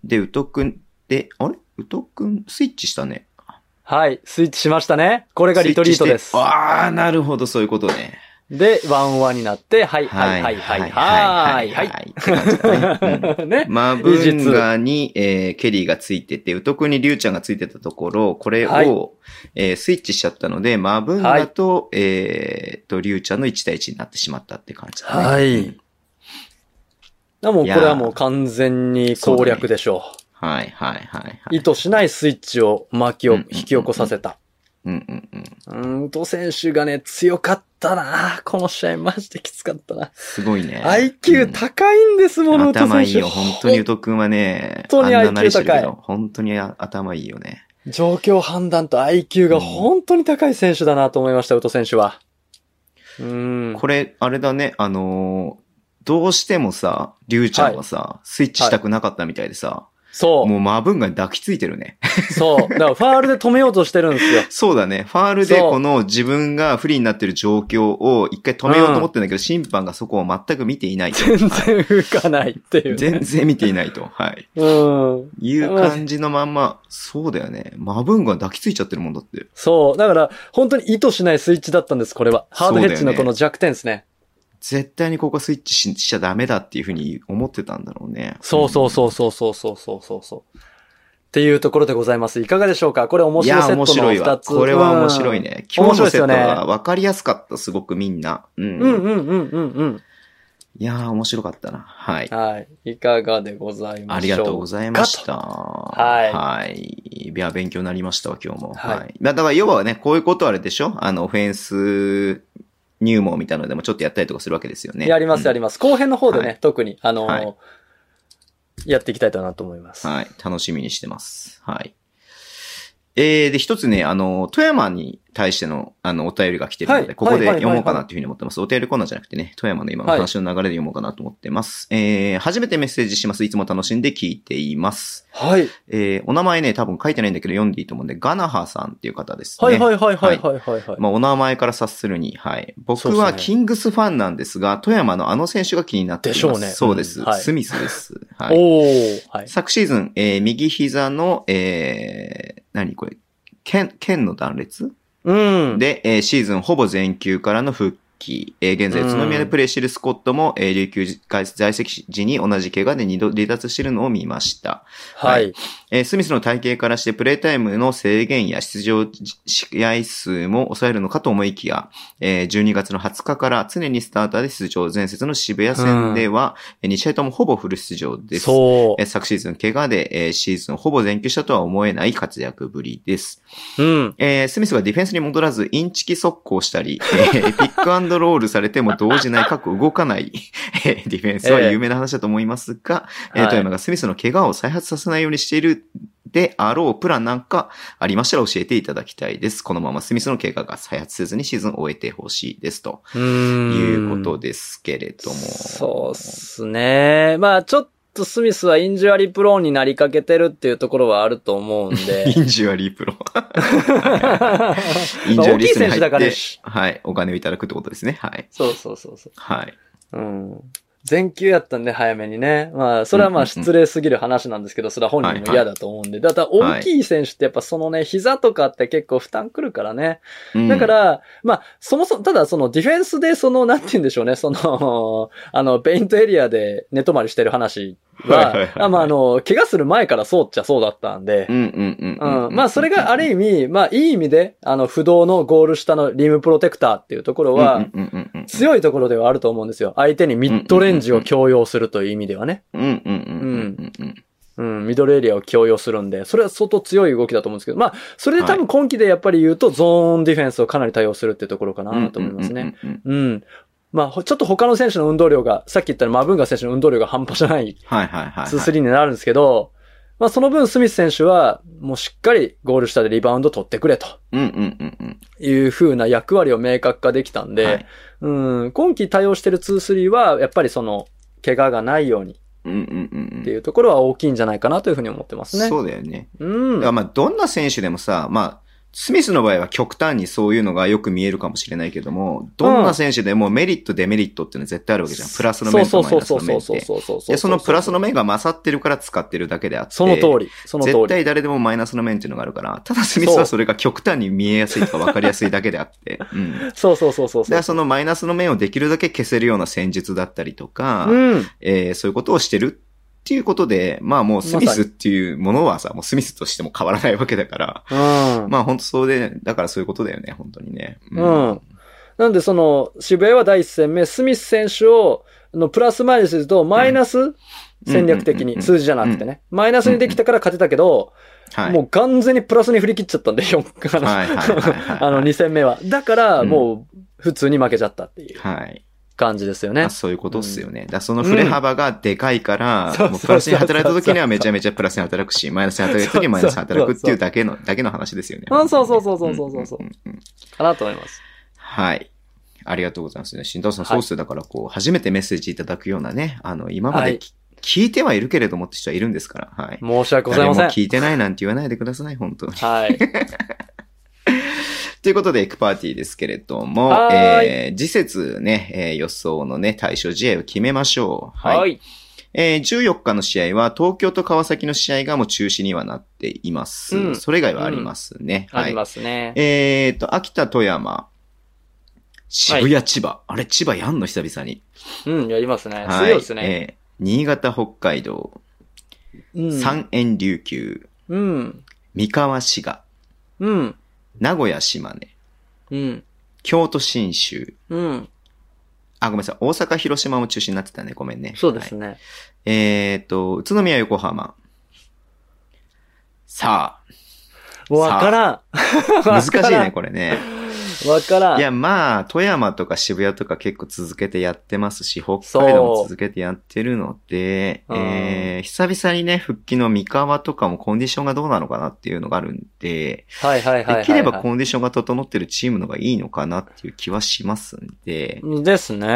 [SPEAKER 2] で、うとくん、で、あれうとくん、スイッチしたね。
[SPEAKER 3] はい、スイッチしましたね。これがリトリートです
[SPEAKER 2] スイッチして。ああ、なるほど、そういうことね。
[SPEAKER 3] で、ワンワンになって、はい、はい、はい、はい、はい、は
[SPEAKER 2] って感じだねうん
[SPEAKER 3] い。ね。
[SPEAKER 2] マブン
[SPEAKER 3] [LAUGHS]
[SPEAKER 2] ガに、えーケリーがついてて、ウトクにリュウちゃんがついてたところ、これを、
[SPEAKER 3] はい
[SPEAKER 2] えースイッチしちゃったので、マブンガと、えーと、リュウちゃんの1対1になってしまったって感じだね。
[SPEAKER 3] はい。だもうこれはもう完全に攻略でしょ
[SPEAKER 2] はい、はい、はい、は
[SPEAKER 3] う。
[SPEAKER 2] い。
[SPEAKER 3] 意図しないスイッチを巻きを
[SPEAKER 2] うん
[SPEAKER 3] 引き起こさせた。
[SPEAKER 2] うんうんうん。
[SPEAKER 3] うん、と選手がね、強かったなこの試合マジできつかったな。
[SPEAKER 2] すごいね。
[SPEAKER 3] IQ
[SPEAKER 2] うん
[SPEAKER 3] 高いんですもの、ウト選手。
[SPEAKER 2] 頭いいよ、本当にウト君はね。
[SPEAKER 3] 本当に
[SPEAKER 2] あんな慣れしてるけ
[SPEAKER 3] IQ
[SPEAKER 2] ど本当にあ頭いいよね。
[SPEAKER 3] 状況判断と IQ が本当に高い選手だなと思いました、ウト選手は。うん。
[SPEAKER 2] これ、あれだね、あのーどうしてもさ、リュウちゃんはさ、スイッチしたくなかったみたいでさ、
[SPEAKER 3] そ
[SPEAKER 2] もうマブンガに抱きついてるね。
[SPEAKER 3] う、そう。だからファールで止めようとしてるんですよ。
[SPEAKER 2] そうだね。ファールで
[SPEAKER 3] そう
[SPEAKER 2] この自分が不利になってる状況を一回止めようと思ってんだけど、審判がそこを全く見てい
[SPEAKER 3] [LAUGHS]
[SPEAKER 2] ないと。
[SPEAKER 3] 全然浮かないっていう。
[SPEAKER 2] 全然見ていないと。はい。
[SPEAKER 3] うん。
[SPEAKER 2] いう感じのまんま、そうだよね。マブンガ抱きついちゃってるもんだって。
[SPEAKER 3] そう。だから、本当に意図しないスイッチだったんです、これは。ハードヘッジの
[SPEAKER 2] そうだよね
[SPEAKER 3] この弱点ですね。
[SPEAKER 2] 絶対にここスイッチししちゃダメだっていうふうに思ってたんだろうね。
[SPEAKER 3] そうそうそうそうそうそうそうそうそう。っていうところでございます。いかがでしょうかこれ面
[SPEAKER 2] い
[SPEAKER 3] 白い
[SPEAKER 2] や、
[SPEAKER 3] セットの
[SPEAKER 2] 面白い
[SPEAKER 3] 2
[SPEAKER 2] わ。
[SPEAKER 3] つ。
[SPEAKER 2] これは面白いね。今
[SPEAKER 3] 面
[SPEAKER 2] 日
[SPEAKER 3] 白い
[SPEAKER 2] の
[SPEAKER 3] で
[SPEAKER 2] セ
[SPEAKER 3] す
[SPEAKER 2] ッ
[SPEAKER 3] よ
[SPEAKER 2] ト
[SPEAKER 3] ね
[SPEAKER 2] は分かりやすかった、すごくみんな。うん。
[SPEAKER 3] うん。うんうんうんうん
[SPEAKER 2] いやー、面白かったな。はい
[SPEAKER 3] うん。。はい。いかがでございましょうか
[SPEAKER 2] ありがとうございました。
[SPEAKER 3] はい
[SPEAKER 2] はい。いや、勉強になりましたわ、今日も。
[SPEAKER 3] はい
[SPEAKER 2] はい。だだから、要はね、こういうことあれでしょあの、オフェンス入門みたいなのでもちょっとやったりとかするわけですよね。
[SPEAKER 3] やります、やります。後編の方でね、
[SPEAKER 2] はい
[SPEAKER 3] 特に、あのー
[SPEAKER 2] はい
[SPEAKER 3] やっていきたいとなと思います。
[SPEAKER 2] はい。楽しみにしてます。はい。えー、で、一つね、あの、富山に対しての、あの、お便りが来てるの
[SPEAKER 3] は
[SPEAKER 2] で、
[SPEAKER 3] い
[SPEAKER 2] ここで
[SPEAKER 3] はいはいはいはい
[SPEAKER 2] 読もうかなというふうに思ってます。お便りコーナーじゃなくてね、富山の今の
[SPEAKER 3] はい
[SPEAKER 2] 話の流れで読もうかなと思ってます。えー、初めてメッセージします。いつも楽しんで聞いています。
[SPEAKER 3] はい。
[SPEAKER 2] えー、お名前ね、多分書いてないんだけど読んでいいと思うんで、ガナハさんっていう方ですね。
[SPEAKER 3] はいはいはいはいはいはいはい。
[SPEAKER 2] まあ、お名前から察するに、はい。僕
[SPEAKER 3] そうっす
[SPEAKER 2] は
[SPEAKER 3] ね
[SPEAKER 2] キングスファンなんですが、富山のあの選手が気になっていま
[SPEAKER 3] で
[SPEAKER 2] す。
[SPEAKER 3] しょうね
[SPEAKER 2] そうです。
[SPEAKER 3] うんはい
[SPEAKER 2] スミス
[SPEAKER 3] [LAUGHS]
[SPEAKER 2] です。は
[SPEAKER 3] お
[SPEAKER 2] い。
[SPEAKER 3] ー。はい。
[SPEAKER 2] 昨シーズン、えー右膝の、えー何これ、剣、剣の断裂
[SPEAKER 3] うん。
[SPEAKER 2] で、えーシーズンほぼ全休からの復帰。えー現在、宇都宮でプレーしているスコットも、えー琉球在籍時に同じ怪我で2度離脱しているのを見ました。
[SPEAKER 3] はい。
[SPEAKER 2] えースミスの体型からしてプレータイムの制限や出場試合数も抑えるのかと思いきや、えー12月の20日から常にスターターで出場、前節の渋谷戦では、え2試合ともほぼフル出場です。
[SPEAKER 3] そ
[SPEAKER 2] えー昨シーズン怪我で、えーシーズンほぼ全休したとは思えない活躍ぶりです。
[SPEAKER 3] う。うん。
[SPEAKER 2] えースミスがディフェンスに戻らず、インチキ速攻したり、え
[SPEAKER 3] [LAUGHS]
[SPEAKER 2] ーピックアンドロールされても動じない、各動かない、 [LAUGHS] えーディフェンスは有名な話だと思いますが、えー
[SPEAKER 3] はい
[SPEAKER 2] 富山がスミスの怪我を再発させないようにしているであろうプランなんかありましたら教えていただきたいです。このままスミスの怪我が再発せずにシーズンを終えてほしいです。と
[SPEAKER 3] う
[SPEAKER 2] い
[SPEAKER 3] ん。
[SPEAKER 2] うことですけれ
[SPEAKER 3] [LAUGHS]
[SPEAKER 2] ども。
[SPEAKER 3] そうっすね。まあちょっとスミスはインジュアリープローンになりかけてるっていうところはあると思うんで。
[SPEAKER 2] インジュアリープロ。インジュア
[SPEAKER 3] 大き
[SPEAKER 2] リー
[SPEAKER 3] い
[SPEAKER 2] ストに
[SPEAKER 3] 選手
[SPEAKER 2] 入
[SPEAKER 3] だ
[SPEAKER 2] っ
[SPEAKER 3] からね
[SPEAKER 2] て、。はい、お金をいただくってことですね。はい。
[SPEAKER 3] [LAUGHS] そうそうそうそう。
[SPEAKER 2] はい。
[SPEAKER 3] うん。全休やったんで、早めにね。まあ、それはまあ、失礼すぎる話なんですけど、それは本人も嫌だと思うんで。だから、大きい選手ってやっぱそのね、膝とかって結構負担くるからね。
[SPEAKER 2] うん
[SPEAKER 3] だか、ら、まあ、そもそも、ただそのディフェンスで、その、なんて言うんでしょうね、その、 [LAUGHS] あの、ペイントエリアで寝泊まりしてる話
[SPEAKER 2] はいはいはい
[SPEAKER 3] は
[SPEAKER 2] はい、
[SPEAKER 3] あまあ、あの、怪我する前からそうっちゃそうだったんで
[SPEAKER 2] う、んうんうんうんうん
[SPEAKER 3] うん。まあ、それがある意味、まあ、いい意味で、あの、不動のゴール下のリムプロテクターっていうところは、
[SPEAKER 2] うんうんうんうん
[SPEAKER 3] 強いところではあると思うんですよ。相手にミッドレンジを強要するという意味ではね。
[SPEAKER 2] うんうんうんうんうんうん
[SPEAKER 3] うん、ミドルエリアを強要するんで、それは相当強い動きだと思うんですけど、まあ、それで多分今期でやっぱり言うと、ゾーンディフェンスをかなり対応するっていうところかなと思いますね。。
[SPEAKER 2] うんうんうんうん
[SPEAKER 3] うん。まあ、ほちょっと他の選手の運動量が、さっき言ったマブンガ選手の運動量が半端じゃない
[SPEAKER 2] はいはいはい。
[SPEAKER 3] 2-3になるんですけど、まあ、その分スミス選手は、もうしっかりゴール下でリバウンド取ってくれと
[SPEAKER 2] うんうんうんうん。
[SPEAKER 3] いう風な役割を明確化できたんで、
[SPEAKER 2] はい
[SPEAKER 3] うん、今季対応してる2-3は、やっぱりその、怪我がないように
[SPEAKER 2] うんうんうん
[SPEAKER 3] って
[SPEAKER 2] うん。
[SPEAKER 3] いうところは大きいんじゃないかなというふうに思ってますね。
[SPEAKER 2] そうだよね。
[SPEAKER 3] うん。
[SPEAKER 2] まあ、どんな選手でもさ、まあ、スミスの場合は極端にそういうのがよく見えるかもしれないけども、どんな選手でもメリット、デメリットっていうのは絶対あるわけじゃん。プラスの面とマイナスの面っ
[SPEAKER 3] そう
[SPEAKER 2] て。
[SPEAKER 3] そうそうそうそうそう。
[SPEAKER 2] で、そのプラスの面が勝ってるから使ってるだけであって。
[SPEAKER 3] その通り。その通
[SPEAKER 2] 絶
[SPEAKER 3] り。
[SPEAKER 2] 対誰でもマイナスの面っていうのがあるから、ただスミスはそれが極端に見えやすいとか分かりやすいだけであって。うん。
[SPEAKER 3] そうそうそうそう
[SPEAKER 2] で
[SPEAKER 3] そう。
[SPEAKER 2] そのマイナスの面をできるだけ消せるような戦術だったりとか、
[SPEAKER 3] うん。
[SPEAKER 2] えーそういうことをしてるっていうことで、まあもうスミスっていうものはさ、もうスミスとしても変わらないわけだから、
[SPEAKER 3] うん。
[SPEAKER 2] まあ本当そうで、だからそういうことだよね、本当にね。
[SPEAKER 3] うんなんで、その、渋谷は第一戦目、スミス選手を、あのプラスマイナスで言うと、マイナス戦略的
[SPEAKER 2] うんうんうんう
[SPEAKER 3] に、
[SPEAKER 2] ん
[SPEAKER 3] 数字じゃなくてね。マイナスにできたから勝てたけど、
[SPEAKER 2] はい。
[SPEAKER 3] もう完全にプラスに振り切っちゃったんで、4か
[SPEAKER 2] はいはいはいはいはい
[SPEAKER 3] ら。あの、2戦目は。だから、もう、普通に負けちゃったっていう
[SPEAKER 2] はい。
[SPEAKER 3] 感じですよ
[SPEAKER 2] ま
[SPEAKER 3] ね
[SPEAKER 2] あ、。そういうことっすよね。だからその振れ幅がでかいから、
[SPEAKER 3] うん
[SPEAKER 2] もうプラスに働いた時にはめちゃめちゃプラスに働くし、マイナスに働いた時にマイナスに働くっていうだけの、だけの話ですよね。
[SPEAKER 3] うんそうそうそうそうそうそうそうん
[SPEAKER 2] んんん
[SPEAKER 3] かなと思います。
[SPEAKER 2] はい。ありがとうございますね。新太郎さん、
[SPEAKER 3] はい
[SPEAKER 2] そうっすよだから、こう、初めてメッセージいただくようなね、あの、今ま
[SPEAKER 3] は
[SPEAKER 2] で
[SPEAKER 3] い
[SPEAKER 2] き、聞いてはいるけれどもって人はいるんですから、はい。
[SPEAKER 3] 申し訳ございませ
[SPEAKER 2] 誰
[SPEAKER 3] ん
[SPEAKER 2] も。聞いてないなんて言わないでください、本当に。 [LAUGHS]
[SPEAKER 3] はい。
[SPEAKER 2] ということで、エクパーティーですけれども、
[SPEAKER 3] はーい
[SPEAKER 2] えー、次節ね、えー予想のね、対象試合を決めましょう。
[SPEAKER 3] は。い。
[SPEAKER 2] えー14日の試合は東京と川崎の試合がもう中止にはなっています。
[SPEAKER 3] うん
[SPEAKER 2] それ以外はありますね。
[SPEAKER 3] あ
[SPEAKER 2] はい。
[SPEAKER 3] りますね。
[SPEAKER 2] えっ、と、秋田、富山、渋谷、千葉。あれ、千葉やんの久々に。
[SPEAKER 3] うん、やりますね。
[SPEAKER 2] はい。
[SPEAKER 3] 強いですね。
[SPEAKER 2] えー新潟、北海道、
[SPEAKER 3] うん。
[SPEAKER 2] 三円琉球、
[SPEAKER 3] うん。
[SPEAKER 2] 三河、滋賀、
[SPEAKER 3] うん。
[SPEAKER 2] 名古屋、島根、
[SPEAKER 3] うん。
[SPEAKER 2] 京都、新州、
[SPEAKER 3] うん。
[SPEAKER 2] あ、ごめんなさい。大阪、広島も中止になってたね。ごめんね。
[SPEAKER 3] そうです
[SPEAKER 2] はい
[SPEAKER 3] ね。
[SPEAKER 2] えっ、と、宇都宮、横浜。さあ、
[SPEAKER 3] わからん。
[SPEAKER 2] 難しい
[SPEAKER 3] [LAUGHS]
[SPEAKER 2] ね、
[SPEAKER 3] わ
[SPEAKER 2] これね。
[SPEAKER 3] からん。
[SPEAKER 2] いや、まあ、富山とか渋谷とか結構続けてやってますし、北海道も
[SPEAKER 3] そう
[SPEAKER 2] 続けてやってるので、
[SPEAKER 3] うん
[SPEAKER 2] えー、久々にね、復帰の三河とかもコンディションがどうなのかなっていうのがあるんで、
[SPEAKER 3] はいはいはいはいはい。
[SPEAKER 2] できればコンディションが整ってるチームの方がいいのかなっていう気はしますんで、
[SPEAKER 3] ですね。は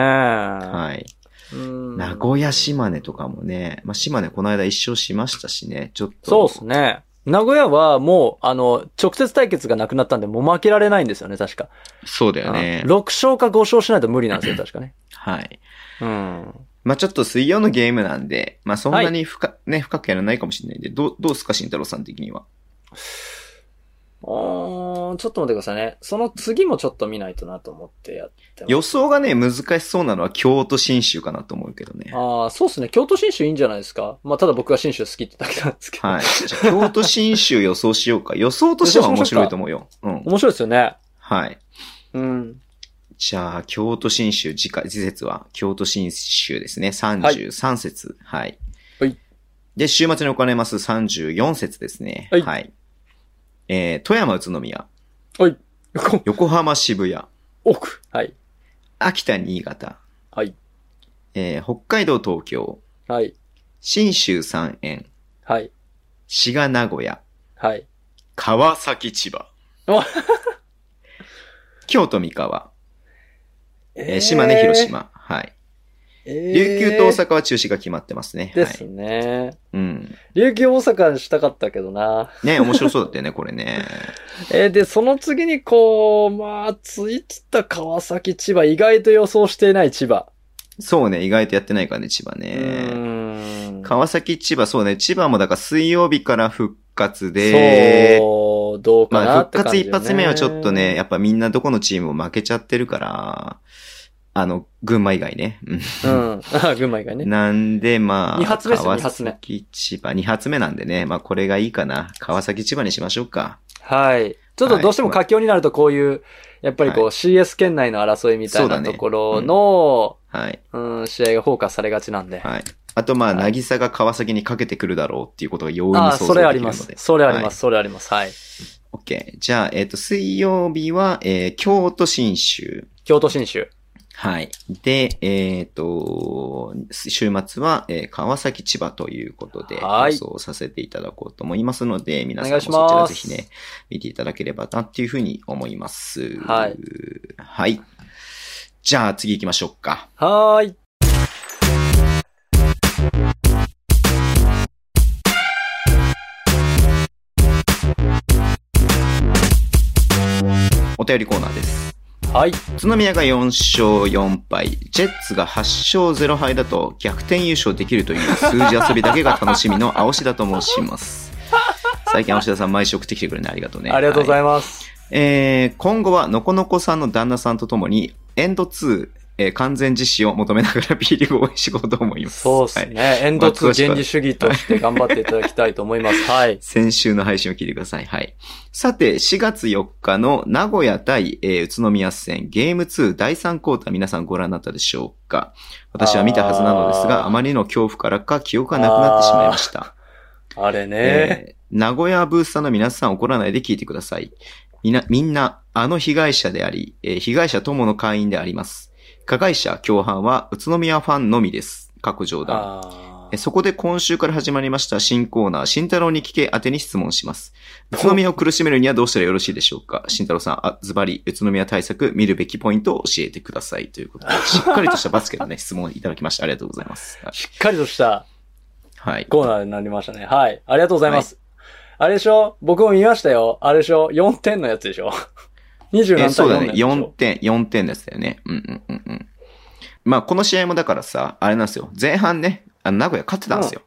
[SPEAKER 2] はい。
[SPEAKER 3] い。名
[SPEAKER 2] 名古屋、島根とかもね、まあ、島根この間一勝しましたしね、ちょっと。
[SPEAKER 3] そうですね。名古屋はもう、あの、直接対決がなくなったんで、もう負けられないんですよね、確か。
[SPEAKER 2] そうだ
[SPEAKER 3] う
[SPEAKER 2] よ
[SPEAKER 3] ん
[SPEAKER 2] ね。
[SPEAKER 3] 6勝か5勝しないと無理なん
[SPEAKER 2] [LAUGHS]
[SPEAKER 3] ですよ、確かね。
[SPEAKER 2] はい。
[SPEAKER 3] うん。
[SPEAKER 2] まあちょっと水曜のゲームなんで、まあそんな
[SPEAKER 3] は
[SPEAKER 2] に深,、ね、深くやらないかもしれないんで、どう、どうすか、慎太郎さん的には。
[SPEAKER 3] おーちょっと待ってくださいね。その次もちょっと見ないとなと思ってやってます。
[SPEAKER 2] 予想がね、難しそうなのは京都新州かなと思うけどね。
[SPEAKER 3] ああ、そうですね。京都新州いいんじゃないですか。まあ、ただ僕は新州好きってだけなんですけど。
[SPEAKER 2] はい。じゃあ京都新州予想しようか。予想としては面白いと思うよ。うん。
[SPEAKER 3] 面白いですよね。
[SPEAKER 2] はい。
[SPEAKER 3] うん。
[SPEAKER 2] じゃあ、京都新州、次回、次節は、京都新州ですね。33節。はい。
[SPEAKER 3] はい
[SPEAKER 2] で、週末に行われます34節ですね。
[SPEAKER 3] はい
[SPEAKER 2] えー、富山、宇都宮、
[SPEAKER 3] はい。こ
[SPEAKER 2] 横浜、渋谷、
[SPEAKER 3] 奥。はい。
[SPEAKER 2] 秋田、新潟、
[SPEAKER 3] はい。
[SPEAKER 2] えー北海道、東京、
[SPEAKER 3] はい。
[SPEAKER 2] 新州三円、
[SPEAKER 3] はい。
[SPEAKER 2] 滋賀、名古屋、
[SPEAKER 3] はい。
[SPEAKER 2] 川崎、千葉
[SPEAKER 3] お。
[SPEAKER 2] [LAUGHS] 京都、三河、え
[SPEAKER 3] え
[SPEAKER 2] ー島根、広。島。はい。
[SPEAKER 3] えー
[SPEAKER 2] 琉球と大阪は中止が決まってますね。
[SPEAKER 3] です
[SPEAKER 2] はい。
[SPEAKER 3] ね。
[SPEAKER 2] うん。
[SPEAKER 3] 琉球大阪にしたかったけどな。
[SPEAKER 2] ね、面白そうだったよね、これね。
[SPEAKER 3] えーで、その次にこう、まあ、ついつった川崎、千葉、意外と予想していない千葉。
[SPEAKER 2] そうね、意外とやってないからね、千葉
[SPEAKER 3] う
[SPEAKER 2] ね。
[SPEAKER 3] ーん。
[SPEAKER 2] 川崎、千葉、そうね、千葉もだから水曜日から復活で、
[SPEAKER 3] そう、どうか
[SPEAKER 2] ま
[SPEAKER 3] な
[SPEAKER 2] あ、
[SPEAKER 3] って
[SPEAKER 2] 復
[SPEAKER 3] 感じ
[SPEAKER 2] 活
[SPEAKER 3] よね、
[SPEAKER 2] 一発目はちょっとね、やっぱみんなどこのチームも負けちゃってるから、あの、群馬以外ね。うん
[SPEAKER 3] うん。あ、群馬以外ね。
[SPEAKER 2] なんで、まあ、
[SPEAKER 3] 二発目ですよ
[SPEAKER 2] 川
[SPEAKER 3] 二発目
[SPEAKER 2] 崎、千葉、二発目なんでね、まあこれがいいかな。川崎、千葉にしましょうか。
[SPEAKER 3] はい。ちょっとどうしても佳境になるとこういう、やっぱりこう
[SPEAKER 2] は
[SPEAKER 3] CS 圏内の争いみたい
[SPEAKER 2] そうだ
[SPEAKER 3] な
[SPEAKER 2] ね
[SPEAKER 3] ところの、
[SPEAKER 2] はい。
[SPEAKER 3] うん、試合がフォーカスされがちなんで。
[SPEAKER 2] はい。あと、まあ、
[SPEAKER 3] はい
[SPEAKER 2] なぎさが川崎にかけてくるだろうっていうことが容易
[SPEAKER 3] あ
[SPEAKER 2] に
[SPEAKER 3] あ、
[SPEAKER 2] 想
[SPEAKER 3] そ
[SPEAKER 2] 像できるので。
[SPEAKER 3] れあります。それあります。それあります。はい。
[SPEAKER 2] オッケー。じゃあ、えっ、と、水曜日は、えー京都新州。
[SPEAKER 3] 京都新州。
[SPEAKER 2] はい。で、えっ、と、週末は、えー川崎、千葉ということで、
[SPEAKER 3] はい
[SPEAKER 2] 予想させていただこうと思いますので、皆さん
[SPEAKER 3] お願
[SPEAKER 2] も
[SPEAKER 3] いし
[SPEAKER 2] そ
[SPEAKER 3] ます
[SPEAKER 2] ちらぜひね、見ていただければなっていうふうに思います。
[SPEAKER 3] はい。
[SPEAKER 2] はい。じゃあ、次行きましょうか。
[SPEAKER 3] はーい。
[SPEAKER 2] 便りコーナーです。
[SPEAKER 3] はい。
[SPEAKER 2] 宇都宮が4勝4敗、ジェッツが8勝0敗だと逆転優勝できるという数字遊びだけが楽しみの青志田と申します。最近青志田さん毎週送ってきてくれるのありがとうね。
[SPEAKER 3] ありがとうござ
[SPEAKER 2] はい
[SPEAKER 3] ます。
[SPEAKER 2] す。えー、今後はのこのこさんの旦那さんとともに、エンド2、えー完全実施を求めながら B リーグを応援していこうと思います。
[SPEAKER 3] そうです
[SPEAKER 2] はい。
[SPEAKER 3] ね。エンド2原理主義として頑張っていただきたいと思います。はい。
[SPEAKER 2] 先週の配信を聞いてください。はい。さて、4月4日の名古屋対、えー宇都宮戦ゲーム2第3クォーター皆さんご覧になったでしょうか私は見たはずなのです
[SPEAKER 3] あ
[SPEAKER 2] が、
[SPEAKER 3] ー
[SPEAKER 2] あまりの恐怖からか記憶がなくなってしまいました。
[SPEAKER 3] あ
[SPEAKER 2] [LAUGHS]
[SPEAKER 3] れね。
[SPEAKER 2] えー名古屋ブースさんの皆さん怒らないで聞いてください。みな、みんな、あの被害者であり、えー被害者友の会員であります。加害者、共犯は宇都宮ファンのみです。各冗談。
[SPEAKER 3] あ
[SPEAKER 2] え
[SPEAKER 3] ー
[SPEAKER 2] そこで今週から始まりました新コーナー、慎太郎に聞け宛てに質問します。宇都宮を苦しめるにはどうしたらよろしいでしょうか慎太郎さん、あ、ズバリ、宇都宮対策、見るべきポイントを教えてください。ということで、しっかりとしたバスケのね、 [LAUGHS] 質問をいただきました。ありがとうございます。はい
[SPEAKER 3] しっかりとした
[SPEAKER 2] はい。
[SPEAKER 3] コーナーになりましたね。はい。ありがとうございます。あれでしょ僕も見ましたよ。あれでしょ ?4 点のやつでしょ [LAUGHS] ?20 何
[SPEAKER 2] え
[SPEAKER 3] 対4のやつでしょ
[SPEAKER 2] そうだね。4点、4点ですよね。うんうんうんうん。まあ、この試合もだからさ、あれなんですよ。前半ね、あの名古屋勝ってたんですよ。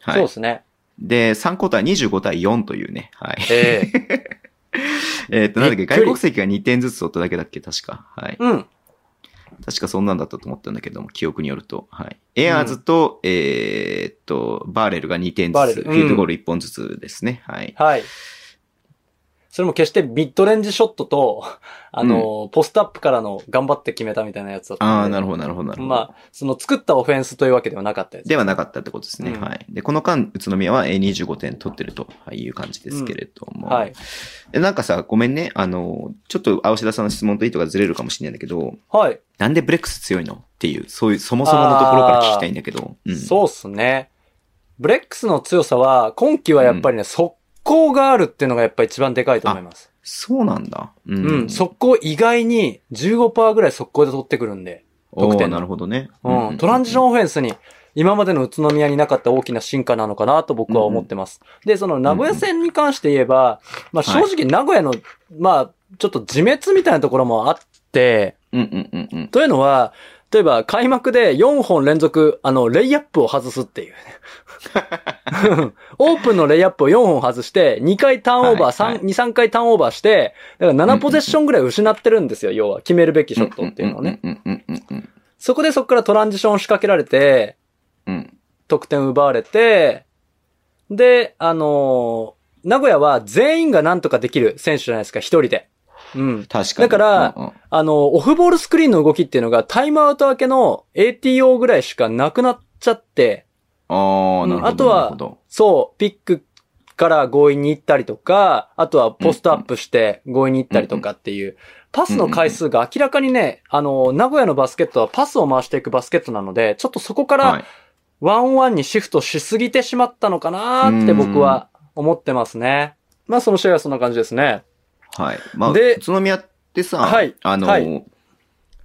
[SPEAKER 2] は
[SPEAKER 3] そう
[SPEAKER 2] い
[SPEAKER 3] で。すね。
[SPEAKER 2] で、3クォーター25対4というね。はい。 [LAUGHS]
[SPEAKER 3] ええ
[SPEAKER 2] えっと、なんだっ
[SPEAKER 3] び
[SPEAKER 2] け、
[SPEAKER 3] っくり
[SPEAKER 2] 外国籍が2点ずつ取っただけだっけ確か。はい。
[SPEAKER 3] [LAUGHS] うん。
[SPEAKER 2] 確かそんなんだったと思ったんだけども、記憶によると。はい。エアーズと、えーっと、バーレルが2点
[SPEAKER 3] バー
[SPEAKER 2] ず
[SPEAKER 3] レ
[SPEAKER 2] つ、
[SPEAKER 3] ル
[SPEAKER 2] フィールドゴール1本ずつですね。はい。
[SPEAKER 3] はい。それも決してミッドレンジショットと、あの、ポストアップからの頑張って決めたみたいなやつだったんで。
[SPEAKER 2] ああ、なるほど、なるほど、なるほど。
[SPEAKER 3] まあ、その作ったオフェンスというわけではなかったやつ。
[SPEAKER 2] ではなかったってことですね。
[SPEAKER 3] うん
[SPEAKER 2] はい。で、この間、宇都宮はえー25点取ってるという感じですけれども。
[SPEAKER 3] はい。
[SPEAKER 2] でなんかさ、ごめんね。あの、ちょっと青白さんの質問と意図がずれるかもしれないんだけど、
[SPEAKER 3] はい。
[SPEAKER 2] なんでブレックス強いのっていう、そういう、そもそものところから聞きたいんだけど。うん、
[SPEAKER 3] そうっすね。ブレックスの強さは、今季はやっぱりね、速攻があるっていうのがやっぱ一番でかいと思います。
[SPEAKER 2] そうなんだ。う
[SPEAKER 3] うん。速攻意外に15%ぐらい速攻で取ってくるんで。得点
[SPEAKER 2] おーなるほどね。
[SPEAKER 3] うん。トランジションオフェンスに、今までの宇都宮になかった大きな進化なのかなと僕は思ってます。で、その名古屋戦に関して言えば、まあ正直名古屋の、まあ、ちょっと自滅みたいなところもあって、
[SPEAKER 2] うんうんうんうん。
[SPEAKER 3] というのは、例えば開幕で4本連続、あの、レイアップを外す
[SPEAKER 2] [LAUGHS]
[SPEAKER 3] っていうね。オープンのレイアップを4本外して、2回ターンオーバー、
[SPEAKER 2] はい
[SPEAKER 3] 三
[SPEAKER 2] は
[SPEAKER 3] 2、3回ターンオーバーして、だから7ポゼッションぐらい失ってるんですよ、要は。決めるべきショットっていうのをね。
[SPEAKER 2] うんうんうんうん
[SPEAKER 3] そこでそこからトランジションを仕掛けられて、
[SPEAKER 2] うんうん。
[SPEAKER 3] 得点奪われて、で、あのー名古屋は全員が何とかできる選手じゃないですか、一人で。うん。
[SPEAKER 2] 確か
[SPEAKER 3] だ
[SPEAKER 2] に。
[SPEAKER 3] から
[SPEAKER 2] うんうん
[SPEAKER 3] あの、オフボールスクリーンの動きっていうのがタイムアウト明けの ATO ぐらいしかなくなっちゃって、
[SPEAKER 2] ああ、なるほど。
[SPEAKER 3] あとは
[SPEAKER 2] なるほど
[SPEAKER 3] そう、ピックから強引に行ったりとか、あとはポストアップして強引に行ったりとかっていう、パスの回数が明らかにね、あの、名古屋のバスケットはパスを回していくバスケットなので、ちょっとそこから
[SPEAKER 2] はい
[SPEAKER 3] ワンオンワンにシフトしすぎてしまったのかなーって僕は思ってますね。まあその試合はそんな感じですね。
[SPEAKER 2] はい。まあ、
[SPEAKER 3] で
[SPEAKER 2] 宇都宮ってさ、
[SPEAKER 3] はい
[SPEAKER 2] あの、
[SPEAKER 3] はい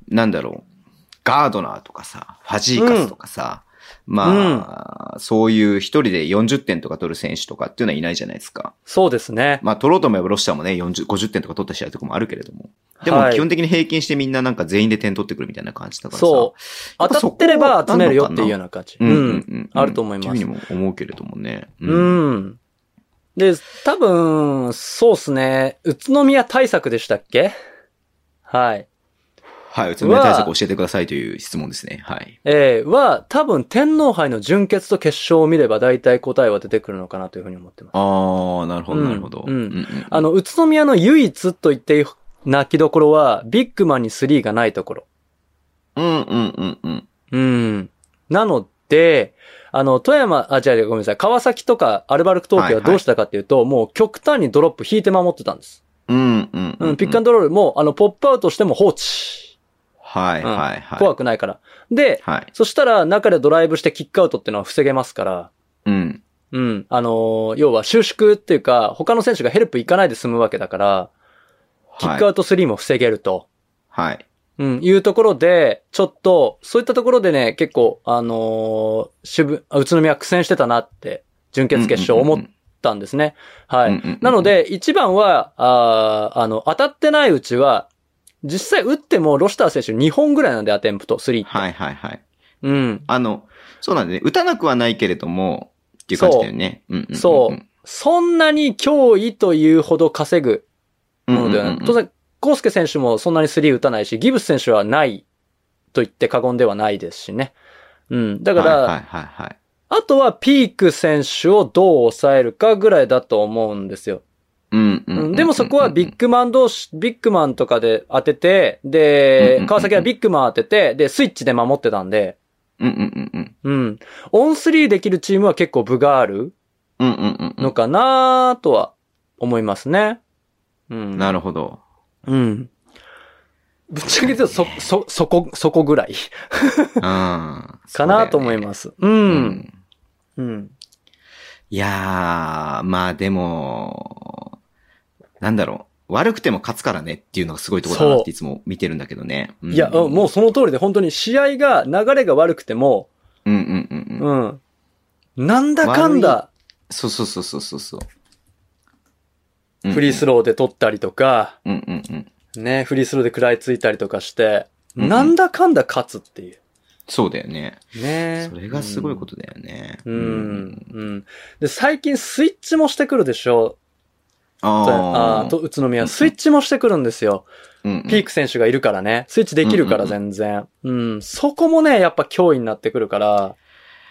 [SPEAKER 2] なんだろう、ガードナーとかさ、ファジーカスとかさ、まあ、そういう一人で40点とか取る選手とかっていうのはいないじゃないですか。
[SPEAKER 3] そうですね。
[SPEAKER 2] まあ、取ろうと思えばロシアもね、40、50点とか取った試合とかもあるけれども。でも
[SPEAKER 3] はい
[SPEAKER 2] 基本的に平均してみんななんか全員で点取ってくるみたいな感じだからさ。
[SPEAKER 3] そう。
[SPEAKER 2] や
[SPEAKER 3] 当
[SPEAKER 2] っぱ
[SPEAKER 3] た
[SPEAKER 2] そこ
[SPEAKER 3] ってれば集めるよっていうような感じ。
[SPEAKER 2] うんうんうん。
[SPEAKER 3] あると思います
[SPEAKER 2] っていうふうにも思うけれどもね。
[SPEAKER 3] うん。で、多分、そうっすね。宇都宮対策でしたっけはい。
[SPEAKER 2] はい、宇都宮対策教えてくださいという質問ですね。はい。
[SPEAKER 3] えー、は、多分、天皇杯の準決と決勝を見れば大体答えは出てくるのかなというふうに思ってます。
[SPEAKER 2] ああ、なるほど、
[SPEAKER 3] うん
[SPEAKER 2] なるほど。
[SPEAKER 3] うん
[SPEAKER 2] ん
[SPEAKER 3] あの、宇都宮の唯一と言っていい泣きどころは、ビッグマンに3がないところ。
[SPEAKER 2] うんうんうんうん。
[SPEAKER 3] うん。なので、あの、富山、あ、違う違うごめんなさい。川崎とかアルバルク東京はどうしたかっていうと、もう極端にドロップ引いて守ってたんです。
[SPEAKER 2] うんうん
[SPEAKER 3] うん、ピックアンドロールも、あの、ポップアウトしても放置。
[SPEAKER 2] はいはいはい。
[SPEAKER 3] 怖くないから。で、
[SPEAKER 2] はい。
[SPEAKER 3] そしたら中でドライブしてキックアウトっていうのは防げますから、
[SPEAKER 2] うん。
[SPEAKER 3] うん。あのー要は収縮っていうか、他の選手がヘルプ行かないで済むわけだから、キックア
[SPEAKER 2] はい。
[SPEAKER 3] ウト3も防げると、
[SPEAKER 2] はい。
[SPEAKER 3] うん、いうところで、ちょっと、そういったところでね、結構、あのー、渋、あ宇都宮苦戦してたなって、準決決勝思っったんですね。はい。
[SPEAKER 2] うんうんうん
[SPEAKER 3] なの、で、一番は、あーあの、当たってないうちは、実際打ってもロシター選手2本ぐらいなんで、アテンプト、3って。
[SPEAKER 2] はいはいはい。
[SPEAKER 3] うん。
[SPEAKER 2] あの、そうなんだね。打たなくはないけれども、っていう感じだよね。うんうんうんうん。
[SPEAKER 3] そう。そんなに脅威というほど稼ぐ
[SPEAKER 2] うん
[SPEAKER 3] も
[SPEAKER 2] う
[SPEAKER 3] の
[SPEAKER 2] んうん
[SPEAKER 3] ではない。当然、コースケ選手もそんなに3打たないし、ギブス選手はないと言って過言ではないですしね。うん。だから、
[SPEAKER 2] はいはいはいはい。
[SPEAKER 3] あとはピーク選手をどう抑えるかぐらいだと思うんですよ。
[SPEAKER 2] うんうんうん
[SPEAKER 3] でもそこはビッグマン同士、ビッグマンとかで当てて、で、川崎はビッグマン当てて、で、スイッチで守ってたんで、
[SPEAKER 2] うんうんうん
[SPEAKER 3] うん。オンスリーできるチームは結構部がある
[SPEAKER 2] うん。うんうんうん
[SPEAKER 3] のかなとは思いますね。う。
[SPEAKER 2] うんん。なるほど。
[SPEAKER 3] うん。ぶっちゃけ言うと、
[SPEAKER 2] [LAUGHS]
[SPEAKER 3] そ、そ、そこ、そこぐらい
[SPEAKER 2] うん。か
[SPEAKER 3] [LAUGHS] かなと思います。う。
[SPEAKER 2] すうんん。
[SPEAKER 3] うん。
[SPEAKER 2] いやー、まあでも、なんだろう。悪くても勝つからねっていうのがすごいところだなっていつも見てるんだけどね。
[SPEAKER 3] いや、うんもう
[SPEAKER 2] う、
[SPEAKER 3] その通りで、本当に試合が、流れが悪くても、
[SPEAKER 2] うんうんうんうん。
[SPEAKER 3] うん。なんだかんだ、
[SPEAKER 2] そうそうそうそうそうそう。
[SPEAKER 3] フリースローで取ったりとか、
[SPEAKER 2] ー。うんうんうん。
[SPEAKER 3] ね、フリースローで食らいついたりとかして、
[SPEAKER 2] うんうん
[SPEAKER 3] なんだかんだ勝つっていう。
[SPEAKER 2] そうだよね。
[SPEAKER 3] ね
[SPEAKER 2] それがすごいことだよね。
[SPEAKER 3] うん。うん。うん。で、最近スイッチもしてくるでしょああ
[SPEAKER 2] ああ
[SPEAKER 3] と、。宇都
[SPEAKER 2] う
[SPEAKER 3] 宮。
[SPEAKER 2] ん
[SPEAKER 3] スイッチもしてくるんですよ。
[SPEAKER 2] うんうん
[SPEAKER 3] ピーク選手がいるからね。スイッチできるから
[SPEAKER 2] うんう
[SPEAKER 3] 全
[SPEAKER 2] ん
[SPEAKER 3] 然。うん。そこもね、やっぱ脅威になってくるから。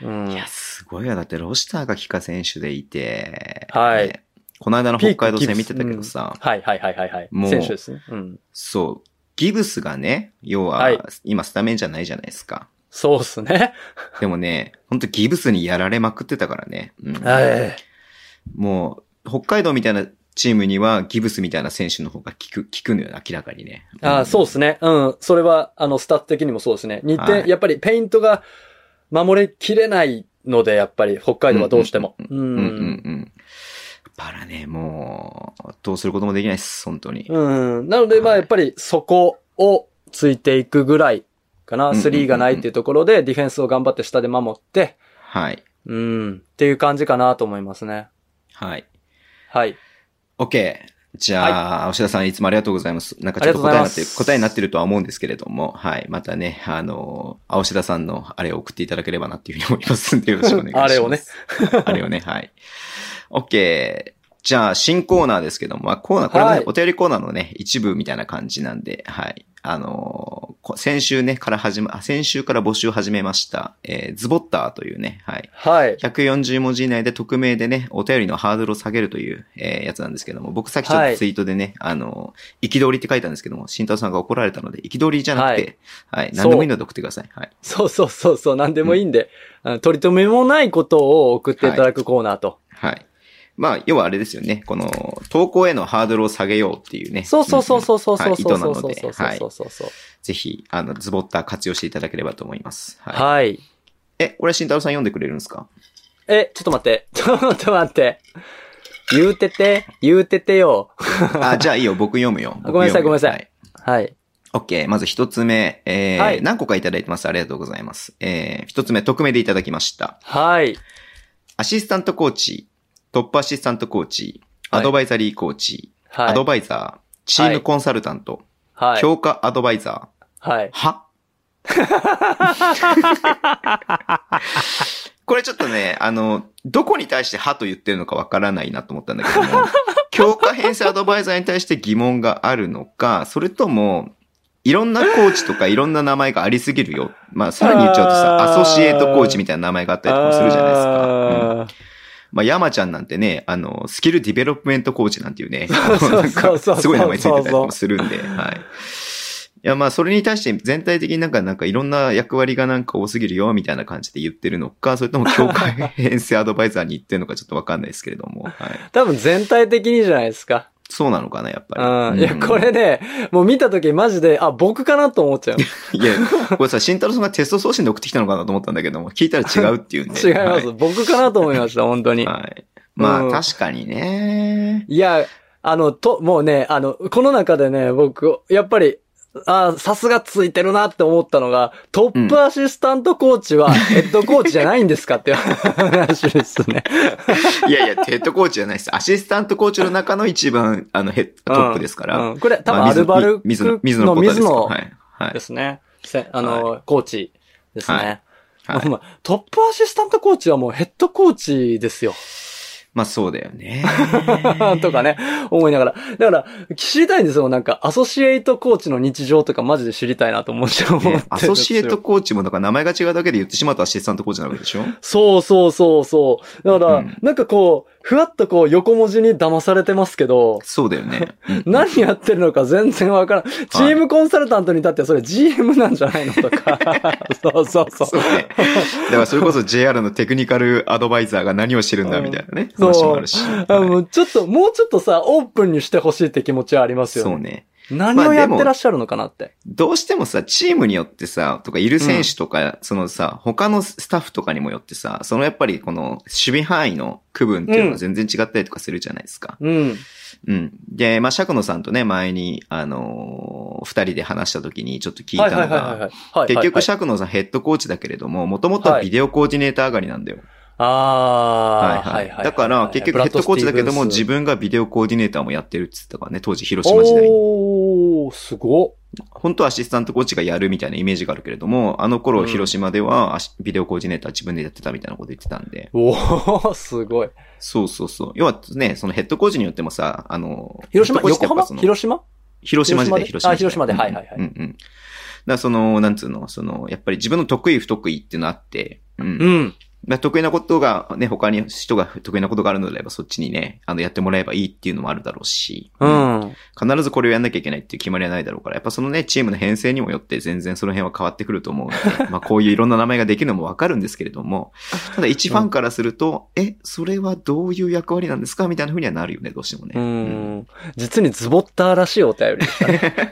[SPEAKER 3] うん。
[SPEAKER 2] いや、すごいよ。だって、ロシターが帰化選手でいて、
[SPEAKER 3] はい
[SPEAKER 2] ねこの間の北海道戦見てたけどさ、
[SPEAKER 3] はいはいはいはいはい。
[SPEAKER 2] もう
[SPEAKER 3] 選手ですね。うん。
[SPEAKER 2] そう、ギブスがね、要は、
[SPEAKER 3] はい
[SPEAKER 2] 今スタメンじゃないじゃないですか。
[SPEAKER 3] そうっすね。
[SPEAKER 2] でもね、ほんとギブスにやられまくってたからね。うん
[SPEAKER 3] はい。
[SPEAKER 2] もう、北海道みたいなチームには、ギブスみたいな選手の方が効く、効くのよ、明らかにね。
[SPEAKER 3] ああ、そう
[SPEAKER 2] っ
[SPEAKER 3] ですね。うん。それは、あの、スタッツ的にもそうですね。2点、
[SPEAKER 2] はい
[SPEAKER 3] やっぱりペイントが守れきれないので、やっぱり北海道はどうしても。う
[SPEAKER 2] うんうん
[SPEAKER 3] ん。
[SPEAKER 2] うん。だからね、もう、どうすることもできないです、本当に。
[SPEAKER 3] うん。なので、まあ、
[SPEAKER 2] はい
[SPEAKER 3] やっぱりそこをついていくぐらいか
[SPEAKER 2] うん
[SPEAKER 3] な。
[SPEAKER 2] うんうん
[SPEAKER 3] スリーがないっていうところで、ディフェンスを頑張って下で守って、
[SPEAKER 2] はい。
[SPEAKER 3] うん。っていう感じかなと思いますね。
[SPEAKER 2] はい。
[SPEAKER 3] はい。
[SPEAKER 2] OK。じゃあ、おし田さんいつもありがとうございます。なんかちょっと答えになっ
[SPEAKER 3] あ
[SPEAKER 2] てる、
[SPEAKER 3] りがとうございます
[SPEAKER 2] 答えになってるとは思うんですけれども、はい。またね、あの、青し田さんのあれを送っていただければなっていうふうに思いますんで、よろしくお願いします。
[SPEAKER 3] [LAUGHS] あれをね。
[SPEAKER 2] [LAUGHS] あれをね、はい。OK。じゃあ、新コーナーですけども、まあコーナー、これもね、
[SPEAKER 3] はい
[SPEAKER 2] お便りコーナーのね、一部みたいな感じなんで、はい。あのこ先週ね、から始ま、あ先週から募集始めました、えーズボッターというね、はい。
[SPEAKER 3] はい。
[SPEAKER 2] 140文字以内で匿名でね、お便りのハードルを下げるという、えーやつなんですけども、僕さっきちょっとツイートでね、あの、憤りって書いたんですけども、慎太郎さんが怒られたので、憤りじゃなくて、はい、何でもいいので送ってください。はい。
[SPEAKER 3] そうそうそうそう、なんでもいいんで、あの取り留めもないことを送っていただくコーナーと。
[SPEAKER 2] はい。まあ、要はあれですよね、この、投稿へのハードルを下げようっていうね。
[SPEAKER 3] そうそうそうそうそうそうそう
[SPEAKER 2] はい意図な
[SPEAKER 3] そう
[SPEAKER 2] の
[SPEAKER 3] そう
[SPEAKER 2] で
[SPEAKER 3] そう
[SPEAKER 2] はい
[SPEAKER 3] そうそうそう。
[SPEAKER 2] ぜひ、あの、ズボッター活用していただければと思います。はい。
[SPEAKER 3] はい。
[SPEAKER 2] え、これ慎太郎さん読んでくれるんで
[SPEAKER 3] [LAUGHS]
[SPEAKER 2] すか
[SPEAKER 3] え、ちょっと待って。ちょっと待って。言うてて、言うててよ。
[SPEAKER 2] あ、じゃあいいよ、僕読むよ。
[SPEAKER 3] ごめんなさいごめ
[SPEAKER 2] 僕読むよ
[SPEAKER 3] んなさい
[SPEAKER 2] は
[SPEAKER 3] はい。
[SPEAKER 2] OK。まず一つ目、えー
[SPEAKER 3] はい
[SPEAKER 2] 何個かいただいてます。ありがとうございます。えー一つ目、匿名でいただきました。
[SPEAKER 3] はい。
[SPEAKER 2] アシスタントコーチ、トップアシスタントコーチ、
[SPEAKER 3] はい
[SPEAKER 2] アドバイザリーコーチ、
[SPEAKER 3] は
[SPEAKER 2] アド
[SPEAKER 3] い。
[SPEAKER 2] バイザー、チームコンサルタント、
[SPEAKER 3] はい。
[SPEAKER 2] 評価アドバイザー、
[SPEAKER 3] はい。
[SPEAKER 2] は [LAUGHS] これちょっとね、あの、どこに対してはと言ってるのかわからないなと思ったんだけ
[SPEAKER 3] [LAUGHS]
[SPEAKER 2] ども、強化編成アドバイザーに対して疑問があるのか、それとも、いろんなコーチとかいろんな名前がありすぎるよ。まあ、さらに言っちゃうとさ、
[SPEAKER 3] あー
[SPEAKER 2] アソシエートコーチみたいな名前があったりとかもするじゃないですか。うん
[SPEAKER 3] あー
[SPEAKER 2] まあ、山ちゃんなんてね、あの、スキルディベロップメントコーチなんていうね、
[SPEAKER 3] [LAUGHS] そうそうそうそう
[SPEAKER 2] [LAUGHS] なんかすごい名前ついてたりもするんで、はい。いや、まあ、それに対して全体的になんか、なんかいろんな役割がなんか多すぎるよ、みたいな感じで言ってるのか、それとも協会編成アドバイザーに言ってるのかちょっとわかんないですけれど
[SPEAKER 3] [LAUGHS]
[SPEAKER 2] も、はい。
[SPEAKER 3] 多分全体的にじゃないですか。
[SPEAKER 2] そうなのかな、やっぱ
[SPEAKER 3] うん。
[SPEAKER 2] り。
[SPEAKER 3] いや、これ
[SPEAKER 2] ね。
[SPEAKER 3] ね、もう見たときマジで、あ、僕かなと思っちゃう。
[SPEAKER 2] いや、これさ、慎太郎さんがテスト送信で送ってきたのかなと思ったんだけども、聞いたら違うっていうん
[SPEAKER 3] [LAUGHS]
[SPEAKER 2] で。
[SPEAKER 3] 違います。
[SPEAKER 2] は
[SPEAKER 3] 僕かなと思いま
[SPEAKER 2] [LAUGHS]
[SPEAKER 3] した、本当に。
[SPEAKER 2] はい。
[SPEAKER 3] う
[SPEAKER 2] まあ、
[SPEAKER 3] ん
[SPEAKER 2] 確かにね。
[SPEAKER 3] いや、あの、と、もうね、あの、この中でね、僕、やっぱり、あーさすがついてるなって思ったのが、トップアシスタントコーチはヘッドコーチじゃないんですか
[SPEAKER 2] [LAUGHS]
[SPEAKER 3] っていう話ですね。
[SPEAKER 2] いやいや、ヘッドコーチじゃないです。アシスタントコーチの中の一番、あの、ヘッ、トップですから。
[SPEAKER 3] うんこれ多分
[SPEAKER 2] まあ
[SPEAKER 3] アルバルク
[SPEAKER 2] 水野
[SPEAKER 3] の
[SPEAKER 2] 水野
[SPEAKER 3] 水
[SPEAKER 2] 水野
[SPEAKER 3] 野
[SPEAKER 2] 幸太ですか。はい。は
[SPEAKER 3] で
[SPEAKER 2] い。
[SPEAKER 3] すね。せあの、コーチですね。
[SPEAKER 2] はい
[SPEAKER 3] ほんまトップアシスタントコーチはもうヘッドコーチですよ。。
[SPEAKER 2] まあそうだよね
[SPEAKER 3] [LAUGHS] とかね、思いながら。だから、知りたいんですよ。なんか、アソシエイトコーチの日常とかマジで知りたいなと思っちゃう。
[SPEAKER 2] ね。アソシエートコーチも、だから名前が違うだけで言ってしまったアシスタントコーチなわけでしょ
[SPEAKER 3] そうそうそうそう。だから、
[SPEAKER 2] うん
[SPEAKER 3] なんかこう、ふわっとこう横文字に騙されてますけど、
[SPEAKER 2] そうだよね。うん
[SPEAKER 3] 何やってるのか全然わからん。チームコンサルタントにだってはそれ GM なんじゃないのとか。
[SPEAKER 2] [LAUGHS]
[SPEAKER 3] そうそうそう。
[SPEAKER 2] そうね。だからそれこそ JR のテクニカルアドバイザーが何をしてるんだみたいなね。
[SPEAKER 3] そう
[SPEAKER 2] 話もあるし。
[SPEAKER 3] あ
[SPEAKER 2] は
[SPEAKER 3] の、
[SPEAKER 2] い
[SPEAKER 3] ちょっと、もうちょっとさ、オープンにしてほしいって気持ちはありますよ
[SPEAKER 2] そ
[SPEAKER 3] ね。
[SPEAKER 2] うね。
[SPEAKER 3] 何
[SPEAKER 2] ま
[SPEAKER 3] を
[SPEAKER 2] あ
[SPEAKER 3] や
[SPEAKER 2] で
[SPEAKER 3] っ
[SPEAKER 2] も
[SPEAKER 3] てらっしゃるのかなって。
[SPEAKER 2] どうしてもさ、チームによってさ、とかいる選手とか、そのさ、他のスタッフとかにもよってさ、そのやっぱりこの守備範囲の区分っていうのは全然違ったりとかするじゃないですか。
[SPEAKER 3] うん。
[SPEAKER 2] うん。で、まあ、釈野さんとね、前に、あのー二人で話した時にちょっと聞いた
[SPEAKER 3] はい
[SPEAKER 2] の
[SPEAKER 3] はいはいはい
[SPEAKER 2] が、
[SPEAKER 3] はい。はい
[SPEAKER 2] 結局
[SPEAKER 3] はい
[SPEAKER 2] 釈野さんヘッドコーチだけれども、もともとはビデオコーディネーター上がりなんだよ。
[SPEAKER 3] あー、は
[SPEAKER 2] はい
[SPEAKER 3] は
[SPEAKER 2] い
[SPEAKER 3] い
[SPEAKER 2] は。
[SPEAKER 3] はいい。
[SPEAKER 2] だから、結局ヘッドコーチだけども、
[SPEAKER 3] 分
[SPEAKER 2] 自分がビデオコーディネーターもやってるっつったからね、当時広島時代に。
[SPEAKER 3] おー、すごっ。
[SPEAKER 2] 本当はアシスタントコーチがやるみたいなイメージがあるけれども、あの
[SPEAKER 3] う
[SPEAKER 2] 頃
[SPEAKER 3] ん
[SPEAKER 2] 広島ではアシビデオコーディネーター自分でやってたみたいなこと言ってたんで。
[SPEAKER 3] おー、すごい。
[SPEAKER 2] そうそうそう。要はね、そのヘッドコーチによってもさ、あの、
[SPEAKER 3] 広島、
[SPEAKER 2] ヘッドコーチって
[SPEAKER 3] 横
[SPEAKER 2] や
[SPEAKER 3] 浜
[SPEAKER 2] っぱその
[SPEAKER 3] 広島
[SPEAKER 2] 広島時代、
[SPEAKER 3] 広島で
[SPEAKER 2] 広
[SPEAKER 3] あ広島
[SPEAKER 2] 島時代。
[SPEAKER 3] ではいはいはい
[SPEAKER 2] うんうん。だからその、なんつうの、その、やっぱり自分の得意不得意っていうのあって、うん。だか
[SPEAKER 3] ん。
[SPEAKER 2] ら得意なことが、ね、他に人が得意なことがあるのであれば、そっちにね、あの、やってもらえばいいっていうのもあるだろうし、
[SPEAKER 3] うん。
[SPEAKER 2] 必ずこれをやんなきゃいけないっていう決まりはないだろうから、やっぱそのね、チームの編成にもよって全然その辺は変わってくると思うので、 [LAUGHS] まあこういういろんな名前ができるのもわかるんですけれども、ただ一ファンからすると、え、それはどういう役割なんですかみたいな風にはなるよね、どうしてもね。
[SPEAKER 3] う
[SPEAKER 2] うん
[SPEAKER 3] ん。実にズボッターらしいお便りでしたね。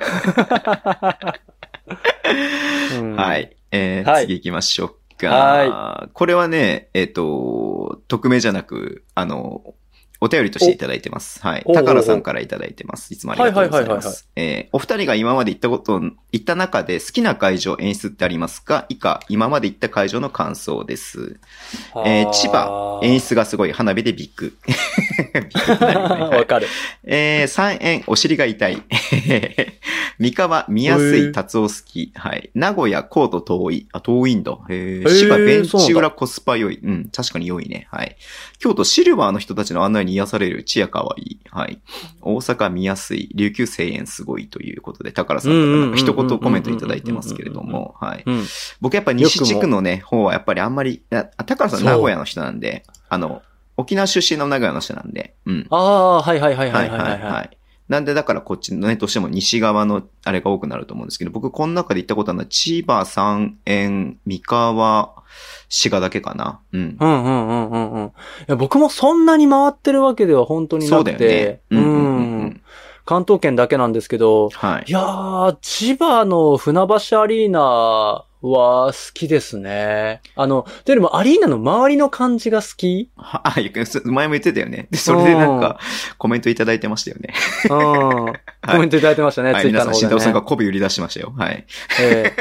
[SPEAKER 3] うん
[SPEAKER 2] [LAUGHS] はい。えー
[SPEAKER 3] はい
[SPEAKER 2] 次行きましょうか。
[SPEAKER 3] は
[SPEAKER 2] これはね、えっ、と、匿名じゃなく、あの、お便りとしていただいてます。はい。
[SPEAKER 3] おうおうおう
[SPEAKER 2] 高野さんからいただいてます。いつもありがとうござい
[SPEAKER 3] はいは
[SPEAKER 2] ま
[SPEAKER 3] いはいはいは
[SPEAKER 2] す。えーお二人が今まで行ったこと、行った中で好きな会場演出ってありますか以下、今まで行った会場の感想です。えー千葉、演。出がすごい、花火でビッグ。 [LAUGHS] ビッグ
[SPEAKER 3] あ
[SPEAKER 2] になるよねはい
[SPEAKER 3] [LAUGHS] ーわかる。
[SPEAKER 2] えー、三円、お尻が痛い。三河、見やすい、達夫好き。はい。名古屋、コート遠い。あ、遠いんだ。へ
[SPEAKER 3] へー
[SPEAKER 2] え。千葉、ベンチ
[SPEAKER 3] そうな
[SPEAKER 2] 裏、コスパ良い。うん、確かに良いね。はい。京都、シルバーの人たちの案内に癒される。千葉可愛い。はい。大阪、見やすい。琉球、声援すごいということで、宝さんからなんか一言コメントいただいてますけれども、はい。
[SPEAKER 3] うん。
[SPEAKER 2] 僕やっぱ西地区のね、方はやっぱりあんまり、あ宝さん
[SPEAKER 3] そう
[SPEAKER 2] 名古屋の人なんで、あの、沖縄出身の名古屋の人なんで、うん。
[SPEAKER 3] ああー、はいはいはいはいはい
[SPEAKER 2] は。
[SPEAKER 3] はいい。はい
[SPEAKER 2] なんで、だからこっちのね、どうしても西側のあれが多くなると思うんですけど、僕、この中で行ったことはない、千葉、三円、三河、滋賀だけかな。うん。
[SPEAKER 3] うんうんうんうんうん。いや、僕もそんなに回ってるわけでは本当に
[SPEAKER 2] そ
[SPEAKER 3] な
[SPEAKER 2] うだ
[SPEAKER 3] く
[SPEAKER 2] よね
[SPEAKER 3] て。。
[SPEAKER 2] うんうんう
[SPEAKER 3] うんん。関東圏だけなんですけど、
[SPEAKER 2] はい [LAUGHS]
[SPEAKER 3] い。やー、千葉の船橋アリーナは好きですね。あの、というよりもアリーナの周りの感じが好き。
[SPEAKER 2] はあ、いやそ前も言ってたよね。で、それでなんか、コメントいただいてましたよね。
[SPEAKER 3] うん。 [LAUGHS] コメントいただいてましたね、
[SPEAKER 2] はい、
[SPEAKER 3] ツイッターの
[SPEAKER 2] 皆さん、
[SPEAKER 3] 方
[SPEAKER 2] 慎
[SPEAKER 3] で、
[SPEAKER 2] 太郎さんが
[SPEAKER 3] ね。
[SPEAKER 2] 媚び売り出してましたよ。はい。
[SPEAKER 3] え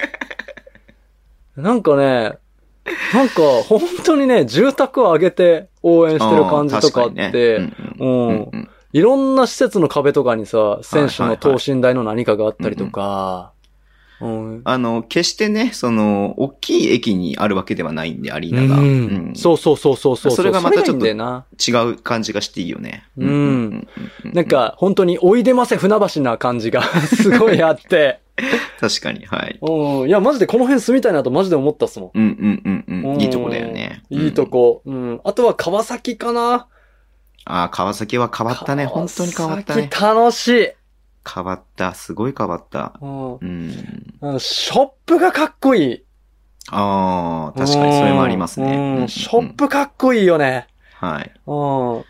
[SPEAKER 3] えなんかね、なんか本当にね、住宅を上げて応援してる感じとかあって、
[SPEAKER 2] うん確かにね、
[SPEAKER 3] うん
[SPEAKER 2] うんうんうんうん
[SPEAKER 3] いろんな施設の壁とかにさ、選手
[SPEAKER 2] はいは
[SPEAKER 3] の
[SPEAKER 2] いは
[SPEAKER 3] 等
[SPEAKER 2] い
[SPEAKER 3] 身大の何かがあったりとか、うん
[SPEAKER 2] あの、決してね、その、大きい駅にあるわけではないんで、アリーナが。
[SPEAKER 3] うんそうそうそうそうそう。
[SPEAKER 2] それがまたちょっ
[SPEAKER 3] それ
[SPEAKER 2] と
[SPEAKER 3] がいいんだよな。
[SPEAKER 2] 違う感じがしていいよね。
[SPEAKER 3] うん
[SPEAKER 2] んうん
[SPEAKER 3] なん、か、本当に、おいでませ船橋な感じが、 [LAUGHS] すごいあって。
[SPEAKER 2] 確かに、はい。
[SPEAKER 3] うん。いや、マジでこの辺住みたいなとマジで思ったっすも
[SPEAKER 2] うんうんうん
[SPEAKER 3] う
[SPEAKER 2] うんん。いいとこだよね。
[SPEAKER 3] ん。いいと
[SPEAKER 2] うん。
[SPEAKER 3] こ。うん。あとは川崎かな
[SPEAKER 2] ああ、川崎は変わったね。本当に変わったね。
[SPEAKER 3] 川崎楽しい。
[SPEAKER 2] 変わった。すごい変わった。
[SPEAKER 3] うん
[SPEAKER 2] うん。
[SPEAKER 3] うん。ショップがかっこいい。
[SPEAKER 2] ああ、確かにそれもありますね。うん
[SPEAKER 3] う。
[SPEAKER 2] うんん
[SPEAKER 3] ショッ。プかっこいいよね。
[SPEAKER 2] はい。
[SPEAKER 3] うん。本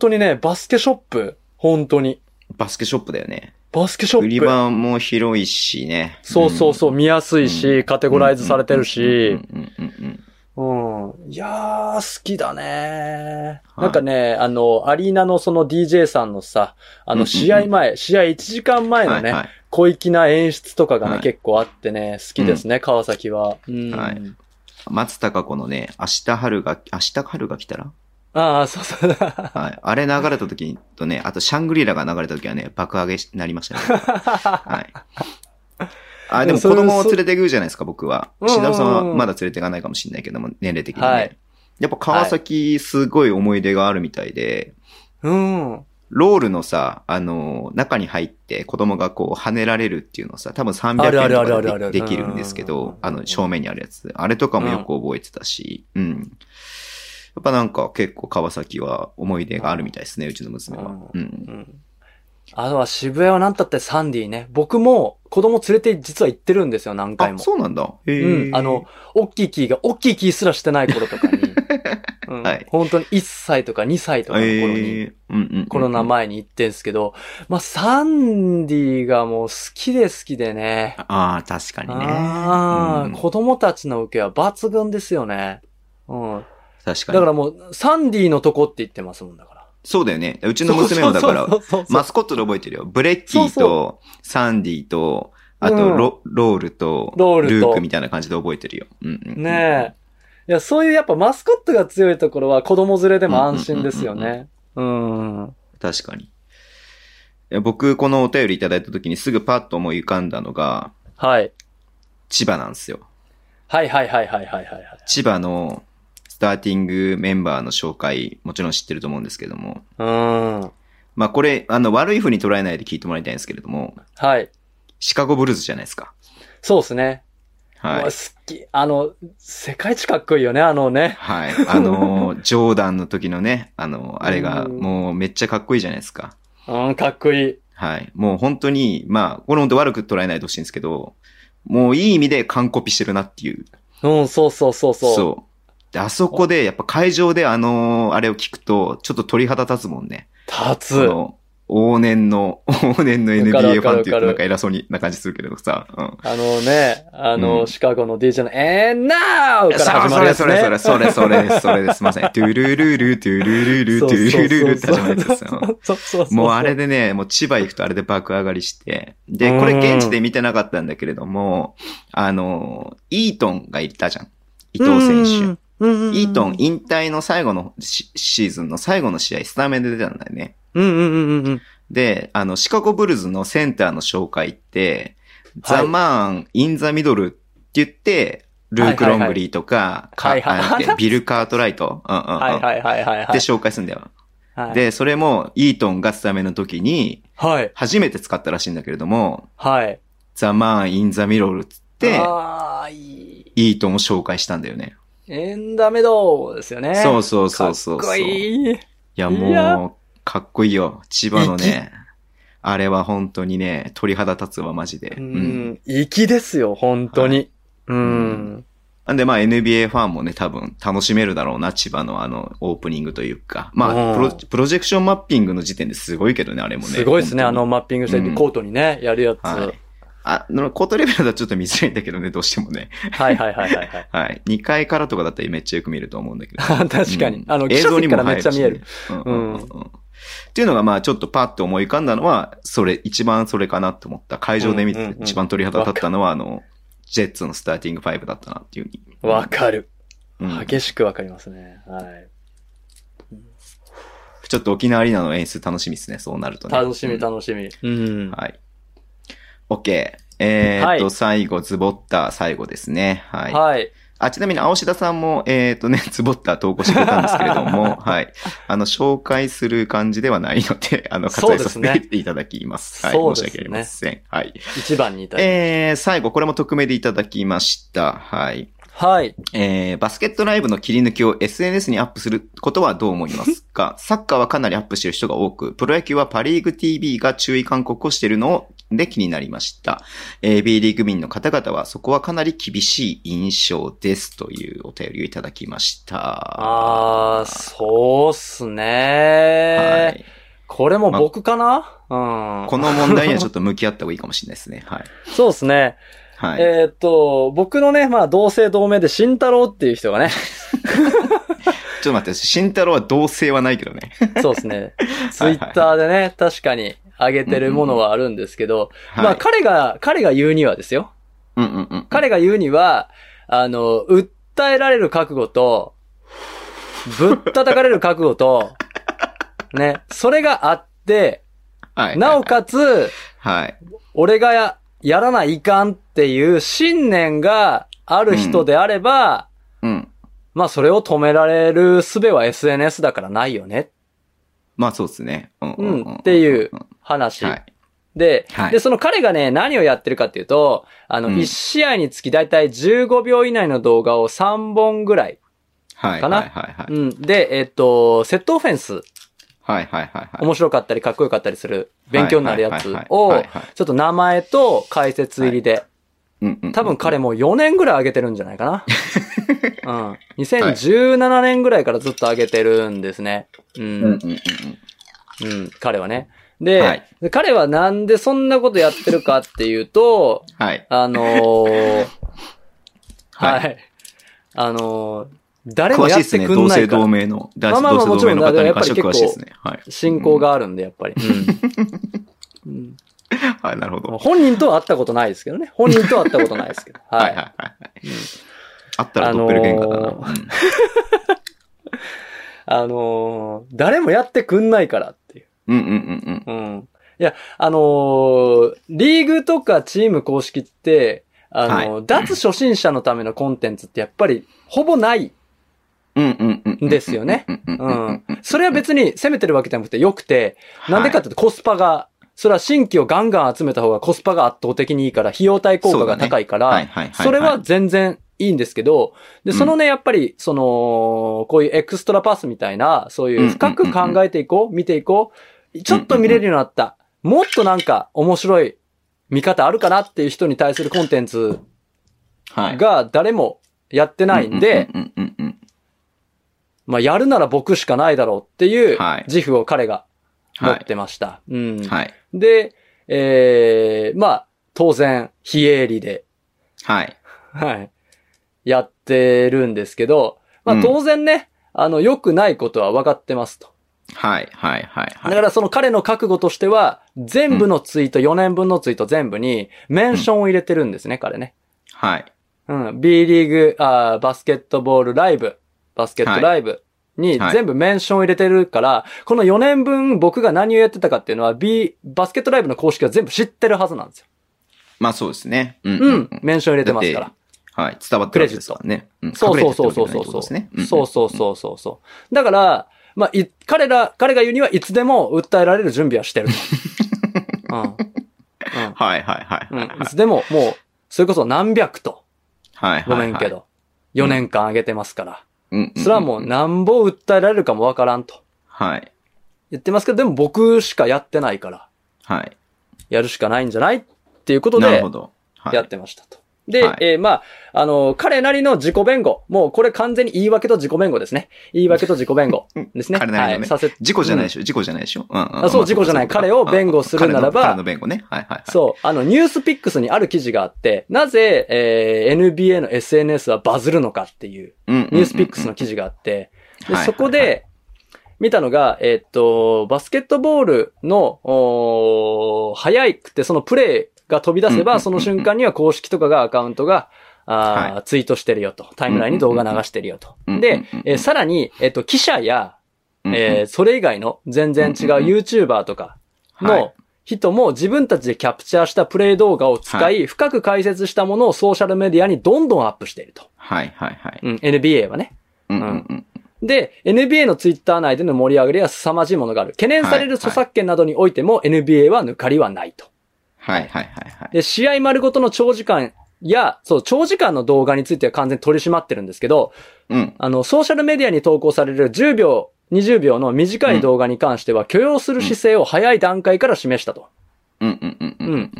[SPEAKER 3] 当にね、バスケショップ。本当に。
[SPEAKER 2] バスケショップだよね。
[SPEAKER 3] バスケショップ。
[SPEAKER 2] 売り場も広いしね。
[SPEAKER 3] そうそうそう、
[SPEAKER 2] ん。
[SPEAKER 3] 見やすいし、カテゴライズされてるし、
[SPEAKER 2] うんうんうんうんうんうん。
[SPEAKER 3] うん。いやー、好きだね、
[SPEAKER 2] はい
[SPEAKER 3] なんかね、あの、アリーナのその DJ さんのさ、あ
[SPEAKER 2] うんう
[SPEAKER 3] の、
[SPEAKER 2] んうん
[SPEAKER 3] 試合前、試合1時間前のね、
[SPEAKER 2] はい
[SPEAKER 3] 小粋な演出とかがね、
[SPEAKER 2] はい
[SPEAKER 3] 結構あってね、好きですね、川崎は。うん。
[SPEAKER 2] はい松たか子のね、明日春が、明日春が来たら
[SPEAKER 3] ああ、そうそうだ。
[SPEAKER 2] はい。あれ流れた時とね、あとシャングリラが流れた時はね、爆上げになりまし
[SPEAKER 3] [LAUGHS]
[SPEAKER 2] たね。はい。あ、でも子供を連れていくじゃないですか、僕は。
[SPEAKER 3] うんうんうん
[SPEAKER 2] しなぶさんはまだ連れていかないかもしれないけども、年齢的にね。
[SPEAKER 3] はい
[SPEAKER 2] やっぱ川崎、すごい思い出があるみたいで、
[SPEAKER 3] うん。 [LAUGHS]
[SPEAKER 2] ロールのさ、あの、中に入って子供がこう跳ねられるっていうのさ、多分300
[SPEAKER 3] あるあ
[SPEAKER 2] 円
[SPEAKER 3] るある
[SPEAKER 2] と
[SPEAKER 3] あるあ
[SPEAKER 2] か
[SPEAKER 3] る
[SPEAKER 2] でできるんですけ
[SPEAKER 3] うんうんう
[SPEAKER 2] ど
[SPEAKER 3] ん、
[SPEAKER 2] あの、正面にあるやつ。あれとかもよく覚えてたし、うん。やっぱなんか結構川崎は思い出があるみたいですね、うちの娘は。
[SPEAKER 3] う
[SPEAKER 2] うん。
[SPEAKER 3] うんあとは渋谷はなんたってサンディね。僕も子供連れて実は行ってるんですよ、何回
[SPEAKER 2] あ、
[SPEAKER 3] も。
[SPEAKER 2] そうなんだ。へ
[SPEAKER 3] う
[SPEAKER 2] ー
[SPEAKER 3] ん。あの、、大きいキーが、大きいキーすらしてない頃と
[SPEAKER 2] [LAUGHS]
[SPEAKER 3] かに、うん
[SPEAKER 2] はい
[SPEAKER 3] 本当に1歳とか2歳とかの頃に、
[SPEAKER 2] えーうんうんうんうん
[SPEAKER 3] コロナ前に行ってんすけど、まあ、サンディがもう好きで好きでね。
[SPEAKER 2] ああ、確かにね。
[SPEAKER 3] ああ、
[SPEAKER 2] うん
[SPEAKER 3] 子供たちの受けは抜群ですよね。うん。
[SPEAKER 2] 確か
[SPEAKER 3] だか
[SPEAKER 2] に。
[SPEAKER 3] らもう、サンディのとこって言ってますもんだから。
[SPEAKER 2] そうだよね。うちの娘もだか
[SPEAKER 3] そ
[SPEAKER 2] ら、
[SPEAKER 3] うそうそうそう
[SPEAKER 2] マスコットで覚えてるよ。ブレッキー
[SPEAKER 3] そう
[SPEAKER 2] と、サンディと、あ
[SPEAKER 3] うん
[SPEAKER 2] とロ、ロールと、
[SPEAKER 3] ロールと
[SPEAKER 2] ークみたいな感じで覚えてるよ。うんうんうん、
[SPEAKER 3] ねえ。いや、そういうやっぱマスコットが強いところは子供連れでも安心ですよね。うん。
[SPEAKER 2] 確かに。いや僕、このお便りいただいた時にすぐパッと思い浮かんだのが、
[SPEAKER 3] はい。
[SPEAKER 2] 千葉なんですよ。
[SPEAKER 3] はいはいはいはいはいはい。
[SPEAKER 2] 千葉のスターティングメンバーの紹介、もちろん知ってると思うんですけども。
[SPEAKER 3] うん。
[SPEAKER 2] まあこれ、あの、悪い風に捉えないで聞いてもらいたいんですけれども、
[SPEAKER 3] はい。
[SPEAKER 2] シカゴブルーズじゃないですか。
[SPEAKER 3] そうですね。
[SPEAKER 2] は
[SPEAKER 3] うわ
[SPEAKER 2] い
[SPEAKER 3] 好。き。あの、世界一かっこいいよね、あのね。
[SPEAKER 2] はい。あの
[SPEAKER 3] [LAUGHS]
[SPEAKER 2] ー、ジョーダンの時のね、あの、あれが、
[SPEAKER 3] うん
[SPEAKER 2] もうめっちゃかっこいいじゃないですか。
[SPEAKER 3] うん、かっこいい。
[SPEAKER 2] はい。もう本当に、まあ、これ本当悪く捉えないでほしいんですけど、もういい意味で完コピしてるなっていう。
[SPEAKER 3] うん、そうそうそうそう。
[SPEAKER 2] そう。で、あそこで、やっぱ会場であのーあれを聞くと、ちょっと鳥肌立つもんね。
[SPEAKER 3] 立
[SPEAKER 2] こ
[SPEAKER 3] つ。
[SPEAKER 2] の、往年の、往年の
[SPEAKER 3] わかる
[SPEAKER 2] NBA
[SPEAKER 3] わ
[SPEAKER 2] フ
[SPEAKER 3] かる
[SPEAKER 2] ァンっていう
[SPEAKER 3] わか
[SPEAKER 2] と
[SPEAKER 3] る
[SPEAKER 2] なんか偉そうにな感じするけどさ。うん。
[SPEAKER 3] あのね、あの、
[SPEAKER 2] うん
[SPEAKER 3] シカゴの DJ の、えー、なーから始まるやつ、ね。
[SPEAKER 2] それそれそれそれそれです、それです。
[SPEAKER 3] [LAUGHS]
[SPEAKER 2] すみません。トゥルルル、トゥルルル、トゥルルルって始まるやつですよ。
[SPEAKER 3] そうそうそう。
[SPEAKER 2] もうあれでね、もう千葉行くとあれで爆上がりして。で、こ
[SPEAKER 3] う
[SPEAKER 2] れ
[SPEAKER 3] ん
[SPEAKER 2] 現地で見てなかったんだけれども、あの、イートンがいたじゃん。伊
[SPEAKER 3] う
[SPEAKER 2] 藤
[SPEAKER 3] ん、
[SPEAKER 2] 選手。
[SPEAKER 3] うん。
[SPEAKER 2] イートン
[SPEAKER 3] い
[SPEAKER 2] 引退の最後のシシーズンの最後の試合、スタメンで出たんだよね。
[SPEAKER 3] うんうんうんうん。
[SPEAKER 2] で、あの、シカゴブルズのセンターの紹介って、
[SPEAKER 3] はい
[SPEAKER 2] ザ・マン・イン・ザ・ミドルって言って、ルーク・ロングリーとか、
[SPEAKER 3] はいはいはい
[SPEAKER 2] か
[SPEAKER 3] はいはい
[SPEAKER 2] あビル・カートライト、うんうんうん
[SPEAKER 3] はいはいはいはいはい。
[SPEAKER 2] で紹介するんだよ。
[SPEAKER 3] はい、
[SPEAKER 2] で、それも、イートンがスタメンの時に、
[SPEAKER 3] はい、
[SPEAKER 2] 初めて使ったらしいんだけれども、
[SPEAKER 3] はい。
[SPEAKER 2] ザ・マン・イン・ザ・ミロールっつって、
[SPEAKER 3] ああ、いい。
[SPEAKER 2] イートンを紹介したんだよね。
[SPEAKER 3] エンダメドーですよね。
[SPEAKER 2] そうそうそうそう
[SPEAKER 3] か
[SPEAKER 2] そ
[SPEAKER 3] っ
[SPEAKER 2] う。
[SPEAKER 3] こいい。
[SPEAKER 2] いや、
[SPEAKER 3] いや
[SPEAKER 2] もう、かっこいいよ。千葉のね、あれは本当にね、鳥肌立つわ、マジで。
[SPEAKER 3] う
[SPEAKER 2] うん。
[SPEAKER 3] ん。粋ですよ、本当に。うん。
[SPEAKER 2] なんで、まあ、NBA ファンもね、多分、楽しめるだろうな、千葉のあの、オープニングというか。ま
[SPEAKER 3] う
[SPEAKER 2] あ、
[SPEAKER 3] ん
[SPEAKER 2] プロ、プロジェクションマッピングの時点ですごいけどね、あれもね。
[SPEAKER 3] すごいですね、あ
[SPEAKER 2] 本当
[SPEAKER 3] の
[SPEAKER 2] に、
[SPEAKER 3] マッピングして、
[SPEAKER 2] うん
[SPEAKER 3] コートにね、やるやつ。は
[SPEAKER 2] はいあの、コートレベルだとちょっと見づらいんだけどね、どうしてもね。
[SPEAKER 3] いはいはいはいはい。
[SPEAKER 2] はい。2階からとかだったらめっちゃよく見ると思うんだ
[SPEAKER 3] [LAUGHS]
[SPEAKER 2] けど。
[SPEAKER 3] 確かに。
[SPEAKER 2] うん
[SPEAKER 3] あの、
[SPEAKER 2] 映
[SPEAKER 3] 記者
[SPEAKER 2] 像に
[SPEAKER 3] 席か
[SPEAKER 2] も
[SPEAKER 3] らめっちゃ見える。
[SPEAKER 2] 入るしね。
[SPEAKER 3] う
[SPEAKER 2] うんんうんうんっていうのが、まあ、ちょっとパッと思い浮かんだのは、それ、一番それかなと思った。会場で見
[SPEAKER 3] うんうん
[SPEAKER 2] て
[SPEAKER 3] うん
[SPEAKER 2] 一番鳥肌立ったのは、あの、ジェッツのスターティングファイブだったなっていうふうに。
[SPEAKER 3] わかる。
[SPEAKER 2] うん
[SPEAKER 3] 激しくわかりますね。はい。
[SPEAKER 2] ちょっと沖縄アリーナの演出楽しみですね、そうなるとね。
[SPEAKER 3] 楽しみ
[SPEAKER 2] うん
[SPEAKER 3] 楽しみ。うん。
[SPEAKER 2] はい。OK。えーっ
[SPEAKER 3] はい
[SPEAKER 2] と、最後、ズボッタ、最後ですね。はい。
[SPEAKER 3] はい。
[SPEAKER 2] あ、ちなみに、青志田さんも、えっ、とね、ツボッタ投稿してくれたんですけれども、
[SPEAKER 3] [LAUGHS]
[SPEAKER 2] はい。あの、紹介する感じではないので、あの、
[SPEAKER 3] そ
[SPEAKER 2] 割
[SPEAKER 3] う
[SPEAKER 2] 愛
[SPEAKER 3] で
[SPEAKER 2] さ
[SPEAKER 3] す
[SPEAKER 2] せ
[SPEAKER 3] ね
[SPEAKER 2] ていただきます。はい。
[SPEAKER 3] そう
[SPEAKER 2] 申
[SPEAKER 3] です
[SPEAKER 2] し
[SPEAKER 3] ね
[SPEAKER 2] 訳ありません。はい。
[SPEAKER 3] 一番にいたい。
[SPEAKER 2] えー、最後、これも匿名でいただきました。はい。
[SPEAKER 3] はい。
[SPEAKER 2] えー、バスケットライブの切り抜きを SNS にアップすることはどう思います
[SPEAKER 3] [LAUGHS]
[SPEAKER 2] かサッカーはかなりアップしてる人が多く、プロ野球はパリーグ TV が注意勧告をしているのをで気になりました。えー、B リーグ民の方々はそこはかなり厳しい印象ですというお便りをいただきました。
[SPEAKER 3] あー、そうっすね、 [LAUGHS]
[SPEAKER 2] はい、
[SPEAKER 3] これも僕かな、うん。
[SPEAKER 2] この問題にはちょっと向き合った方がいいかもしれないですね。はい。
[SPEAKER 3] そうですね。
[SPEAKER 2] はい。 [LAUGHS]
[SPEAKER 3] えーっと、僕のね、まあ、同姓同名で慎太郎っていう人がね、
[SPEAKER 2] っと待って、慎太郎は同性はないけどね。
[SPEAKER 3] そうですね。ツイッターでね、確かに上げてるものはあるんですけど、
[SPEAKER 2] はい、
[SPEAKER 3] まあ彼が、彼が言うにはですよ。
[SPEAKER 2] うんうんうん。
[SPEAKER 3] 彼が言うには、あの、訴えられる覚悟と、ぶったたかれる覚悟と、ね、それがあって、
[SPEAKER 2] はい、
[SPEAKER 3] なおかつ、
[SPEAKER 2] はい。
[SPEAKER 3] 俺がややらないかんっていう信念がある人であれば、
[SPEAKER 2] うん。
[SPEAKER 3] まあそれを止められる術は SNS だからないよね、
[SPEAKER 2] まあそうですね。うんうんうん
[SPEAKER 3] うんっていう話。
[SPEAKER 2] はい。
[SPEAKER 3] で、
[SPEAKER 2] はい
[SPEAKER 3] で、その彼がね、何をやってるかっていうと、あの、
[SPEAKER 2] うん
[SPEAKER 3] 1試合につきだいたい15秒以内の動画を3本ぐらい。
[SPEAKER 2] はい。
[SPEAKER 3] かな
[SPEAKER 2] はいはいはい。
[SPEAKER 3] うん。で、えっと、セットオフェンス、
[SPEAKER 2] はいはいはいはい。
[SPEAKER 3] 面白かったりかっこよかったりする、勉強になるやつ
[SPEAKER 2] はいはいはい
[SPEAKER 3] を
[SPEAKER 2] はいはいはい、
[SPEAKER 3] ちょっと名前と解説入りで、
[SPEAKER 2] うんうん
[SPEAKER 3] 多分彼も4年ぐらい上げてるんじゃない
[SPEAKER 2] [LAUGHS]
[SPEAKER 3] かな。うん。2017年ぐらいからずっと上げてるんですね。う
[SPEAKER 2] うんうん
[SPEAKER 3] ん。
[SPEAKER 2] うんうん。
[SPEAKER 3] うん。彼はね。で、
[SPEAKER 2] はい
[SPEAKER 3] で彼はなんでそんなことやってるかっていうと、
[SPEAKER 2] はい。
[SPEAKER 3] あのー、
[SPEAKER 2] [LAUGHS] は
[SPEAKER 3] はいい。あのー、誰も
[SPEAKER 2] 詳し
[SPEAKER 3] や
[SPEAKER 2] い
[SPEAKER 3] っ
[SPEAKER 2] です
[SPEAKER 3] て
[SPEAKER 2] ね。
[SPEAKER 3] くん
[SPEAKER 2] 同
[SPEAKER 3] な
[SPEAKER 2] 姓
[SPEAKER 3] いか
[SPEAKER 2] 同
[SPEAKER 3] ら。
[SPEAKER 2] 名の。同
[SPEAKER 3] まあまあまあ
[SPEAKER 2] 姓同名の
[SPEAKER 3] もち
[SPEAKER 2] 方
[SPEAKER 3] ろん
[SPEAKER 2] に関して
[SPEAKER 3] やっぱり結
[SPEAKER 2] は
[SPEAKER 3] 構
[SPEAKER 2] 詳しいですね。はい。
[SPEAKER 3] 信仰があるんで、やっぱり。うん
[SPEAKER 2] うん。はい、なるほ
[SPEAKER 3] うん [LAUGHS]
[SPEAKER 2] ど。
[SPEAKER 3] 本人とは会ったことないですけどね。本人とは会ったことないですけど。
[SPEAKER 2] は
[SPEAKER 3] [LAUGHS] はい
[SPEAKER 2] はい
[SPEAKER 3] い。
[SPEAKER 2] はいはい。あったらドッペルゲンガーだな
[SPEAKER 3] あの
[SPEAKER 2] うん。
[SPEAKER 3] あのー誰もやってくんないからっていう。
[SPEAKER 2] うんうんうんうん。
[SPEAKER 3] うん。いや、あのーリーグとかチーム公式って、あのー
[SPEAKER 2] は
[SPEAKER 3] 脱初心者のためのコンテンツってやっぱりほぼない。
[SPEAKER 2] うんうんうんうん。
[SPEAKER 3] ですよね
[SPEAKER 2] うんうん
[SPEAKER 3] う
[SPEAKER 2] うんうん
[SPEAKER 3] ん。それは別に攻めてるわけじゃなくて良くて、なんでかっていうとコスパが、それは新規をガンガン集めた方がコスパが圧倒的にいいから、費用対効果が高いか
[SPEAKER 2] はい
[SPEAKER 3] ら、
[SPEAKER 2] はいはい。
[SPEAKER 3] それは、全然いいんですけど、で、そのね、やっぱり、その、こういうエクストラパスみたいな、そういう深く考えていこう、見ていこう、ちょっと見れるようになった、もっとなんか面白い見方あるかなっていう人に対するコンテンツ
[SPEAKER 2] はい。
[SPEAKER 3] が誰もやってないんで、
[SPEAKER 2] うんうんうんうん
[SPEAKER 3] まあ、やるなら僕しかないだろうっていう
[SPEAKER 2] はい
[SPEAKER 3] 自負を彼が
[SPEAKER 2] は
[SPEAKER 3] 持
[SPEAKER 2] い
[SPEAKER 3] ってました。うん
[SPEAKER 2] うん。はい。
[SPEAKER 3] で、えー、まあ、当然、非営利で、
[SPEAKER 2] はい。
[SPEAKER 3] はい、やってるんですけど、ま
[SPEAKER 2] うん
[SPEAKER 3] あ、当然ね、あの、良くないことは分かってますと。
[SPEAKER 2] はいはいはいはい。
[SPEAKER 3] だからその彼の覚悟としては、全部のツイート、4年分のツイート全部に、メンションを入れてるんですね、彼ね。
[SPEAKER 2] はい。
[SPEAKER 3] うん、B リーグあー、バスケットボールライブ、バスケットライブに
[SPEAKER 2] はい
[SPEAKER 3] 全部メンションを入れてるから、この4年分僕が何をやってたかっていうのは、B、バスケットライブの公式は全部知ってるはずなんですよ。
[SPEAKER 2] まあそうですね。う
[SPEAKER 3] う
[SPEAKER 2] んうんん、。
[SPEAKER 3] メンション入れてますか
[SPEAKER 2] だ
[SPEAKER 3] ら
[SPEAKER 2] っ。はい。伝わってるわけですからね。うん
[SPEAKER 3] そうそうそうそう
[SPEAKER 2] 隠
[SPEAKER 3] そ
[SPEAKER 2] れ
[SPEAKER 3] う
[SPEAKER 2] てる
[SPEAKER 3] そう。
[SPEAKER 2] わけじゃないってことですね
[SPEAKER 3] そうそうそうそうそう。だから、まあ、い、彼ら、彼が言うにはいつでも訴えられる準備はしてる
[SPEAKER 2] [LAUGHS]
[SPEAKER 3] と。うん。
[SPEAKER 2] うんはいはいはい
[SPEAKER 3] うん。
[SPEAKER 2] は
[SPEAKER 3] う
[SPEAKER 2] い
[SPEAKER 3] ん。いつでも、もう、それこそ何百と、
[SPEAKER 2] はい。
[SPEAKER 3] ごめんけ
[SPEAKER 2] ど。
[SPEAKER 3] ど、4年間あげてますから。
[SPEAKER 2] うん
[SPEAKER 3] それはもう、なんぼ訴えられるかもわからんと。
[SPEAKER 2] はい。
[SPEAKER 3] 言ってますけど、でも僕しかやってないから、
[SPEAKER 2] はい。
[SPEAKER 3] やるしかないんじゃないっていうこと
[SPEAKER 2] なる
[SPEAKER 3] で
[SPEAKER 2] ほ、ど。はい
[SPEAKER 3] やってましたと。で、
[SPEAKER 2] はい
[SPEAKER 3] えーまあ、あの、彼なりの自己弁護。もうこれ完全に言い訳と自己弁護ですね。言い訳と自己弁護
[SPEAKER 2] [LAUGHS]
[SPEAKER 3] ですね。
[SPEAKER 2] 彼なりのね
[SPEAKER 3] はい、させ、
[SPEAKER 2] 事故じゃないでしょ事故じゃないでしょうんうん。
[SPEAKER 3] あそう事故じゃない
[SPEAKER 2] まあ
[SPEAKER 3] 彼を弁護するならば
[SPEAKER 2] 彼の彼の弁護ね。はいはいはい。
[SPEAKER 3] そう、あの、ニュースピックスにある記事があって、なぜ、えー NBA の SNS はバズるのかっていう、
[SPEAKER 2] うんうんうんうん。
[SPEAKER 3] ニュースピックスの記事があって、で
[SPEAKER 2] はい
[SPEAKER 3] そこ
[SPEAKER 2] はいはい
[SPEAKER 3] で、見たのが、えーっと、バスケットボールの、おー速くて、そのプレーが飛び出せ
[SPEAKER 2] うんうんうんう
[SPEAKER 3] ば、
[SPEAKER 2] ん
[SPEAKER 3] その瞬間には公式とかがアカウントが、あー
[SPEAKER 2] は
[SPEAKER 3] ツイートしてるよと。タイムラインに動画流してるよと。
[SPEAKER 2] うんうんうんうん
[SPEAKER 3] で、えーさらに、えーっと、記者や、
[SPEAKER 2] うんうん
[SPEAKER 3] えーそれ以外の全然違う
[SPEAKER 2] うんうん
[SPEAKER 3] YouTuber とか
[SPEAKER 2] は
[SPEAKER 3] の
[SPEAKER 2] い
[SPEAKER 3] 人も自分たちでキャプチャーしたプレイ動画を使い、
[SPEAKER 2] は
[SPEAKER 3] 深く解説したものをソーシャルメディアにどんどんアップしていると。
[SPEAKER 2] はいはいはい。
[SPEAKER 3] うん、NBA はね。
[SPEAKER 2] うんうんうん。
[SPEAKER 3] で、NBA のツイッター内での盛り上がりは凄まじいものがある。懸念される
[SPEAKER 2] はい
[SPEAKER 3] 著作権などにおいても NBA は抜かりはないと。
[SPEAKER 2] はいはいはいはい。
[SPEAKER 3] で、試合丸ごとの長時間や、そう、長時間の動画については完全に取り締まってるんですけど、
[SPEAKER 2] うん。
[SPEAKER 3] あの、ソーシャルメディアに投稿される10秒、20秒の短い動画に関しては許容する姿勢を早い段階から示したと。
[SPEAKER 2] うんうんうんうん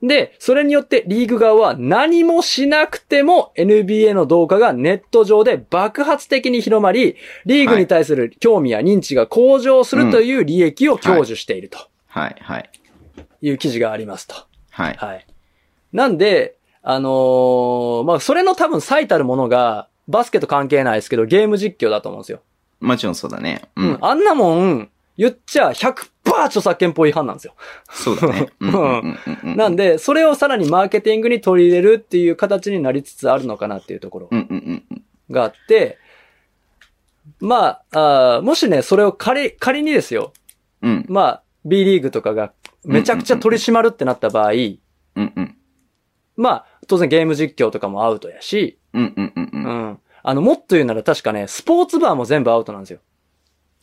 [SPEAKER 2] うん。
[SPEAKER 3] で、それによってリーグ側は何もしなくても NBA の動画がネット上で爆発的に広まり、リーグに対する興味や認知が向上するという利益を享受していると
[SPEAKER 2] はいはい。
[SPEAKER 3] いう記事がありますと。
[SPEAKER 2] はい。
[SPEAKER 3] はい。なんで、あのーまあ、それの多分最たるものが、バスケと関係ないですけど、ゲーム実況だと思うんですよ。
[SPEAKER 2] もちろんそうだね。う。
[SPEAKER 3] うんん。あんなもん、言っちゃ100%著作権法違反なんですよ。
[SPEAKER 2] そうだね。うんうんうんうんうん。
[SPEAKER 3] なんで、それをさらにマーケティングに取り入れるっていう形になりつつあるのかなっていうところ
[SPEAKER 2] うんうんうんうん。
[SPEAKER 3] があって、まあ、あーもしね、それを仮、仮にですよ、
[SPEAKER 2] うん
[SPEAKER 3] まあ、B リーグとかがめちゃくちゃ取り締まるってなった場合、
[SPEAKER 2] うんうん。
[SPEAKER 3] まあ、当然ゲーム実況とかもアウトやし、
[SPEAKER 2] うんうんうんう。
[SPEAKER 3] うんん。あの、もっと言うなら確かね、スポーツバーも全部アウトなんですよ。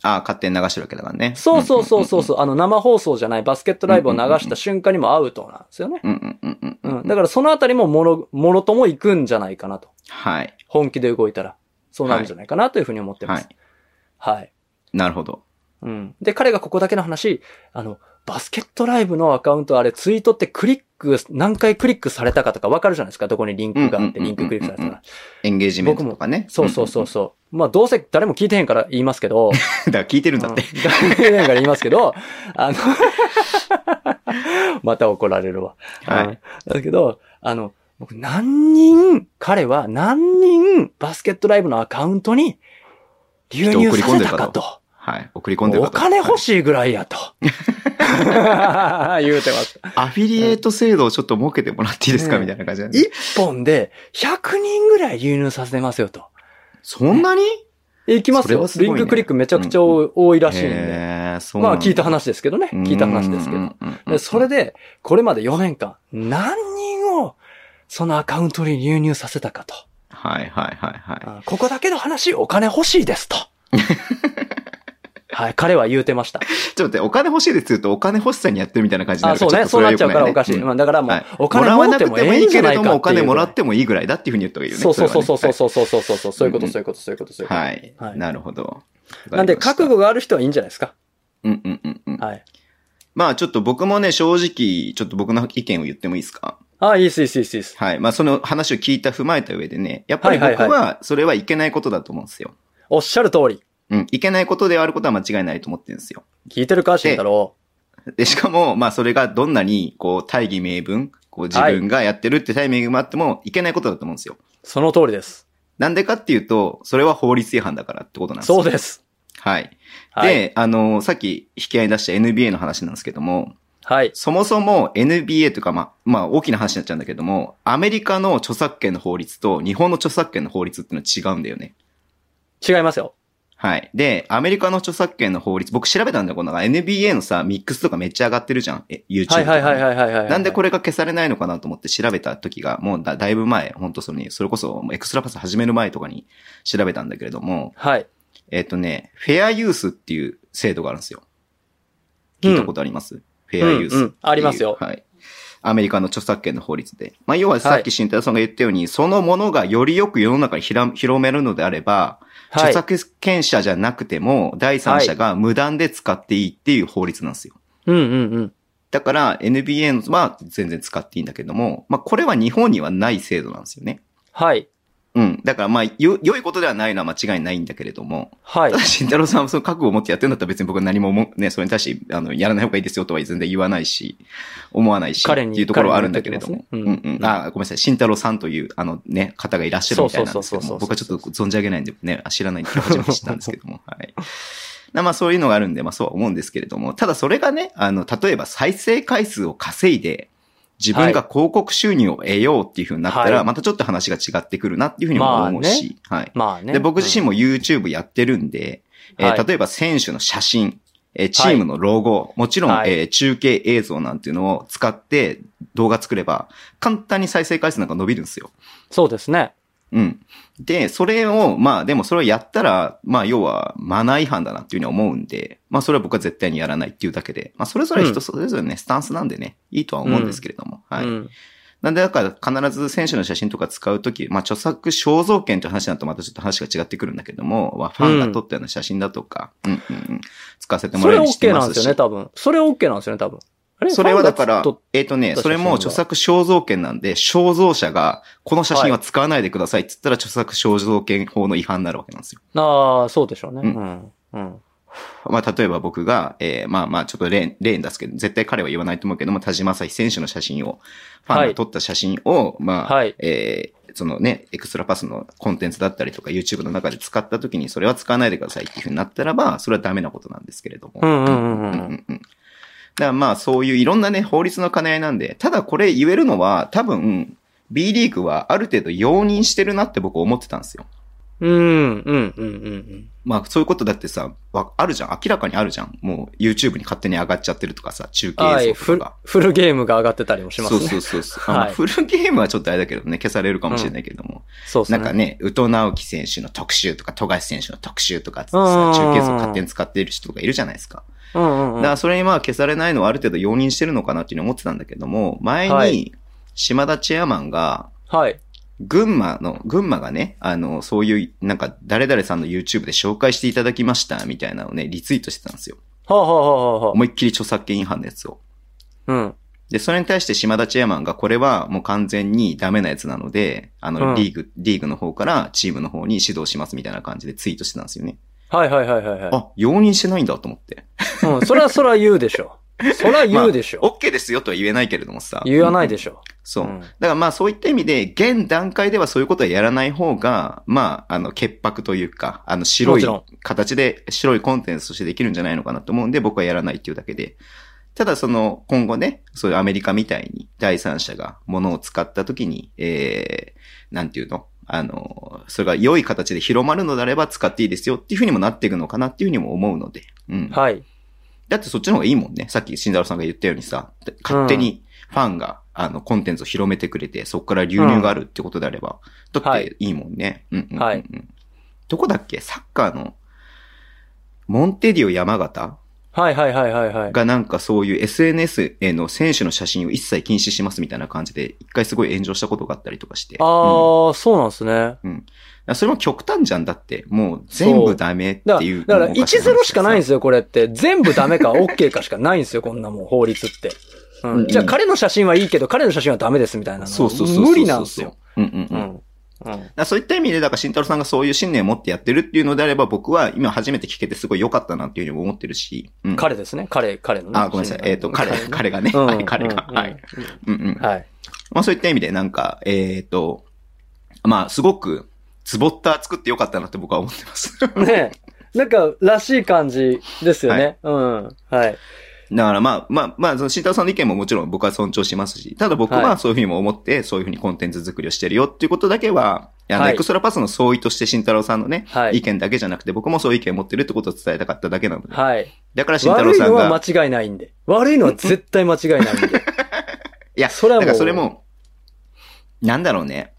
[SPEAKER 2] ああ、勝手に流してるわけだからね。
[SPEAKER 3] そうそうそうそうそう、あの、生放送じゃないバスケットライブを流した瞬間にもアウトなんですよね。
[SPEAKER 2] うんうんうんうん
[SPEAKER 3] うん。だからそのあたりももろ、もろとも行くんじゃないかなと。
[SPEAKER 2] はい。
[SPEAKER 3] 本気で動いたら、そうなるんじゃないかなというふうに思ってま
[SPEAKER 2] はい
[SPEAKER 3] す。。はい。
[SPEAKER 2] なるほど。
[SPEAKER 3] うん。で、彼がここだけの話、あの、バスケットライブのアカウントあれツイートってクリック、何回クリックされたかとかわかるじゃないですか。どこにリンクがあって、
[SPEAKER 2] うん
[SPEAKER 3] リ
[SPEAKER 2] うんうんうんうん
[SPEAKER 3] ンククリックされたら。
[SPEAKER 2] エンゲージメントとかね。
[SPEAKER 3] そうそうそうそう。まあ、どうせ誰も聞いてへんから言いますけど、
[SPEAKER 2] うん。だから聞いてる [LAUGHS] んだって。
[SPEAKER 3] うん誰も聞いてへんから言いますけど、あの、 [LAUGHS] また怒られるわ。
[SPEAKER 2] はい
[SPEAKER 3] うん。だけど、あの、僕何人、彼は何人バスケットライブのアカウントに流入させたかと。
[SPEAKER 2] はい。送り込んでる
[SPEAKER 3] お金欲
[SPEAKER 2] しい。
[SPEAKER 3] しいぐらいやと。 [LAUGHS] 言うてます。
[SPEAKER 2] アフィリエイト制度をちょっと設けてもらっていいですか
[SPEAKER 3] うん
[SPEAKER 2] みたいな感じなんで。
[SPEAKER 3] 一本で100人ぐらい流入させますよと。
[SPEAKER 2] そんなに
[SPEAKER 3] いきます
[SPEAKER 2] それ
[SPEAKER 3] よ
[SPEAKER 2] はすごい
[SPEAKER 3] リ
[SPEAKER 2] ね
[SPEAKER 3] ンククリックめちゃくちゃ多い多いらしいんで。
[SPEAKER 2] へーそう
[SPEAKER 3] まあ聞いた
[SPEAKER 2] 話
[SPEAKER 3] 話ですけどね。聞いた話ですけど。でそれ
[SPEAKER 2] で、
[SPEAKER 3] で、これまで4年間、何人をそのアカウントに流入させたかと。
[SPEAKER 2] はいはいはいは
[SPEAKER 3] あここだけの話、お金欲しい [LAUGHS] ですと。はい、彼は言うてました。
[SPEAKER 2] い。ちょっと待って、お金欲しいですって言うと、お金欲しさにやってるみたいな感じにな
[SPEAKER 3] あ、
[SPEAKER 2] るか
[SPEAKER 3] そう
[SPEAKER 2] ら
[SPEAKER 3] ね。そうなっちゃうからおかしい。
[SPEAKER 2] ちょっとそれは良くないね
[SPEAKER 3] まあだからも
[SPEAKER 2] は
[SPEAKER 3] う
[SPEAKER 2] い、
[SPEAKER 3] お金もらってもええんじゃないかっていう。
[SPEAKER 2] もお金もらってもいいぐらいだっていうふうに言った方がいいよね。
[SPEAKER 3] そうそうそうそうそう
[SPEAKER 2] れはね
[SPEAKER 3] そうそうそうそうそうそういうこと
[SPEAKER 2] うん
[SPEAKER 3] そういうことそういうことそういうこ
[SPEAKER 2] はい。
[SPEAKER 3] はい
[SPEAKER 2] なるほど。
[SPEAKER 3] と。なんで覚
[SPEAKER 2] 悟。
[SPEAKER 3] 悟がある人はいいんじゃないですか。
[SPEAKER 2] うんうんうんうん。
[SPEAKER 3] はい。
[SPEAKER 2] まあちょっと僕もね、正直、ちょっと僕の意見を言ってもいいですか
[SPEAKER 3] あ、いいっすいいっすいいっすいいっす。
[SPEAKER 2] はい。まあその話を聞いた踏まえた上でね、やっぱり
[SPEAKER 3] はいはい
[SPEAKER 2] 僕
[SPEAKER 3] はい
[SPEAKER 2] はそれはいけないことだと思うんですよ。
[SPEAKER 3] おっしゃる通り。
[SPEAKER 2] うん。いけないことであることは間違いないと思ってるんですよ。
[SPEAKER 3] 聞いてるか、慎太郎。
[SPEAKER 2] で、しかも、まあそれがどんなに、こう、大義名分、こう自分がやってるってタイミングもあっても、いけないことだと思うんですよ。
[SPEAKER 3] その通りです。
[SPEAKER 2] なんでかっていうと、それは法律違反だからってことなんですよ。
[SPEAKER 3] そうです。
[SPEAKER 2] はい。
[SPEAKER 3] はい。
[SPEAKER 2] で、あの、さっき引き合いに出した NBA の話なんですけども、
[SPEAKER 3] はい。
[SPEAKER 2] そもそも NBA というか、まあ、まあ、大きな話になっちゃうんだけども、アメリカの著作権の法律と日本の著作権の法律っていうのは違うんだよね。
[SPEAKER 3] 違いますよ。
[SPEAKER 2] はい。で、アメリカの著作権の法律、僕調べたんだよ、この NBA のさ、ミックスとかめっちゃ上がってるじゃん。え YouTube とか
[SPEAKER 3] は
[SPEAKER 2] ね、
[SPEAKER 3] いはいはいはいはいはい。
[SPEAKER 2] なんでこ
[SPEAKER 3] れ
[SPEAKER 2] れが消されないのかなと思って調べた時が、もうだだいぶ前、本当それに、それこそエクストラパス始める前とかに調べたんだけれども、
[SPEAKER 3] はい。
[SPEAKER 2] えっ、とね、フェアユースっていう制度があるんですよ。聞いたことあります、フェアユースっていう、
[SPEAKER 3] うんうんありますよ
[SPEAKER 2] はい。アメリカの著作権の法律で。まあ、要はさ
[SPEAKER 3] は
[SPEAKER 2] っ
[SPEAKER 3] い
[SPEAKER 2] き慎太郎さんが言ったように、そのものがよりよく世の中にひら広めるのであれば、
[SPEAKER 3] はい。
[SPEAKER 2] 著作権者じゃなくても、第三者が無断で使っていいっていう法律なんですよ。
[SPEAKER 3] うんうんうん。
[SPEAKER 2] だから NBA のは全然使っていいんだけども、まあこれは日本にはない制度なんですよね。
[SPEAKER 3] はい。
[SPEAKER 2] うん。だからまあ、よ、良いことではないのは間違いないんだけれども、
[SPEAKER 3] はい
[SPEAKER 2] た。だ慎太郎さんはその覚悟を持ってやってるんだったら別に僕は何も思う、ね、それに対して、あの、やらない方がいいですよとは全然言わないし、思わないし、
[SPEAKER 3] 彼に
[SPEAKER 2] っていうところはあるんだけれども。
[SPEAKER 3] 彼に
[SPEAKER 2] う
[SPEAKER 3] 言っ
[SPEAKER 2] ん
[SPEAKER 3] てきますね
[SPEAKER 2] う
[SPEAKER 3] うん
[SPEAKER 2] ん。あ、ごめんなさい。慎太郎さんという、あのね、方がいらっしゃるみたいなんですけど
[SPEAKER 3] そうそうそうそうそう
[SPEAKER 2] も、僕はちょっと存じ上げないんでね、知らないんで初めて知ったんですけども、 [LAUGHS] はい。なまあそういうのがあるんで、まあそうは思うんですけれども、ただそれがね、あの、例えば再生回数を稼いで、自分が広告収入を得ようっていうふうになったら、
[SPEAKER 3] はい
[SPEAKER 2] またちょっと話が違ってくるなっていうふうにも思うし、はい。
[SPEAKER 3] まあね。
[SPEAKER 2] で、僕自身
[SPEAKER 3] も。
[SPEAKER 2] も YouTube やってるんで、えー
[SPEAKER 3] はい
[SPEAKER 2] 例えば選手の写真、えーチームのロゴ、もちろん、
[SPEAKER 3] はい
[SPEAKER 2] えー中継映像なんていうのを使って動画作れば、簡単に再生回数なんか伸びるんですよ。
[SPEAKER 3] そうですね。
[SPEAKER 2] うん。で、それを、まあでもそれをやったら、まあ要はマナー違反だなっていうふうに思うんで、まあそれは僕は絶対にやらないっていうだけで、まあそれぞれ人それぞれね、スタンスなんでね、いいとは思うんですけれども、はい。
[SPEAKER 3] うん。
[SPEAKER 2] なんで、だから必ず選手の写真とか使うとき、まあ著作肖像権という話だとまたちょっと話が違ってくるんだけども、まあファンが撮ったような写真だとか、うん、うんうん使わせても
[SPEAKER 3] そ
[SPEAKER 2] らえ
[SPEAKER 3] れ
[SPEAKER 2] るようにし
[SPEAKER 3] OK
[SPEAKER 2] て
[SPEAKER 3] な
[SPEAKER 2] ま
[SPEAKER 3] んですす
[SPEAKER 2] し
[SPEAKER 3] よね、。多分。それ OK なんですよね、多分。あ
[SPEAKER 2] それはだから
[SPEAKER 3] ファンが撮っ、
[SPEAKER 2] えっ、とね、
[SPEAKER 3] 撮った
[SPEAKER 2] それも
[SPEAKER 3] 写真
[SPEAKER 2] 著
[SPEAKER 3] が
[SPEAKER 2] 作肖像権なんで、肖像者がこの写真は使わないでくださいって言ったら著作肖像権法の違反になるわけなんですよ。
[SPEAKER 3] ああ、そうでしょうね。
[SPEAKER 2] う
[SPEAKER 3] うんん。うん。
[SPEAKER 2] まあ、例えば僕が、えー、まあまあ、ちょっと例、例に出すけど、絶対彼は言わないと思うけども、田島正選手の写真を、ファンが撮った写真を、まあ、
[SPEAKER 3] はい
[SPEAKER 2] えーそのね、エクストラパスのコンテンツだったりとか、YouTube の中で使った時に、それは使わないでくださいっていうふうになったらば、それはダメなことなんですけれども。
[SPEAKER 3] うんうんうんう
[SPEAKER 2] うん
[SPEAKER 3] ん
[SPEAKER 2] うんうんだからまあそういういろんなね、法律の兼ね合いなんで、ただこれ言えるのは多分、B リーグはある程度容認してるなって僕思ってたんですよ。
[SPEAKER 3] うん、うん、うん、うん。
[SPEAKER 2] まあそういうことだってさ、わあるじゃん、明らかにあるじゃん。もう YouTube に勝手に上がっちゃってるとかさ、中継
[SPEAKER 3] は
[SPEAKER 2] 映
[SPEAKER 3] い、
[SPEAKER 2] 像
[SPEAKER 3] フ
[SPEAKER 2] と
[SPEAKER 3] ル
[SPEAKER 2] か。、
[SPEAKER 3] フルゲームが上がってたりもします
[SPEAKER 2] そう
[SPEAKER 3] ね。
[SPEAKER 2] そうそうそう。あ
[SPEAKER 3] はい
[SPEAKER 2] フルゲームはちょっとあれだけどね、消されるかもしれないけども。
[SPEAKER 3] そうです
[SPEAKER 2] な
[SPEAKER 3] ね。
[SPEAKER 2] んかね、宇都直樹選手の特集とか、富樫選手の特集とかっつってさ、
[SPEAKER 3] うん
[SPEAKER 2] 中継映像勝手に使っている人とかいるじゃないですか。
[SPEAKER 3] うんうんうん。
[SPEAKER 2] だからそれにまあ消されないのはある程度容認してるのかなっていうのを思ってたんだけども、前
[SPEAKER 3] は
[SPEAKER 2] に
[SPEAKER 3] い
[SPEAKER 2] 島田チェアマンが、
[SPEAKER 3] はい。
[SPEAKER 2] 群馬の、群馬がね、あの、そういう、なんか、誰々さんの YouTube で紹介していただきました、みたいなのをね、リツイートしてたんですよ。
[SPEAKER 3] はあ、はあはあはあは
[SPEAKER 2] 思いっきり著作権違反のやつを。
[SPEAKER 3] あ、うん。
[SPEAKER 2] で、それに対して島田チェアマンが、これはもう完全にダメなやつなので、あ
[SPEAKER 3] う
[SPEAKER 2] の、
[SPEAKER 3] ん
[SPEAKER 2] リーグ、リーグの方からチームの方に指導します、みたいな感じでツイートしてたんですよね。
[SPEAKER 3] はいはいはいはい、は
[SPEAKER 2] あ、容認してないんだと思って。
[SPEAKER 3] い。うん、そらそら言うでしょ。そら言うでしょ。
[SPEAKER 2] OK ですよとは言えないけれどもさ。
[SPEAKER 3] 言わないでしょ。
[SPEAKER 2] そう。
[SPEAKER 3] うん
[SPEAKER 2] だからまあそういった意味で、現段階ではそういうことはやらない方が、まあ、あの、潔白というか、あの、白
[SPEAKER 3] も
[SPEAKER 2] い
[SPEAKER 3] ちろん
[SPEAKER 2] 形で、白いコンテンツとしてできるんじゃないのかなと思うんで、僕はやらないっていうだけで。ただその、今後ね、そういうアメリカみたいに、第三者が物を使った時に、えー、なんていうのあの、それが良い形で広まるのであれば使っていいですよっていうふうにもなっていくのかなっていうふうにも思うので。うん。
[SPEAKER 3] はい。
[SPEAKER 2] だってそっちの方がいいもんね。さっき慎太郎さんが言ったようにさ、勝手にファンが、あの、コンテンツを広めてくれて、そこから流入があるってことであれば、だっ
[SPEAKER 3] はい
[SPEAKER 2] ていいもんね。うんうんうんうん
[SPEAKER 3] はい
[SPEAKER 2] どこだっけサッカーの、モンテディオ山形
[SPEAKER 3] はいはいはいはいはい。
[SPEAKER 2] がなんかそういう SNS への選手の写真を一切禁止しますみたいな感じで、一回すごい炎上したことがあったりとかして。
[SPEAKER 3] あ
[SPEAKER 2] うん
[SPEAKER 3] ー、そうなんですね。
[SPEAKER 2] それも極端じゃんだって、もう全部ダメって
[SPEAKER 3] だ
[SPEAKER 2] いう。
[SPEAKER 3] だから、1-0しかないんですすよ、これって。全部ダメか OK かしかないんですよ、こんなもん、法律って。うん
[SPEAKER 2] うん
[SPEAKER 3] じゃあ、彼の写真はいいけど、彼の写真はダメです、みたいなの。
[SPEAKER 2] そうそうそうそうそう。
[SPEAKER 3] 無理なんですよ。。
[SPEAKER 2] うんうんう。
[SPEAKER 3] うんん。うん
[SPEAKER 2] だからそういった意味で、だから慎太郎さんがそういう信念を持ってやってるっていうのであれば、僕は今初めて聞けてすごい良かったなっていうふうに思ってるし。うん、
[SPEAKER 3] 彼ですね、彼、彼のね。
[SPEAKER 2] あ、ごめんなさい。えっ、と、彼、
[SPEAKER 3] ね
[SPEAKER 2] 彼がね。
[SPEAKER 3] うん
[SPEAKER 2] はい、彼が。
[SPEAKER 3] うん
[SPEAKER 2] はい。うんうん。
[SPEAKER 3] はい。
[SPEAKER 2] まあそういった意味で、なんか、えっ、と、まあすごく、ツボッター作って良かったなって僕は思ってます。 [LAUGHS]
[SPEAKER 3] ねなんか、らしい感じですよね。うん。はい。
[SPEAKER 2] だからまあ、まあ、まあ、その慎太郎さんの意見ももちろん僕は尊重しますし、ただ僕
[SPEAKER 3] は
[SPEAKER 2] はいそういうふうにも思って、そういうふうにコンテンツ作りをしてるよっていうことだけは、あの
[SPEAKER 3] はい
[SPEAKER 2] エクストラパスの相違として慎太郎さんのね、
[SPEAKER 3] はい
[SPEAKER 2] 意見だけじゃなくて、僕もそういう意見を持ってるってことを伝えたかっただけなので、
[SPEAKER 3] はい。
[SPEAKER 2] だから慎太
[SPEAKER 3] 悪
[SPEAKER 2] 郎
[SPEAKER 3] い
[SPEAKER 2] さん
[SPEAKER 3] の
[SPEAKER 2] が。
[SPEAKER 3] は間違いないんで。悪いのは絶対間違いないんで。
[SPEAKER 2] [LAUGHS] いや、
[SPEAKER 3] それはもう
[SPEAKER 2] だからそれも、なんだろうね。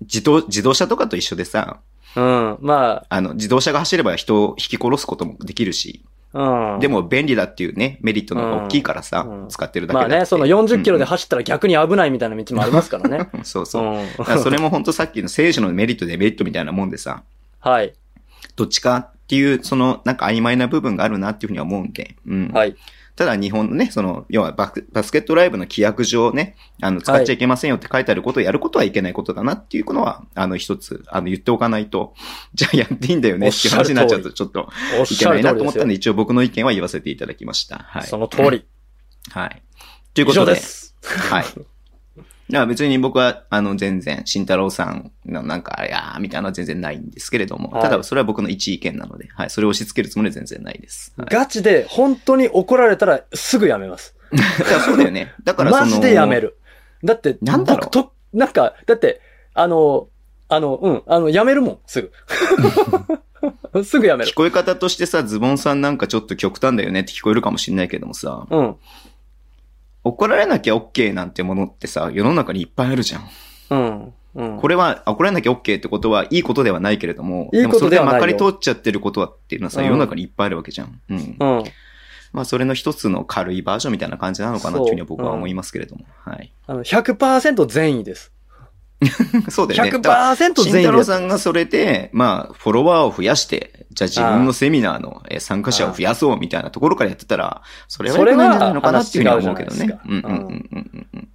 [SPEAKER 2] 自動、自動車とかと一緒でさ、
[SPEAKER 3] うん。ま
[SPEAKER 2] あの、自動車が走れば人を引き殺すこともできるし、
[SPEAKER 3] あ、うん。
[SPEAKER 2] でも便利だっていうね、メリットの方が大きいからさ、
[SPEAKER 3] うん
[SPEAKER 2] 使ってるだけ
[SPEAKER 3] ま
[SPEAKER 2] だ
[SPEAKER 3] あね、その40キロで
[SPEAKER 2] 走
[SPEAKER 3] 走ったら逆に危ないみたいな道もありますからね。
[SPEAKER 2] る。うんそうそう。だから
[SPEAKER 3] う
[SPEAKER 2] それも本当さっきの選手のメリット、デメリットみたいなもんでさ、
[SPEAKER 3] ん。はい。
[SPEAKER 2] どっちかっていう、その、なんか曖昧な部分があるなっていうふうには思うんで、うん。
[SPEAKER 3] はい。
[SPEAKER 2] ただ日本のね、その、要はバスバスケットライブの規約上ね、あの、使っちゃいけませんよって書いてあることをやることはいけないことだなっていうのは、あの、一つ、あの、言っておかないと、 [LAUGHS] じゃあやっていいんだよねっていう話になっちゃうと、ちょっと
[SPEAKER 3] おっ
[SPEAKER 2] い
[SPEAKER 3] し
[SPEAKER 2] け
[SPEAKER 3] ゃ
[SPEAKER 2] な
[SPEAKER 3] る
[SPEAKER 2] い
[SPEAKER 3] 通
[SPEAKER 2] な
[SPEAKER 3] り
[SPEAKER 2] と
[SPEAKER 3] で
[SPEAKER 2] 思っ
[SPEAKER 3] す
[SPEAKER 2] た
[SPEAKER 3] よ
[SPEAKER 2] ん。で、一応僕の意見は言わせていただきました。はい。
[SPEAKER 3] その通。り。
[SPEAKER 2] はい。という
[SPEAKER 3] 以
[SPEAKER 2] こ
[SPEAKER 3] 上
[SPEAKER 2] とで、
[SPEAKER 3] です。
[SPEAKER 2] はい。だから別に僕は、あの、全然、慎太郎さんのなんか、あれやーみたいなのは全然ないんですけれども、
[SPEAKER 3] はい
[SPEAKER 2] ただそれは僕の一意見なので、はい。それを押し付けるつもりは全然ないです。
[SPEAKER 3] [LAUGHS]
[SPEAKER 2] はい
[SPEAKER 3] ガチで本当に怒られたらすぐやめます。
[SPEAKER 2] だからそうだよね。だからその、
[SPEAKER 3] マジでやめる。だって、
[SPEAKER 2] なんだろう
[SPEAKER 3] 僕と、なんか、だって、あの、あの、うん、あの、やめるもん、すぐ。 [LAUGHS] すぐやめる
[SPEAKER 2] 聞。こえ方としてさ、ズボンさんなんかちょっと極端だよねって聞こえるかもしれないけどもさ、
[SPEAKER 3] うん。
[SPEAKER 2] 怒られなきゃ OK なんてものってさ、世の中にいっぱいあるじゃん。
[SPEAKER 3] うん。うん。
[SPEAKER 2] これは、あ怒られなきゃ OK ってことはいいことではないけれども、
[SPEAKER 3] いいことでは
[SPEAKER 2] も
[SPEAKER 3] な
[SPEAKER 2] そ
[SPEAKER 3] い
[SPEAKER 2] れ
[SPEAKER 3] よ
[SPEAKER 2] でまかり通っちゃってることはっていうのはさ、
[SPEAKER 3] うん
[SPEAKER 2] 世の中にいっぱいあるわけじゃん。うん。
[SPEAKER 3] [LAUGHS] うん。
[SPEAKER 2] まあ、それの一つの軽いバージョンみたいな感じなのかなっていうふうには僕は思いますけれども。はい。
[SPEAKER 3] あの、100%善意です。
[SPEAKER 2] [LAUGHS] そうだよね。だから
[SPEAKER 3] 100%善
[SPEAKER 2] 慎
[SPEAKER 3] 意
[SPEAKER 2] 太
[SPEAKER 3] で
[SPEAKER 2] 郎
[SPEAKER 3] す。
[SPEAKER 2] さんがそれで、まあ、フォロワーを増やして、じゃあ自分のセミナーのえー参加者を増やそうみたいなところからやってたら、それは良くないんじゃないのかなっていうふうには思うけど
[SPEAKER 3] それ
[SPEAKER 2] ね
[SPEAKER 3] は。
[SPEAKER 2] うんうんうんうんうんうん。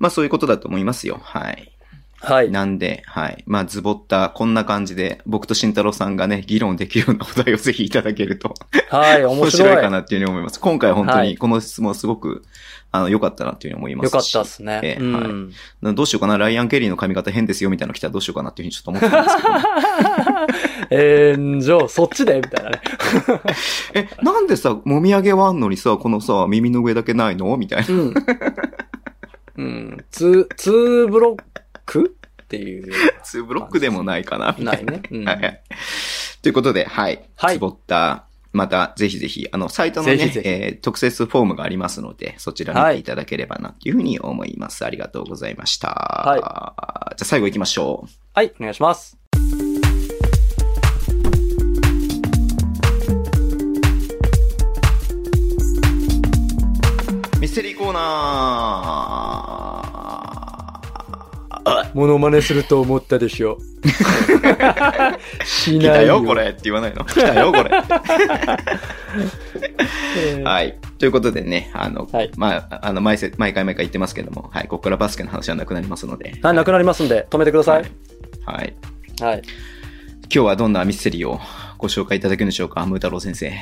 [SPEAKER 2] まあそういうことだと思いますよ。はい。
[SPEAKER 3] はい。
[SPEAKER 2] なんで、はい。まあ、ズボッタ、こんな感じで、僕と慎太郎さんがね、議論できるようなお題をぜひいただけると、
[SPEAKER 3] はい、面
[SPEAKER 2] 面
[SPEAKER 3] 白い。
[SPEAKER 2] 白いかなっていうふうに思います。今回本当
[SPEAKER 3] は
[SPEAKER 2] に
[SPEAKER 3] い
[SPEAKER 2] この質問すごく、あの、良かったなっていうふうに思いま
[SPEAKER 3] よ
[SPEAKER 2] す
[SPEAKER 3] かっ
[SPEAKER 2] し。
[SPEAKER 3] たですね。
[SPEAKER 2] ええ
[SPEAKER 3] うん
[SPEAKER 2] はいどうしようかな、ライアン・ケリーの髪型変ですよみたいなの来たらどうしようかなっていうふうにちょっと思ってたんですけど、
[SPEAKER 3] えー、じゃあ、そっちでみたいなね。
[SPEAKER 2] え、なんでさ、もみあげはあんのにさ、このさ、耳の上だけないのみたいな。
[SPEAKER 3] うん。うん。ツー、ツーブロックっていう。
[SPEAKER 2] ツーブロックでもないかなみた
[SPEAKER 3] ないい
[SPEAKER 2] な。
[SPEAKER 3] ね。うん。
[SPEAKER 2] はい。ということで、はい。
[SPEAKER 3] はい
[SPEAKER 2] ツボッター、また、ぜひぜひ、あの、サイトのね、
[SPEAKER 3] ぜひぜひ
[SPEAKER 2] えー特設フォームがありますので、そちら
[SPEAKER 3] は
[SPEAKER 2] 見
[SPEAKER 3] い
[SPEAKER 2] ていただければな、というふうに思います。ありがとうございました。
[SPEAKER 3] はい
[SPEAKER 2] じゃあ、最後行きましょう。
[SPEAKER 3] はい、お願いします。
[SPEAKER 2] ミステリーコーナー
[SPEAKER 3] モノマネすると思ったでしょ。
[SPEAKER 2] [LAUGHS]
[SPEAKER 3] し
[SPEAKER 2] 来
[SPEAKER 3] な
[SPEAKER 2] た
[SPEAKER 3] いよ。
[SPEAKER 2] よ、こ。れって言わないの来たよ、これ。
[SPEAKER 3] はい。
[SPEAKER 2] はい。ということでね、あの、
[SPEAKER 3] はい
[SPEAKER 2] まあ、あの毎せ、毎回毎回言ってますけども、はい、ここからバスケの話はなくなりますので、
[SPEAKER 3] なくなりますんで、止めてください。
[SPEAKER 2] はい。
[SPEAKER 3] はい。
[SPEAKER 2] 今日はどんなミステリーをご紹介いただけるんでしょうか、ムー太郎先生。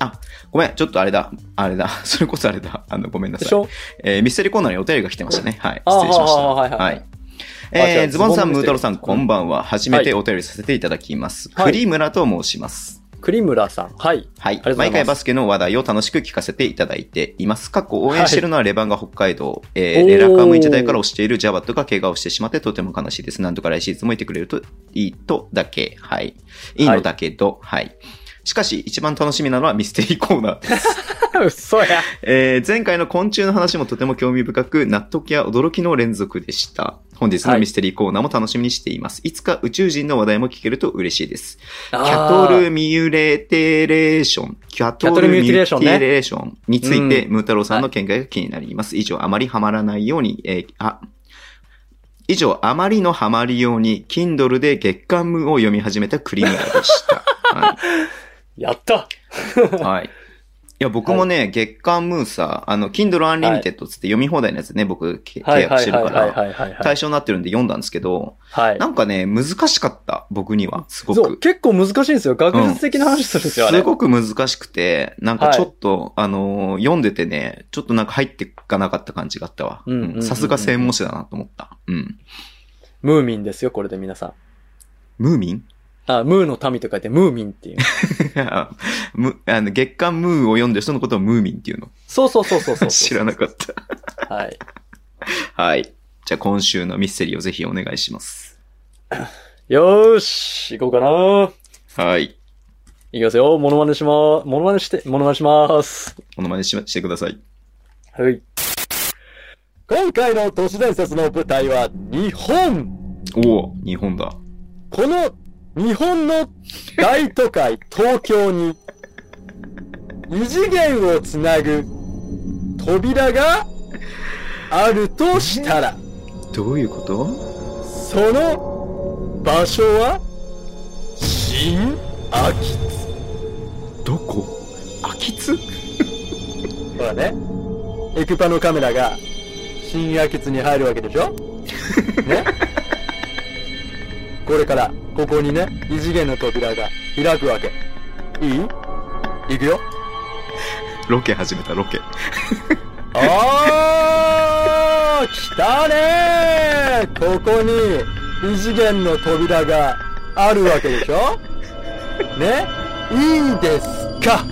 [SPEAKER 2] あ、ごめん、ちょっとあれだ、あれだ、 [LAUGHS] それこそあれだ、あの、ごめんな
[SPEAKER 3] で
[SPEAKER 2] さ
[SPEAKER 3] し
[SPEAKER 2] い。
[SPEAKER 3] ょ
[SPEAKER 2] えーミステリーコーナーにお便りが来てましたね。はい。
[SPEAKER 3] あー
[SPEAKER 2] 失礼しました。
[SPEAKER 3] はーはーはーはいはいあじ
[SPEAKER 2] え
[SPEAKER 3] ゃ
[SPEAKER 2] ー
[SPEAKER 3] あ
[SPEAKER 2] ズボンさん、
[SPEAKER 3] ズボンのミステリー
[SPEAKER 2] ムー太郎さん、こんばんは。初めてお便りさせていただきます。
[SPEAKER 3] はい
[SPEAKER 2] 栗村と申します。
[SPEAKER 3] 栗村さん。
[SPEAKER 2] [LAUGHS]
[SPEAKER 3] はい。あ
[SPEAKER 2] はい
[SPEAKER 3] りがとうございます
[SPEAKER 2] 毎回バスケの話題を楽しく聞かせていただいています。過去応援しているのはレバンが北海道、え
[SPEAKER 3] おー
[SPEAKER 2] ー、レラカムイチ代から推しているジャバットが怪我をしてしまってとても悲しいです。なんとか来シーズンもいてくれるといいとだけ、はい。いいのだけど、はい。しかし、一番楽しみなのはミステリーコーナー [LAUGHS] です。
[SPEAKER 3] 嘘や。
[SPEAKER 2] えー前回の昆虫の話もとても興味深く、納得や驚きの連続でした。本日のミステリーコーナーも楽しみにしています。いつか宇宙人の話題も聞けると嬉しいです。
[SPEAKER 3] キ
[SPEAKER 2] キャトルミュレテレーション。キャトルミュテレーション,、
[SPEAKER 3] キャトルミューティレーションね
[SPEAKER 2] について、
[SPEAKER 3] う
[SPEAKER 2] ムー太郎さんの見解が気になります。以上、あまりハマらないように、えーあ、以上、あまりのハマりように、Kindle で月刊ムーを読み始めたクリミナでした。は
[SPEAKER 3] やった
[SPEAKER 2] い。はい。いや、僕もね、月刊ムーさ、あの、Kindle Unlimited つって読み放題のやつね、僕、け
[SPEAKER 3] は
[SPEAKER 2] 契
[SPEAKER 3] い
[SPEAKER 2] 約
[SPEAKER 3] は
[SPEAKER 2] し
[SPEAKER 3] い
[SPEAKER 2] てる
[SPEAKER 3] はい
[SPEAKER 2] か
[SPEAKER 3] はい
[SPEAKER 2] ら、
[SPEAKER 3] はいはいは
[SPEAKER 2] 対
[SPEAKER 3] い。
[SPEAKER 2] 象になってるんで読んだんですけど、
[SPEAKER 3] はい
[SPEAKER 2] な。んかね、難しかった、僕には。すご
[SPEAKER 3] そ
[SPEAKER 2] く
[SPEAKER 3] う、。結構難しいんですよ。学術的な話するんですよ、あれ。
[SPEAKER 2] すごく難しくて、なんかちょっと、あのー、読んでてね、ちょっとなんか入っていかなかった感じがあったわ。
[SPEAKER 3] うんうんうんうん
[SPEAKER 2] うんさすが専門誌だなと思った。うん。
[SPEAKER 3] ムーミンですよ、これで皆さん。
[SPEAKER 2] ムーミン [LAUGHS]
[SPEAKER 3] あ、ムーの民と書いてムーミンっていう。
[SPEAKER 2] むあの月刊ムーを読んでる人のことをムーミンっていうの。
[SPEAKER 3] そうそうそうそうそう。
[SPEAKER 2] [LAUGHS] 知らなかった。
[SPEAKER 3] た。はい。
[SPEAKER 2] はい。じゃあ今週のミステリーをぜひお願いします。
[SPEAKER 3] よーし、行こうかな。
[SPEAKER 2] はい。
[SPEAKER 3] いきますよ。モノマネしまー、モノマネして、モノマネしまーす。
[SPEAKER 2] お名前ししてください。
[SPEAKER 3] はい。今回の都市伝説の舞台は日本
[SPEAKER 2] おお日本だ。
[SPEAKER 3] この日本の大都会 [LAUGHS] 東京に異次元をつなぐ扉があるとしたら
[SPEAKER 2] どういうこと
[SPEAKER 3] その場所は新秋
[SPEAKER 2] どこ秋津
[SPEAKER 3] ほらね、エクパのカメラが新秋津に入るわけでしょねこれからここにね、異次元の扉が開くわけ。いい行くよ。
[SPEAKER 2] ロケ始めたロケ。
[SPEAKER 3] おー来たねーここに異次元の扉があるわけでしょねいいですか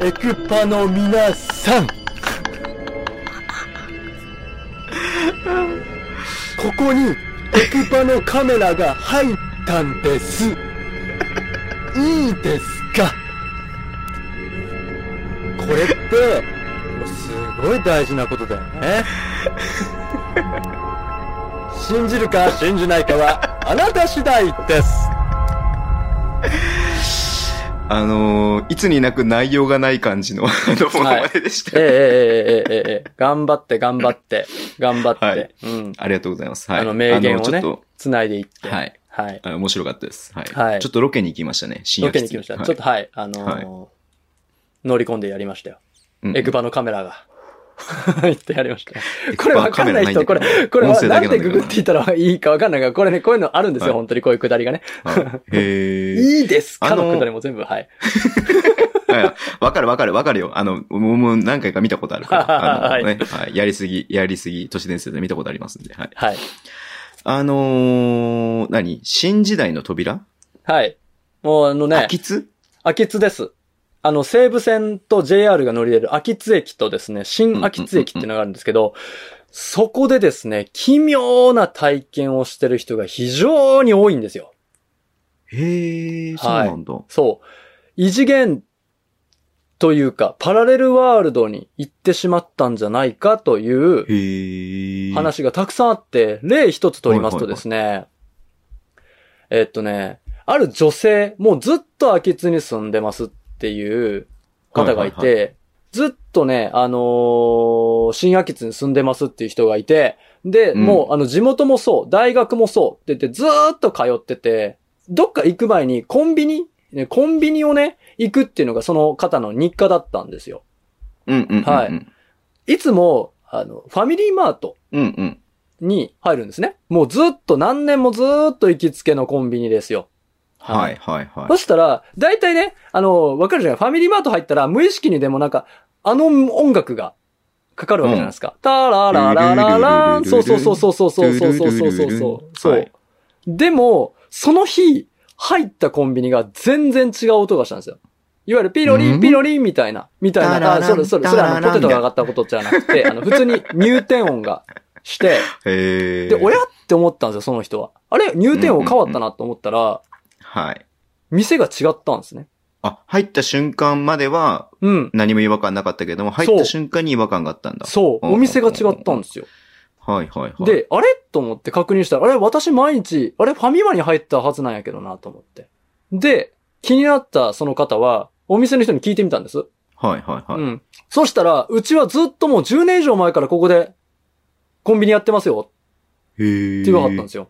[SPEAKER 3] エクパの皆さんここにエクパのカメラが入ったんですいいですかこれってすごい大事なことだよ [LAUGHS] ね信じるか信じないかはあなた次第です
[SPEAKER 2] あのーいつになく内容がない感じの、あ [LAUGHS] の、ものまででした。
[SPEAKER 3] ええええええええ頑張って頑張って頑張って、
[SPEAKER 2] はい
[SPEAKER 3] うん、
[SPEAKER 2] ありがとうございます。はい。
[SPEAKER 3] あの名言を
[SPEAKER 2] あの
[SPEAKER 3] ね
[SPEAKER 2] ちょっ
[SPEAKER 3] つないでいって
[SPEAKER 2] と、はい。
[SPEAKER 3] はい
[SPEAKER 2] あの面白かったです。はい。
[SPEAKER 3] はい
[SPEAKER 2] ちょっとロケに行きましたね。深
[SPEAKER 3] ロ
[SPEAKER 2] 夜
[SPEAKER 3] ケに行きました、ちょっとはいあのー
[SPEAKER 2] はい
[SPEAKER 3] 乗り込んでやりましたよ、
[SPEAKER 2] と
[SPEAKER 3] エク、バのカメラが [LAUGHS] 言ってやりました。これわかんない人、これ、
[SPEAKER 2] れ
[SPEAKER 3] これ
[SPEAKER 2] 音
[SPEAKER 3] は、
[SPEAKER 2] 声
[SPEAKER 3] な
[SPEAKER 2] だ
[SPEAKER 3] ん
[SPEAKER 2] けな
[SPEAKER 3] で
[SPEAKER 2] んだけ
[SPEAKER 3] グ
[SPEAKER 2] ど
[SPEAKER 3] グっていたらいいかわかんないが、これね、こういうのあるんですよ、
[SPEAKER 2] はい
[SPEAKER 3] 本当にこういうくだりがね。
[SPEAKER 2] はいへ
[SPEAKER 3] [LAUGHS]
[SPEAKER 2] ー
[SPEAKER 3] いいですか
[SPEAKER 2] あの
[SPEAKER 3] のくだりも全部、はい。
[SPEAKER 2] いやわかるわかるわかるよ。あの、もうもう何回か見たことある
[SPEAKER 3] [LAUGHS]
[SPEAKER 2] から。あのねはいやりすぎ、やりすぎ、都市伝説で見たことありますんで。はい。
[SPEAKER 3] はい。
[SPEAKER 2] あのー、何新時代の扉
[SPEAKER 3] はい。もうあのね
[SPEAKER 2] 秋、津
[SPEAKER 3] 秋津です。あの、西武線と JR が乗り入れる秋津駅とですね、新秋津駅っていうのがあるんですけど、そこでですね、奇妙な体験をしてる人が非常に多いんですよ。
[SPEAKER 2] へえ、そう
[SPEAKER 3] はい
[SPEAKER 2] なんだ。
[SPEAKER 3] そう。異次元というか、パラレルワールドに行ってしまったんじゃないかという
[SPEAKER 2] へえ。。
[SPEAKER 3] 話がたくさんあって、例一つと言いますとですね、えっとね、ある女性、もうずっと空き地に住んでますっていう方がい
[SPEAKER 2] はいは
[SPEAKER 3] て、ずっとね、あのー新空き地に住んでますっていう人がいて、で、
[SPEAKER 2] うん
[SPEAKER 3] もうあの地元もそう、大学もそうって言ってずーっと通ってて、どっか行く前にコンビニ、ねコンビニをね、行くっていうのがその方の日課だったんですよ。
[SPEAKER 2] うんうんうんうん。
[SPEAKER 3] はいいつも、あの、ファミリーマート
[SPEAKER 2] うんうん。
[SPEAKER 3] に入るんですね。もうずっと何年もずっと行きつけのコンビニですよ。
[SPEAKER 2] はいはいは
[SPEAKER 3] そしたら、大体ね、あの、わかるじゃないファミリーマート入ったら無意識にでもなんか、あの音楽がかかるわけじゃないですか。タラララララーン。そうそうそうそうそうそうそうそうそうそうそう。そ
[SPEAKER 2] は
[SPEAKER 3] う
[SPEAKER 2] い。
[SPEAKER 3] でも、その日、入ったコンビニが全然違う音がしたんですよ。いわゆるピロリ
[SPEAKER 2] ん
[SPEAKER 3] ン、ピロリンみたいな、みたい
[SPEAKER 2] タラ
[SPEAKER 3] な。
[SPEAKER 2] ラ
[SPEAKER 3] あ、
[SPEAKER 2] ン
[SPEAKER 3] それ、それ、それ、あ
[SPEAKER 2] タララン
[SPEAKER 3] の、ポテトが上がったことじゃなくて、あの、普通に入店音がして、
[SPEAKER 2] い。へえ。
[SPEAKER 3] で、おやって思ったんですよ、その人は。あれ入店音変わったなと思ったら、
[SPEAKER 2] はい。
[SPEAKER 3] 店が違ったんですね。
[SPEAKER 2] あ、入った瞬間までは
[SPEAKER 3] うん。
[SPEAKER 2] 何も違和感なかったけども、入った瞬間に違和感があったんだ。
[SPEAKER 3] そう。
[SPEAKER 2] うん
[SPEAKER 3] お店が違ったんですよ。
[SPEAKER 2] はいはいはい。、
[SPEAKER 3] で、あれと思って確認したら、あれ私毎日、あれファミマに入ったはずなんやけどなと思って。で、気になったその方は、お店の人に聞いてみたんです。
[SPEAKER 2] はいはいは
[SPEAKER 3] う
[SPEAKER 2] い。
[SPEAKER 3] ん。そしたら、うちはずっともう10年以上前からここで、コンビニやってますよ
[SPEAKER 2] へえ。
[SPEAKER 3] って言わかったんですよ。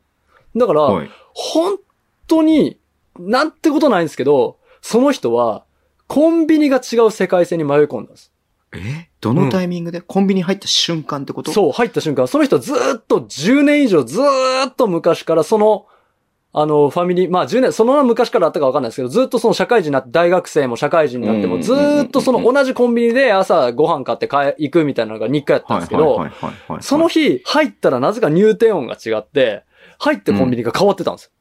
[SPEAKER 3] だから、
[SPEAKER 2] はい。
[SPEAKER 3] 本当に、なんてことないんですけど、その人は、コンビニが違う世界線に迷い込んだんです。
[SPEAKER 2] えどのタイミングで、コンビニ入った瞬間ってことう。
[SPEAKER 3] そう、入った瞬間、その人はずーっと10年以上ずーっと昔からその、あの、ファミリー、まあ10年、その昔からあったかわかんないですけど、ずーっとその社会人になって、大学生も社会人になって
[SPEAKER 2] う
[SPEAKER 3] も、
[SPEAKER 2] ん
[SPEAKER 3] ずーっとその同じコンビニで朝ご飯買って帰行くみたいなのが日課やったん
[SPEAKER 2] はい
[SPEAKER 3] です
[SPEAKER 2] はい
[SPEAKER 3] け
[SPEAKER 2] は
[SPEAKER 3] ど
[SPEAKER 2] い、はいはい。
[SPEAKER 3] その日入ったらなぜか入店音が違って、入ってコンビニが変わってたんです。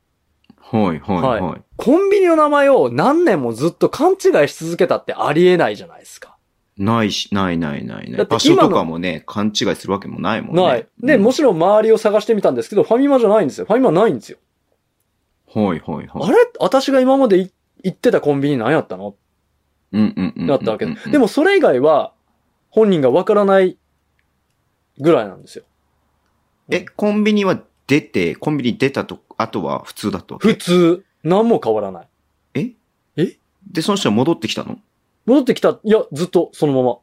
[SPEAKER 2] はいはいはい。
[SPEAKER 3] コンビニの名前を何年もずっと勘違いし続けたってありえないじゃないですか。
[SPEAKER 2] ないし、ないないないな
[SPEAKER 3] だ
[SPEAKER 2] い。
[SPEAKER 3] って
[SPEAKER 2] 場所とかもね、勘違いするわけもないもんね。
[SPEAKER 3] ない。で、
[SPEAKER 2] うん
[SPEAKER 3] もちろん周りを探してみたんですけど、ファミマじゃないんですよ。ファミマないんですよ。
[SPEAKER 2] はいはい
[SPEAKER 3] あ
[SPEAKER 2] はい。
[SPEAKER 3] れ私が今までい行ってたコンビニ何やったのっ
[SPEAKER 2] うんうんうん。
[SPEAKER 3] てなったわけ
[SPEAKER 2] うん
[SPEAKER 3] で
[SPEAKER 2] うん。
[SPEAKER 3] でもそれ以外は本人がわからないぐらいなんですよ。
[SPEAKER 2] え、コンビニは出て、コンビニ出たと、あとは普通だと。
[SPEAKER 3] 普通、何も変わらない。
[SPEAKER 2] え
[SPEAKER 3] え
[SPEAKER 2] で、その人は戻ってきたの
[SPEAKER 3] 戻ってきた、いや、ずっとそのまま。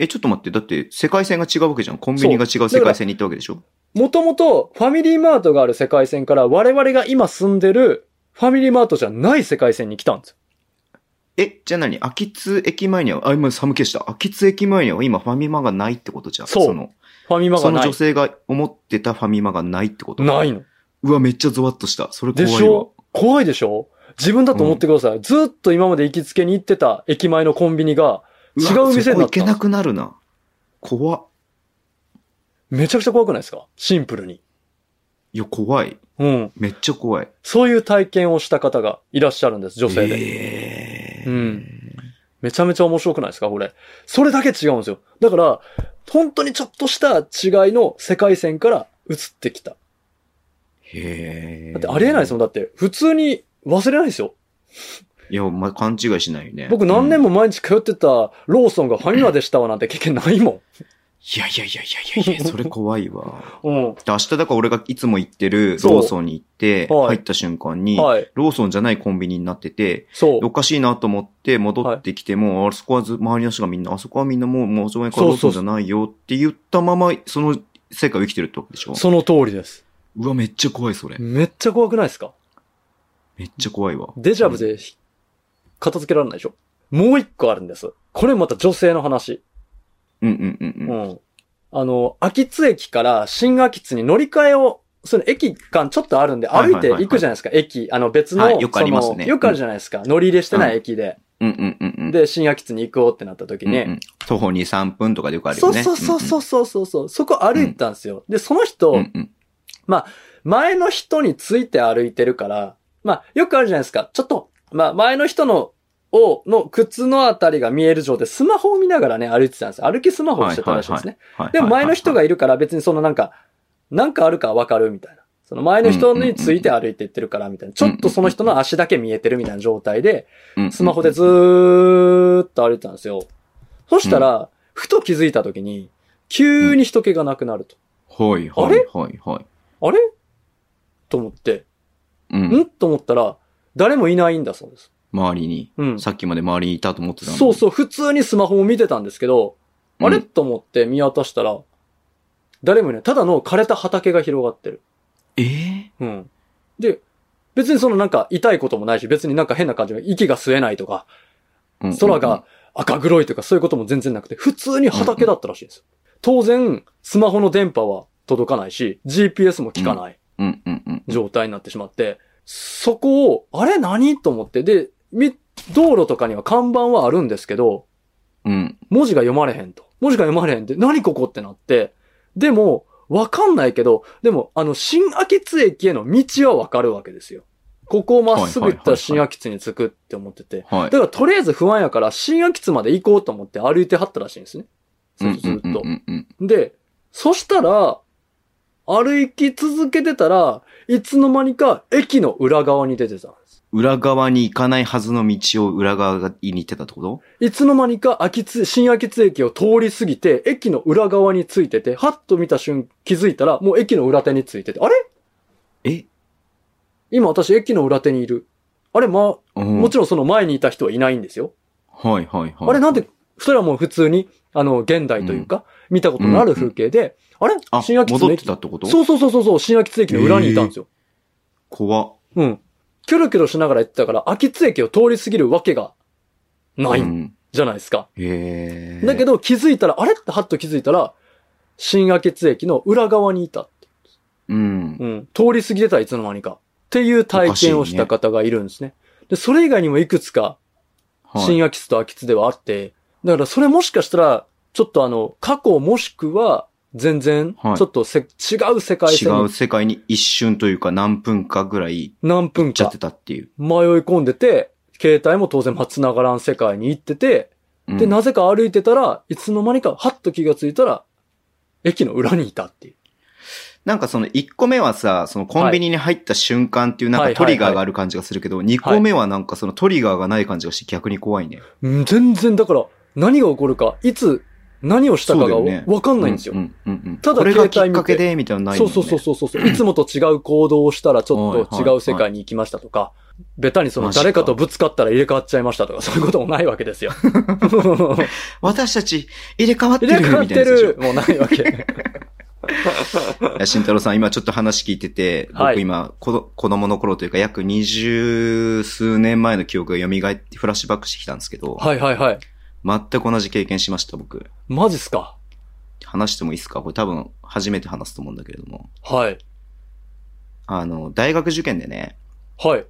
[SPEAKER 2] え、ちょっと待って、だって世界線が違うわけじゃん。コンビニが違う世界線に行ったわけでしょ
[SPEAKER 3] もともとファミリーマートがある世界線から我々が今住んでるファミリーマートじゃない世界線に来たんですよ。
[SPEAKER 2] え、じゃあ何秋津駅前には、あ、今寒気した。秋津駅前には今ファミマがないってことじゃん。
[SPEAKER 3] そう
[SPEAKER 2] の、
[SPEAKER 3] ファミマ
[SPEAKER 2] そ
[SPEAKER 3] が
[SPEAKER 2] の
[SPEAKER 3] な
[SPEAKER 2] 女
[SPEAKER 3] い。
[SPEAKER 2] 性が思ってたファミマがないってこと
[SPEAKER 3] ないの。
[SPEAKER 2] うわ、めっちゃゾワッとした。それ怖
[SPEAKER 3] で
[SPEAKER 2] いわ。
[SPEAKER 3] しょ怖いでしょ自分だと思ってください。ずっと今まで行きつけに行ってた駅前のコンビニが
[SPEAKER 2] わ
[SPEAKER 3] 違う店に
[SPEAKER 2] そこ
[SPEAKER 3] なっ
[SPEAKER 2] 行
[SPEAKER 3] た
[SPEAKER 2] け
[SPEAKER 3] んで
[SPEAKER 2] な
[SPEAKER 3] す。
[SPEAKER 2] くなるな。怖っ
[SPEAKER 3] めちゃくちゃ怖くないですかシンプルに。
[SPEAKER 2] いや、怖い。
[SPEAKER 3] うん。
[SPEAKER 2] めっちゃ怖い。
[SPEAKER 3] そういう体験をした方がいらっしゃるんです、女性で。
[SPEAKER 2] えー
[SPEAKER 3] うんめちゃめちゃ面白くないですかこれ。それだけ違うんですよ。だから、本当にちょっとした違いの世界線から移ってきた。
[SPEAKER 2] へえ。
[SPEAKER 3] だってありえないですも
[SPEAKER 2] も
[SPEAKER 3] ん。だって、普通に忘れないですよ。
[SPEAKER 2] ん。いや、お前勘違いしないよね。
[SPEAKER 3] 僕何年
[SPEAKER 2] も。
[SPEAKER 3] も毎日通ってたローソンがファミマでしたわなんて経験ないも
[SPEAKER 2] いやいやいやいやいやいや、それ怖いわ。
[SPEAKER 3] ん。うん。
[SPEAKER 2] で明日だから俺がいつも行ってる
[SPEAKER 3] そう
[SPEAKER 2] ローソンに行って、
[SPEAKER 3] は
[SPEAKER 2] 入
[SPEAKER 3] い
[SPEAKER 2] った瞬間に、
[SPEAKER 3] はい。
[SPEAKER 2] ローソンじゃないコンビニになってて、
[SPEAKER 3] そう。
[SPEAKER 2] おかしいなと思って戻ってきても、あそこはず周りの人がみんな、あそこはみんなもう、もうそこやからローソンじゃないよって言ったまま、その世界を生きてるってことでしょ
[SPEAKER 3] その通りです。
[SPEAKER 2] うわ、めっちゃ怖い、それ。
[SPEAKER 3] めっちゃ怖くないですか
[SPEAKER 2] めっちゃ怖いわ。
[SPEAKER 3] デジャブでひ片付けられないでしょもう一個あるんです。これまた女性の話。
[SPEAKER 2] うんうんうんうん。
[SPEAKER 3] うん。あの、秋津駅から新秋津に乗り換えを、その駅間ちょっとあるんで、
[SPEAKER 2] はいはい
[SPEAKER 3] 歩
[SPEAKER 2] はい
[SPEAKER 3] て
[SPEAKER 2] い
[SPEAKER 3] 行くじゃないですか、駅。あの別の、
[SPEAKER 2] はいよくありますね
[SPEAKER 3] そのよくあるじゃないですか、乗り入れしてない駅で。
[SPEAKER 2] うんうんうんうん。
[SPEAKER 3] で、新秋津に行こうってなった時
[SPEAKER 2] うん
[SPEAKER 3] に、
[SPEAKER 2] うん、徒歩2、3分とかでよくある
[SPEAKER 3] そ
[SPEAKER 2] よ
[SPEAKER 3] う
[SPEAKER 2] ね。
[SPEAKER 3] そうそうそうそうそうそう、そこ歩いてたんですよ。で、その人、
[SPEAKER 2] うんうん。うん
[SPEAKER 3] 前の人について歩いてるから、まあ、よくあるじゃないですか。ちょっと、まあ、前の人の、を、の靴のあたりが見える状態、スマホを見ながらね、歩いてたんですよ。歩きスマホをしてたらしいんですね。
[SPEAKER 2] はい
[SPEAKER 3] でも前の人
[SPEAKER 2] はい
[SPEAKER 3] がいるから別にそのなんか、なんかあるかわかるみたいな。その前の人について歩いていってるからみたいな。ちょっとその人の足だけ見えてるみたいな状態で、
[SPEAKER 2] はいはい
[SPEAKER 3] スマホでずーっと歩いてたんですよ。そしたら、ふと気づいた時に、急に人気がなくなると。
[SPEAKER 2] はいはいはいはい。
[SPEAKER 3] あれと思って、
[SPEAKER 2] うん。
[SPEAKER 3] んと思ったら、誰もいないんだそうです。
[SPEAKER 2] 周りに。
[SPEAKER 3] うん。
[SPEAKER 2] さっきまで周りにいたと思ってたのに
[SPEAKER 3] そうそう、普通にスマホを見てたんですけど、
[SPEAKER 2] うん
[SPEAKER 3] あれと思って見渡したら、誰もいない。ただの枯れた畑が広がってる。
[SPEAKER 2] ええ
[SPEAKER 3] うん。で、別にそのなんか痛いこともないし、別になんか変な感じの息が吸えないとか、
[SPEAKER 2] うんうん
[SPEAKER 3] 空が赤黒いとかそういうことも全然なくて、普通に畑だったらしいんですよ。当然、スマホの電波は届かないし、GPS も効かない
[SPEAKER 2] うんうんうん。
[SPEAKER 3] 状態になってしまって、そこを、あれ何と思って、で、み道路とかには看板はあるんですけど、
[SPEAKER 2] うん。
[SPEAKER 3] 文字が読まれへんと。文字が読まれへんって、何ここってなって、でも、わかんないけど、でも、あの、新秋津駅への道はわかるわけですよ。ここをまっすぐ行ったら新秋津に着くって思ってて。
[SPEAKER 2] は
[SPEAKER 3] だ。
[SPEAKER 2] い
[SPEAKER 3] から、とりあえず不安やから、新秋津まで行こうと思って歩いてはったらしいんですね。ずっとずっと
[SPEAKER 2] うんう。んうんうん
[SPEAKER 3] で、そしたら、歩き続けてたら、いつの間にか駅の裏側に出てたんです。
[SPEAKER 2] 裏側に行かないはずの道を裏側に行ってたってこと
[SPEAKER 3] いつの間にか秋津、新秋津駅を通り過ぎて、駅の裏側についてて、はっと見た瞬、気づいたら、もう駅の裏手についてて、あれ
[SPEAKER 2] え
[SPEAKER 3] 今私駅の裏手にいる。あれまあ、
[SPEAKER 2] も
[SPEAKER 3] もちろんその前にいた人はいないんですよ。
[SPEAKER 2] ろん。はいはいはい。
[SPEAKER 3] あれなんで、二人はもう普通に、あの、現代というか、見たことのある風景で、あれ
[SPEAKER 2] あ、
[SPEAKER 3] 新秋津の
[SPEAKER 2] 戻って
[SPEAKER 3] 駅。
[SPEAKER 2] たってこと
[SPEAKER 3] そうそうそうそうそう、新秋津駅の裏にいたんですよ。
[SPEAKER 2] 怖っ。
[SPEAKER 3] うん。キョロキョロしながら言ってたから、秋津駅を通り過ぎるわけが、ない
[SPEAKER 2] うんん。
[SPEAKER 3] じゃないですか。
[SPEAKER 2] へえ。
[SPEAKER 3] だけ
[SPEAKER 2] ど、
[SPEAKER 3] ど気づいたら、あれってはっと気づいたら、新秋津駅の裏側にいた。
[SPEAKER 2] うん。
[SPEAKER 3] うん。通り過ぎてたいつの間にか。っていう体験をした方がいるんですね。で、それ以外にもいくつか、
[SPEAKER 2] はい
[SPEAKER 3] 新秋津と秋津ではあって、だからそれもしかしたら、ちょっとあの、過去もしくは、全然、
[SPEAKER 2] はい
[SPEAKER 3] ちょっとせ、違う世界
[SPEAKER 2] 違
[SPEAKER 3] 線
[SPEAKER 2] う
[SPEAKER 3] に
[SPEAKER 2] 世界に一瞬というか何分かぐらい
[SPEAKER 3] 何分
[SPEAKER 2] 行っちゃ
[SPEAKER 3] か
[SPEAKER 2] ってたっていう。
[SPEAKER 3] 迷い込んでて、携帯も当然まあ繋がらん世界に行ってて、
[SPEAKER 2] うん
[SPEAKER 3] で、なぜか歩いてたら、いつの間にか、はっと気がついたら、駅の裏にいたっていう。
[SPEAKER 2] なんかその1個目はさ、そのコンビニに入った瞬間っていうなん
[SPEAKER 3] は
[SPEAKER 2] か
[SPEAKER 3] い
[SPEAKER 2] トリガーがある感じがするけど、2個目はなんかそのトリガーがない感じがして逆に怖いね。
[SPEAKER 3] うん全然、だから、何が起こるか、いつ、何をしたか
[SPEAKER 2] そうだ
[SPEAKER 3] が
[SPEAKER 2] よね
[SPEAKER 3] わかんないんですよ。
[SPEAKER 2] うんうんうん。
[SPEAKER 3] ただ
[SPEAKER 2] これがき
[SPEAKER 3] 携帯
[SPEAKER 2] っ
[SPEAKER 3] 見て
[SPEAKER 2] かけでみたいなのない
[SPEAKER 3] そ
[SPEAKER 2] も
[SPEAKER 3] うん
[SPEAKER 2] ね。
[SPEAKER 3] そうそうそうそう。いつもと違う行動をしたら、ちょっ
[SPEAKER 2] はい
[SPEAKER 3] と
[SPEAKER 2] はい
[SPEAKER 3] 違う世界に行きましたとか、ベタにその
[SPEAKER 2] マジか
[SPEAKER 3] 誰かとぶつかったら入れ替わっちゃいましたとか、そういうこともないわけ
[SPEAKER 2] [LAUGHS]
[SPEAKER 3] ですよ。
[SPEAKER 2] 私たち入れ替わって
[SPEAKER 3] 入
[SPEAKER 2] る
[SPEAKER 3] れ
[SPEAKER 2] みたい
[SPEAKER 3] 替わっ
[SPEAKER 2] なやつで
[SPEAKER 3] て
[SPEAKER 2] しょ
[SPEAKER 3] る。もうないわけ。
[SPEAKER 2] いや慎太郎さん、今ちょっと話聞いてて、
[SPEAKER 3] [LAUGHS] はい
[SPEAKER 2] 僕今、こど子供の頃というか約二十数年前の記憶が蘇ってフラッシュバックしてきたんですけど、
[SPEAKER 3] はいはいはい。
[SPEAKER 2] 全く同じ経験しました、僕。
[SPEAKER 3] マジっすか。
[SPEAKER 2] 話してもいいですかこれ多分初めて話すと思うんだけれども。
[SPEAKER 3] はい。
[SPEAKER 2] あの、大学受験でね、
[SPEAKER 3] はい。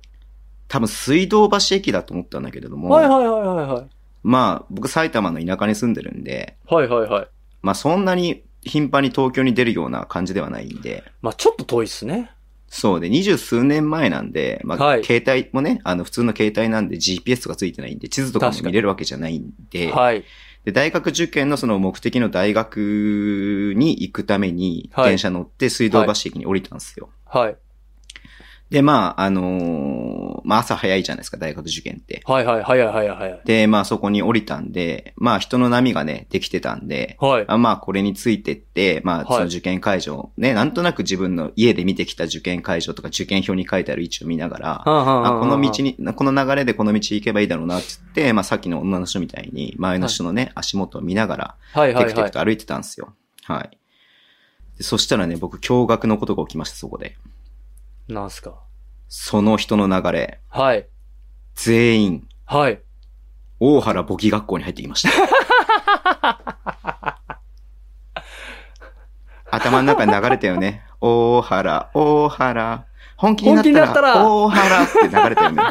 [SPEAKER 2] 多分水道橋駅だと思ったんだけれども、
[SPEAKER 3] はいはいはいはいはい。
[SPEAKER 2] まあ僕埼玉の田舎に住んでるんで、
[SPEAKER 3] はいはいはい。
[SPEAKER 2] まあそんなに頻繁に東京に出るような感じではないんで、
[SPEAKER 3] まあちょっと遠いっすね。
[SPEAKER 2] そうで、二十数年前なんで、まあ、
[SPEAKER 3] はい
[SPEAKER 2] 携帯もね、あの、普通の携帯なんで GPS とかついてないんで、地図とかも
[SPEAKER 3] 確か
[SPEAKER 2] 見
[SPEAKER 3] に
[SPEAKER 2] れるわけじゃないんで、
[SPEAKER 3] はい。
[SPEAKER 2] で、大学受験のその目的の大学に行くために、
[SPEAKER 3] はい
[SPEAKER 2] 電車乗って水道橋駅に降りたんですよ。
[SPEAKER 3] はい。
[SPEAKER 2] で、まあ、あのーまあ、朝早いじゃないですか、大学受験って。
[SPEAKER 3] はいはいはいはいはいはい。
[SPEAKER 2] で、まあ、そこに降りたんで、まあ、人の波がね、できてたんで、
[SPEAKER 3] はい。
[SPEAKER 2] あまあ、これについてって、ま
[SPEAKER 3] は
[SPEAKER 2] あ、
[SPEAKER 3] い
[SPEAKER 2] その受験会場、ね、なんとなく自分の家で見てきた受験会場とか受験表に書いてある位置を見ながら、あ
[SPEAKER 3] あ
[SPEAKER 2] この道に、この流れでこの道行けばいいだろうなって言って、まあさっきの女の人みたいに前の人のね、足元を見ながら、
[SPEAKER 3] はい
[SPEAKER 2] テ
[SPEAKER 3] はい
[SPEAKER 2] クテ
[SPEAKER 3] はい。
[SPEAKER 2] クと歩いてたんですよ。はい。でそしたらね、僕驚愕のことが起きました、そこで。
[SPEAKER 3] なんすか。
[SPEAKER 2] その人の流れ、
[SPEAKER 3] はい。
[SPEAKER 2] 全員、
[SPEAKER 3] はい。 [LAUGHS]
[SPEAKER 2] 大原簿記学校に入ってきました。頭の中に流れたよね。大原、大原。本気になっ
[SPEAKER 3] 本気
[SPEAKER 2] たら、
[SPEAKER 3] になったら
[SPEAKER 2] 大原って流れ
[SPEAKER 3] [LAUGHS]
[SPEAKER 2] たよね。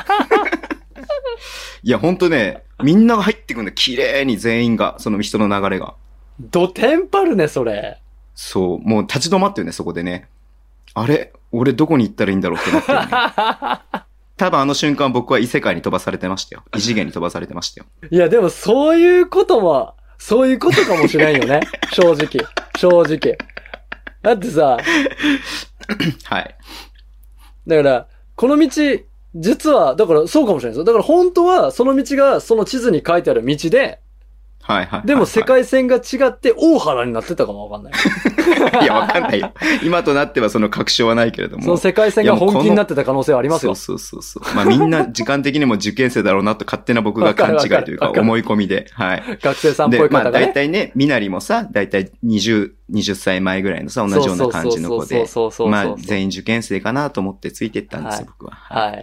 [SPEAKER 2] いや、ほんとね、みんなが入ってくんだ。綺麗に全員が、その人の流れが。
[SPEAKER 3] ドテンパるね、それ。
[SPEAKER 2] そう、もう立ち止まってるね、そこでね。あれ俺どこに行ったらいいんだろうってなってるね、
[SPEAKER 3] [LAUGHS]
[SPEAKER 2] 多分あの瞬間僕は異世界に飛ばされてましたよ。異次元に飛ばされてましたよ。
[SPEAKER 3] いや、でもそういうことも、そういうことかもしれんよ
[SPEAKER 2] [LAUGHS]
[SPEAKER 3] ね。正直。正直。だってさ、
[SPEAKER 2] はい。
[SPEAKER 3] だから、この道、実は、だからそうかもしれないですよ。だから本当は、その道が、その地図に書いてある道で、
[SPEAKER 2] はいはいはいはい。
[SPEAKER 3] でも世界線が違って大原になってたかもわかんない。
[SPEAKER 2] いや、わかんない [LAUGHS] よ。今となってはその確証はないけれども。
[SPEAKER 3] その世界線が本気になってた可能性はありますよ。
[SPEAKER 2] そうそうそうそう。まあみんな時間的にも受験生だろうなと勝手な僕が勘違いというか
[SPEAKER 3] わかるわかる
[SPEAKER 2] 思い込みで。はい。
[SPEAKER 3] 学生さんっぽ
[SPEAKER 2] で、
[SPEAKER 3] い
[SPEAKER 2] まあ
[SPEAKER 3] 方が
[SPEAKER 2] 大
[SPEAKER 3] ね。
[SPEAKER 2] 体ね、みなりもさ、大体20、20歳前ぐらいのさ、同じような感じの子
[SPEAKER 3] そ
[SPEAKER 2] で。
[SPEAKER 3] うそうそうそうそうそうそう。
[SPEAKER 2] まあ全員受験生かなと思ってついてったんですよ、
[SPEAKER 3] はい
[SPEAKER 2] 僕は。
[SPEAKER 3] はい。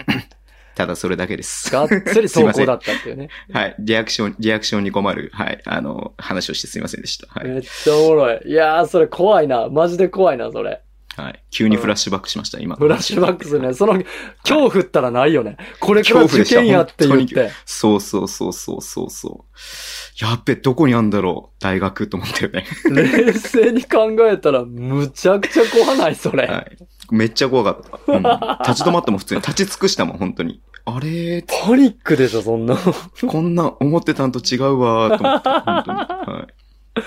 [SPEAKER 2] ただそれだけです。
[SPEAKER 3] がっつり投稿だったっていうね。
[SPEAKER 2] はい。リアクション、リアクションに困る、はい。あの、話をしてすいませんでした。 [LAUGHS] はい。
[SPEAKER 3] めっちゃおもろい。いやー、それ怖いな。マジで怖いな、それ。
[SPEAKER 2] はい。急にフラッシュバックしました、今。
[SPEAKER 3] フラッシュバックするね。その、恐怖ったらないよね。これから
[SPEAKER 2] 恐怖
[SPEAKER 3] 受
[SPEAKER 2] でした
[SPEAKER 3] 験やって言っ
[SPEAKER 2] 本当
[SPEAKER 3] て。
[SPEAKER 2] そうそうそうそうそうそう。やっべ、どこにあんだろう大学と思ったよね。 [LAUGHS]
[SPEAKER 3] 冷静に考えたら、むちゃくちゃ怖ない、それ。
[SPEAKER 2] はい。めっちゃ怖かった。うん、立ち止まっても普通に立ち尽くしたもん、本当に。あれー
[SPEAKER 3] パニックでしょ、そんな。
[SPEAKER 2] こんな思ってたんと違うわーと思った。本当に。はい。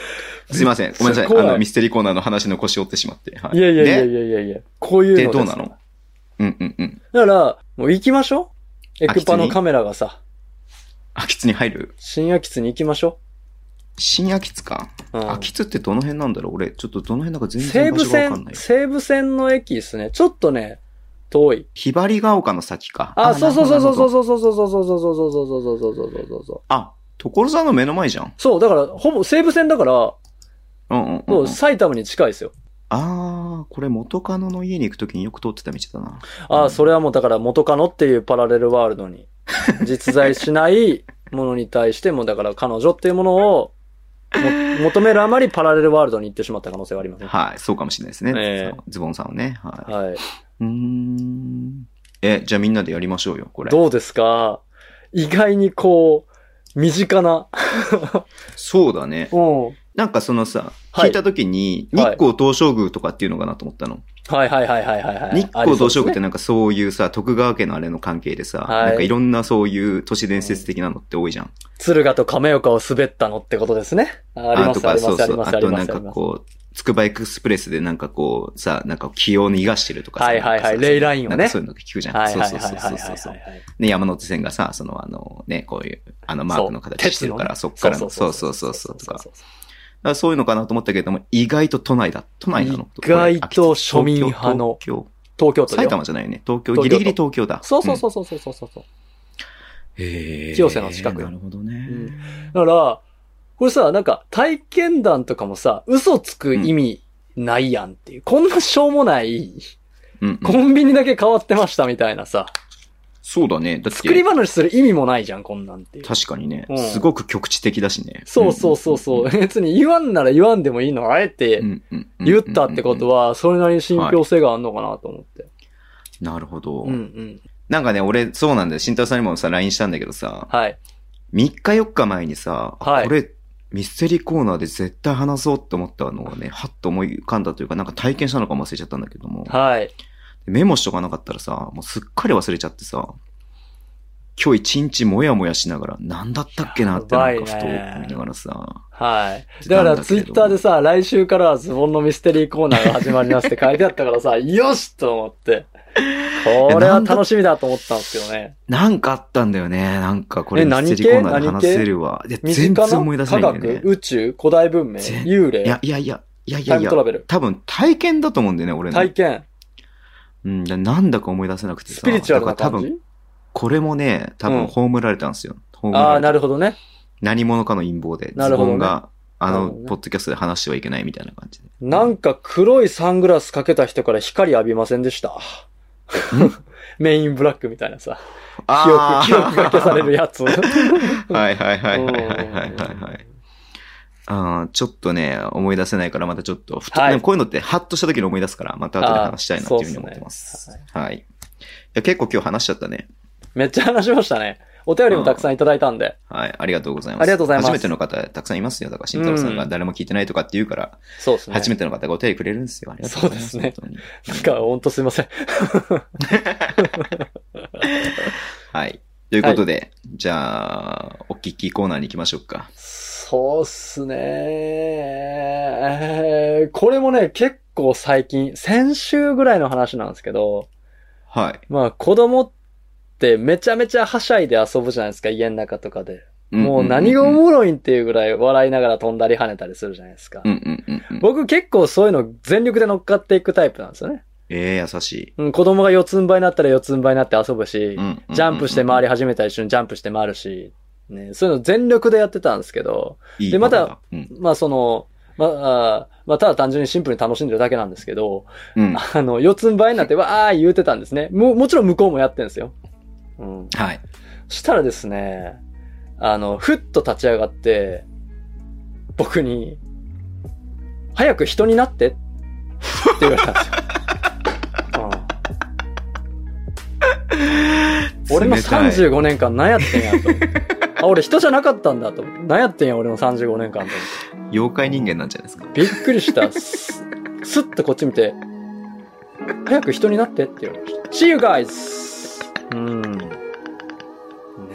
[SPEAKER 2] すいません。ごめんなさい。
[SPEAKER 3] めっちゃ怖
[SPEAKER 2] あ
[SPEAKER 3] い
[SPEAKER 2] の、ミステリーコーナーの話の腰折ってしまって。はい
[SPEAKER 3] やいやいやい
[SPEAKER 2] で、
[SPEAKER 3] やいやいや。こういうの
[SPEAKER 2] で
[SPEAKER 3] です
[SPEAKER 2] どうなのうんうんうん。
[SPEAKER 3] だから、もう行きましょう。エクパのカメラがさ、
[SPEAKER 2] 空き地に入る
[SPEAKER 3] 新秋津に行きましょ
[SPEAKER 2] 新空き地か。
[SPEAKER 3] う。うん
[SPEAKER 2] 空き地ってどの辺なんだろう俺、ちょっとどの辺だか全
[SPEAKER 3] 西
[SPEAKER 2] 然場
[SPEAKER 3] 武
[SPEAKER 2] 所がわかん
[SPEAKER 3] 線
[SPEAKER 2] ない、。
[SPEAKER 3] 西武線の駅ですね。ちょっとね、遠い。
[SPEAKER 2] ひばりが丘の先か。
[SPEAKER 3] あ、そうそうそうそう
[SPEAKER 2] う。
[SPEAKER 3] そうそうそうそうそうそうそうそうそうそうそうそうそうそう。
[SPEAKER 2] あ、所沢の目の前じゃん。
[SPEAKER 3] そう、だから、ほぼ、西武線だから、
[SPEAKER 2] うんうんうん
[SPEAKER 3] も
[SPEAKER 2] うん、
[SPEAKER 3] う埼玉に近いですよ。
[SPEAKER 2] あー、これ元カノの家に行くときによく通ってた道だな。
[SPEAKER 3] ああ、それはもうだから元カノっていうパラレルワールドに、実在しないものに対しても、だから彼女っていうものを、も求めるあまりパラレルワールドに行ってしまった可能性はありますね。
[SPEAKER 2] はい、そうかもしれないですね。
[SPEAKER 3] ええ
[SPEAKER 2] ズボンさんはね。はい。
[SPEAKER 3] はい。
[SPEAKER 2] うーん。え、じゃあみんなでやりましょうよ、これ。
[SPEAKER 3] どうですか意外にこう、身近な。
[SPEAKER 2] そうだね。
[SPEAKER 3] うん。はい
[SPEAKER 2] なんかそのさ、
[SPEAKER 3] は
[SPEAKER 2] 聞
[SPEAKER 3] い
[SPEAKER 2] いたときに、
[SPEAKER 3] はい
[SPEAKER 2] 日光東照宮とかっていうのかなと思ったの。
[SPEAKER 3] はいはいはいはいはい。
[SPEAKER 2] 日光東照宮って
[SPEAKER 3] ね。
[SPEAKER 2] なんかそういうさ、徳川家のあれの関係でさ、
[SPEAKER 3] はい
[SPEAKER 2] なんかいろんなそういう都市伝説的なのって多いじゃん。
[SPEAKER 3] 敦賀と亀岡を滑ったのってことですね。あありま
[SPEAKER 2] と
[SPEAKER 3] すあ
[SPEAKER 2] か、
[SPEAKER 3] りま
[SPEAKER 2] そう
[SPEAKER 3] すあ
[SPEAKER 2] そ
[SPEAKER 3] り
[SPEAKER 2] う。
[SPEAKER 3] ま
[SPEAKER 2] あ
[SPEAKER 3] すあり
[SPEAKER 2] と
[SPEAKER 3] ま
[SPEAKER 2] なん
[SPEAKER 3] すあ
[SPEAKER 2] か
[SPEAKER 3] ります。
[SPEAKER 2] こう、つくばエクスプレスでなんかこう、さ、なんか気を逃がしてるとかさ。
[SPEAKER 3] はいはいはい
[SPEAKER 2] なんかさ
[SPEAKER 3] レイラインをね
[SPEAKER 2] なんかそういうの聞くじゃん。
[SPEAKER 3] はい
[SPEAKER 2] そう
[SPEAKER 3] はい
[SPEAKER 2] そう
[SPEAKER 3] はいはい
[SPEAKER 2] そ
[SPEAKER 3] は
[SPEAKER 2] うそ
[SPEAKER 3] いう
[SPEAKER 2] そう。
[SPEAKER 3] はい。
[SPEAKER 2] ね、山手線がさ、そのあのね、こういう、あのマークの形してるから、そ
[SPEAKER 3] そう
[SPEAKER 2] っからの、そうそうそうそうとか。だからそういうのかなと思ったけども、意外と都内だ。都内なの
[SPEAKER 3] 意外と庶民派の
[SPEAKER 2] 東京。
[SPEAKER 3] 東京都だ
[SPEAKER 2] 埼
[SPEAKER 3] よ
[SPEAKER 2] 玉じゃないよね。東京、
[SPEAKER 3] 東京都
[SPEAKER 2] ギリギリ東京だ。
[SPEAKER 3] そうそう
[SPEAKER 2] う
[SPEAKER 3] そうそうそうそうそう。
[SPEAKER 2] ん。へー
[SPEAKER 3] 清瀬の近くよ
[SPEAKER 2] なるほどね。
[SPEAKER 3] うんだから、これさ、なんか体験談とかもさ、嘘つく意味ないやんっていう。こんなしょうもない、
[SPEAKER 2] うんうん
[SPEAKER 3] コンビニだけ変わってましたみたいなさ、
[SPEAKER 2] そうだね。だっ
[SPEAKER 3] 作り
[SPEAKER 2] て、
[SPEAKER 3] 話する意味もないじゃん、こんなんっていう。
[SPEAKER 2] 確かにね
[SPEAKER 3] うん、
[SPEAKER 2] すごく局地的だしね。
[SPEAKER 3] そうそうそうそう。別に言わんなら言わんでもいいのをあえて
[SPEAKER 2] うんうんうん。
[SPEAKER 3] 言ったってこと
[SPEAKER 2] は。
[SPEAKER 3] は、それなりに信憑性があるのかなと思って。
[SPEAKER 2] なるほど
[SPEAKER 3] うんう。ん。
[SPEAKER 2] なんかね、俺、そうなんだよ。慎太郎さんにもさ、LINE したんだけどさ、
[SPEAKER 3] はい。
[SPEAKER 2] 3日4日前にさ、あ
[SPEAKER 3] はい
[SPEAKER 2] これ、ミステリーコーナーで絶対話そうって思ったのがね、はっと思い浮かんだというか、なんか体験したのかも忘れちゃったんだけども、
[SPEAKER 3] はい。
[SPEAKER 2] メモしとかなかったらさ、もうすっかり忘れちゃってさ、今日一日もやもやしながら、なんだったっけなってなんかふと思いながらさ、
[SPEAKER 3] はい。だからツイッターでさ、来週からはズボンのミステリーコーナーが始まります
[SPEAKER 2] [LAUGHS]
[SPEAKER 3] って書いてあったからさ、よしと思って。これは楽しみだと思ったんですけどね。
[SPEAKER 2] なんかあったんだよね。なんかこれ
[SPEAKER 3] え
[SPEAKER 2] ミ
[SPEAKER 3] 何
[SPEAKER 2] ステリーコーナーで話せるわ。いや、
[SPEAKER 3] 身
[SPEAKER 2] 全
[SPEAKER 3] 近な
[SPEAKER 2] 然思い出せないんだよ
[SPEAKER 3] 科
[SPEAKER 2] ね
[SPEAKER 3] 学、。宇宙、古代文明、
[SPEAKER 2] 全
[SPEAKER 3] 幽霊
[SPEAKER 2] い、や、いやいや、いやい
[SPEAKER 3] タ
[SPEAKER 2] や
[SPEAKER 3] イ
[SPEAKER 2] い
[SPEAKER 3] ム
[SPEAKER 2] や
[SPEAKER 3] ト、ラベル、
[SPEAKER 2] 多分体験だと思うんだよね、俺の。
[SPEAKER 3] 体験、
[SPEAKER 2] うん、だなんだか思い出せなくてさ。
[SPEAKER 3] スピリチュアルな
[SPEAKER 2] だから多
[SPEAKER 3] 感
[SPEAKER 2] 分
[SPEAKER 3] じ
[SPEAKER 2] これもね、多
[SPEAKER 3] うん
[SPEAKER 2] 分葬られたんですよ。葬
[SPEAKER 3] あ
[SPEAKER 2] ら
[SPEAKER 3] あ、
[SPEAKER 2] れた
[SPEAKER 3] なるほどね。
[SPEAKER 2] 何者かの陰謀で、
[SPEAKER 3] なる
[SPEAKER 2] ズ
[SPEAKER 3] ほ
[SPEAKER 2] ボ
[SPEAKER 3] どね
[SPEAKER 2] ンが、あ
[SPEAKER 3] なる
[SPEAKER 2] の、
[SPEAKER 3] ほどね
[SPEAKER 2] ポッドキャストで話してはいけないみたいな感じで。
[SPEAKER 3] なんか黒いサングラスかけた人から光浴びませんでした。 [LAUGHS] メインブラックみたいなさ、記 [LAUGHS] 憶、記憶が消される
[SPEAKER 2] や
[SPEAKER 3] やつ。
[SPEAKER 2] [LAUGHS] はいはいはいはいはいはいはい
[SPEAKER 3] うん
[SPEAKER 2] はい。あーちょっとね、思い出せないから、またちょっと、ふと
[SPEAKER 3] はい
[SPEAKER 2] でもこういうのって、ハッとした時に思い出すから、また後で話したいなっていうふうに思ってま
[SPEAKER 3] あ
[SPEAKER 2] す。
[SPEAKER 3] ーそうっ
[SPEAKER 2] はい。いや、結構今日話しちゃったね。
[SPEAKER 3] めっちゃ話しましたね。お便りもたくさんいただいたんで。
[SPEAKER 2] はい。ありがとうございます。
[SPEAKER 3] ありがとうございます
[SPEAKER 2] 初めての方、たくさんいますよ。だから、慎太郎さんが誰も聞いてないとかって言うから、
[SPEAKER 3] そうですね。
[SPEAKER 2] 初めての方がお便りくれるんですよ。ありがとうございます。
[SPEAKER 3] そうです
[SPEAKER 2] 本当に
[SPEAKER 3] [LAUGHS] なんか、ほんとすいません。
[SPEAKER 2] はい。ということで、じゃあ、お聞きコーナーに行きましょうか。
[SPEAKER 3] そうっすね。えーこれもね、結構最近、先週ぐらいの話なんですけど、
[SPEAKER 2] はい。
[SPEAKER 3] まあ子供ってめちゃめちゃはしゃいで遊ぶじゃないですか、家の中とかで。もう何がお
[SPEAKER 2] 思う
[SPEAKER 3] もろいんっていうぐらい笑いながら飛んだり跳ねたりするじゃないですか
[SPEAKER 2] う。んうんうんうん。
[SPEAKER 3] 僕結構そういうの全力で乗っかっていくタイプなんですよね。
[SPEAKER 2] ええ優しい。
[SPEAKER 3] うん、子供が四つん這いになったら四つん這いになって遊ぶし
[SPEAKER 2] うん、うんうんうん
[SPEAKER 3] ジャンプして回り始めたら一緒にジャンプして回るし、ね、そういうの全力でやってたんですけど、
[SPEAKER 2] いい
[SPEAKER 3] でまた
[SPEAKER 2] パパだうん
[SPEAKER 3] まあその、まあ、まあ、ただ単純にシンプルに楽しんでるだけなんですけど、
[SPEAKER 2] うん。
[SPEAKER 3] あの、四つん這いになってわーい言うてたんですね。もう、もちろん向こうもやってんですよ。うん。
[SPEAKER 2] はい。
[SPEAKER 3] そしたらですね、あの、ふっと立ち上がって、僕に、早く人になってって言われたんですよ。うん、俺の
[SPEAKER 2] 冷たい。
[SPEAKER 3] 35年間何やってんやと思って。あ、俺人じゃなかったんだと思って。何やってんや俺の35年間と思って。
[SPEAKER 2] 妖怪人間なんじゃないですか。
[SPEAKER 3] びっくりした。すすっとこっち見て、早く人になってって言われました。See you guys! うん。ね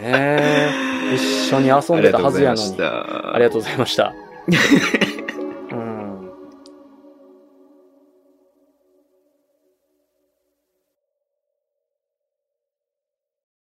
[SPEAKER 3] え。一緒に遊んでたはずやのに。
[SPEAKER 2] あ
[SPEAKER 3] あ
[SPEAKER 2] り
[SPEAKER 3] りが
[SPEAKER 2] が
[SPEAKER 3] と
[SPEAKER 2] とう
[SPEAKER 3] うございました。